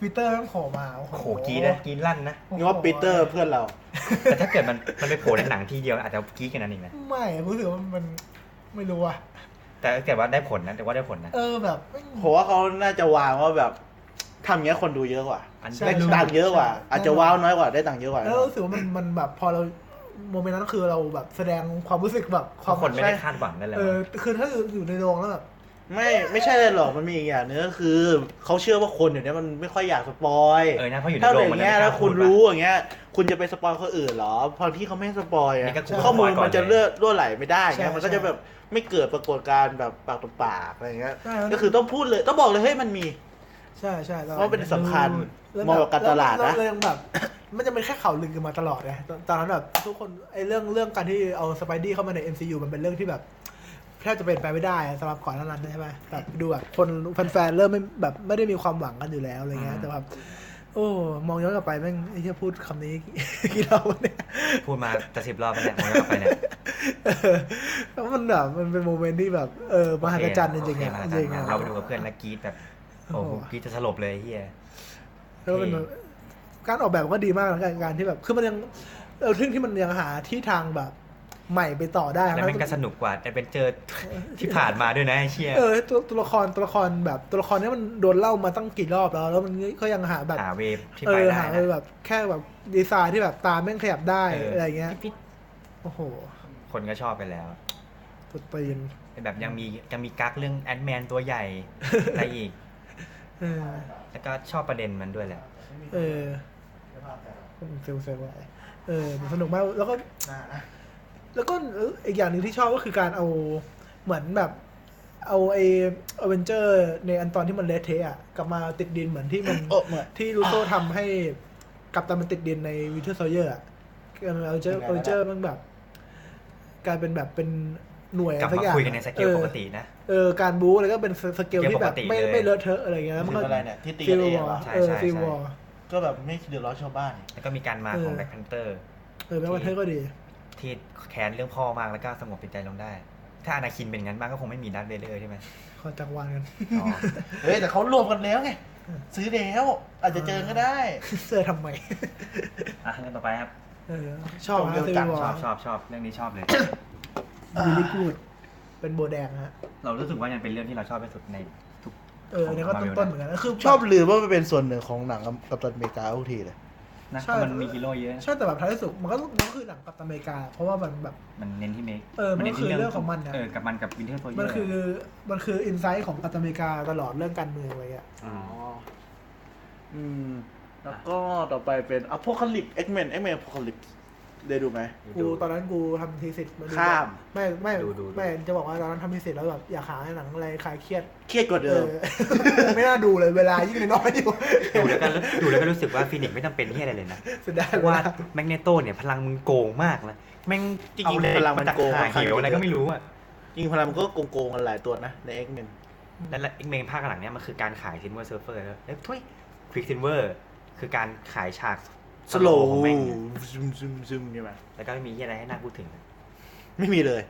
ปีเตอร์แม่งโผล่มาโอ้
โอ้โห
โห
กรีดนะกรีดลั่นนะ
งบปีเตอร์เพื่อนเรา
แต่ถ้าเกิดมันมันไปโผล่ในหนังทีเดียวอาจจะกรีดกันนั้นเองนะ
ไม่รู้สึกว่ามันไม่รู้อะ
แต่แต่ว่าได้ผลนะแต่ว่าได้ผลนะ
เออแบบแม่ง
ผมว่าเขาน่าจะวางว่าแบบทำอย่างเงี้ยคนดูเยอะกว่า
อัน
ใช่
ได้
ได้ดู
ตังค์เยอะกว่า
ใช่
อาจจะว้าวน้อยกว่าได้ตังค์เยอะกว่า
แล้วรู้สึกว่ามันมันแบบพอเราโมเมนต์นั้นคือเราแบบแสดงความรู้สึกแบบค
เพ
วาม
ราะคนไม่ได้คาดหวังนั่นแหละ
เออคือถ้าอยู่ในโรงแล้วแบบ
ไม่ไม่ใช่เลยหรอกมันมีอีกอย่างนึงก็คือเขาเชื่อว่าคนเดี๋ยวนี้มันไม่ค่อยอยากสปอย
เออนะเพราะอยู่ใน
ถ้า
โร
เป็
ง
นอ
มัน
ย่าง
ไม่
เงี้ย
กล้า
แล้วคุณ
พูดปะ
รู้อย่างเงี้ย คุณจะไปสปอยคนอื่นเหรอพอที่เขาไม่ให้สปอยอะ
นี่ก็กลัว
ข้อมูล
สปอยก่อน
มันจะ
เลย
เลือดรั่วไหลไม่ได้
ใช่
เงี้ยมันก็
ใช่
จะแบบไม่เกิดปรากฏการณ์แบบปากต่อปากอะไรเงี้ย
ใช่แล้ว
ก็คือต้องพูดเลยต้องบอกเลยเฮ้ยมันมี
ใช่ใช่ตอ
เพราะเป็นสำคัญ
แล้ว
มองกับการตลาดนะ
แวแวยังแบบ มันจะเป็นแค่ข่าวลือกันมาตลอดไงตอนตอนนั้นแบบทุกคนไอ้เรื่องเรื่องการที่เอาสไปดี้เข้ามาใน MCU มันเป็นเรื่องที่แบบแทบจะเป็นไปไม่ได้อะสำหรับก่อนหน้านั้นใช่ไหมแบบดูแบบคนแฟนๆเริ่มไม่แบบไม่ได้มีความหวังกันอยู่แล้วอะไรเงี้ย
อืม
แต่แบบโอ้มองย้อนกลับไปแม่งไอ้ที่พูดคำนี้ กี่รอบวะเนี่ย
พูดมาจะสิบรอบแล้วเนี่ยผมจะเอาไปเนี่ย
เออแล้วมันแบบมันเป็นโมเมนต์ที่แบบเออมหัศจรรย์จริงๆอะ
โอ
จ
เค
ริงๆ
มหัศจรรย์
อะ
เราไปดูกับเพื่อนแล้วกรีดแบบ โอ้โห
โอ้โห
กรีดจะสลบเลยเฮีย
แล้วมันแบบการออกแบบมันก็ดีมากนะการการที่แบบคือมันยังเออทึ่งที่มันยังหาที่ทางแบบ ใหม่ไปต่อได้
แล้วมันก็สนุกกว่าแต่เป็นเจ อที่ผ่านมาด้วยนะไอ้เชี่ย
เออตัวตัวละครตัวละครแบบตัวละครเนี้มันโดนเล่ามาตั้งกี่รอบแล้ว แล้วมันก็ยังหาแบบ
หาเวฟที่
เอ
ไป
อ
ได้
หา
นะ
แบบแค่แบบดีไซน์ที่แบบตาแม่งขยับได้อะไรเงี้ย
ปิ๊ด
โอ้โห
ๆคนก็ชอบไปแล้ว
ตุดตีน
แบบยังมียังมีกักเรื่องแอดแมนตัว ใหญ่ อะไรอีก
เออ
แล้วก็ชอบประเด็นมันด้วยแหละ
เออเซลเซลไเออสนุกมากแล้วก็ แล้วก็เอ่ออีกอย่างหนึ่งที่ชอบก็คือการเอาเหมือนแบบ เอาไอเอเวนเจอร์ในอันตอนที่มันเละเทะอะกลับมาติดดินเหมือนที่มัน
เออเหมือน
ที่ลูโซทำให้กับตามันติดดินในวิเทอร์โซเยอร์อะเอเวนเจอร์เอเวนเจอร์มันแบบกลายเป็นแบบเป็นหน่วยอะ
กลับ
ไรสัก
มา
อย่าง
คุยกันในสเกล
ออ
ปกตินะ
เออการบู๊อะไรก็เป็นสเกลที่แบบ
เกมปกติ
ไม่
เลย
ไม่เลอะเทอะอะไรเงี้ยแล้วมัน
คือ
ก็
อะไรเนี่ยที่ตี
ซี
กัน
ว
เอง
อ
เหรอ
ใช่
เออ
ใช่
ซี
ใช่
วอ
ก็แบบไม่เดือดร้อนชาวบ้าน
แล้วก็มีการมา
เออ
ของแบ็คแพนเตอร์
เออแม้ว่าเธอก็ดี
ที่แค้นเรื่องพ่อมากแล้วก็สงบจิตใจลงได้ ถ้าอนาคินเป็นงั้นบ้างก็คงไม่มีดัตเวเดอร์ใช่ไหม
ขอจักรวาลกัน
อ๋อ
เฮ้ยแต่เขารวมกันแล้วไงซื้อแล้วอาจจะเจอก็ได้
เสื้อทำไม
อ่ะเรื่องต่อไปครับ
เออชอบนะ
เดี
ซี
ยวกัน
วอ
ชอบชอบชอบเรื่องนี้ช อบเลย
บิลลี่กูดเป็นโบแดงฮะ
เรารู้สึกว่ายังเป็นเรื่องที่เราชอบที่สุดในทุก
เออเนี่ยก็ต้นต้นๆเหมือนกันนะคือ
ชอบลืมว่ามันเป็นส่วนหนึ่งของหนังกับตันอเมริกาทุกทีเลย
นะ
ใช่
เพราะมันมีฮีโร่เยอะนะ
ใช่แต่แบบท้ายที่สุดมันก็มันก็คือหนังกัปตันอเมริกา เพราะว่ามันแบบ
มันเน้นที่เมค
เออมันก็
เน้นที่
คือเรื่องของมันนะ
เออกับมันกับวินเทอร์โซเยอร์
มันคือมันคืออินไซต์ของกัปตันอเมริกาตลอดเรื่องการเมืองอะไรอ่ะ
อ๋อ อืม แล้วก็ต่อไปเป็นอพอ a ลิปเอ็กเมนเอ็กเมนอพอลิปได้ดูไหม
กูตอนนั้นกูทำทีสิทธิ์
ข้าม
ไม่ไม่
ดูดู
ไม่จะบอกว่าตอนนั้นทำทีสิทธิ์แล้วแบบอยากหาหนังอะไรคลายเครียด
เครียดกว่า
เอ
เดิม
อ ไม่น่าดูเลยเวลายิ่งน้อยอยู่
ดูแล้วก็ดูแล้วก็รู้สึกว่าฟินิกซ์ไม่จำเป็นที่อะไรเลยนะ
เสุดได้
เพราะว่าแมกเนโตเนี่ยพลังมึงโกงมากนะแม่งจริงๆ
เอาพลังมัน
จาก
โกง
หาเหวอะไรก็ไม่รู้อะ
จริงพลังมันก็โกงๆกันหลายตัวนะ ในเอ็กเมน
และและอีกเมงภาคหลังเนี่ยมันคือการขายซินเวอร์เซิร์ฟเฟอร์แล้วเอ้ยทุยควิกซินเวอร์คือการขายฉาก
สโล
ของแม่งเนี่ย
ซึมซึมซึมใช่ไหม
แล้วก็ไม่มีอะไรให้น่าพูดถึงนะ
ไม่มีเลย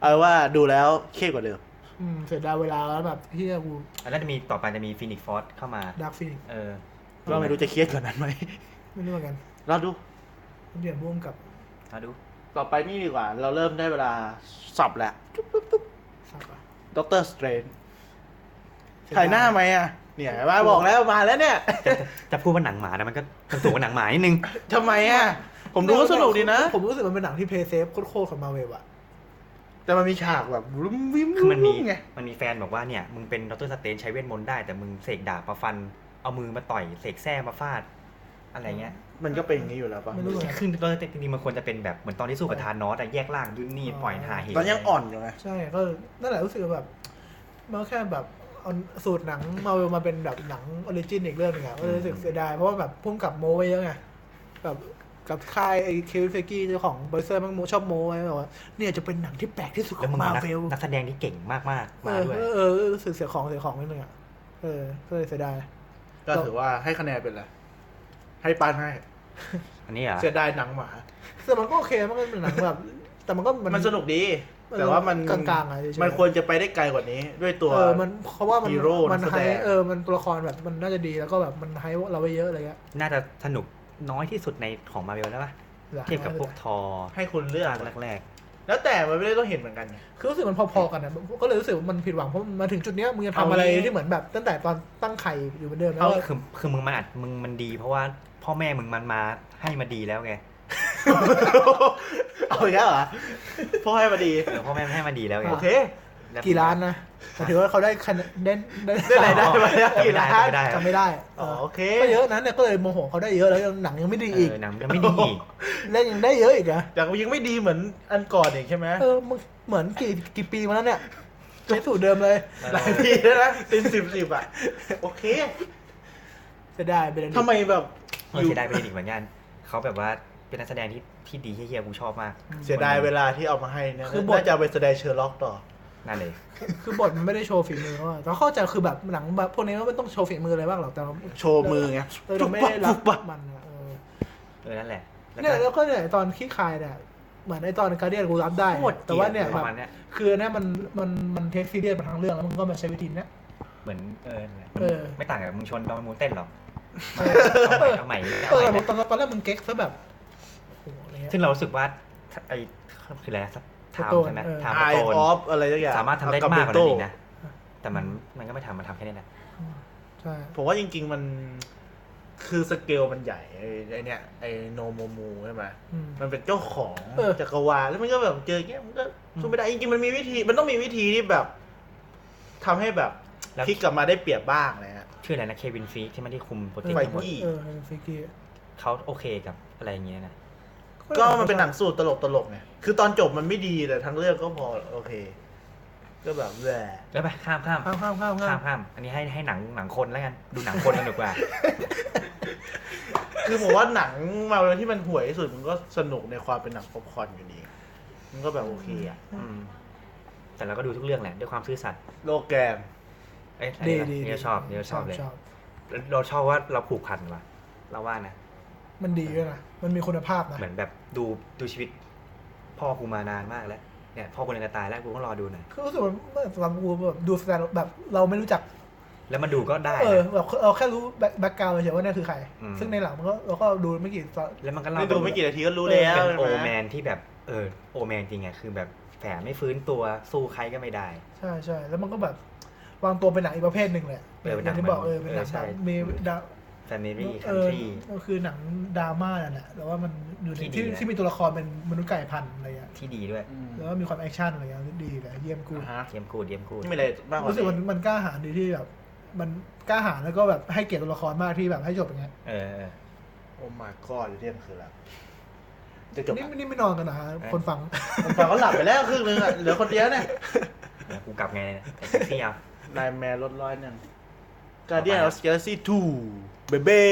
เอาเป็นว่าดูแล้วเครียดกว่าเดิม
อืมเสียดายเวลาแล้วแบบเฮียกู
แล้วจะมีต่อไปจะมีฟินิกซ์ฟอร์สเข้ามา
ดาร์กฟินิก
เออ
ก็ไม่รู้จะเครียดกว่านั้นไหม
ไม่รู้เหมือนกัน
เราดู
เดี๋ยวร่วมกับ
มาดู
ต่อไปนี่ดีกว่า เราเริ่มได้เวลาสับแล้ว
สับอะ
ด็อกเตอร์สเตรนถ่ายหน้าไหมอ่ะ เนี่ยมาบอกแล้วมาแล้ว เนี่ย
จะพูดว่าหนังหมานะมันก็มันสูงกว่าหนังหมานิดนึง
ทำไมอ่ะ ผมดูก็สนุกดีนะ
ผมรู้สึกมันเป็นหนังที่เพย์เซฟโคตรๆของมาเวลอะ
แต่มันมีฉากแบบรุ้มวิ้ม
คือมันมี
รุ้ไง
มันมีแฟนบอกว่าเนี่ย มึงเป็นดรสเตนใช้เวทมนต์ได้ แต่มึงเสกดาบมาฟัน เอามือมาต่อยเสกแส้มาฟาด อะไรเงี้ย
มันก็เป็นอย่างนี้อยู่แล้วป่ะ
ไม่รู้เหมือนกัน
คือดรสเตนจริงๆมันควรจะเป็นแบบเหมือนตอนที่สู้กับธานอสแต่แยกล่างดุนนี่ปล่อยหาเหตุ
ตอนยังอ่อนอยู่ไง
ใช่ก็นั่นแหละรู้สึกว่าแบบมันก็แค่แบบเอาสูตรหนังมาเวลมาเป็นแบบหนังออริจินอีกเรื่องหนึงอะก็เลยรู้สึกเสียดาย เพราะว่าแบบพุ่มกับโมไว้เยอะไงแบบกับค่ายไอ้เควินเฟกี้เจ้าของบริษัทมันโมชอบโมไว้แบบว่าเนี่ยจะเป็นหนังที่แปลกที่สุดข
แล้ว
อง
มึง
มา
มานัก
เวล
นักแสดงที่เก่งมาก ๆ
เอ
มา
อ
ด้วย
เออเออรู้สึกเสียของเสียของนิดนึงอะเออก็เลยเสียดาย
ก็ถือว่าให้คะแนนเป็นไรให้ปานให้
อันนี้เหรอ
เสียดายหนังหมา
แต่มันก็โอเค มันก็เป็นหนังแบบ แต่มันก็
มันสนุกดี แต่ว่ามัน
กลางๆอะเฉยๆ
มันควรจะไปได้ไกลกว่านี้ ด้วยตัว
เออมันเพราะว่ามัน
ฮีโร่
มัน
นักแส
ไฮ
ดง
เออมันตัวละครแบบมันน่าจะดีแล้วก็แบบมันไฮเราไปเยอะอะไรเงี้ย
น่าจะสนุกน้อยที่สุดในของมาเวลแล้วปะเทียบกับพวกทอ
ให้คุณเลือก
ภาคแรก
แล้วแต่มันไม่ได้ต้องเห็นเหมือน กันไง
คือรู้สึกมันพอๆกันนะก็เลยรู้สึกว่ามันผิดหวังเพราะมันมาถึงจุดเนี้ยมึงจะ
เอา
ทำอะไร
งี้
ที่เหมือนแบบตั้งแต่ตอนตั้งไข่อยู่เหมือนเดิมแล้
ๆ
ว
ก็คือคือมึงมันอัดมึงมันดี เพราะว่าพ่อแม่มึงมันมาให้มาดีแล้วไง
เอาอีกแล้วเหรอพ่อให้มาดี
เออพ่อแม่ให้มาดีแล้วไง
โอเค
แล้ว
กี่ล้านนะแต่ถือว่าเขาได้คะแนนได้ได้
ได้รายได้มาแล้ว
จำ
กี่
ไม่ได้
ล้าน
จำไม่ได้
จำไม่ได้
อ๋อโอเค
ก็เยอะนะเนี่ยก็เลยโมโหเขาได้เยอะแล้วหนังยังไม่ดี
เอ
อีก
อหนังมันไม่ดี
เล่นยังได้เยอะอีกนะ
แต่ก็ยังไม่ดีเหมือนอันก่อนอีกใช่ไหม
เออมึงเหมือนกี่กี่ปีมาแล้วเนี่ยใช้สูตรเดิมเลย
หลายปีแล้วนะเป็นสิบสิบอ่ะ โอเค
จะได้เป็น
ทำไมแบบ
เออเสียดายไปเลยอีกเหมือนกันเขาแบบว่าเป็นนักแสดงที่ที่ดีเฮี้ยๆกูชอบมาก
เสียดายเวลาที่เอามาให้เนี่ยน่าจะเอาไปแสดงเชอร์ล็อกต่อ
นั่นเลย
คือบทมันไม่ได้โชว์ฝีมือเขาอะแต่เข้าใจคือแบบหนังแบบพวกนี้มันไม่ต้องโชว์ฝีมืออะไรบ้างหรอกแต่เรา
โชว์มือไง
เออเราไม่ได้รับมันอะเออ
เออนั่นแหละแล้ว
เนี่ย
ก็
แล้วก็เนี่ยตอนขี้คายเนี่ยเหมือนไอตอนการเดียนกูรับได้
โคร
แต่ว่าเนี่ย
ป
แบ
ระ
บ
มาณเนี้ย
คือเนี่ยมันมันมันเทคซีเรียสมาทั้งเรื่องแล้วมันก็มาใช้วิธีเนี้ย
เหมือนเออนั่นแหละ
เออ
ไม่ต่างกับมึงชวนดอนมูนเต้นหรอก เอาใหม่
เอ
เอา
อ
ใหม่เอาใหม่
ตอนตอนแรกมึงเก๊กซะแบบโอ้โหอะไรเงี้ย
ซึ่งเรารู้สึกว่าไอ้คืออะไรทามใช่ไหม
เออ
ทาม
ไอ
โต
ออน ฟอะไรสักอย่าง
สามารถทำได้มากกว่านั้นอีกนะแต่มันมันก็ไม่ทำมันทำแค่นี้แหละ
ใช่
ผมว่าจริง ๆมัน คือสเกลมันใหญ่ไอ้ไอเนี่ยไอโนโมมูใช่ไหม
อืม
มันเป็นเจ้าของ
เออ
จักรวาลแล้วมันก็แบบเจออย่างเงี้ยมันก็สู้ไม่ได้จริงๆมันมีวิธี มันต้องมีวิธีที่แบบทำให้แบบพลิกกลับมาได้เปรียบบ้างนะฮะ
ชื่ออะไรนะเควินฟีที่มันที่คุมโปรเจก
ไฟ
ต์ทั้งหมด
กี้
เออไฟกี้
เขาโอเคกับอะไรอย่างเงี้ยนะ
ก็มันเป็นหนังสูตรตลกตลกๆไงคือตอนจบมันไม่ดีแต่ทั้งเรื่องก็พอโอเค ก็แบบแหละ
แล้วไปข้ามข้าม
ข้ามข้ามข้ามข้า
ข้าม มข้ามอันนี้ให้ให้หนังหนังคนแล้วกันดูหนังคนกันดีกว่า
คือผมว่าหนังมาเวลที่มันห่วยที่สุดมันก็สนุกในความเป็นหนังป๊อปคอร์นอยู่ดีมันก็แบบโอเคอะ
อืมแต่เราก็ดูทุกเรื่องแหละด้วยความซื่อสัตย์
โลแกน
เอ้ยอัน
ดี
นี้แหละ
ดี
เนี่ยชอบเนี่ยชอบเลย
ชอบ
เราชอบว่าเราผูกพันว่ะ เราว่านะ
มันดีด้วยนะ มันมีคุณภาพนะ
เหมือนแบบดูดูชีวิต พ่อกูมานานมากแล้ว เนี่ย พ่อกูเลยจะตายแล้วกูก็รอดูหน่อย
คือรู้สึกว่าสำหรับกูแบบดูสแตนด์แบบเราไม่รู้จัก
แล้วมาดูก็ได้
เออ
นะ
แบบเราแค่รู้แบ็กกราวด์เฉยๆว่าเนี่ยคือใคร
อืม
ซึ่งในหลังมันก็เราก็ดูไม่กี่ตอน
แล้วมันก็เล่า
นี่ดูไม่กี่นาทีก็รู้แล้ว
เป็น
ใช่
โอ
ไห
แม
ม
นที่แบบเออโอแมนจริงไงคือแบบแผลไม่ฟื้นตัวสู้ใครก็ไม่ได้
ใช่ใช่แล้วมันก็แบบ วางตัวเป็นหนังอีกประเภทหนึ่งแหละ
เออเป็นหนัง
ย่างที่บอกเออเป็นหนัง
เออใช่
แบบมีดรา
Family
เอ
Country
อก็คือหนังดราม่านั่นแหละแต่ว่ามันอยู่ใน
ที่ดี
ที่
นะ
ที่มีตัวละครเป็นมนุษย์ไก่พันธุ์อะไรอย่างเงี้ย
ที่ดีด้วย
อืม
แล้วก็มีความแอคชั่นอะไรอย่างเงี้ยดีเลยเยี่ยมกู
อ่าฮะ
เยี่ยมกูดเยี่ยมกูด
ไม่มีอะไรมากกว่า
รู้สึกมัน
นี้
มันกล้าหาญดีที่แบบ มันกล้าหาญแล้วก็แบบให้เกียรติตัวละครมากที่แบบให้จบอย่างเงี้ย
เออเออ
โอ้ my god เรื่องคืออะไรจะจบ
นี่
ละ
นี่ไม่นอนกันนะฮะ
เอ๊ะ
คนฟัง
ผมฟังเขาหลับไปแล้วครึ่งนึงอ่ะ เหลือคนเดียว เนี่ย
แล้วกูกลับไงเนี่ยไอ้เซ็กซี่เอา
นายแมนลดร้อยหนึ่ง Guardian of Galaxy 2เบเบ้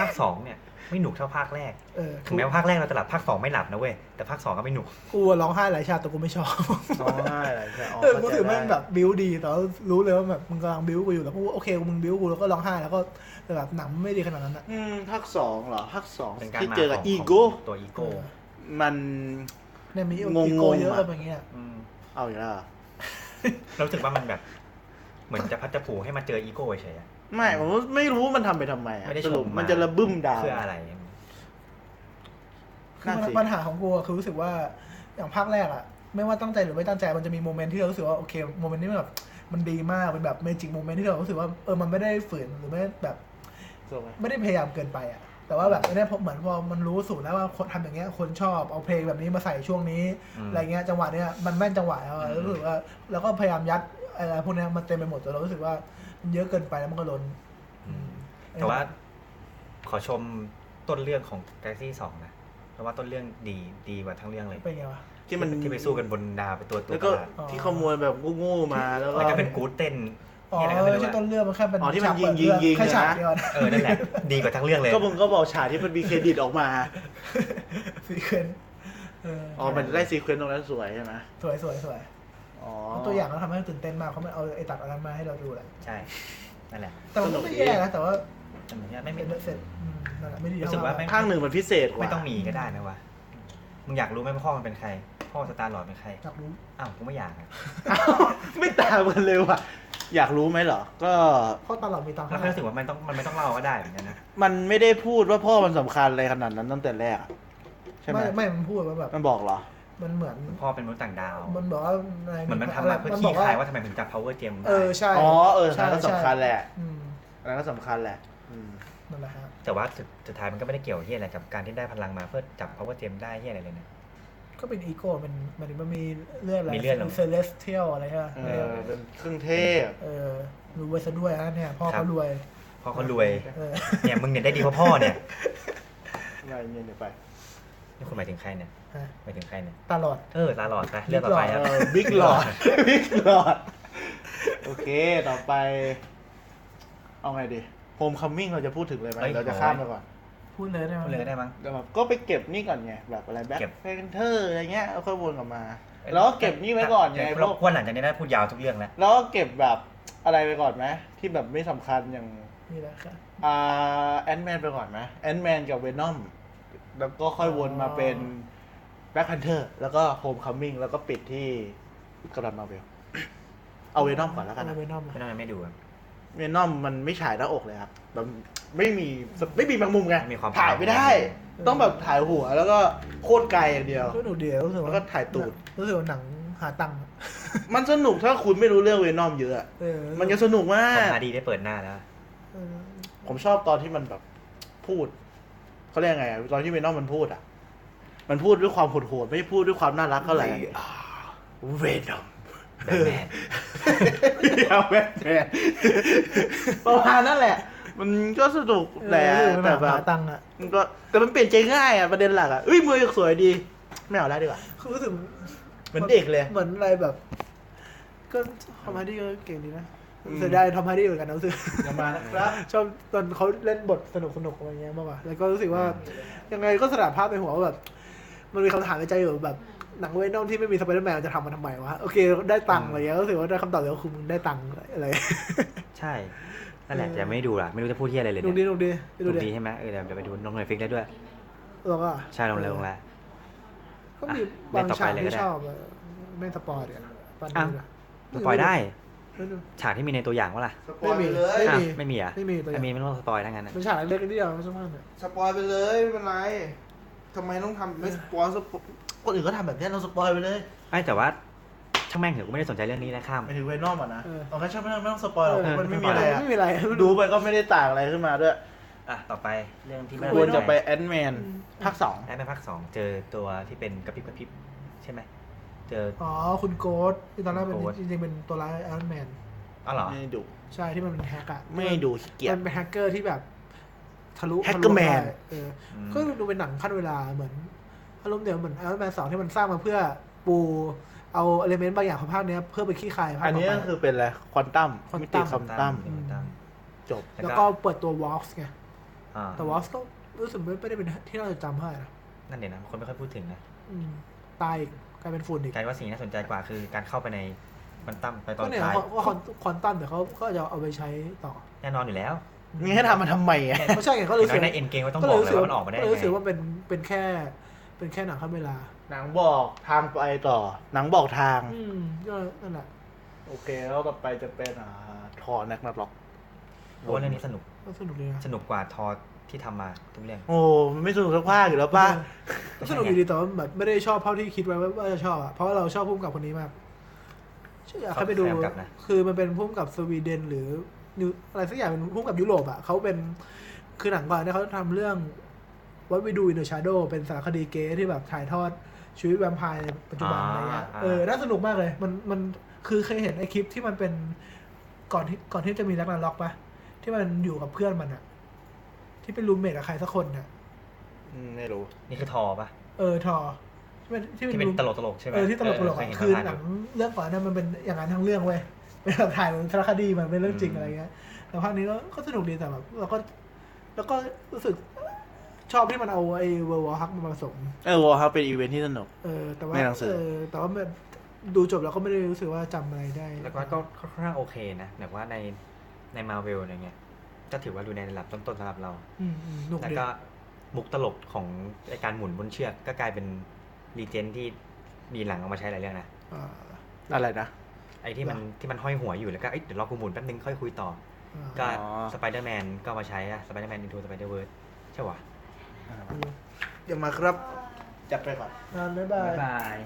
ภาคสองเนี่ย ไม่หนุกเท่าภาคแรก
เออ
ถึงแม้ว่าภาคแรกเราจะหลับภาคสองไม่หลับนะเว้ย แต่ภาคสองก็ไม่หนุก
กูร้องไห้หลายชาติแต่กูไม่ชอบ
ร้องไห้อะไรใช่อ๋อ
เออ
เข้า
กู
ใจ
ถือแม่งแบ
ได้
บบิ้วดีแต่ว่ารู้เลยว่าแบบมึงกำลังบิ้วกูอยู่แล้วกูโอเคมึงบิ้วกูแล้วก็ร้องไห้แล้วก็แต่แบบหนังไม่ดีขนาดนั้นอะ
อืมภาคสองเหรอ ภาคสอง
เป็นการ
ที่
มา
เจอกับ
ขง
อีโก้
ของตัวอีโก้
มัน
เนี่ยมี
งงๆ
อีโก้เยอะ
อะ
อะไรอย่างเงี้ย
อืม
เอาอีกแล้วเหรอ
เรารู้สึกว่ามันแบบ เหมือนจะพัดจะผูให้มาเจออีโก้เฉยๆอะ
ไม่ผมไม่รู้มันทำไปทำไมอ่ะ
ไม่ได้
สรุป
ชมมามั
มันจะระบึ้มดาว
เพื่ออะไร
คือ
นั่นสิ
ปัญหาของกูอะคือรู้สึกว่าอย่างภาคแรกอะไม่ว่าตั้งใจหรือไม่ตั้งใจมันจะมีโมเมนต์ที่เรารู้สึกว่าโอเคโมเมนต์นี้มันแบบมันดีมากเป็นแบบเมจิกโมเมนต์ที่เรารู้สึกว่าเออมันไม่ได้ฝืนหรือไม่ได้แบบ
ส่งไหม
ไม่ได้พยายามเกินไปอะแต่ว่าแบบอันเนี้ยผมเหมือนพอมันรู้สูตรแล้วว่าคนทำอย่างเงี้ยคนชอบเอาเพลงแบบนี้มาใส่ช่วงนี้
อืม
อะไรเงี้ยจังหวะเนี้ยมันแม่นจังหวะแล้วอะ
อืม
รู้สึกว่าแล้วก็พยายามยัดอะไรพวกเนี้ยมันเต็มไปหมดแต่เรารู้สึกว่ามันเยอะเกินไปแล้วมันก็ล้น
อืมแต่ว่า ขอชมต้นเรื่องของ Galaxy สองนะ เพราะว่าต้นเรื่องดีดีกว่าทั้งเรื่องเลย
เป็นไงวะ
ที่มัน
ที่ไปสู้กันบนดาวไปตัวตัว
แล้วก็
ประหลาด
ที่ขโมยแบบโงูๆมาแล้วก็
แล้วก็เป็นกู๊ดเต้น
อ๋อ
นี่อะไรก็ไม่รู้
ใช่ต้น
อะ
เรื่องมันแค่เป็น
อ๋อที่มัน
ฉากเปิด
ยิงๆ
เรื่อง
ยิงๆ
แค่ฉาก
นะ
เดียวนะ
เออนั่นแหละ ดีกว่าทั้งเรื่องเลย
ก็มึงก็บอกฉากที่มันมีเครดิตออกมา
สีเขินเออ
อ๋อมันได้ซีเควนต์ตรงนั้นสวยใช่ไหม
สวยสวยสวย
อ๋อ
ตัวอย่างมันทำให้ตื่นเต้นมากเขาไม่เอาไอ้ตัดอันนั้นมาให้เราดูแหละ
ใช่ นั่นแหละ
แต่มันก็ไม่
สนุกดี
แย่นะแต่ว่า
แต่เหมือนกับไม่มี
เป็นเสร็จอืมนั่นแหละไม่ดี
รู้สึกว่า
เท่ไหร่
ไม่
ภาคหนึ่งมันพิเศษกว่า
ไม่ต้องมีก็ได้นะวะ มึงอยากรู้ไหมว่าพ่อมันเป็นใคร พ่อสตาร์หลอดเป็นใคร
อยากรู้
อ้าวกูไม่อยากอะ
ไม่ตามกันเลยว่ะ อยากรู้ไหมเหรอ ก็
เพราะตอนหลังมีตังค์
แล้วก็
ให้
รู้สึกว่ามันต้องมันไม่ต้องเล่าก็ได้เหมือนกันนะ
มันไม่ได้พูดว่าพ่อมันสำคัญอะไรขนาดนั้นตั้งแต่แรกอะใช่ไหม
ไม่ไม่มันพูดว่าแบบ
มันบอกเหรอ
มันเหมือน
พ่อเป็นมนุษย์ต่างดาว
มันบอกว่าใน
เหมือนมันทำมาเพื่อขี้คายว่าทำไมถึงจับ power gem
เออใช่
อ๋อเออ
ใช่
อันนั้นก็สำคัญแหละ
อืม
อันนั้นก็สำคัญแหละอืม
นั่นแหละฮะ
แต่ว่าสุดสุดท้ายมันก็ไม่ได้เกี่ยวเฮียอะไรกับการที่ได้พลังมาเพื่อจับ power gem ได้เฮียอะไรเลยนะ
ก็เป็นอีโก้มันมันมันมีเรื่องอะไร
มีเรื่องเหรอ
เซเลสเทียลอะไรฮะ
เออเป็นเครื่องเทพ
เออรวยซะด้วยฮะเนี่ยพ่อเขารวย
พ่อเขารวย
เออ
เนี่ยมึงเนี่ยได้ดีเพราะพ่อเนี่ย
อะไรเงี้ยเดี๋ยวไป
นี่คุณหมายถึงใครเนี่ย
ฮะ
หมายถึงใครเนี่ย
ตลอด
เออลาหลอดไปเรื่องต่อไปครับ
บิ๊กหลอด บิ๊กหลอด โอเค ต่อไป เอาไงดีโฮมคัมมิ่งเราจะพูดถึงเลยไหมเราจะข้ามไปก่อน
พูดเลยได้ไหม
คุณเลยก็ได้มั้ง
เดี๋ยวแบบก็ไปเก็บนี่ก่อนไง แบบอะไรแบ็ค
เก็บ
เพนเทอร์อะไรเงี้ย เอาค่อยวนกลับมา แล้วก็เก็บนี่ไว้ก่อนไง
แต่
พวก
ว่าหลังจากนี้น่าพูดยาวทุกเรื่องแล้ว
แล้วก็เก็บแบบอะไรไปก่อนไหมที่แบบไม่สำคัญอย่าง
นี่แหละค่ะ
อ่าแอนแมนไปก่อนไหมแอนแมนกับเวนอมแล้วก็ค่อยวนมาเป็นแบ็ค p พนเทอร์แล้วก็โฮมคัมมิ่งแล้วก็ปิดที่กัปตันมาร์เวลเอาเวนอมก่อนแล้วกันนะ
เาเวนอม
ไม่ต้องไม่ดูครับ
เวนอมมันไม่ฉายหน้าอกเลยครับแบบไม่มีไม่มีบางมุมไง
มีความ
ถ่ายไม่ได้ ต้องแบบถ่ายหัวแล้วก็โคตรไกลอย่างเดียว
ก็หนูเดียวรู้สึกว่า
แล้วก็ถ่ายตูด
รู้สึกว่าหนังหาตังค์อะ
มันสนุกถ้าคุณไม่รู้เรื่องเวนอมเยอะอะ
เออ
มันจะสนุกมา
ทอม
ก
ฮาร์ดีได้เปิดหน้าแล้ว
เออ
ผมชอบตอนที่มันแบบพูดเขาเรียกไงอะตอนที่เวนอมมันพูดอ่ะ มันพูดด้วยความโหดๆไม่ได้พูดด้วยความน่ารักเท่าไหร่เวนอม
แบทแมน
เดี๋ยวแบทแมนประมาณนั่นแหละ มันก็สนุกแหละ
เออรู้สึกว่าห
แต่แบ
นังหา
บ
ตังค์อ่ะ
มันก็แต่มันเปลี่ยนใจง่ายอ่ะประเด็นหลักอ่ะเอ้ยมือยังสวยดี ไม่เอาแล้วดีกว่า
คือรู้สึก
เหมือนเด็กเลย
เหมือนอะไรแบบ ก็ทอมฮาร์ดี้ก็เก่งดีนะ
อืม
เสียดายทอมฮาร์ดี้เหมือนกันนะรู้สึก
อย่ามานะครับ
ชอบตอนเขาเล่นบทสนุกสนุกๆอะไรเงี้ยมากกว่าแล้วก็รู้สึกว่า ยังไงก็สลับภาพในหัวว่าแบบ มันมีคำถามในใจอยู่แบบหนังเวนอมที่ไม่มีสไปเดอร์แมนจะทำมาทำไมวะโอเค ได้ตังค์อะไรเงี้ยรู้สึกว่าได้คำตอบแล้วคือมึงได้ตังค์อะไร
ใช่ นั่นแหละ
เออ
แต่ไม่ดูล่ะ ไม่รู้จะพูดที่อะไรเลย
ดู
เนี่ย
ดี
ดู
ดูดีดู
ดี
ดี
ใช่ไหมเออเดี๋ยวเดี๋ยวไปดูลงเนยฟิกได้ด้วย
ลงอ่ะ
ใช่ลงเลยลงแล้ว
ก็มี
อ่ะ
บาง
เล่นต่อ
ฉาก
ไปเลยก็
ที่
ได้
ชอบอะไม่สปอยอ่ะปัน
อ่ะ
นี้นะ
สปอยได้
ไม่ดู
ฉากที่มีในตัวอย่างวะล่ะ
สปอยไปเลย
ไม่
อ้าว
มี
ไม่มีอ่ะ
ไม่มีตัวอย่า
ไม่มี
ง
ไม่ต้องสปอยทั้งนั้นอะ
เป็นฉากเล็กๆนิดเดียวใช่ไหมเนี่ย
สปอยไปเลยไม่เป็นไรทำไมต้องทำไม่สปอยสปอย
คนอื่นก็ทำแบบนี้เราสปอยไปเลย
ไอ้ยแต่ว่าช่างแม่งเถอะกูไม่ได้สนใจเรื่องนี้นะข้าม
ไปถึงเวนอมอ่ะนะเอาแค่ช่างไม่ต้องไม่ต้องสปอยหรอก
เออ
มันไม่มีอะไรอ่ะ
ไม่มีอะไร
ดูไปก็ไม่ได้ต่างอะไรขึ้นมาด้วย
อ่ะต่อไปเรื่องที่ไม่
ควรจะไป
ได้
แอนด์แมนภาคสอง
ได้ไปภาคสองเจอตัวที่เป็นกระพริบกระพริบใช่ไหมเจอ
อ๋อคุณโกดที่ตอนแรกเป็น
โกสต์
จริงๆเป็นตัวร้ายไอรอนแมน
อ๋อเหรอ
ไม่ดู
ใช่ที่มันเป็นแฮกอะ
ไม่ดูขี้เกียจ
มันเป็นแฮกเกอร์ที่แบบทะลุ
แฮกเกอร์แมน
ทะลุได้เอออ
ม
ก็ดูเป็นหนังขั้นเวลาเหมือนอารมณ์เดียวเหมือนไอรอนแมนสองที่มันสร้างมาเพื่อปูเอาเอลเมนต์บางอย่างของภาคเนี้ยเพื่อไปขี้คายภาค
อัน
ต่อ
นี้
ไป
ก็คือเป็นอะไรควอนตัม
ควอนตัม
มิติควอนตัม
ควอนตัม
จบ
แล้วก็เปิดตัววอล์กไง
อ่า
แต่วอล์กก็รู้สึกไม่ได้เป็นที่น่าจดจำเท่าไหร่นะ
นั่นเดี๋ยวนะคนไม่ค่อยพูดถึงนะ
อืมตายอีกกลายเป็นฝุ่นอีก
กลายว่าสิ่งที่น่าสนใจกว่าคือการเข้าไปในมันตั้มไปตอ
ก็
น
เนี่ย
ท้าย
ก็คอนตัมเดี๋ยวเขาก็จะเอาไปใช้ต่อ
แน่นอนอยู่แล้ว
นี่ให้ทำมาทำไมอ่ะ
ไม่ใช่ไงก็
อ
เล
ย่าย งน้อ
รู้สึ
ก ยในเอ็นเกมก็ต้อง
ก็
บ
เล
อย กแล้
รู้สึ
ว
ก
ว่า
ว่า
มันออกมาได้
ก็
ยั
เลย
ง
รู้สึก
ไง
ว่าเป็นเป็นแค่เป็นแค่หนังขั้นเวลา
หนังบอกทางไปต่อ หนังบอกทาง
อืมก็นั่นแหละ
โอเค แล้วต่อไปจะเป็นอ่าทอนักนักล็อก
เพราะว่าเรื่องนี้สนุก
ก็สนุกดีนะ
สนุกกว่าทอที่ทำมาทุกเรื่อง
โอ้มันไม่สนุกสักภาคอยู่แล้วป้า
ก็สนุกอยู่ดีแต่ว่าแบบไม่ได้ชอบเท่าที่คิดไว้ว่าว่าจะชอบอ่ะเพราะว่าเราชอบพุ่มกับคนนี้มากชื่ออยากให้ไปดู
เขาเป็นใครกำกับนะ
คือมันเป็นพุ่มกับสวีเดน หรือนิวอะไรสักอย่างเป็นพุ่มกับยุโรปอ่ะเขาเป็นคือหนังก่อนเนี่ยเขาทำเรื่องวัดวิดู in the shadow เป็นสารคดีเก๋ที่แบบถ่ายทอดชีวิตแวมไพร์ในปัจจุบันอะไรเงี้ยเออน่าสนุกมากเลย มันมันคือเคยเห็นไอคลิปที่มันเป็นก่อนที่ก่อนที่จะมีรักนาล็อกปะที่มันอยู่กับเพื่อนมันอ่ะ ที่เป็นรูมเมทกับใครสักคนน่ะ
อืมไม่รู้
นี่คือทอปะ
เออทอที่เป็นที่
ที่
เป็
เป็น นตลกตลกๆใช่ไหม
เออที่ตลกตลก
เเคยเห็น
คือ
ผ่านๆอ
หนัง
ยู่
เรื่องก่อนนั้นมันเป็นอย่างนั้นทั้งเรื่องเว้ยเป็นแบบถ่ายเหมือนสารคดีมันเป็นเรื่องจริง
อืม
อะไรเงี้ยแต่ภาคนี้ก็ก็สนุกดีแต่แบบเราก็แล้วก็รู้สึกชอบที่มันเอาไอ้เวอร์วอลฮักมาผสม
เออวอลครับเป็นอีเวนท์ที่สนุก
เออแต่ว่า
ในหนังสือ
เออแต่ว่ามันดูจบแล้วก็ไม่ได้รู้สึกว่าจำอะไรได้
แล้วก็ก็ค่อนข้างโอเคนะแบบว่าในในมาเวลอะไรเงี้ยก็ถือว่าดูในระดับต้นๆสำหรับเรา
อืมอืมหนุก
แล้ว
ดี
ก็มุกตลกของไอการหมุนบนเชือกก็กลายเป็นรีเจนที่ มีหลังเอามาใช้หลายเรื่องนะ
อ่า
อะไรนะ
ไอ้ที่มันที่มันห้อยหัวอยู่แล้วก็เอ้ยเดี๋ยวรอกูหมุนแป๊บนึงค่อยคุยต่อ
อ่า
ก็
อ๋อ
สไปเดอร์แมนก็เอามาใช้อะสไปเดอร์แมนอินทูสไปเดอร์เวิร์ใช่ปะ
เดี๋ยวมาครับ
จับไปก่อน
งานไม่บาย
บ๊ายบาย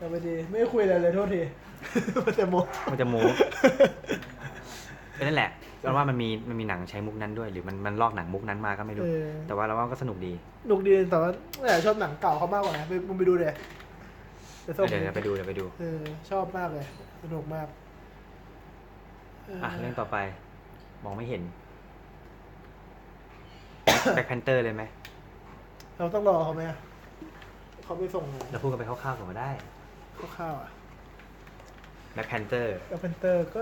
งานไม่ดี ไม่คุยอะไรเลยโทษที มันจะโม
มันจะโม้ ก็นั่นแหละ เราว่ามันมีมันมีหนังใช้มุกนั้นด้วย หรือมันมันลอกหนังมุกนั้นมาก็ไม่รู้
เออ
แต่ว่าเราว่าก็สนุกดี
หนุกดีแต่ว่าแต่ชอบหนังเก่าเขามากกว่านะไปมึงไปดูเลยเดี๋ยวส่ง
เดี๋ยวเดี๋ยวไปดูเดี๋ยวไปดู
เออชอบมากเลย สนุกมาก
อ่ะเรื่องต่อไป มองไม่เห็นแบ็คแพนเตอร์เลยไหม
เราต้องรอเขาไหมอะเขาไปส่ง
เราพูดกันไปคร่าวๆก่อนก็ได้
ข้าวๆอ่ะ
แบ็คแพนเตอร์
แล้เพนเตอร์ก็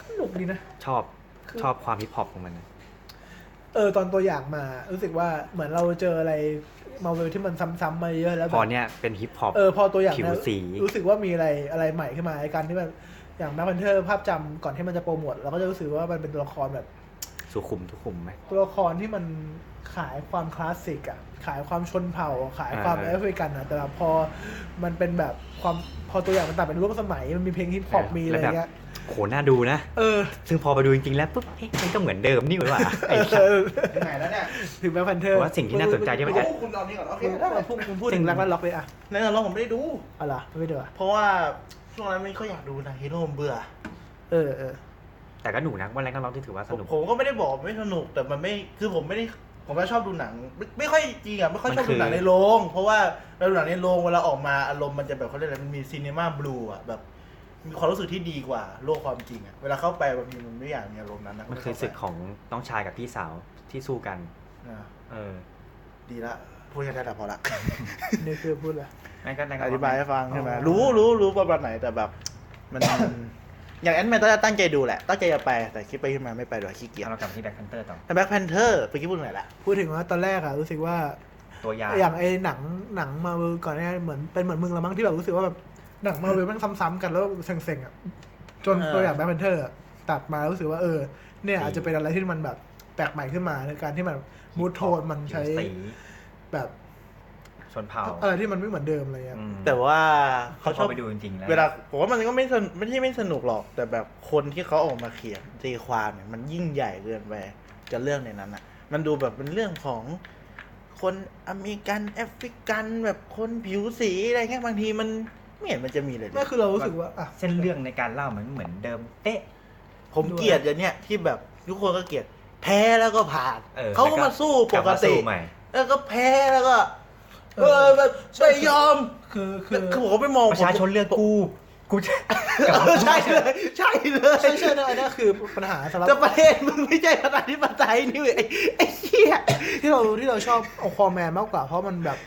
ก็หนุกดีนะ
ชอบชอบความฮิปฮอปของมันนะ
เออตอนตัวอย่างมา รู้สึกว่าเหมือนเราเจออะไรมาเวลที่มันซ้ำๆมาเยอะแล้วแบ
พอบ เนี่ยเป็นฮิปฮอป
เออพอตัวอย่าง
ผิว
นะ
สี
รู้สึกว่ามีอะไรอะไรใหม่ขึ้นมาไอ้การที่แบบอย่างแม็กพันเทอร์ภาพจำก่อนที่มันจะโปรโมทเราก็จะรู้สึกว่ามันเป็นตัวละครแบบ
สุขุมสุขุมไหม
ตัวละครที่มันขายความคลาสสิกอ่ะขายความชนเผ่า ขายความ
อ่า
แอฟริกันอ่ะแต่แบบพอมันเป็นแบบความพอตัวอย่างมันตัดเป็นร่วมสมัย มันมีเพลงฮิปฮอป
เออ
มีอะไร
แล้วแบบ
เงี้ย
โหน่าดูนะ
เออ
ซึ่งพอไปดูจริงๆแล้วปุ๊บเอ๊ะมันก็เหมือนเดิมนี่หว่าไอ้สัส
เออ
ยังไงแล้วเนี่ย
ถึงแม็กพันเทอ
ผ
ร์
มว่าสิ่งที่น่าสนใจที่มัน
โอ้
จะ
คุณเอานี่ก่อนโอเค
คุณ
ได้
คุณคุณพูดถึงรักและล็อกเลยอ่ะ
ในตอนนั้นผมไม่ได้ดู
เอาล่ะไรไม่เดือ
เพราะว่าช่วงนั้นไม่ค่อยอยากดูหนะฮีโร่ผมเบื่อ
เออเออ
แต่ก็หนูนะวันแรกก็ร้องที่ถือว่าสนุก
ผมก็ไม่ได้บอกไม่สนุกแต่มันไม่คือผมไม่ได้ผมก็ชอบดูหนังไม่ไม่ค่อยจริงอ่ะไม่ค่อยชอบ
มันคื
ดู
อ
หนังในโรงเพราะว่าเราดูหนังในโรงเวลาออกมาอารมณ์มันจะแบบเขาเรียกอะไรมันมีซีเนมาบลูอ่ะแบบ มีความรู้สึกที่ดีกว่าโลกความจริงอ่ะเวลาเข้าไปบางทีมันไม่อยากมีอารมณ์นั้นนะ
มันคือศึกของน้องชายกับพี่สาวที่สู้กัน
อ่า
เออ
ดีละพูดแค่ได้แต่ พอละ
นี่คือพูดละ
นั่นก็นั่นก็
อธิบายให้ฟังใช่ไหมรู้รู้รู้ประมาณไหนแต่แบบ มัน อย่างแอนแมนตั้งใจดูแหละตั้งใจจะไปแต่คิดไปคิดมาไม่ไปด้วยขี้เกียจ
เรากลับที่แบ็คแพนเตอร์ต่อ
แต่แบ็คแพนเทอร์ไปคิดพูดถึงไหนละ
พูดถึงว่าตอนแรกอ่ะรู้สึกว่า
ตัวยา
อย่างไอ้หนังหนังมาเวลก่อนหน้าเหมือนเป็นเหมือนมึงละมั้งที่แบบรู้สึกว่าแบบหนังมาเวลมันซ้ำๆกันแล้วเซ็งๆอ่ะจน
เออ
ตัวอย่างแบทแพนเทอร์ตัดมาแล้วรู้สึกว่าเออเนี่ยอาจจะเป็นอะไรที่มันแบบแปลกใหม่ขึ้นมาในการที่มันมูทโทนมันใช้
สี
แบบ
ชนเผ่า
อะไรที่มันไม่เหมือนเดิมอะไรเงี้ย
อืม
แต่ว่าเขาช
เขาช
อ
อบ บไปดูจริงๆแล้ว
เวลาผมว่ามันก็ไม่สนุกไม่ใช่ไม่สนุกหรอก แต่แบบคนที่เขาออกมาเขียนตีความเนี่ยมันยิ่งใหญ่เกินไปกับเรื่องในนั้นอ่ะ มันดูแบบเป็นเรื่องของคนอเมริกันแอฟริกันแบบคนผิวสีอะไรเงี้ยบางทีมันไม่เห็นมันจะมีเลยดิ
นั่นคือเรารู้สึกว่าอ่ะ
เส้นเรื่องในการเล่ามันเหมือนเดิมเป๊ะ
ผมเกลียดอย่างเนี้ยที่แบบทุกคนก็เกลียดแพ้แล้วก็ผ่าน
เออ
เขาก็
แล้วก็
มาสู้ป
ลับ
ก
มา
ติ
สู้ใหม่
แล้วก็แพ้แล้วก็เออแบบไม่ยอม
คือคื
คือ อผมก็ไปมอง
ประชาชนเลือกกูกูจะ
เออ ใช่เลยใช่เลย
ใช่ใช่นะอันนี้คือปัญหาสำหรับ
แต่ประเทศมึงไม่ใช่ประชาธิปไตยนี่เว้ยไอ้ไอ้เหี้ย
ที่เราที่เราชอบโอควาแมนมากกว่า เพราะมันแบบ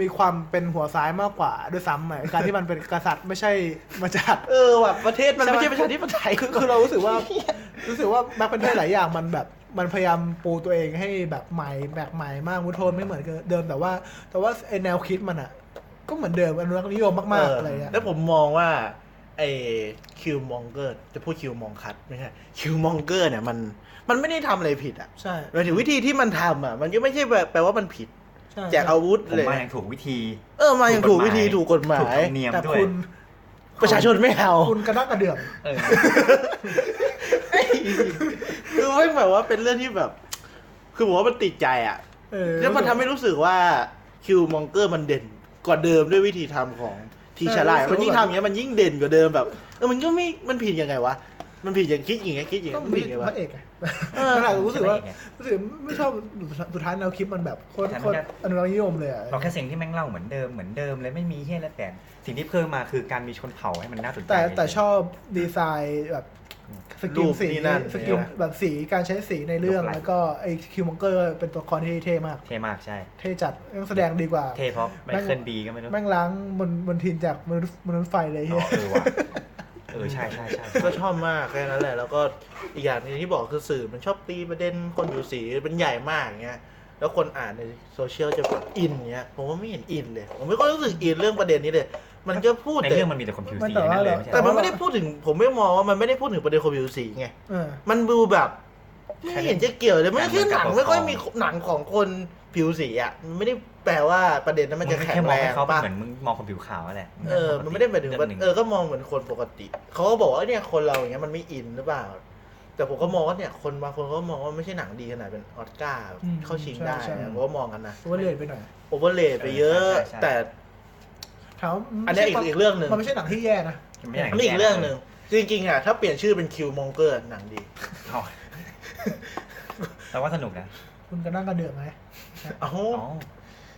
มีความเป็นหัวซ้ายมากกว่าด้วยซ้ำอะการที่มันเป็นกษัตริย์ไม่ใช่ มาจาก
เออว่ะประเทศมัน
ใช่ไหม
ไม่ใช่ประชาธิปไตย
คือคือเรารู้สึกว่า รู้สึกว่าแบ็คแพนเทอร์หลายอย่างมันแบบมันพยายามปูตัวเองให้แบบใหม่แบบใหม่มากมุทโทนไม่เหมือนเดิมแต่ว่า แต่ว่าไอแนวคิดมันอ่ะ ก็เหมือนเดิมอนุรักษ์นิยมมากๆอะไรอย่างเงี้ย
แล้วผมมองว่าไอ้คิวมองเกอร์จะพูดคิวมองคัดไม่ใช่คิวมองเกอร์เนี่ยมันมันไม่ได้ทำอะไรผิดอ่ะ
ใช่
หมายถึงวิธีที่มันทำอ่ะ มันก็ไม่ใช่แบบแปลว่ามันผิด
ใช่
แจกอาวุธ
ผม
เลย
มาอย่างถูกวิธี
เออมาอย่างถูกวิธี
ถู
ถู
ก
ก
ก
กฎ
ฎห
ห
มาม
าย ย
ถูกธรรมเนียม
แต่คุณ
ประชาชนไม่เอา
คุณกระด้างกระเดื่อง
เออ
คือไม่แบบว่าเป็นเรื่องที่แบบ คือผมว่ามันติดใจอ่ะ
เออ
แล้วมันทำให้รู้สึกว่าคิวมองเกอร์มันเด่นกว่าเดิมด้วยวิธีทำของทีชาร่า
ใช่รู้สึกว่า
มันยิ่งทำอย่างเงี้ยมันยิ่งเด่นกว่าเดิมแบบเออมันก็ไม่มันผิดยังไงวะมันผิดอย่างคิดอย่างเงี้ยคิดอย่าง
ต้
เงี้ยมัน
องมี
ผิดยังไง
พ
วะ
ระเอกอะขนาดรู้สึกว่ารู้สึกไม่ชอบสุดท้ายแนวคิดมันแบบโคตรโคตรอนุรักษ์นิยมเลยอะ
เราแค่สิ่งที่แม่งเล่าเหมือนเดิมเหมือนเดิมเลยไม่มีเฮี้ยแล้วแต่สิ่งที่เพิ่มมาคือการมีชนเผ่าให้มันน่าสนใจ
แต่แต่ชอบดีไซน์แบบสกิลสีสกิลแบบสีการใช้สีในเรื่อง แล้วก็ไอคิวมังเกอร์เป็นตัวละครที่เท่มาก
เท่มากใช่
เท่จัดเรื่องแสดงดีกว่า
เท่เพราะไม
แม่ง
เคิลบีก็ไม่รู้
แม่งล้างบนบนทีนจากมนุษย์มนุษย์ไฟเลย
อ๋
เฮี
อย เออว่ะเออใช่ใช่ใช่
ก็ชอบมากแค่นั้นแหละแล้วก็อีกอย่างหนึงที่บอกคือสื่อมันชอบตีประเด็นคนผิวสีเป็นใหญ่มากอย่างเงี้ยแล้วคนอ่านในโซเชียลจะแบบอินเงี้ยผมว่าไม่เห็นอินเลย ผมไม่ค่อยรู้สึกอินเรื่องประเด็นนี้เลย มันก็พูด
ใน
แต่
เรื่องมันมีแต่คนผิวสี
แต่
นั่
ว่าน
เลยไม่ใช่
แต่มันไม่ได้พูดถึงผมไม่มองว่ามันไม่ได้พูดถึงประเด็นคนผิวสีไง
เออ
มันดูแบบ ไม่เห็นจะเกี่ยวเลยมันก็แค่หนังไม่ค่อยมีหนังของคนผิวสีอ่ะมันไม่ได้แปลว่าประเด็นนั้นมันจะ
ง
แข็
แค่
ง
มอ
แรง
ให้
ง
เขาเป็น
ป่ะ
เหมือนมึงมองคนผิวขาวนั่นแหละ
เออมันไม่ได้หมายถึงว่า
เรื่อหนึ่ง
เออก็มองเหมือนคนปกติเขาก็บอกว่าเนี่ยคนเราอย่างเงี้ยมันไม่อินหรือเปล่า แต่ผมก็มองว่าเนี่ยคนบางคนก็มองว่าไม่ใช่หนังดีขนาดเป็นออสการ์
อืม
เข้าชิงได้
ใช่ใช่
ผมก็มองกันนะ
เพราะว่าเลยไปหน่อย
โอเวอร์เลไปเยอะ
ใช่ใช่ใช่
แต่
ถามว่า
อันนี้อีกอีกเรื่องหนึ่ง
มันไม่ใช่หนังที่แย่นะ
ไม่ได้
อันนี้อีกเรื่องหนึ่งจริงๆอ่ะถ้าเปลี่ยนชื่อเป็นคิวมองเกอร์หนังดี
เอาแต่ว่าสนุกนะ
คุณก็นั่งกันเดือดไหม
เอ้า
อ๋อ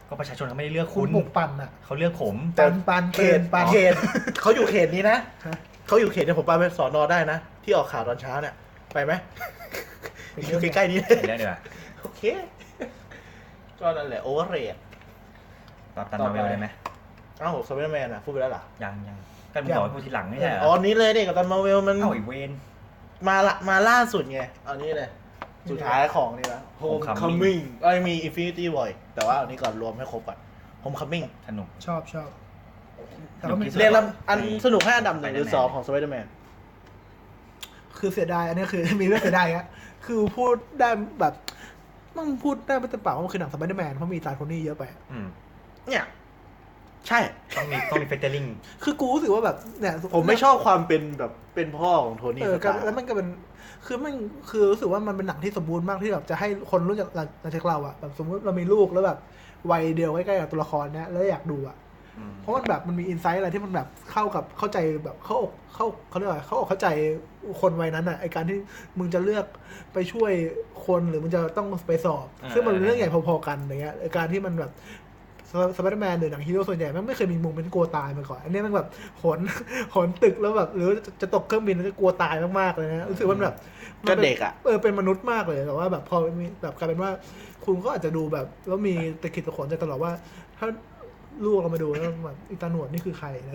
ก็ประชาชนเขาไม่ได้เลือก
คุ
คุณ ณ
ปลุกปั่นอ่ะ
เขาเลือกผม
แต่
ปันปัน
เข
เกิ
ต
นปัน
เขต เขาอยู่เขตนี้นะ
ฮะ
เขาอยู่เขตเนี่ยผมไปไปสอนอได้นะ ที่ออกข่าวตอนเช้าเนี่ย ไปไหมอยู่ใกล้ๆนี้
เดี๋ยวเดี๋ยว
โอเค ก็นั่นแหละโอเวอร์เรท
ตอบตัน
ต่อ
มา
ไป
เวลได้ไหม
อ้าวสไปเดอร์แมนอ่ะ พูดไปแล้วเหรอ
ยังยังก็มึงบอกว่าพูดทีหลังไม่ใช่เหรอ
อ๋อนี้เลยเนี่ยกับตันมาเวลมัน
เอ้าไอีเวน
มาละมาล่าสุดไงเอานี้เลย สุดท้ายของนี่ละ
Homecoming
Homecoming เอ้ยมี Infinity War แต่ว่าเอานี้ก่อนรวมให้ครบก่อน Homecoming
สนุก
ชอบชอบแต่ก็ไม่
สนุกที่สุด
เรียงลำอันสนุกให้อันดับหนึ่งหรือสองของสไปเดอร์แมน
คือเสียดายอันนี้ คือ มีเรื่องเสียดายอะคือพูดได้แบบมันพูดได้ไม่เต็มปากว่ามันคือหนังสไปเดอร์แมนเพราะมีตาโทนี่เยอะไป
อืม
เนี่ย ใช่
ต้อง มีต้องมีเฟเตอร์ลิง
คือกูรู้สึกว่าแบบเนี่ย
ผมไม่ชอบความเป็นแบบเป็นพ่อของโทนี่
เอ
ส
อ
ตาร์
แล้วมันก็เป็นคือมันคือรู้สึกว่ามันเป็นหนังที่สมบูรณ์มากที่แบบจะให้คนรู้จักหลังจากเราอะแบบสมมติเรามีลูกแล้วแบบวัยเดียวใกล้ๆกับตัวละครเนี้ยแล้วอยากดูอะ เพราะมันแบบมันมีอินไซต์อะไรที่มันแบบเข้ากับเข้าใจแบบเข้าอกเข้าเขาเรียกว่าอะไรเข้าอกเข้าใจคนวัยนั้นอ่ะไอการที่มึงจะเลือกไปช่วยคนหรือมึงจะต้องไปสอบ
อ่า
ซึ่งมันเป็นเรื่องใหญ่พอๆกันอย่างเงี้ยไอ้การที่มันแบบสไปเดอร์แมนหรือหนังฮีโร่ส่วนใหญ่แมันไม่เคยมีมุมเป็นกลัวตายมาก่อน อันเนี้ยมันแบบโหน โหนตึกแล้วแบบหรือจะจะตกเครื่องบินแล้วจะกลัวตายมากๆเลยนะรู้สึกว่ามันแบบมันป็น
ก็เด็กอะ
เออเป็นมนุษย์มากเลยแต่ว่าแบบพอมีแบบกลายเป็นว่า คุณก็อาจจะดูแบบแล้วมีตะขิดตะขนใจตลอดว่า ถ้า ลูกเรามาดูแล้วแบบอีตาหนวดนี่คือใครอะไร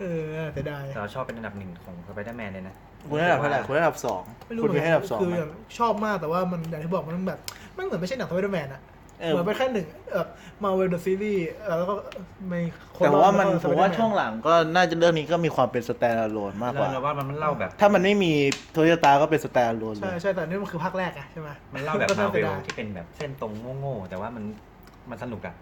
เออเสียดาย
แต่เราชอบเป็นอันดับหนึ่งของสไปเดอร์แมนเลยนะ
คุณให้อันดับเท่าไหร่คุณให้อันดับสองคุณ
มื
ไป
น
ให้อันดับสอง
คือ
ไหม
แบบชอบมากแต่ว่ามันอย่างที่บอกมันแบบมันเหมือนไม่ใช่หนังสไปเดอร์แมนอะ
เออ
เหมือนเป็นแค่หนึ่งแบบมาเวลเดอะซีรีส์แล้วก็ไม่คน
แต่ว่ามัน
รอบ
ผม
ๆก็ Spider-Man
ว่าช่องหลังก็น่าจะเรื่องนี้ก็มีความเป็นสแตนด์อะโลนมากกว่า
เราว่ามันเล่าแบบ
ถ้ามันไม่มีโทโยต้าก็เป็นสแตนด์อะโลนเล
ใช่
ย
ใช่แต่อันนี่มันคือภาคแรกอะใช่ไหม
มันเล่าแบบ
ก็
มา
น่
เว
สีย
ล
ดย
ที่เป็นแบบเส้นตรงโง่ๆแต่ว่ามันมันสนุกอะ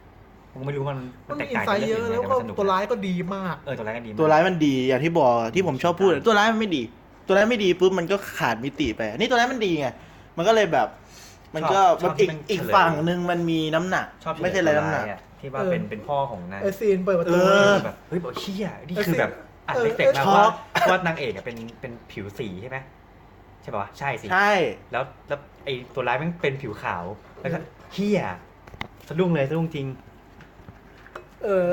ผมไม่รู้มัน
มั
มัน
น
แต
มี
ก
อิน
ต่าง
ไซ
จาก
ต์เย
เรื่องอื่น
อะแล้
ยังไง
ว
แต่
ก็
มันสนุก
ตัวร้ายก็ดีมาก
เออตัวร้ายก็ดีมก
ตัวร้ายมันดีอย่างที่บอกที่ผมชอบพูดอะตัวร้ายมันไม่ดี ตัวร้ายไม่ดีปุ๊บมันก็ขาดมิติไป นี่ตัวร้ายมันดีไงมันก็เลยแบบ มันก็
ชอบช
มั
อน บที่
อีก
มั
อีก
นเฉลย
ฝั่งหนึ่งมันมีน้ำหนัก
ชอบที่
ไม่ใช่ไรน้ำหนัก
ตัวายอะที่ว่าเป็น
เออ
เป็นพ่อของนาย
ไอซีนเปิดประ
เอ
ตู
อ
แบบเฮ้ยบอกเชี่ยนี่
เออ
คือแบบอ่าน
เออ
เด็กๆมา
ช็
ว่า
อก
ว่านางเอกอะเป็นเป็นผิวสีใช่ไหมใช่ป่ะวะใช่สิ
ใช่
แล้วแล้วไอตัวร้ายมันเป็นผิวขาว แล้วก็เฮี้ยสะดุ้งเลยสะดุ้งจริง
เออ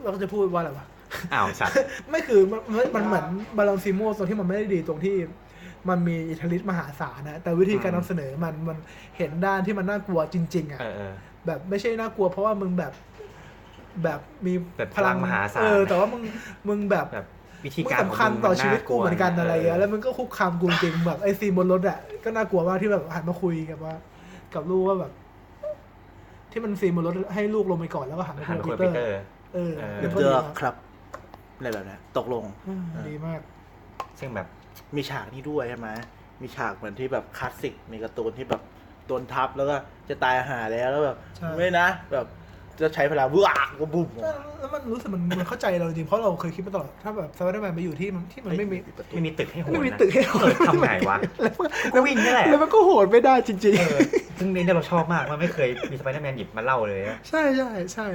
เราก็จะพูดว่าอะไรวะ
อ้าวสัตว์
ไม่คือมันมันมันเหมือนบาลานซิโมตรงที่มันไม่ได้ดีตรงที่มันมีอิทธิฤทธิ์มหาศาลนะ แต่วิธีการ
อืม
นำเสนอมันมันเห็นด้านที่มันน่ากลัวจริง ๆ อ่ะ
เออเออ
แบบไม่ใช่น่ากลัวเพราะว่ามึงแบบแบบมี
แบบพลังมหาศาล
เออ แต่ว่ามึงมึงแบบ
แบบวิธี
มึง
การ
สำคัญ
ขง
ต่อ
นา
ชีวิตกูเหมือนกันอะไรเงี้ยแล้วมึงก็คุกคามกูจริงแบบไอซีนบนรถอ่ะก็น่ากลัวว่ากที่แบบหันมาคุยกับว่า กับลูกว่าแบบ ที่มันซีนบนรถให้ลูกลงไปก่อนแล้วก็หันมา
หันมาคุ
คุ
ย
ย
กั
กั
บบ ปีเต
ปีเต
อ
อ
ร์
ร์เออ
เออ
เดือด
ก็
เดื
ดี
อ
นะ
ครับอะไรแบบนั้นตกลง
อืมดีมาก
ซึ่งแบบ
มีฉากนี้ด้วยใช่ไหมมีฉากเหมือนที่แบบคลาสสิกมีการ์ตูนที่แบบโดนทับแล้วก็จะตายหาแล้วแล้วแบบ
ใช่
ไม่นะ แบบจะใช้พลังว้ากก็บุ้มออกมา
แล้วมันรู้สึกมันมันเข้าใจเราจริงเพราะเราเคยคิดมาตลอดถ้าแบบสไปเดอร์แมนไปอยู่ที่มันที่มันไม่มี
ประตู
ไม่มีตึกให้โหน
ไม่มี
นะ
ตึกให้เรา
เออทำไงวะ
แล้วมัน
ก็วิ่งนี่แหละ
แล้วมันก็โหดไม่ได้จริง
เออซึ่งเรื่องนี้เราชอบมาก มันไม่เคยมีสไปเดอร์แมนหยิบมาเล่าเลยอะ
ๆ ใช่ใช่ใช่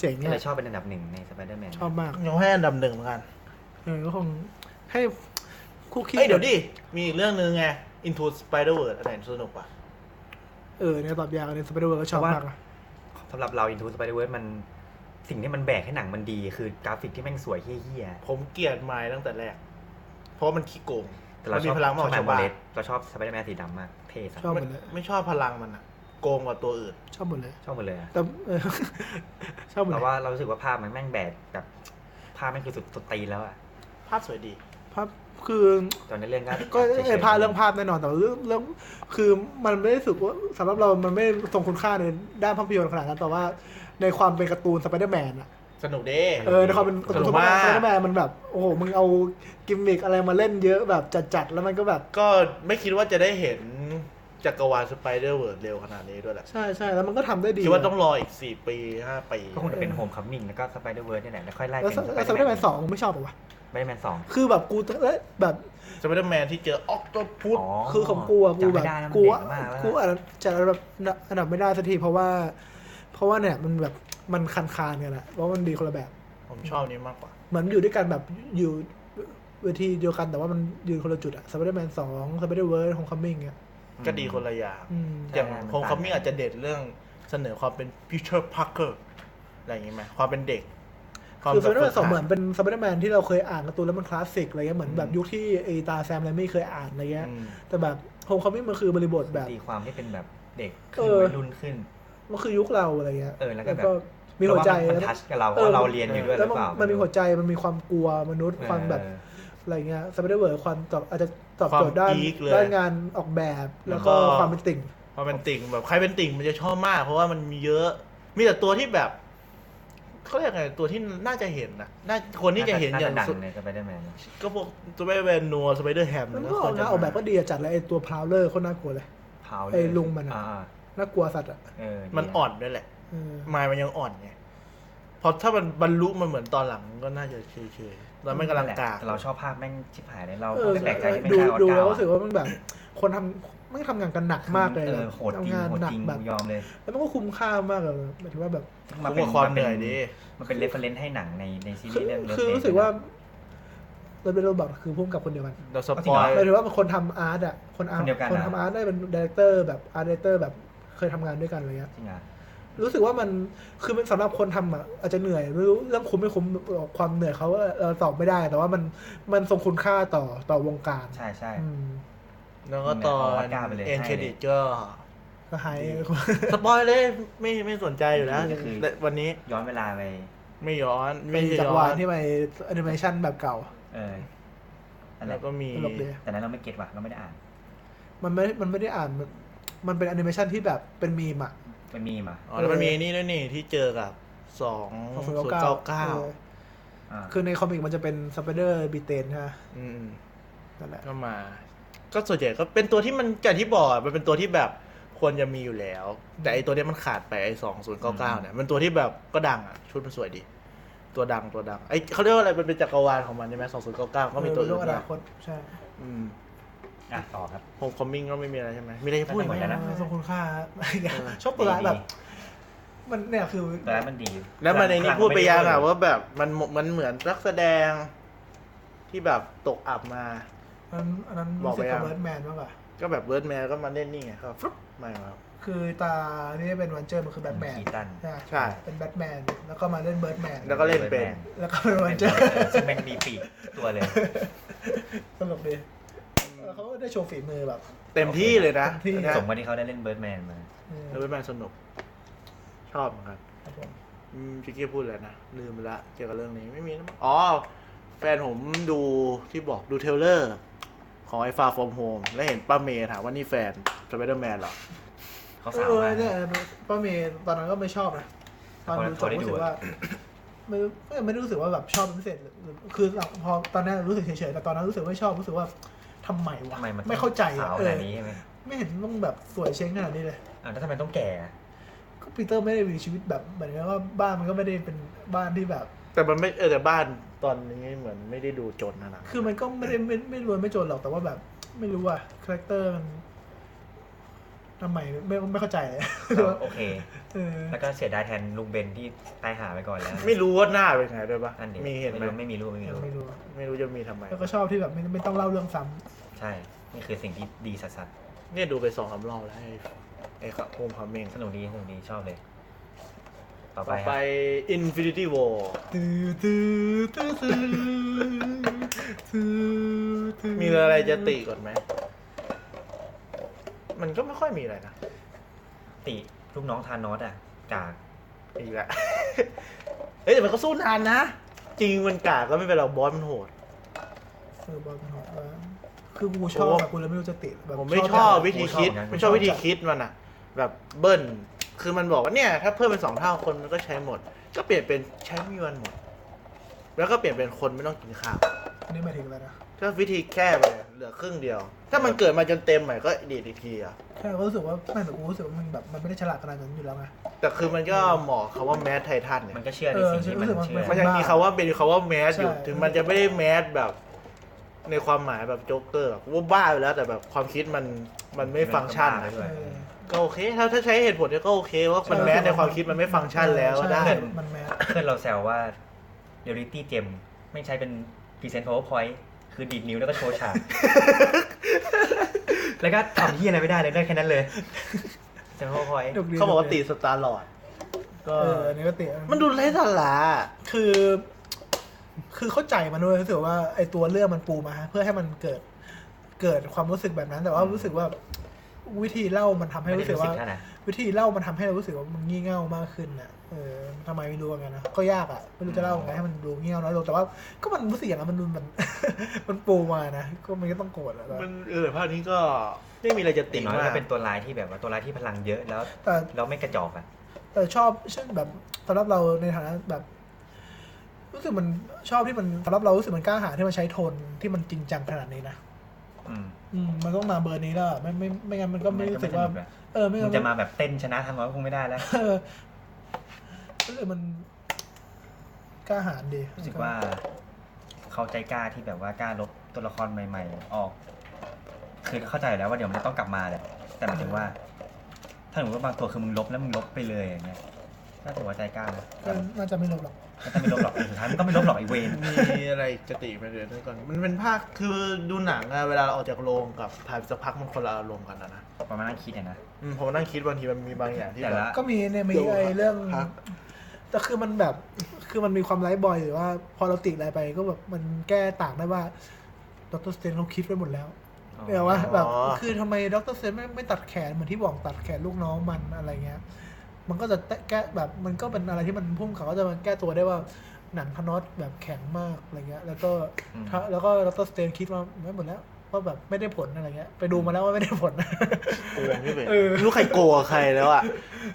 เจ๋ง
ก็
อะ
เลยชอบเป็นอันดับหนึ่งในสไปเดอร์แมน
ชอบมาก
ยังให้อันดับหนึ่งเหมือนกัน
เออก็คงให้คู่คิด
เอ้ยเดี๋ยวดิ มีอีกเรื่องนึงไง Into Spider-Verse อันไหนสนุกว่ะ
เออเนี่ยตอบยากเนี่ยสไปเดอร์แมนก็ชอบมากนะ
สำหรับเราอินทูสไปเดอร์เวิร์มันสิ่งที่มันแบกให้หนังมันดี คือกราฟิกที่แม่งสวยเฮี้ย
ผมเกลียดไมล์ตั้งแต่แรก เพราะมันขี้โกง
ๆแต่
มั
เรา
นมี
ชอบ
พลังมากก
ชอบ
ว่าชาวบ้า
ม
น
เลสเราชอบสไปเดอร์แมนสีดำมาก เท่สัส
ชอบห
ไม่
มดเลย
ไม่ชอบพลังมันอะโกงกว่าตัวอื่น
ชอบหมดเลย
ชอบหมดเลยอะ
แต่เอ อ ชอบหมด
แต่
เลย
ว่าเรารู้สึกว่าภาพมันแม่งแบกแบบภาพแม่งคือสุดสุดตีนแล้วอะ
ภาพสวยดี
ภาพคือ
ตอนในเรื่องก็
ก็
ฉยๆ
ไอ้พาเรื่องภาพแน่นอนแต่ว่าเรื่องเรื่องคือมันไม่ได้รู้สึกว่าสำหรับเรามันไม่ได้ทรงคุณค่าในด้านภาพยนตร์ขนาดนั้นแต่ว่าในความเป็นการ์ตูนสไปเดอร์แมนอะ
สนุกเด้
เ
เออในความเป็น
สนุก
มาม
าก
ไซเดอร์แมนมันแบบ โอ้โห มึงเอากิมมิกอะไรมาเล่นเยอะแบบจัดๆ แล้วมันก็แบบ
ก็ไม่คิดว่าจะได้เห็นจักรวาลสไปเดอร์เวิร์ดเร็วขนาดนี้ด้วยแหละ
ใช่ใช่แล้วมันก็ทำได้ดี
คิดว่าต้องรออีกสี่ปีห้าปี
ก็คงจะเป็นโฮมคัมมิ่งแล้วก็สไปเดอร์เวิร์ดนี่แหละแล้วค่อยไล่
แล้
เป็
วน สแล้วไซเดอร์แมนสองมึงไม่ชอบเหรอวะ
สไปเดอร์แมนสอง
คือแบบกูเอ้ยแบบ
สไปเดอร์แมนที่เจอออกตพุท
อ๋อ
คือของกูอะกู
จำ
แบ
ไม่
บ
ได้นะมัน
กู
เด็
อะ
มากแล้ว
กู
นะ
อาจจะแบบอันดับไม่ได้สักทีเพราะว่า เพราะว่าเนี่ยมันแบบมันคันคานๆกันแหละเพราะมันดีคนละแบบ
ผมชอบอันนี้มากกว่า
เหมือนอยู่ด้วยกันแบบอยู่เวทีเดียวกันแต่ว่ามันยืนคนละจุดอะสไปเดอร์แมนสองสไปเดอร์เวิร์ดของคัมมิ่งเนี่ย
ก็ดีคนละอย่าง
อืม
ใช่
อย่าง
มันต่าง
โฮมคัมมิ่ง
กัน
อาจจะเด็ดเรื่องเสนอความเป็นพีเตอร์พาร์เกอร์อะไรอย่างงี้ไหมความเป็นเด็กความ
คือสไปเดอร์แม
ฝึ
น
ก
สองเหมื
หั
อ
ด
นเป็นสไปเดอร์แมนที่เราเคยอ่านการ์ตูนแล้วมันคลาสสิกอะไรเงี้ยเหมือนแบบยุคที่ไอตาแซมไรมี่เคยอ่านอะไรเงี้ย
อืม
แต่แบบโฮมคอมมิ่งมันคือบริบทแบบ
ตีความที่เป็นแบบเด็ก
เอ
ขึ้น
อ
วัยรุ่นขึ้น
มันคือยุคเราอะไรเงี้ย
เออแล้วก็แบบ
มีหัวใจ
เพราะามันทัชกับเราเพราะเราเรียนอยู่ด้วยห
แล้
รือ
วมัน
เปล่า
มัน
ไรู้
มีหัวใจมันมีความกลัวมนุษย์
เออ
ความแบบอะไรเงี้ยสไปเดอร์เวิร์ความตอบอาจจะตอบ
ความ
โจทย์ด้าน
geek เลย
ด้านงานออกแบบ
แล้
แล้ว ว
ก็
ก็ความเป็นติ่ง
ความเป็นติ่งแบบใครเป็นติ่งมันจะชอบมาก เพราะว่ามันมีเยอะ มีแต่ตัวที่แบบเขาเรียกไงตัวที่น่าจะเห็นนะน่าคนที่จะเห็นอย่าง
ดัง
สุด
เลยสไปเดอร์แมน
ก็พวกสไปเดอร์แมนนัวสไปเดอร์แฮม
แล้วมัน
ก็
ก็
ควรจะ
งานออกแบบก็ดีอะจัดเลยไอตัวพราวเลอร์เขาน่ากลัวเลย
เผา
ไอ้ลุงมันอะ
อ่า
น่ากลัวสัตว์อ่ะ
เออดีะ
มันอ่อนด้วยแหละ
เออ
มายมันยังอ่อนไงพอถ้ามันบรรลุมันเหมือนตอนหลังก็น่าจะเฉยๆแล้วมันกำลังกลาง
แต่เราชอบภาพแม่งชิบหายเลยเรา
เออ
ไม่แปลกใจที่ไม่
ดู
ใช่ออส
ดู
กา
แล้ว
ร์
รู้สึกว่ามันแบบ คนทำไม่งทำงานกันหนักมากเลย
เอ
นะ
อโหดจริง
ทำงาน
โหด
หนั
จ
ก
ริง
แบบ
ยอมเลย
แล้วมันก็คุ้มค่ามากเลยหมายถึงว่าแบบ
คุ้มกับความเหนื่อยดิ
มันเป็นเรฟเฟรนซ์ให้หนังในในซี
คื
รี
อ
ส์เรื่อง Love
คือ
Death
รู้สึกว่าเราเป็นโรบอทคือพุ่มกับคนเดียวกัน
เราสปอย
หมายถึงว่ามันคนทำอาร์ตอ่ะคนอาร์
ค
ต
นเดียวกัน
คน
อะ
ทำอาร์ตได้เป็นดีเรคเตอร์แบบอาร์ตดีเรคเตอร์แบบเคยทำงานด้วยกันอะไรเงี้ย
จริงอ่ะ
รู้สึกว่ามันคือมันสำหรับคนทำอ่ะอาจจะเหนื่อยไม่รู้เรื่องคุ้มไม่คุ้มความเหนื่อยเขาเราตอบไม่ได้ แต่ว่ามันมันทรงคุณค่าต่อต่อวงการ
ใช่ใช่
อืม
แล้วก็ตอน
เอาออสการ์ไปเลย
เอ็นเครดิตก็
ก็หาย
สปอยเลยไม่ไม่สนใจอยู่แล้ว
ก็คือ
และวันนี้
ย้อนเวลาไป
ไม่ย้อน
เป็
ไม่
น
ใช่
จัก
ย้
ร
อ
วาล
น
ที่ไปแอนิเมชันแบบเก่า
เอออะไร
แล้วก็มี
ตลกดี
แต่นั้นเราไม่เก็ตว่ะเราไม่ได้อ่าน
มันไม่ มันไม่ได้อ่าน มันมันเป็นแอนิเมชันที่แบบเป็นมีมอ่ะ
เป็นมีมา
อ๋อแล้วมันมีนี่ด้วยนี่ที่เจอกับสองศูนย์เก้า
2099
เก้า
ออ
อ่า
คือในคอมิกมันจะเป็นสไปเดอร์บีเตนฮะนั่นแหละ
ก็มา ก็ส่วนใหญ่ก็เป็นตัวที่มันจากที่บอกอะมันเป็นตัวที่แบบควรจะมีอยู่แล้ว แต่ไอตัวเนี้ยมันขาดไปไอสองศูนย์เก้าเก้าเนี่ยมันตัวที่แบบก็ดังอ่ะชุดมันสวยดี ตัวดังตัวดังไอเขาเรียกว่าอะไรมันเป็นจักรวาลของมันใช่ไหมสองศูนย์เก้าเก้าก็มีตัว
เรื่
อื่
อง
น
อ
ด้ว
นาค
ย
ต ใช่
อืม
อ่ะต่อครับ
โฮมคอมมิ่งก็ไม่มีอะไรใช่ไหมมีอะไรจะพูดไหม
ไม่มีแล้วนะ
ทรงคุณค่า ชอบตัวร้ายแบบ มันเนี่ยคือ
แต่แล้วมันดี
แล้วมาในนี้พูดไปยังอ่ะ
เ
ว่าแบบมันมันเหมือนนักแสดงที่แบบตกอับมา
มันอันนั้น
บอก
รู้
ไป
สึกกั
ยัง
บเบิร์ดแมนมากกว่า
ก็แบบเบิร์ดแมนก็มาเล่นนี่ไงก็ฟรุ๊บมาครับ
คือตา นี่เป็นวันเจอร์มันคือแบทแมน
คีตัน
ใช่
เป็นแบทแมน แล้วก็มาเล่นเบิร์ดแมน
แล้วก็เล่นเป็น
แล้วก็เป็นวันเจอร์
ซึ่งเป็นมีปีกทุกตัวเลย
ตลกดีเออเขาก็ได้โชว์ฝีมือแบบ
เต็มที่เลยนะ
เต็มที่
นะ
สมกับที่เขาได้เล่นเบิร์ดแมนมา
เออ
แล้วเบิร์ดแมนสนุก ชอบเหมือนกัน
ครับผม
อืมพี่เกี้พูดอะไรนะ ลืมไปละเกี่ยวกับเรื่องนี้ไม่มีนะอ๋อ แฟนผมดูที่บอกดูเทรลเลอร์ ของไอ้ฟาฟอมโฮมแล้วเห็นป้าเมย์ถามว่านี่แฟนสไปเดอร์แมนเหรอ
เขาสาว
เออ
มา
เนี่ย
ก
ป้าเมย์ตอนนั้นก็ไม่ชอบนะตอนดูจบรู้สึกว่าไม่รู้ไม่ได้รู้สึกว่าแบบชอบเป็นพิเศษหรือคือพอตอนนั้นรู้สึกเฉยๆแต่ตอนนั้นรู้สึกไม่ชอบรู้สึกว่าทำไมวะ
ทำไมมันต้อง
เข้าใจ
สา
อะ
วข
เอ
นาด
อ
นี้ใช่ไหม
ไม่เห็นต้องแบบสวยเช้งขนาดนี้เลย
อ้าวแล้วทำไมต้องแก่อะ
ก็ปีเตอร์ไม่ได้มีชีวิตแบบเหมือนกับว่าบ้านมันก็ไม่ได้เป็นบ้านที่แบบ
แต่มันไม่เออแต่บ้านตอนนี้เหมือนไม่ได้ดูจนนะนะ
คือมันก็ไม่ได้ไม่ไม่รวยไม่จนหรอกแต่ว่าแบบ ไม่รู้อะคาแรคเตอร์มันทำไมไม่ไม่เข้าใจเลย
เราโอเค
เออ
แล้วก็เสียดายแทนลุงเบนที่ตายหาไปก่อนแล้ว
ไม่รู้ว่าหน้าเป็นไงด้วยปะ
นั่นเด็
มีเห็นไหม
ไม่มีรูปไม่มีรูป
ไม่รู้
ไม่รู้จะมีทำไม
แล้วก็ชอบที่แบบไม่ไม่ต้องเล่าเรื่องซ้ำ
ใช่ นี่คือสิ่งที่ดีสัส
เนี่ยดูไปสองสามรอบแล้วไอ้ไอ้โฮมคอมมิ่ง
ๆสนุกดีสนุกดีชอบเลย ต่อไป
ต่อ
ค
ไป
รับ
Infinity War
ตื้อตื้อตื้อตื้อตื้อตื้อ
มีอะไรจะติก่อนไหม มันก็ไม่ค่อยมีอะไรนะ
ติลูกน้องทานอสอ่ะจาก
อีกแล้ว เอ้ยแต่มันก็สู้นานนะ จริงมันกากก็ไม่เป็นไรหรอกบอสมันโหด
เออบอลมันหอมว่าคือกูชอบอะกูเลยไม่รู้จะติดแบบ
ผมไม่ชอบ
จัง
วิธีคิดไม่ชอบวิธีคิดมันอะแบบเบิ้ล คือมันบอกว่าเนี่ยถ้าเพิ่มเป็นสองเท่าคนมันก็ใช้หมด ก็เปลี่ยนเป็นใช้ไมีวันหมด แล้วก็เปลี่ยนเป็นคนไม่ต้องกินข้าว
อันนี้หมายถึงอะไรนะ
ก็วิธีแก้ไปเหลือครึ่งเดียว ถ้ามันเกิดมาจนเต็มใหม่ก็ดีดอีกทีอะ
ใช่ก็รู้สึกว่าไม่แต่กูรู้สึกว่ามันแบบมันไม่ได้ฉลาดขนาดนั้นอยู่แล้วไง
แต่คือมันก็เหมาะคำว่าแมสไททันเนี่ย
มันก็เชื่อในสิ่งที่มัน
เออ
เชื่อ
รู้สึกว่า
มันยังมีคำว่าเป็นคำว่าแมสอยู่
ใช่
ถึงมันจะไม่ได้แมสแบบในความหมายแบบโจ๊กเกอร์ว่าบ้าไปแล้วแต่แบบความคิดมันมันไม่ฟังก์ชันอะ
เออ
ก็โอเค ถ้าถ้าใช้เหตุผลเนี่ยก็โอเคว่ามันแม้ในความคิดมันไม่ฟังก์ชันแล้วก็ได้
ใช่มันแมส
เพื่อนเราแซวว่าเรียลิตี้เจมไม่ใช่เป็นพรีเซนต์ powerpoint คือดีดนิ้วแล้วก็โชว์ ฉาก แล้วก็ทำที่อะไรไม่ได้เลยได้แค่นั้นเลยเซนต์ powerpoint
ดู
เขาบอกว่าติดสตาร์ลอร์ด
เอ
ก็
ออันนี้ก็เตะ
มันดูไร้สาระ
คือ คือเข้าใจมันด้วยรู้สึกว่าไอตัวเรื่องมันปูมา เพื่อให้มันเกิด เกิดความรู้สึกแบบนั้น แต่ว่ารู้สึกว่า วิธีเล่ามันทำให้
ไม่ได้
รู้สึก
รู้สึ
ว่า
กเท่านะ
วิธีเล่ามันทำให้เรารู้สึกว่ามันงี่เง่ามากขึ้นน่ะ เออทำไมไม่รู้เหมือนกันนะ ก็ยากอ่ะ ไม่รู้จะเล่าไงให้มันดูงี่เง่าน้อยลง แต่ว่า ก็มันรู้สึกอย่างนั้นมัน มัน มันปูมานะ ก็มันก็ต้องโกรธอะ
มันเออภาพนี้ก็ไม่มีอะไรจะ
ติ
ติ
ด
ด
น้อย
มา
ก็
ก
เป็นตัวลายที่แบบว่าตัวลายที่พลังเยอะแล้ว
แต่
เราไม่กระจอกอ่ะ
แต่ชอบเช่นแบบสำหรับเราในฐานะแบบ รู้สึกมันชอบที่มันสำหรับเรารู้สึกมันกล้าหาญที่มันใช้โทนที่มันจริงจังขนาดนี้นะ
อืม
อืมมันต้องมาเบอร์นี้แล้วอะไม่ไม่ไม่งั้นมันก็ไม่รู้สึกว่า
นอะ
เออไม่
มั
งั้
น
น
จะมาแบบเต้นชนะทางร้อยคงไม่ได้แล้ว
เออรู้สึกมันกล้าหาญดี
รู้สึกว่าเขาใจกล้าที่แบบว่ากล้าลบตัวละครใหม่ ๆ ออก คือเข้าใจอยู่แล้วว่าเดี๋ยวมันจะต้องกลับมาแหละ แต่หมายถึงว่า ถ้าหนูว่าบางตัวคือมึงลบแล้วมึงลบไปเลยอย่างเงี้ยน่าถือว่าใจกล้านะ
ก็น่าจะไม่ลงหรอก
แต่ถ้าไม่ลบหรอกสุดท้ายมันก็ไม่ลบหรอกไอเวน
มีอะไรจะติมาเดือนก่อน มันเป็นภาคคือดูหนังอะเวลาเราออกจากโรงกับถ่ายสักพักมันคนละอารมณ์กันนะนะ
ประมาณนั้นคิดอะนะ
อืมผมนั่งคิดบางทีมันมีบางอย่างที่
แต่
แบบ
ละ
ก็มีเนี่ยมี
ดู
ไอ้เรื่อง
ครับ
แต่คือมันแบบคือมันมีความไร้บอยหรือว่า พอเราติดอะไรไปก็แบบมันแก้ต่างได้ว่าดรสเตนเขาคิดไว้หมดแล้ว เดี๋ยวว่าแบบ
อ๋อ
คือทำไมดรเซนไม่ไม่ตัดแขนเหมือนที่บอกตัดแขนลูกน้องมันอะไรเงี้ย มันก็จะแก้แบบมันก็เป็นอะไรที่มันพุ่มเขาก็จะมาแก้ตัวได้ว่าหนังพนอตแบบแข็งมากอะไรเงี้ย แล้วก็
อืม
ถ้าแล้วก็ดรสเตนคิดมาไม่หมดแล้วว่าแบบไม่ได้ผลอะไรเงี้ย ไปดูมาแล้วว่าไม่ได้ผล
โกงที่เป็น
เออ
ไม่รู้ใครโกงกับใครแล้วอะ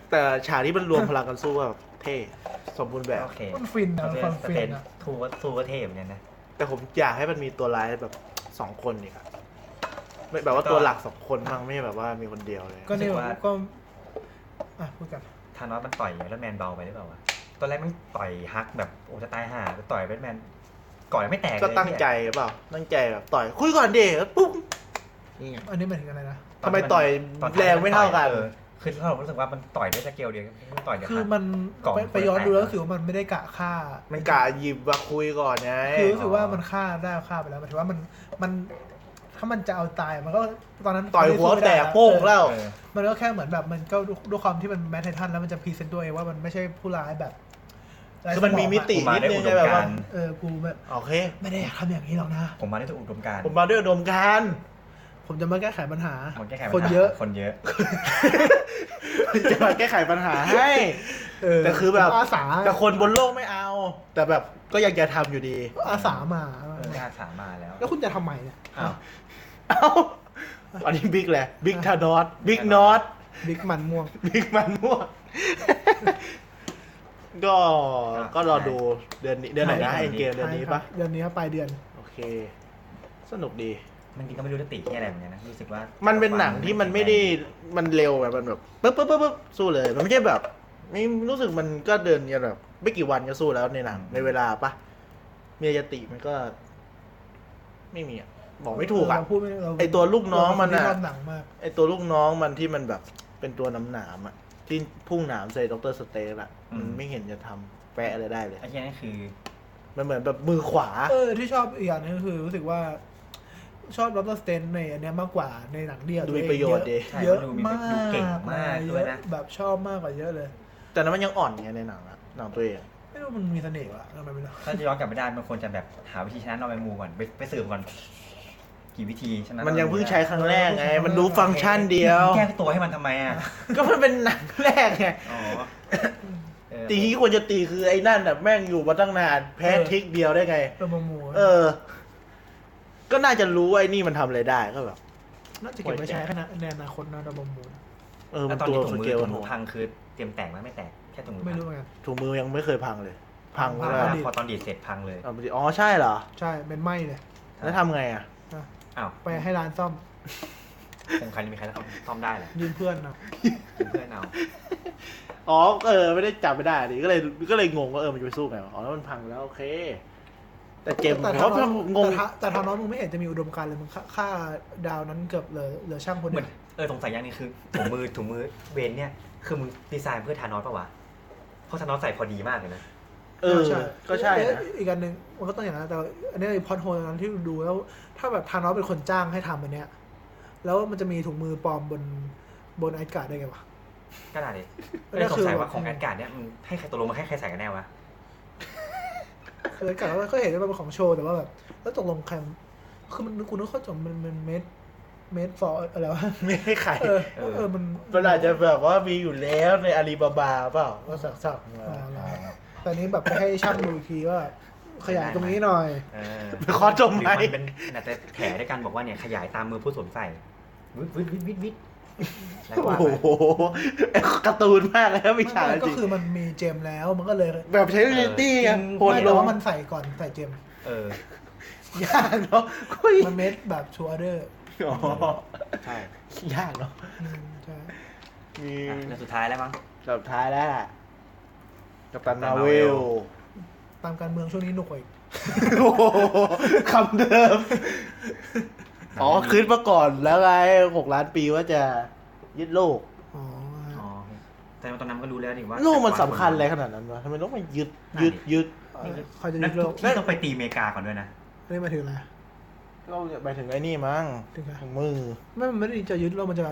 แต่ฉากที่มันรวมพลังกันสู้แบบเท่สมบูรณ์แบบ
โอเค
มันฟินนะมันความ
ส
ฟิ
เต
น
น
นะ
ทูก็ทูก็เทพเหมือนกันนะ
แต่ผมอยากให้มันมีตัวร้ายแบบสองคนนี่ครับไม่แบบว่าตัวหลักสองคนบ้างไม่ใช่แบบว่ามีคนเดียวเลย
ก็เนี่ย
รู้สึกว่า
ก็อ่ะพูดกัน
ทานอสมันต่อยแบทแมนเบาไปหรือเปล่าวะตอนแรกมันต่อยฮักแบบโอ้จะตายห่าไปต่อยแบทแมนก่อนยังไม่แตกเลย
ก็ตั้งใจหรือเปล่า ตั้งใจแบบต่อยคุยก่อนเดแล้วปุ๊บ
อันนี้หมายถึงอะไรนะ
ทำไมต่อยแรงไม่เท่ากัน
ออคือเรารู้สึกว่ามันต่อยด้วยสเกลเดียวกันต่อยเดียว
คื
กั
อน มัน
ก่อน
ไปไปย้อน
คนละ
ดูแล้วรู้สึกว่ามันไม่ได้กะฆ่า
มันกะหยิบมาคุยก่อนไง
คือรู้สึกว่ามันฆ่าได้ฆ่าไปแล้วหมายถึงว่ามันมันถ้ามันจะเอาตายมันก็ตอนนั้น
ต่อยหัวแตกโป้งแล้ว
เออ
มันก็แค่เหมือนแบบมันก็ด้วยด้วยความที่มันแมทไททันแล้วมันจะพรีเซนต์ตัวเองว่ามันไม่ใช่ผู้ร้ายแบบ
คือมันมีมิติ
ผมมา
นิด
ได้
นึ
อุ
ง
ด
ไง
ม
แบบ
กา
ว่า
รณ์
เออกูแบบ
โอเค
ไม่ได้อยากทำอย่างนี้หรอกนะ
ผมมาด้วยอุดมการณ์
ผมมาด้วยอุดมการณ์
ผมจะมาแก้ไขปัญหา
ผมแก้ไขปัญหา
คนเยอะ
คนเยอะ
จะมาแก้ไขปัญหาให้
เออ
แต่คือแบบ
อาสา
แต่คนบนโลกไม่เอา แต่แบบก็ยังจะทำอยู่ดี
อาสามา
เอออาสามาแล้ว
แล้วคุณจะทำไมเนี่ย
อ้าว
เอ้าอันนี้บิ๊กแหละบิ๊กทานอสบิ๊กนอต
บิ๊กมันม่วง
บิ๊กมันม่วงก็ก็รอดูเดือนนี้เดือนไหนนะเอ็นเกมเดือนนี้ปะ
เดือนนี้ครับปลายเดือน
โอเค สนุกดี
มันกินก็ไม่รู้จะติที่อะไรเหมือนกันนะรู้สึกว่า มั
มันเป็นหนังที่มันไม่ได้มันเร็วแบบมันแบบปึ๊บปึ๊บปึ๊บปึ๊บสู้เลย มันไม่ใช่แบบไม่รู้สึกมันก็เดินเนี่ยแบบไม่กี่วันก็สู้แล้วในหนังในเวลาปะเมียยติมันก็ ไม่มีอะบอกไม่ถูกอ่ะ
เราพูดม่ด้เรา
ไอ้ตัวลูกน้องมันอะ
เราคที่ชอบหนังมาก
ไอตัวลูกน้องมันที่มันแบบเป็นตัวน้ำหนามอ่ะ ที่พุ่งหนามใส่ดรสเตนอ่ะมันไม่เห็นจะทำแปะอะไรได้เลย
ไอ้ที่นั่นคือ
มันเหมือนแบบมือขวา
เออที่ชอบอีกอย่างหนึงก็คือรู้สึกว่า ชอบรับสเตนในอันเนี้ยมากกว่าในหนังเดียว
ดูมีประโยชน์ดี
ตัวเองเยอะ
ใช่
เย
ดู
อะ
มี
มา
ดูเก่ง
ก
มาก
เย
ด้วย
อะ
นะ
แบบชอบมากกว่าเยอะเลย
แต่นั้นมันยังอ่อนไงในหนังอะหนังตัวเอง
ไม่รู้มันมีเสน่ห์ว่ะทำไมไม่รู้
ถ้าจะย้อนกลับไปได้มันควรจะแบบหาวิธีชนะนอร์แมนมูก่อนไปไปสืบก่อนกี่วิธีชนะ
มันยังเพิ่งใช้ครั้งแรกไง มันรู้ฟังก์ชันเดียว
แก้ตัวให้มันทำไมอ่ะ
ก็มันเป็นหนังแรกไง
อ๋อเออ
ตีที่ควรจะตีคือไอ้นั่นแบบแม่งอยู่มาตั้งนานแพ้ทริกเดียวได้ไง
เป็นโมโม
เออ ก็น่าจะรู้ว่าไอ้นี่มันทำอะไรได้ก็แบบ
น่าจะเก็บไว้ใช้ขณะในอนาคตนะเราโมโม
เออ
แล้
มั
วน ตอน
ตัว
นี้ถุง
ส
มื
เก
อ
ล
ถุ
มัน
ง
โห
มือ
ด
พังคือเตรียมแตกไหมไม่แตกแค่ถุงมือ
ไม่
พัง
รู้เหมือนกัน
ถุงมือยังไม่เคยพังเลย พัง
เพ
ไม่
ราะ
ได้
ว่าพ
ดิ
อตอนดีดเสร็จพังเลย
อ๋ออ๋อใช่เหรอ
ใช่เป็นไหมเลย
แล้วทำไงอ่ะ
นะ
อ้าว
ไปให้ร้านซ่อม
คงใครมีใครแล้วซ่อมได้เหรอ
ยืมเพื่อนนะ
เป็นเพื่อนเอา
อ๋อเออไม่ได้จับไม่ได้ดิก็เลยก็เลยงงว่าเออมันจะไปสู้ไงวะอ๋อแล้วมันพังไปแล้วโอเค แต่เจมส์
แต่
เขา
ทำน้อง
งง
แต่ทำแต่ทำน้องมึงไม่เห็นจะมีอุดมการณ์เลยมึงค่าค่าดาวนั้นเกือบเหลือเหลือช่างคน
เหมือย
เดี
น
ว
เออสงสัยอย่างหนึงคือถุงมือถุงมือเวนเนี่ย คือมึงดีไซน์เพื่อทานอสปะวะเพราะทานอสใส่พอดีมากเลยนะ
เออ ก็ใช่
เอ๊
นะ
อีกอันหนึ่งมันก็ต้องอย่างนั้นแต่อันนี้พอดโฮนั้นที่ดูแล้ว ถ้าแบบทานอสเป็นคนจ้างให้ทำอันเนี้ยแล้วมันจะมีถุงมือปลอมบนบนไอการ์ดได้ไงวะ
ก็น่าดิ
เอ
ก็
อ
เลยสงสัย
คือแบ
ว่า
บ
ของแอดการ์ดเนี่ยมันให้ใครตกลงมาให้ใครใส่กันแน่วะ
คือไอการ์ดก็เห็นว่ามันเป็นของโชว์แต่ว่าแบบแล้วตกลงใครคือมันกูนึกเข้าใจว่ามันมันเมดเมดฟอร์อะไรวะ
ไม่ให้ใคร
เออเออมัน
มันอาจจะแบบว่ามีอยู่แล้วในอาลีบาบาเปล่าก็สั่งๆมา
อ่าแต่อันนี้แบบไปให้ช่างดูอีกทีว่า ขยายตรงนี้หน่อย
เออ
ไปคอจม
หรือ
ไหม
มันเป็นอาจจะแถด้วยกันบอกว่าเนี่ยขยายตามมือผู้สวมใส่วิดวิดวิดวิดวิดแล้วก็
โอ้
ว่า
โห
ไป
การ์ตูนมากเลยครับวิชา
ไม่
จ
ก็
ริง
คือมันมีเจมแล้วมันก็เลย
แบบใช้เรนตี้อะโหดล
ไม่แต่
ง
ว่ามันใส่ก่อนใส่เจม
เออ
ยากเนาะคุย
มันเมดแบบชัวร์เดอร์
อ๋อ
ใช่
ยากเนาะ
ใช่
มี
อ่ะแล้วสุดท้ายแล้วมั้ง
กับท้ายแล้วล่ะกับตันนาเวล
Marvel
ตามการเมืองช่วงนี้หนุกกว่าอีก
โอ้โห คำเดิม อ๋อคืนมาก่อนแล้วไงหกล้านปีว่าจะยึดโลก
อ๋อ
อ๋อแต่ตอนนั้นก็รู้แล้วดิว่า
โลกมันสำคัญอะไรขนาดนั้นวะทำไมต้องมายึดยึดยึด
เขาจะ
นั่น
ยึดโลก
ที่ต้องไปตีอเมริกาก่อนด้วยนะ
อันนี้หมายถึงอะไร
ก็ไปถึงไอ้นี่มั้ง
ถึงไหน
ถึงมือ
ไม่มันไม่ได้จะยึดโลกมันจะ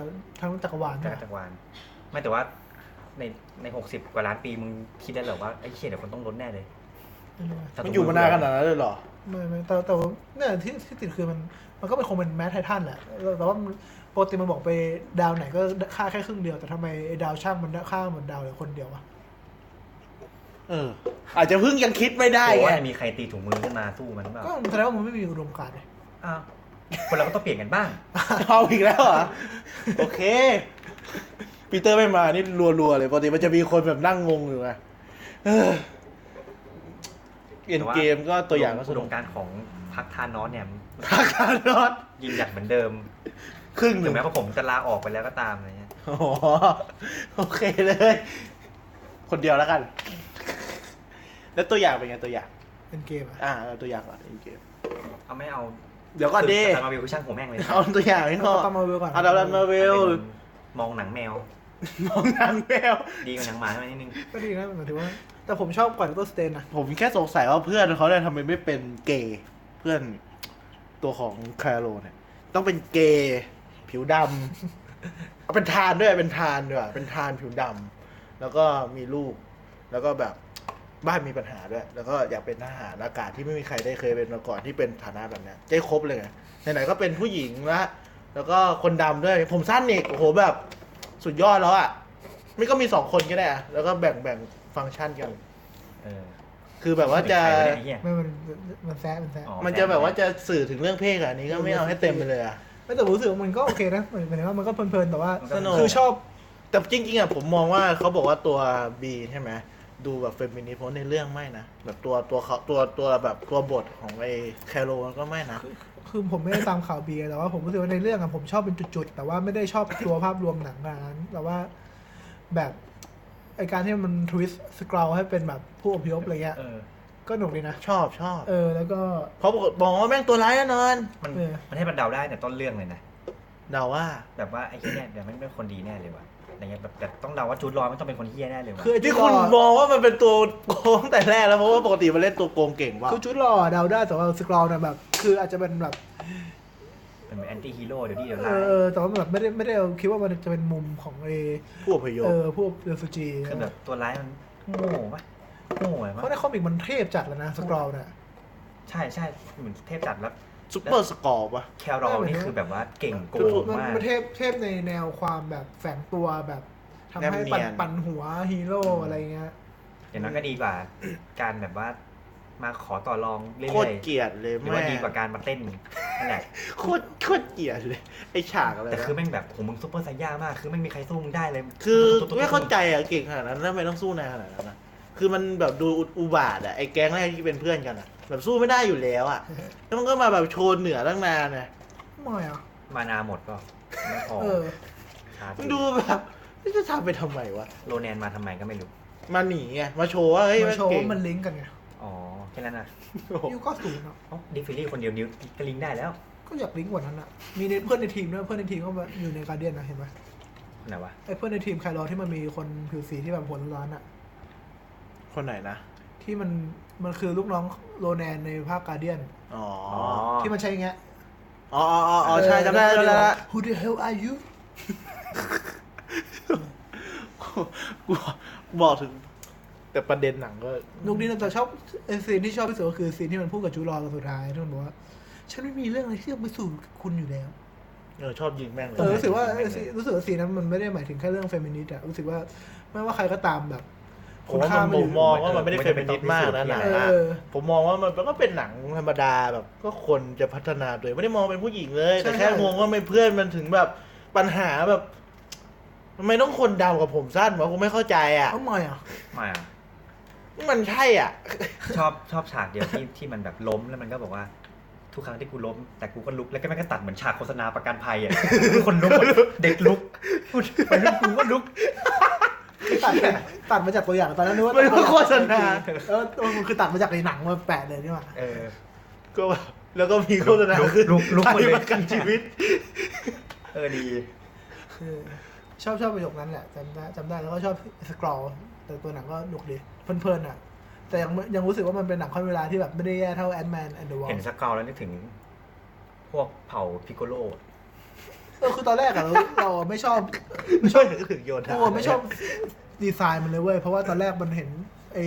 ทั้งจักรวาล
จักรจักรวาลไม่แต่ว่าในในหกสิบกว่าล้านปีมึงคิดได้เหรอว่าไอ้เขียเดี๋ยวคนต้องลดแน่เลยแต่
มันอยู่มานานขนาดนั้นเลยเหรอ
ไม่ไม่แต่แต่ว่าเนี่ยที่ที่ติดคือมันมันก็เป็นคงเป็นแมทไททันแหละแต่ว่าปกติมันบอกไปดาวไหนก็ค่าแค่ครึ่งเดียวแต่ทำไมดาวช่างมันค่าเหมือนดาวเหลือคนเดียววะ
เออ อาจจะเพิ่งยังคิดไม่ได้
กลั
ไง
วว่าจะมีใครตีถุงมือขึ้นมาสู้มันหรือเปล่า
ก็แสดงว่ามันไม่มีอุดมการณ์ไง
อ้าวคนเราก็ต้องเปลี่ยนกันบ้าง
เอาอีกแล้วเหรอ โอเค ปีเตอร์ไม่มานี่รัวๆเลยปกติมันจะมีคนแบบนั่งงงอยู่ไงเออเปลี่ยนเกมก็ตัวอย่างก็ส
อุด
นุก
มการณ์ของพักทานอสเนี่ย
ทักทายรอด
ยินหยัดเหมือนเดิม
ครึ่งห
ถึ
นึ่
ง
ง
แม้ว่าผมจะลาออกไปแล้วก็ตามอะไรเงี้ย
อ๋อโอเคเลย คนเดียวแล้วกัน แล้วตัวอย่างเป็นไงตัวอย่าง
เป็นเกมอะ
อ่าเอาตัวอย่างก่อนเกม
เอาไม่เอา
เดี๋ยวก่อนดิ
ตามาวิวคือช่างผมแม่งเลย
เอาตัวอย่างให้ก่อ
เอา
น
ตามมาเวลก่อน
เอาดับดับมาเวล
มองหนังแมว
มองนางแมว
ดีกว่าหนังหมาใช่ไหมนิดนึง
ก็ดีนะหมายถึงว่า แต่ผมชอบกว่าตัวสเตนนะ
ผมแค่สงสัยว่าเพื่อนเขาเนี่ยทำไมไม่เป็นเกย์เพื่อนตัวของคาโรเนี่ย ต้องเป็นเกย์ผิวดำเอาเป็นทานด้วยเป็นทานด้วยเป็นทานผิวดำแล้วก็มีลูก แล้วก็แบบบ้านมีปัญหาด้วย แล้วก็อยากเป็นทหารอากาศที่ไม่มีใครได้เคยเป็นมาก่อนที่เป็นฐานะแบบเนี้ยได้ครบเลยไงไหนๆก็เป็นผู้หญิงละแล้วก็คนดำด้วย ผมสั้นอีกโอ้โหแบบสุดยอดแล้วอะ่ะไม่ก็มีสองคนก็ได้อะแล้วก็แบ่งแบ่งฟังก์ชันกัน
เออ
คือแบบว่าจะ
ใครวเนี่ยไอ้เหี้ย
ไม่มันมันแซะมันแซะ
อ๋อ
มันจะแบบว่าจะสื่อถึงเรื่องเพศอะอันนี้ก็ไม่เอาให้เต็มไปเลยอะ
ไม่แต่ผมรู้สึกว่ามันก็โอเคนะเหมือนเหมือนว่ามันก็เพลินๆ แต่ว่า
สนุก
คือชอบ
แต่จริงๆอะผมมองว่าเขาบอกว่าตัวบีใช่ไหมดูแบบเฟมินิสต์เพราะในเรื่องไม่นะแบบตัวตัวเขาตัวตัวแบบตัวบทของไอ้แคโรลก็ไม่นะ
คือผมไม่ได้ตามข่าวเบียร์แต่ว่าผมรู้สึกว่าในเรื่องอะผมชอบเป็นจุดๆ แต่ว่าไม่ได้ชอบตัวภาพรวมหนังขนาดนั้นแต่ว่าแบบไอการที่มันทวิสต์สกราวให้เป็นแบบผู้อพยพอะไรเงี้ย
เออ
ก็หนุกดีนะ
ชอบชอบ
เออแล้วก็
เพราะบอกว่าแม่งตัวร้ายแน่นอน
มันมันให้มันเดาได้แต่ต้นเรื่องเลยนะ
เดาว่า
แบบว่าไอ้เฮียเนี่ยเดี๋ยวไม่เป็นคนดีแน่เลยว่ะอะไรเงี้ยแบบแต่ต้องเดาว่าจูดลอยไม่ต้องเป็นคนเฮียแน่เลยว่ะ
คือไอจุ
ที่
ดห
คุ
ล่
ณ
อ
มองว่ามันเป็นตัวโกงตั้งแต่แรกแล้วเพราะว่าปกติมันเล่นตัวโกงเก่งว่ะ
คือจุดหล่อเดาได้แต่ว่าสกราวเนี่ยแบบ คืออาจจะเป็นแบบ
เป็นแอนตี้ฮีโร่เดี๋ยวดีเดี๋ยว
เอ
ร้าย
อแต่ว่าแบบไม่ได้ไม่ได้เอาคิดว่ามันจะเป็นมุมของเอ
ผู้อพยพ
เออพวกเรฟูจี
คือแบบตัวร้ายมันโง่ปะโง่
เพ
ปะ
ราะในคอมิกมันเทพจัดแล้วนะสกราวเนี่ย
ใช่ใช่เหมือนเทพจัดแล้ว
ซุปเปอร์สกอร์ป่ะ
แคลรอลนี่คือแบบว่าเก่งโกง
มัน
มาก
มันเทพเทพในแนวความแบบแฝงตัวแบบทำให้
แนวเนี
ปั่น
ยน
ปั่นหัวฮีโร่อะไรเงี้ย
อย่างนั้นก็ดีกว่า การแบบว่า มาขอต่อรองเรื่อ
โคตร
ย
เกลียดเลย
ๆหรือ
แม่
ว่าดีกว่าการมาเต้นนั่นแหละ
โคตรโคตรเกลียดเลย ไอฉากอะไรนะ
แต่คือแม่งแบบโหมึงซุปเปอร์ไซย่ามาก คือไม่มีใครสู้มึงได้เลย
คือ
ตุ๊บตุ๊บตุ๊บ
ไม่เข้าใจอะเก่งขนาดนั้นทำไมต้องสู้นายขนาดนั้นอะคือมันแบบดูอุบาทอะไอแก๊งแรกที่เป็นเพื่อนกันอะแบบสู้ไม่ได้อยู่แล้วอะแล้วมันก็มาแบบโชว์เหนือตั้งนานนะ
ไม่อ่ะ
มานาหมดก็ไม่พอ
เออ
ชาร์จ
มันดูแบบนี่จะทำไปทำไมวะ
โรแนนมาทำไมก็ไม่รู้
มาหนีไงมาโชว์ว่าเฮ้ย
มันโชว์
เก่ง
ว่ามันลิงก์กันไง
อ๋อ แค่นั้นนะ
โอ้โห
ยุคก็สูงอ่ะ
เอ้าดิฟฟิลี่คนเดียวนิ้วก็ลิงก์ได้แล้ว
ก็อยากลิงก์กว่านั้นอ่ะ มีในเพื่อนในทีมด้วยเพื่อนในทีมก็มาอยู่ในการเดียนนะเห็นไหม
คนไหนวะ
ไอ้เพื่อนในทีมใครรอที่มันมีคนผิวสีที่แบบหัวร้อนๆอ่ะ
คนไหนนะ
ที่มันมันคือลูกน้องโรแนนในภาคการเดียน
อ๋อ
ที่มันใช้อย่างเงี้ย
อ๋ออ๋ออ๋ออ๋อใช่จำได้จำได้ละ
Who the hell are you
กูบอกถึง แต่ประเด็นหนังก็
ลูกนี้เราจะชอบไอ้ซีนที่ชอบที่สุดก็คือซีนที่มันพูดกับจูรอตอนสุดท้ายที่มันบอกว่า ฉันไม่มีเรื่องอะไรที่จะไปสู่คุณอยู่แล้ว
เออชอบยิงแม่งเลย
เออรู้สึกว่าเออซีรู้สึกว่าซีนนั้นมันไม่ได้หมายถึงแค่เรื่องเฟมินิสต์อะรู้สึกว่าไม่ว่าใครก็ตามแบบ
ผ
คุ
ม
ณ
ว่า
ค่า
มันผ
มัน
ม
อยู่
มองว่ามันไม่ได้เฟมินิสต์มากนะหนังอะ
เออ
ผมมองว่ามันก็เป็นหนังธรรมดาแบบ ก็คนจะพัฒนาตัวเองไม่ได้มองเป็นผู้หญิงเลย แต่แค่งงว่าไม่เพื่อนมันถึงแบบปัญหาแบบทำไมต้องคนดำกับผมสั้นวะผมไม่เข้าใจอ่ะ
ทำไมอ่ะ
ไม่อะ
มันใช่อ่ะ
ชอบชอบฉากเดียวที่ที่มันแบบล้มแล้วมันก็บอกว่า ทุกครั้งที่กูล้ม แต่กูก็ลุกแล้วก็แม่งก็ตัดเหมือนฉากโฆษณาประกันภัยอ่ะ คนลุกหมดเด็กลุกมันลุกกูก็ลุก
ตัดเนี่ยตัดมาจากตัวอย่างตอนนั้นนึกว่า
ไม่ว่าโฆษณา
เออเออมันคือตัดมาจากในหนังมาแปะเลยนี่หว่า
เออ
ก็แบบแล้วก็มีโฆษณาขึ้น
ลุกลุกลุกหมดเลย
ไทยประกันชีวิต
เออดี
เออชอบชอบประโยคนั้นแหละจำได้จำได้แล้วก็ชอบสกรอลแต่ตัวหนังก็หนุกดีเพลินๆอ่ะ แต่ยังยังรู้สึกว่ามันเป็นหนังค่อนเวลาที่แบบไม่ได้แย่เท่าแอนด์แมนแอนด์เดอะวอล
เห็นสเกลแล้วนึกถึง พวกเผ่าพิโกโล
เออคือตอนแรกอะเราเราไม่ชอบ
ไม่ใช่ถึงโยน
โอ้ไม่ชอบดีไซน์มันเลยเว้ย เพราะว่าตอนแรกมันเห็นไอ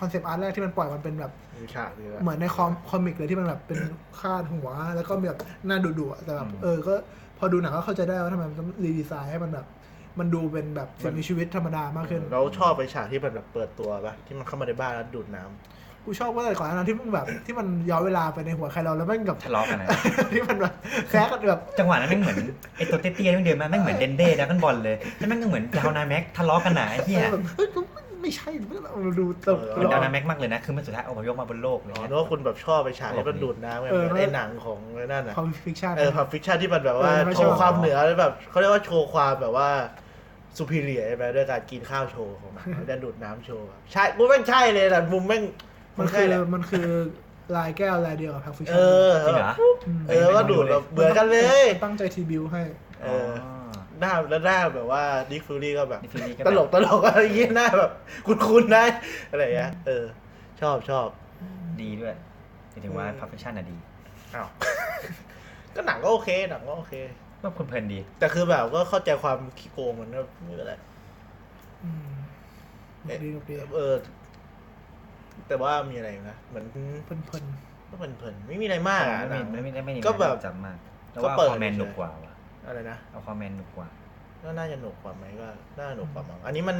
คอนเซปต์อาร์ตแรกที่มันปล่อยมันเป็นแบบ
มีฉากนี้
เหมือนในคอมคอมิกเลยที่มันแบบเป็นคาดหัว แล้วก็แบบหน้าดุๆอะแต่แบบ
อืม
เออก็พอดูหนังก็เข้าใจได้ว่าทำไมมันต้องรีดีไซน์ให้มันแบบ มันดูเป็นแบบสิ่งมีชีวิตธรรมดามากขึ้น
เราชอบไปฉากที่มันแบบเปิดตัวปะที่มันเข้ามาในบ้านแล้วดูดน้ำ
กูชอบว่าแต่ก่อนหนานั้นที่มันแบบ ที่มันย้อนเวลาไปในหัวใครเราแล้วแม่งแบบ
ทะเลาะกันนะ
ที่มันแบบแซกกันแบบ
จังหวะนั้นแม่งเหมือนไอตัวเตี้ยๆแม่งเดินมาแม่งเหมือนเดนเด้ดักกันบอลเลยแล้วแม่งก็เหมือนดาวนาแม็กทะเลาะกันหนาไอ้เหี้ย
แบบเฮ้ยมันไม่ใช่มันดูตลก
เหมือนดาวนาแม็กมากเลยนะคือมันสุดท้ายเอามายกมาบนโลกเลย
อ๋อ
นะ
นึกว่าคุณแบบชอบไปฉากที่มันดูดน้ำไง
เออ
เหมือนในหนังของไอ้นั่นน่ะ
คอมฟิคชั่น
เออพับฟิคชั่นที่มันแบบว่า
เออไม่
โช
ชอบ
ว์ความเหนือแล้วแบบเขาเรียกว่าโชว์ความแบบว่าสุพีเรียใช่ไหมด้วยการกินข้าวโชว์ของมันแล้วดันดูดน้ำโชว์อะใช่มุมแม่งใช่เลยแต่มุมแม่ง
มัน
ใช่
คือ
แหละ
มันคือลายแก้วลายเดียวกับพักฟิค
เอ
ชั่น
อ
จริงเหรอ
ม
เออว่าดูดแบบเบื่อกันเลย
ตั้งใจทีบิวให้
เออ หน้าแล้วหน้าแบบว่าดิกฟิลลี่ก็แบบ
ในฟิล์มนี้ก็
ต
แบบ
ลกตลกอะไรอย่างเงี้ยหน้าแบบ คุ้นคุ้นๆนะอะไรอย่างเงี้ยเออ ชอบชอบ
ดีด้วยหมายถึงว่าพับฟิชั่นอะดี
อ้าว ก็หนังก็โอเคหนังก็โอเค
ก็เพลินๆดี
แต่คือแบบก็เข้าใจความขี้โกงมันก็ไม่เป็นไร
อืมดีกับดี
เออ แต่ว่ามีอะไรอยู่นะเหมือน
เพลิน
ก็เพลินๆไม่มีอะไรมากอ่ะห
ไม่
นัง
ไม่ไม่ไม่ไม่
ก็แบบ
จำมากแต่
ก็
ว่า
เปิด
คอมเมน
เฉ
ต์
ย
หนุกกว่าว่ะ
อะไรนะ
เอาคอมเมนต์หนุกกว่า
ก็น่าจะหนุกกว่าไหมก็น่าหนุกกว่ามั้งอันนี้มัน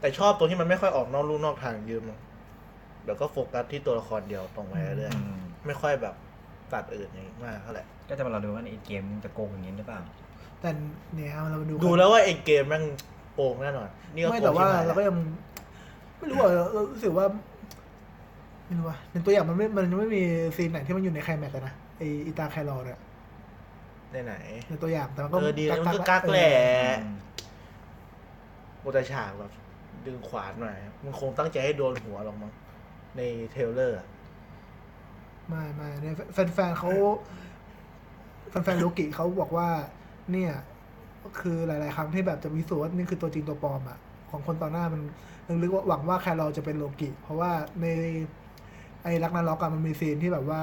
แต่ชอบตรงที่มันไม่ค่อยออกนอกลู่นอกทางยืมเดี๋ยวก็โฟกัสที่ตัวละครเดียวตรงไปเรื่อย
อืม
ไม่ค่อยแบบตัดอื่นอย่างงี้มากเท่าไหร่
ก็จะมาเราดูว่าในเกมจะโกงอย่างนี้หรือเปล่า
ๆแต่เนี่ยเรามาดู
ดูแล้วว่าไอ้เกมแมันโกงแน่นอน นี่ก็
ไม่
โก
แต่
ง
ว่า
ชิบหย
เราก็ยัง ไม่รู้อ่ะเราเรารู้สึกว่าไม่รู้ว่าในตัวอย่างมันไม่มันยังไม่มีซีนไหนที่มันอยู่ในไคลแม็กซ์อะนะไออิตาไคลรอเนี่ย
ไหนไหน
ในตัวอย่างแต่มัน
ๆ
ก็
เออดีแล้วมันก็
ๆ
กักแหละ
อืม
โมตาฉากแบบ ดึงขวานหน่อยมันคงตั้งใจให้โดนหัวหรอกมั้งในเทรลเลอร์อะ
ไม่ไม่เนี่ยแฟนๆเขาแฟนๆโลกิเขาบอกว่า เนี่ย คือหลาย ๆ ครั้งที่แบบจะมีสูตรนี่คือตัวจริงตัวปลอมอะของคนต่อหน้ามันลึกๆว่าหวังว่าแครอลจะเป็นโลกิ เพราะว่าในไอ้รักนาล็อกอะมันมีซีนที่แบบว่า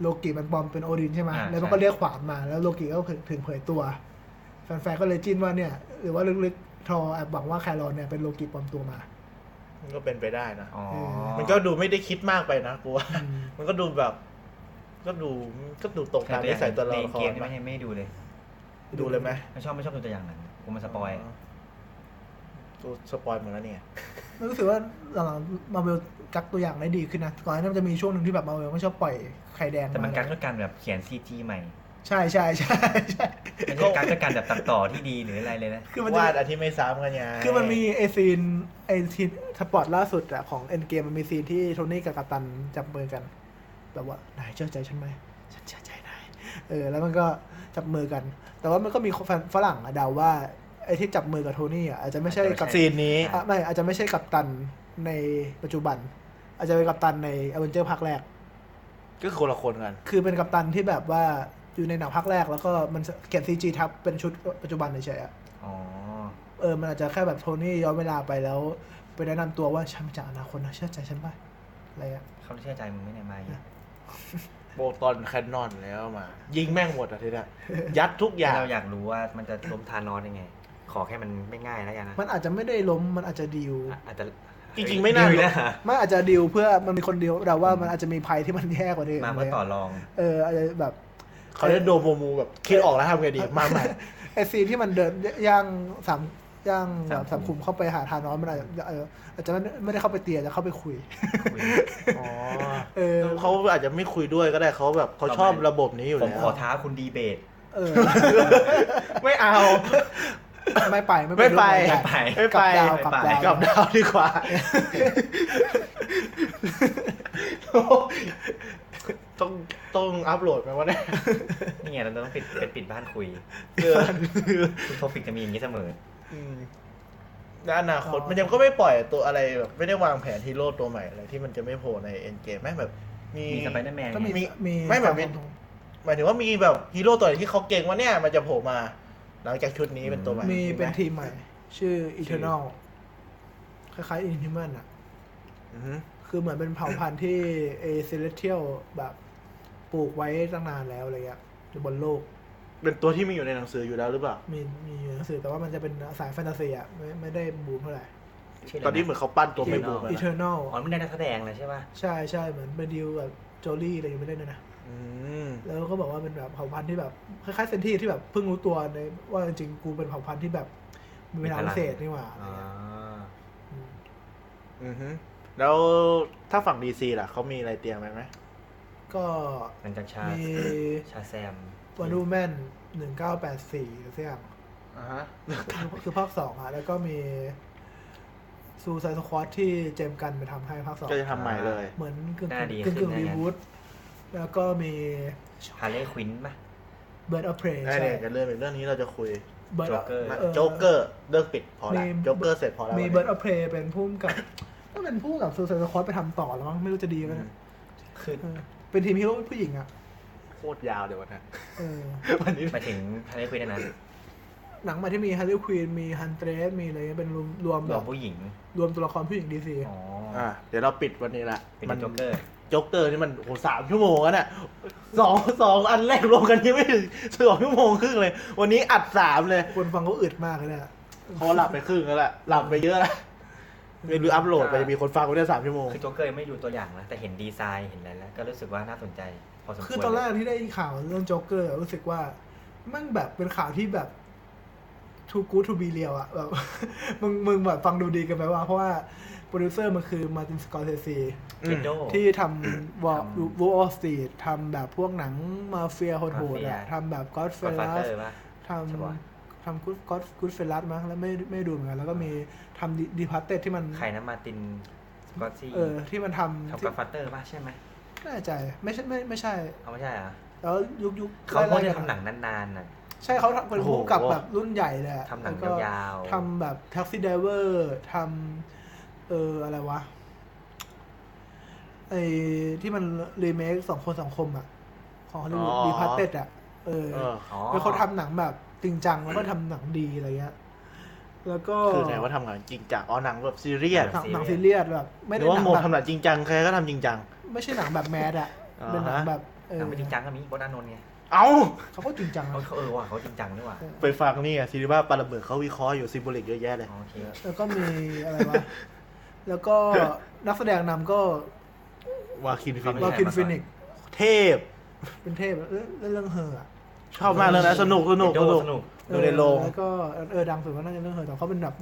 โลกิมันปลอมเป็นโอดินใช่ไหม
อ่า
แล้วมัน
ใช่
ก็เรียกขวานมาแล้วโลกิก็ถึงเผยตัวแฟนๆก็เลยจิ้นว่าเนี่ย หรือว่าลึกๆทอแอบหวังว่าแครอลเนี่ยเป็นโลกิปลอมตัวมา
มันก็เป็นไปได้นะ
อ๋อ
มันก็ดูไม่ได้คิดมากไปนะกูว่า
อืม
มันก็ดูแบบ ก็ดูก็ดูตรงตามนิสัยตัวละ
ใน
ค
เก
ร
มนี่
ปะ
ไม่ไม่ดูเลย
ดูเลยไหม
ไม่ชอบไม่ชอบดูตัวอย่างหนังกูมาสปอย
กูสปอยเหมือนแล้วเนี่ย
รู้สึกว่าหลังๆมาเวลกักตัวอย่างได้ดีขึ้นนะก่อนหน้านั้นมันจะมีช่วงหนึ่งที่แบบมาเวลไม่ชอบปล่อยไข่แดง
แต่มันกักด้วยการแบบเขียนซีจีใหม่
ใช่ใช่ใช่ใช่
ไม่ใช่กักด้วยการแบบตัดต่อที่ดีหรืออะไรเลยนะ
คือมันจะ
วาดอันที่ไม่ซ้ำกันไง
คือมันมีไอซีนไอซีนสปอร์ตล่าสุดอะของเอ็นเกมมันมีซีนที่โทนี่กับกัปตันจับมือกัน แบบว่านายเชื่อใจฉันไหมฉันเชื่อใจนายเออแล้วมันก็จับมือกัน แต่ว่ามันก็มีแฟนฝรั่งอะเดาว่าไอที่จับมือกับโทนี่อะอาจจะไม่ใช่กับ
ซีนนี้
อ่ะไม่อาจจะไม่ใช่กัปตันในปัจจุบัน อาจจะเป็นกัปตันในอเวนเจอร์ภาคแรก
ก็คือคนละคนกัน
คือเป็นกัปตันที่แบบว่าอยู่ในหนังภาคแรก แล้วก็มันเขียนซีจีทับเป็นชุดปัจจุบันเฉยๆอ่ะ
อ๋อ
เออมันอาจจะแค่แบบโทนี่ย้อนเวลาไปแล้ว ไปแนะนำตัวว่าฉันมาจากอนาคตนะเชื่อใจฉันป่ะอะไรอ่ะ
เขาเชื่อใจมึงไหม่เนี่ยมาอีก
โบตอนแคนนอนแล้วมา ยิงแม่งหมดอ่ะทีเนี้ย ยัดทุกอย่าง
เราอยากรู้ว่ามันจะ
ล้มทานอสยังไง ขอแค่มันไม่ง่ายแล้วกันนะ
มันอาจจะไม่ได้ล้มมันอาจจะดิว
อ่ะอาจจะ
จริงๆไม่น่า
ดีะ
มันอาจจะดิวเพื่อมันมีคนเดียวเราว่ามันอาจจะมีภัยที่มันแย่กว่าเดิม
มาเพื่อต่อรอง
เอออาจจะแบบ
เขาเล่นโดโมมูแบบคิดออกแล้วทำไงดี มาใหม่
ไอซีนที่มันเดินย่างสามย่างแบบสา
สาม มขุ
ขุม
ม
เข้าไปหาทานอสมันอาจจะเอออาจจะไม่ไม่ได้เข้าไปเตียจะเข้าไปคุย
คุย
อ๋อ
เออ
เขาอาจจะไม่คุยด้วยก็ได้เขาแบบเขาชอบระบบนี้อยู่
ผม
แล้ว
ขอท้าคุณดีเบต
เออ
ไม่เอา
ไม่ไป
ไม่ไป
ร่วงาน
ไม่ไป
กลับดาวก
ก
ลับดาว
ลับดาวดีกว่า ต้องต้องอัพโหลดไหมวะเนี่ย
นี่ไงเราต้องปิดเป็นปิดบ้านคุย
เออ
คุณโทฟิกจะมีอย่างนี้เสมอ
อืมในอนาคตมันยังก็ไม่ปล่อยตัวอะไรแบบไม่ได้วางแผนฮีโร่ตัวใหม่อะไรที่มันจะไม่โผล่ในเอ็นเกมแม่งแบบ มี
มีสไปเดอร์แมน
ก็มี
มี
มี
ไม่แบบมี
สาขุ
หมายถึงว่ามีแบบฮีโร่ตัวไหนที่เขาเก่งว่าเนี่ยมันจะโผล่มา หลังจากชุดนี้เป็นตัวใหม่
มีเป็น
ไห
ทีมใหม่ ชื่อ Eternal คล้ายๆ Inhuman อ่ะ
อือฮึ
คือเหมือนเป็นเผ่าพันธุ์ที่เอเซเลเทียลแบบปลูกไว้ตั้งนานแล้วอะไรเงี้ยอยู่บนโลก
เป็นตัวที่มีอยู่ในหนังสืออยู่แล้วหรือเปล่า
มีมีอยู่ในหนังสือแต่ว่ามันจะเป็นสายแฟนตาซีอ่ะไม่ไม่ได้บูมเท่าไหร่
ชื่ะ
ตอนนี้เหมือนเขาปั้นตัวไม่บูมมา
Eternal
อ๋อไม่ได้นักแสดงเลยใช่ป่ะ
ใช่ใช่เหมือนเป็นดีลแบบโจลี่อะไรอยู่ไม่ได้เลยนะ
อืม
แล้วก็บอกว่าเป็นแบบเผ่าพันธุ์ที่แบบคล้ายๆเซนที่ที่แบบเพิ่งรู้ตัวในว่าจริงๆกูเป็นเผ่าพันธุ์ที่แบบมีเวลาพิเศษนี่หว่าอะไร
อ๋อ
เงี้ยอืม
อือฮึแล้วถ้าฝั่งดีซีล่ะเขามีอะไรเตรียมไว้ไหม
ก็
หลังจากชา
มี
ชาแซม
วันดูแมนหนึ่งเก้าแปดสี่หรือเสียง
อ่าฮะ
คือภาคสองอะแล้วก็มีซูไซสควอตที่เจมส์กันไปทำให้ภาคสอง
ก็จะทำใหม่เลย
เหมือนกึ่ง
น่าดี
กึ่ง
ขึ้
กึ่
น
ง
นะ
รีบูทแล้วก็มี
ฮาร์เลย์ควินป่ะ
เบิร์ดออฟเพร
ได้
ใช่
เดี๋ยวจะเริ่มอีกเรื่องนี้เราจะคุย
เบิร์ด
Joker
มาโจ๊กเกอร์เลิกปิดพอละ
มี
โจ๊กเกอร์เสร็จพอแล้ว
มี
วันนี้
เบิร์ดออฟเพรเป็นผู้กำกับก็เป็นผู้กำกับซูไซสควอตไปทำต่อแล้วมั้งไม่รู้จะดีไหมนะ
คือ
เออเป็นทีมฮีโร่ผู้หญิงอ่ะ
โคตรยาวเดี๋ยว วันนี้
เออ
วันนี้
หมายถึงฮาร์เลย์ควินนะ
หนังใหมาที่มีฮาร์ y q ควีนมีฮันเ e รสมีอะไรเงี้ยเป็นรวมรวม
หล
แบ
อบ กผู้หญิง
รวมตัวละครผู้หญิงดีซี
อ๋ออ
อ่ะเดี๋ยวเราปิดวันนี้ละ
เป็น
มั
โจ๊กเกอร์
โจ๊กเกอร์นี่มันโอ้โหสามชั่วโมงแล้วน่ะสองสองอันแรกรวมกันยังไม่ถึง สองชั่วโมงครึ่งเลย วันนี้อัดสามเลย
คนฟังก็อึดมากเลยเนี่ย
เขาหลับไปครึ่งแล้วล่ะหลับไปเยอะละไม่รู้อัพโหลดไปจะมีคนฟังกูได้สามชั่วโมง
คือโจ๊กเกอร์ยังไม่ดูตัวอย่างนะ แต่เห็นดีไซน์เห็นอะไรแล้ว ก็รู้สึกว่าน่าสนใจ พอสมควร
คือตอนแรกที่ได้ข่าวเรื่องโจ๊กเกอร์รู้สึกว่า มันแบบเป็นข่าวที่แบบ too good to be real อ่ะแบบ มึงมึงแบบฟังดูดีเกันไปว่า เพราะว่าโปรดิวเซอร์มันคือมาตินสกอร์เซซี
เคนโด
ที่ท ำวอลวูออสตีทำแบบพวกหนังมาเฟียโหดๆอ่ะ
Mafia
ทำแบบก็อดเฟ
กอด
ล
ฟา
ลั
เตอ
ส
ร์ป่ะ
ท
ใช่ปะ
ำทำกู๊ดก็กู๊ดเฟลัสมั้งแล้วไม่ไม่ดูเหมือนกันแล้วก็มีทำดีพาร์เต็ดที่มัน
ใครนะมาร์ตินสกอตซี่
เออ ที่มันทำ
ทำ
ที่
กอดฟาเตอร์ป่ะใช่ไหม
น่าใจไม่ใช่ไม่ไม่ใช่
เอาไม่ใช่เหรอ่ะ
แล้วยุคยุค
เขาเพิ่ง
ไล่
จะ
ๆกั
ทำหนังนานๆน่ะ
ใช่เขาทำเป็น
โอ้โห
ผู้กำกับแบบรุ่นใหญ่เลยอะ
ทำหนัง
แล้ก็
ยาวๆ
ทำแบบแท็กซี่ i v เวอร์ทำเอออะไรวะไอที่มันรีเมคสองคนสองคมอ่ะ ของฮอลลีวูด
อ๋อ
ดีพาร์เต็ดอ่ะเออ
เออ
อ๋อ
แล้วเขาทำหนังแบบจริงจังแล้วก็ทำหนังดีอะไรเงี้ยแล้วก็
คือไหนว่าทำงานจริงจังอ๋อหนังแบบซีเรียส
หนั
ซี
ง
เรียส
หนังซีเรียสแบบไม่
ห
ได้
รือว่า
หนัง
โมทำห
แบบ
นังจริงจังใครก็ทำจริงจัง
ไม่ใช่หนังแบบแมสอะ
อ่าฮะ
เป็นหนังแบบเอ
ห
อ
นังไม่จริงจังก็มีโบทอานนท์ไง
เอ้า
เขาก็จริงจัง
เขา
นะ
เขาเออว่ะเขาจริงจังด้วยว่ะ
ไปฟังนี่ไงซีรีส์ว่าปาระเบิดเขาวิเคราะห์อยู่ซิมโบลิกเยอะแยะเลย
อ๋อโอเค
แล้วก็มีอะไรวะ แล้วก็นักแสดงนำก็
วาคินฟิน
ค
ล
รั
อบ คินฟินิกซ์
เทพ
เป็นเทพเรื่องเรื่องเฮออะ
ชอบมากเลยนะสนุกสนุก
เอ็
ส
ดโด
นุก
สนุก
ดูในโรง
แล้วก็เออดังสุดก็น่าจะเรื่องเธอแต่เขาเป็นแบบ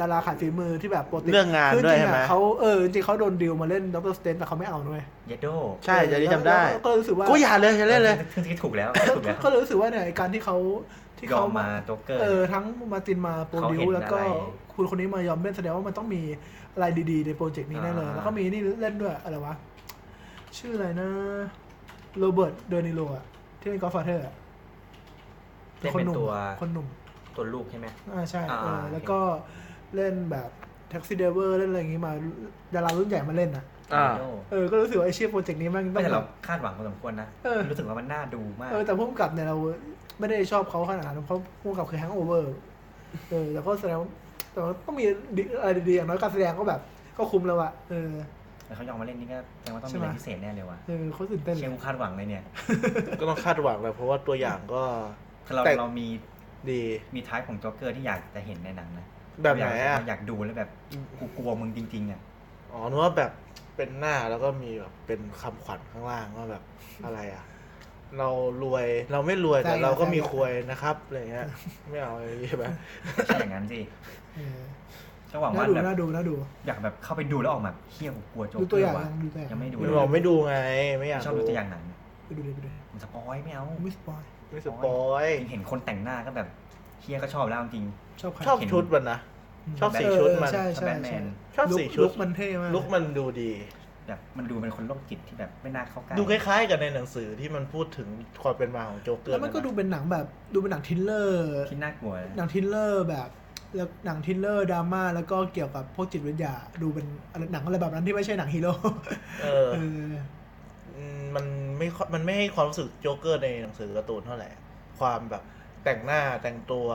ดาราขายฝีมือที่แบบโปรติ
เรื่องงาน
คือ
ด้วย
จริ
ใช่
งๆ
ไหม
อะเขาเออจริงๆเขาโดนดิวมาเล่นด็อกเตอร์สเตนแต่เขาไม่เอาด้วย
เยดโด
ใช่จะได้จำได้
แล้วก็รู้สึกว่า
กูอย่าเลยอย่าเล่นเลย
ซึ่งที่ถูกแล้วถูกแล้ว
ก็เลยรู้สึกว่าเนี่ยไอ้การที่เขาที่
ยอ
เขา
มมาโจ๊กเกอร์
เออทั้งมาร์ตินมาโปรดิว
เขาเห็น
แล้วก็
อะไร
คุณคนนี้มายอมเล่นแสดงว่ามันต้องมีอะไรดีๆในโปรเจกต์นี้แน่เลย
อ่า
แล้วก็มีนี่เล่นด้วยอะไรวะชื่ออะไรนะโรเบิร์ตเดนิโลอะที่เป็นกอล์ฟเธอร์
เล่นเป็นตัว
คนหนุ่ม
ตัวลูกใช่ไหม
อ่าใช่
อ่า
เออ
โอเค
แล้วก็เล่นแบบแท็กซี่เดเวอร์เล่นอะไรอย่างงี้มาดารารุ่นใหญ่มาเล่นนะ
อ่า
เยดโด
เออก็รู้สึกว่าไอเชียโปรเจกต์นี้แมันต้
ไม่
อง
แต่
แบ
เรา
บ
คาดหวังพอสมควรนะ
เออ
รู้สึกว่ามันน่าดูมาก
เออแต่พุ่มกับเนี่ยเราไม่ได้ชอบเขาขนาดนั้นเพราะพุ่มกับคือแฮงโอเวอร์เออแต่ก็แสดงว่าแต่ว่าต้องมีอะไรดีๆอย่างน้อยการแสดงก็แบบ ก็คุ้มแล้วอะเออ
แต่เขายอมมาเล่นนี่ก็แสดงว่าต้อง
ใช่
มี
ไหม
อะไรพิเศษแน่เลยว่ะ
เออเขาตื่นเต้นเล
เชีย
ย
งคาดหวังเลยเนี่ย
ก็ต้องคาดหวังแหละเพราะว่าตัวอย่างก็
คือเรา
แต่
เรามี
ดี
มีท้ายของโจ๊กเกอร์ที่อยากจะเห็นในหนังนะ
แบบไหนอ่ะ
เราอยากดูแล้วแบบกูกลัวมึงจริงๆอ่ะ
อ๋อนึกว่าแบบเป็นหน้าแล้วก็มีแบบเป็นคำขวัญข้างล่างว่าแบบอะไรอ่ะ เรารวยเราไม่รวยแต่เราก็มีควยนะครับอะไรเงี้ย ไม่เอาไอ้เหี้ยแบบ
ไม่ใช่อย่างนั้นสิ
เออ
ก็หวัง
น่า
ว่า
ดู
แบบ
น่าดูน่าดู
อยากแบบเข้าไปดูแล้วออกมาเฮี้ยกูกลัวโจ๊ก
ดู
เก
ตั
อร์
วอย่าง
ว่ะ
ดูตัวอย่าง
ยังไม่ดู
ไม่
เล
บอก
ย
ไม่ดูไงไม่อยาก
ชอบดูตัวอย่างหนัง
ไปดูเลยไปดูเลย
มันสปอยไม่เอา
ผมไม่สปอย
ไม่สปอย
จริงๆเห็นคนแต่งหน้าก็แบบเฮี้ยก็ชอบแล้วจริง
ชอบใคร
ชอบชุดมันนะ ชอบสีชุดมัน
เออใช่
ชอบ
ใช่
แบทแม
ใช่
น
ชอบ
ลุค
สีชุด
ลุคมันเท่มาก
ลุกมันดูดี
ๆแบบมันดูเป็นคนโรคจิตที่แบบไม่น่าเข้าใกล้
ดูคล้าย ๆ กับในหนังสือที่มันพูดถึงความเป็นมาของโจ๊กเกอร์
แล้วมันก็ดูเป็นหนังแบบดูเป็นหนังทริลเลอร์
ที่น่ากลัวนะ
หนังทริลเลอร์แบบ แล้วหนังทริลเลอร์ดราม่าแล้วก็เกี่ยวกับพวกจิตวิทยาดูเป็นอะไรหนังอะไรแบบนั้นที่ไม่ใช่หนังฮีโร่
เออ
เออ
อืมมันไม่ค่อยมันไม่ให้ความรู้สึกโจ๊กเกอร์ในหนังสือการ์ตูนเท่าไหร่ความแบบแต่งหน้าแต่งตัว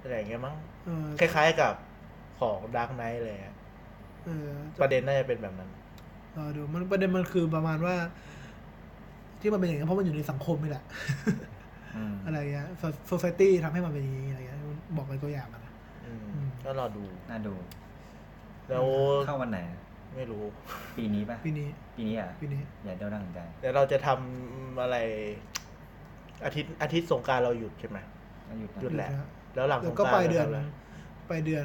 อะไรอย่างเงี้ยมั้ง
เออ
คล้ายๆกับของดาร์กไนท์เลยอะ
เออ
ประเด็นน่าจะเป็นแบบนั้น
เออดูมันประเด็นมันคือประมาณว่า ที่มันเป็นอย่างนี้นเพราะมันอยู่ในสังคมนี่แหละ
อืม
อะไรเงี้ยโซซตี้ทำให้มันเป็นอย่างนี้อะไรเงี้ยบอกเป็นตัวอย่างมันนะ
อืม
อืม
ก็รอดู
น่าดู
แล้ว
เข้าวันไหน
ไม่รู้
ปีนี้ป่ะ
ปีนี้
ปีนี้อ่ะ
ปีนี้
อย่าเดาน่าสนใจ
เดี๋ยวเราจะทำอะไร อาทิตย์อาทิตย์สงกรารเราหยุดใช่ไหม
แล้วหยุดนะ
หยุด แหละ แล้วหลังส
แล้ว
งก
ก็
ราร
ปลายเดือน
แล้ว
ปลายเดือน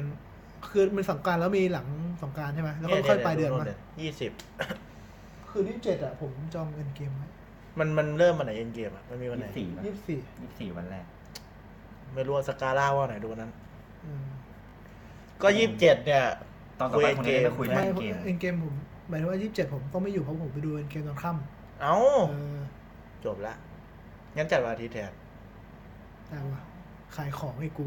คือมันสงกรารแล้วมีหลังสงกรารใช่ไหมแล้วก็ค่อยปลายเดือนมา
ยี่สิบ
คือที่เจ็ดอะผมจองเงินเกมไว้
มันมันเริ่มวันไหนเอ็นเกมอ่ะมันมีวัน
ยี่
ไหน
สิบสี่ป่ะ
ยี่สิบสี่
ยี่สิบสี่วันแรก
ไม่รู้ว่าสกาล่าว่าไหนดูวันนั้น
อืม
ก็ยี่สิบเจ็ดเนี่ย
ตอนต่อไปคงได้ไม่คุยเรื่
ไม่
องเกม
เอ็นเกมผมหมายถึงว่ายี่สิบเจ็ดผมก็ไม่อยู่เพราะผมไปดูเอ็นเกมตอนค่
เอ้า
ำเออ
จบละ งั้นจัดวันอาทิตย์แทน
แต่ว่าขายของให้กู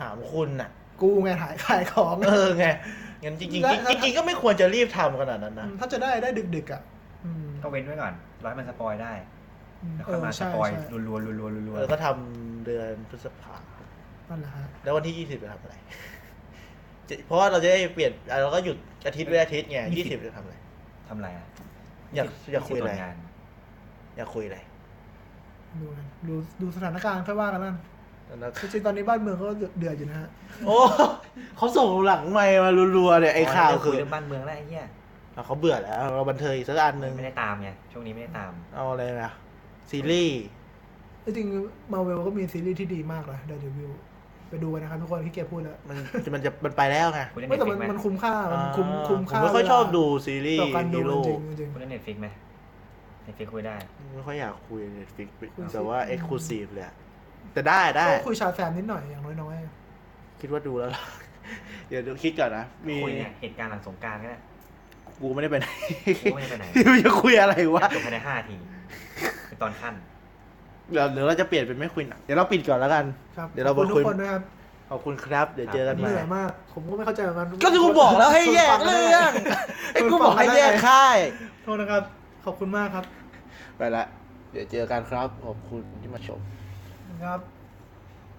ถามคุณ น่ะ
กูไงขายขายของ
เออไง งั้นจริงๆจริง
และ
ๆจริงๆก็ไม่ควรจะรีบทำขนาดนั้นนะ
ถ้าจะได้ได้ดึกๆอ่ะอืม
ก็เว้นไว้ก่อน รอให้มันสปอยได้ แล้ว
เอ
ค่อย
อ
มาส
ใช่
ปอย
ใช่
รัวรัวรัวรัว
เออก็ทำเดือนพฤษภา
นั่นแหละฮะ
แล้ววันที่ยี่สิบจะทำอะไร จะเพราะว่าเราจะได้เปลี่ยนอ่ะเราก็หยุดอาทิตย์เว้นอาทิตย์ไงยี่สิบจะทำอะไร
ทำไรอ่ะ
อยากอยากคุยอะไร
ตวงาน
อยากคุยอะไร
ดูกันดูดูสถานการณ์ค่อยว่ากันนั่น
แล้ว
จริงๆตอนนี้บ้านเมืองก็เดือดอยู่นะฮะ
โอ้เขาส่งหลังไมค์มารัวๆเนี่ยไอ้ข่าวคือ
เรื่องบ้านเมืองแล้วไอ้เหี้ย
อ่ะเขาเบื่อแล้วเราบันเทิงอีกสักอันหนึ่ง
ไม่ได้ตามไง ช่วงนี้ไม่ได้ตาม
เอาอะไรนะซีรีส์
จริงมาเวลก็มีซีรีส์ที่ดีมากนะเดวิวไปดูกันนะครับทุกคนที่เกียจพูดแล้ว
มันจะมันจะมันไปแล้วไง
คุณเล่น
ไม่
เน็ต
แต่
ฟิก
มัน
ไหม
มันคุ้มค่ามันคุ้ม
อ่า
คุ้มค่า
ผมไม่ค่อยชอบดูซีรีส์
ต่อการดู
ฮีโร่
จริงๆจริงๆ
คุณเล่นเน็ตฟิกไหมเน็ตฟิกคุยได้
ไม่ค่อยอยากคุยเน็ตฟิก
คุย
แต่ว่า
ซีรีส์
เอ็กซ์คลูซีฟเลยอะแต่ได้ได้
ก็คุยชาแซมนิดหน่อยอย่างน้อย
คิดว่าดูแล้วล่ะ เดี๋ยวดูคิดก่อนนะ มี
คุยเนี่ยเหตุการณ์หลังสงกรารก็ได้
กูไม่ ได้ไปไหน
กูไม่ได้ไปไหน
จะคุยอะไรวะ
จบภายในห้าทีเป็นตอนขั้น
เดี๋ยวเดี๋ยวเราจะเปลี่ยนเป็นไม่คุยหนังเดี๋ยวเราปิดก่อนแล้วกัน
ๆครับ
เดี๋ยวเรา
ขอบ
มา
คุณทุ
คุย
กคนนะครับ
ขอบคุณครับ เดี๋ยวเจอกัน
เห
ใหม่
นื่อยมาก ผมก็ไม่เข้าใจเหมือนกัน
ก็ที่กูบอกแล้วให้แยกเรื่องไอ้กู บอกให้แยกค่าย
โทษนะครับ ขอบคุณมากครับ
ไปละ เดี๋ยวเจอกันครับ ขอบคุณที่มาชม
ครับ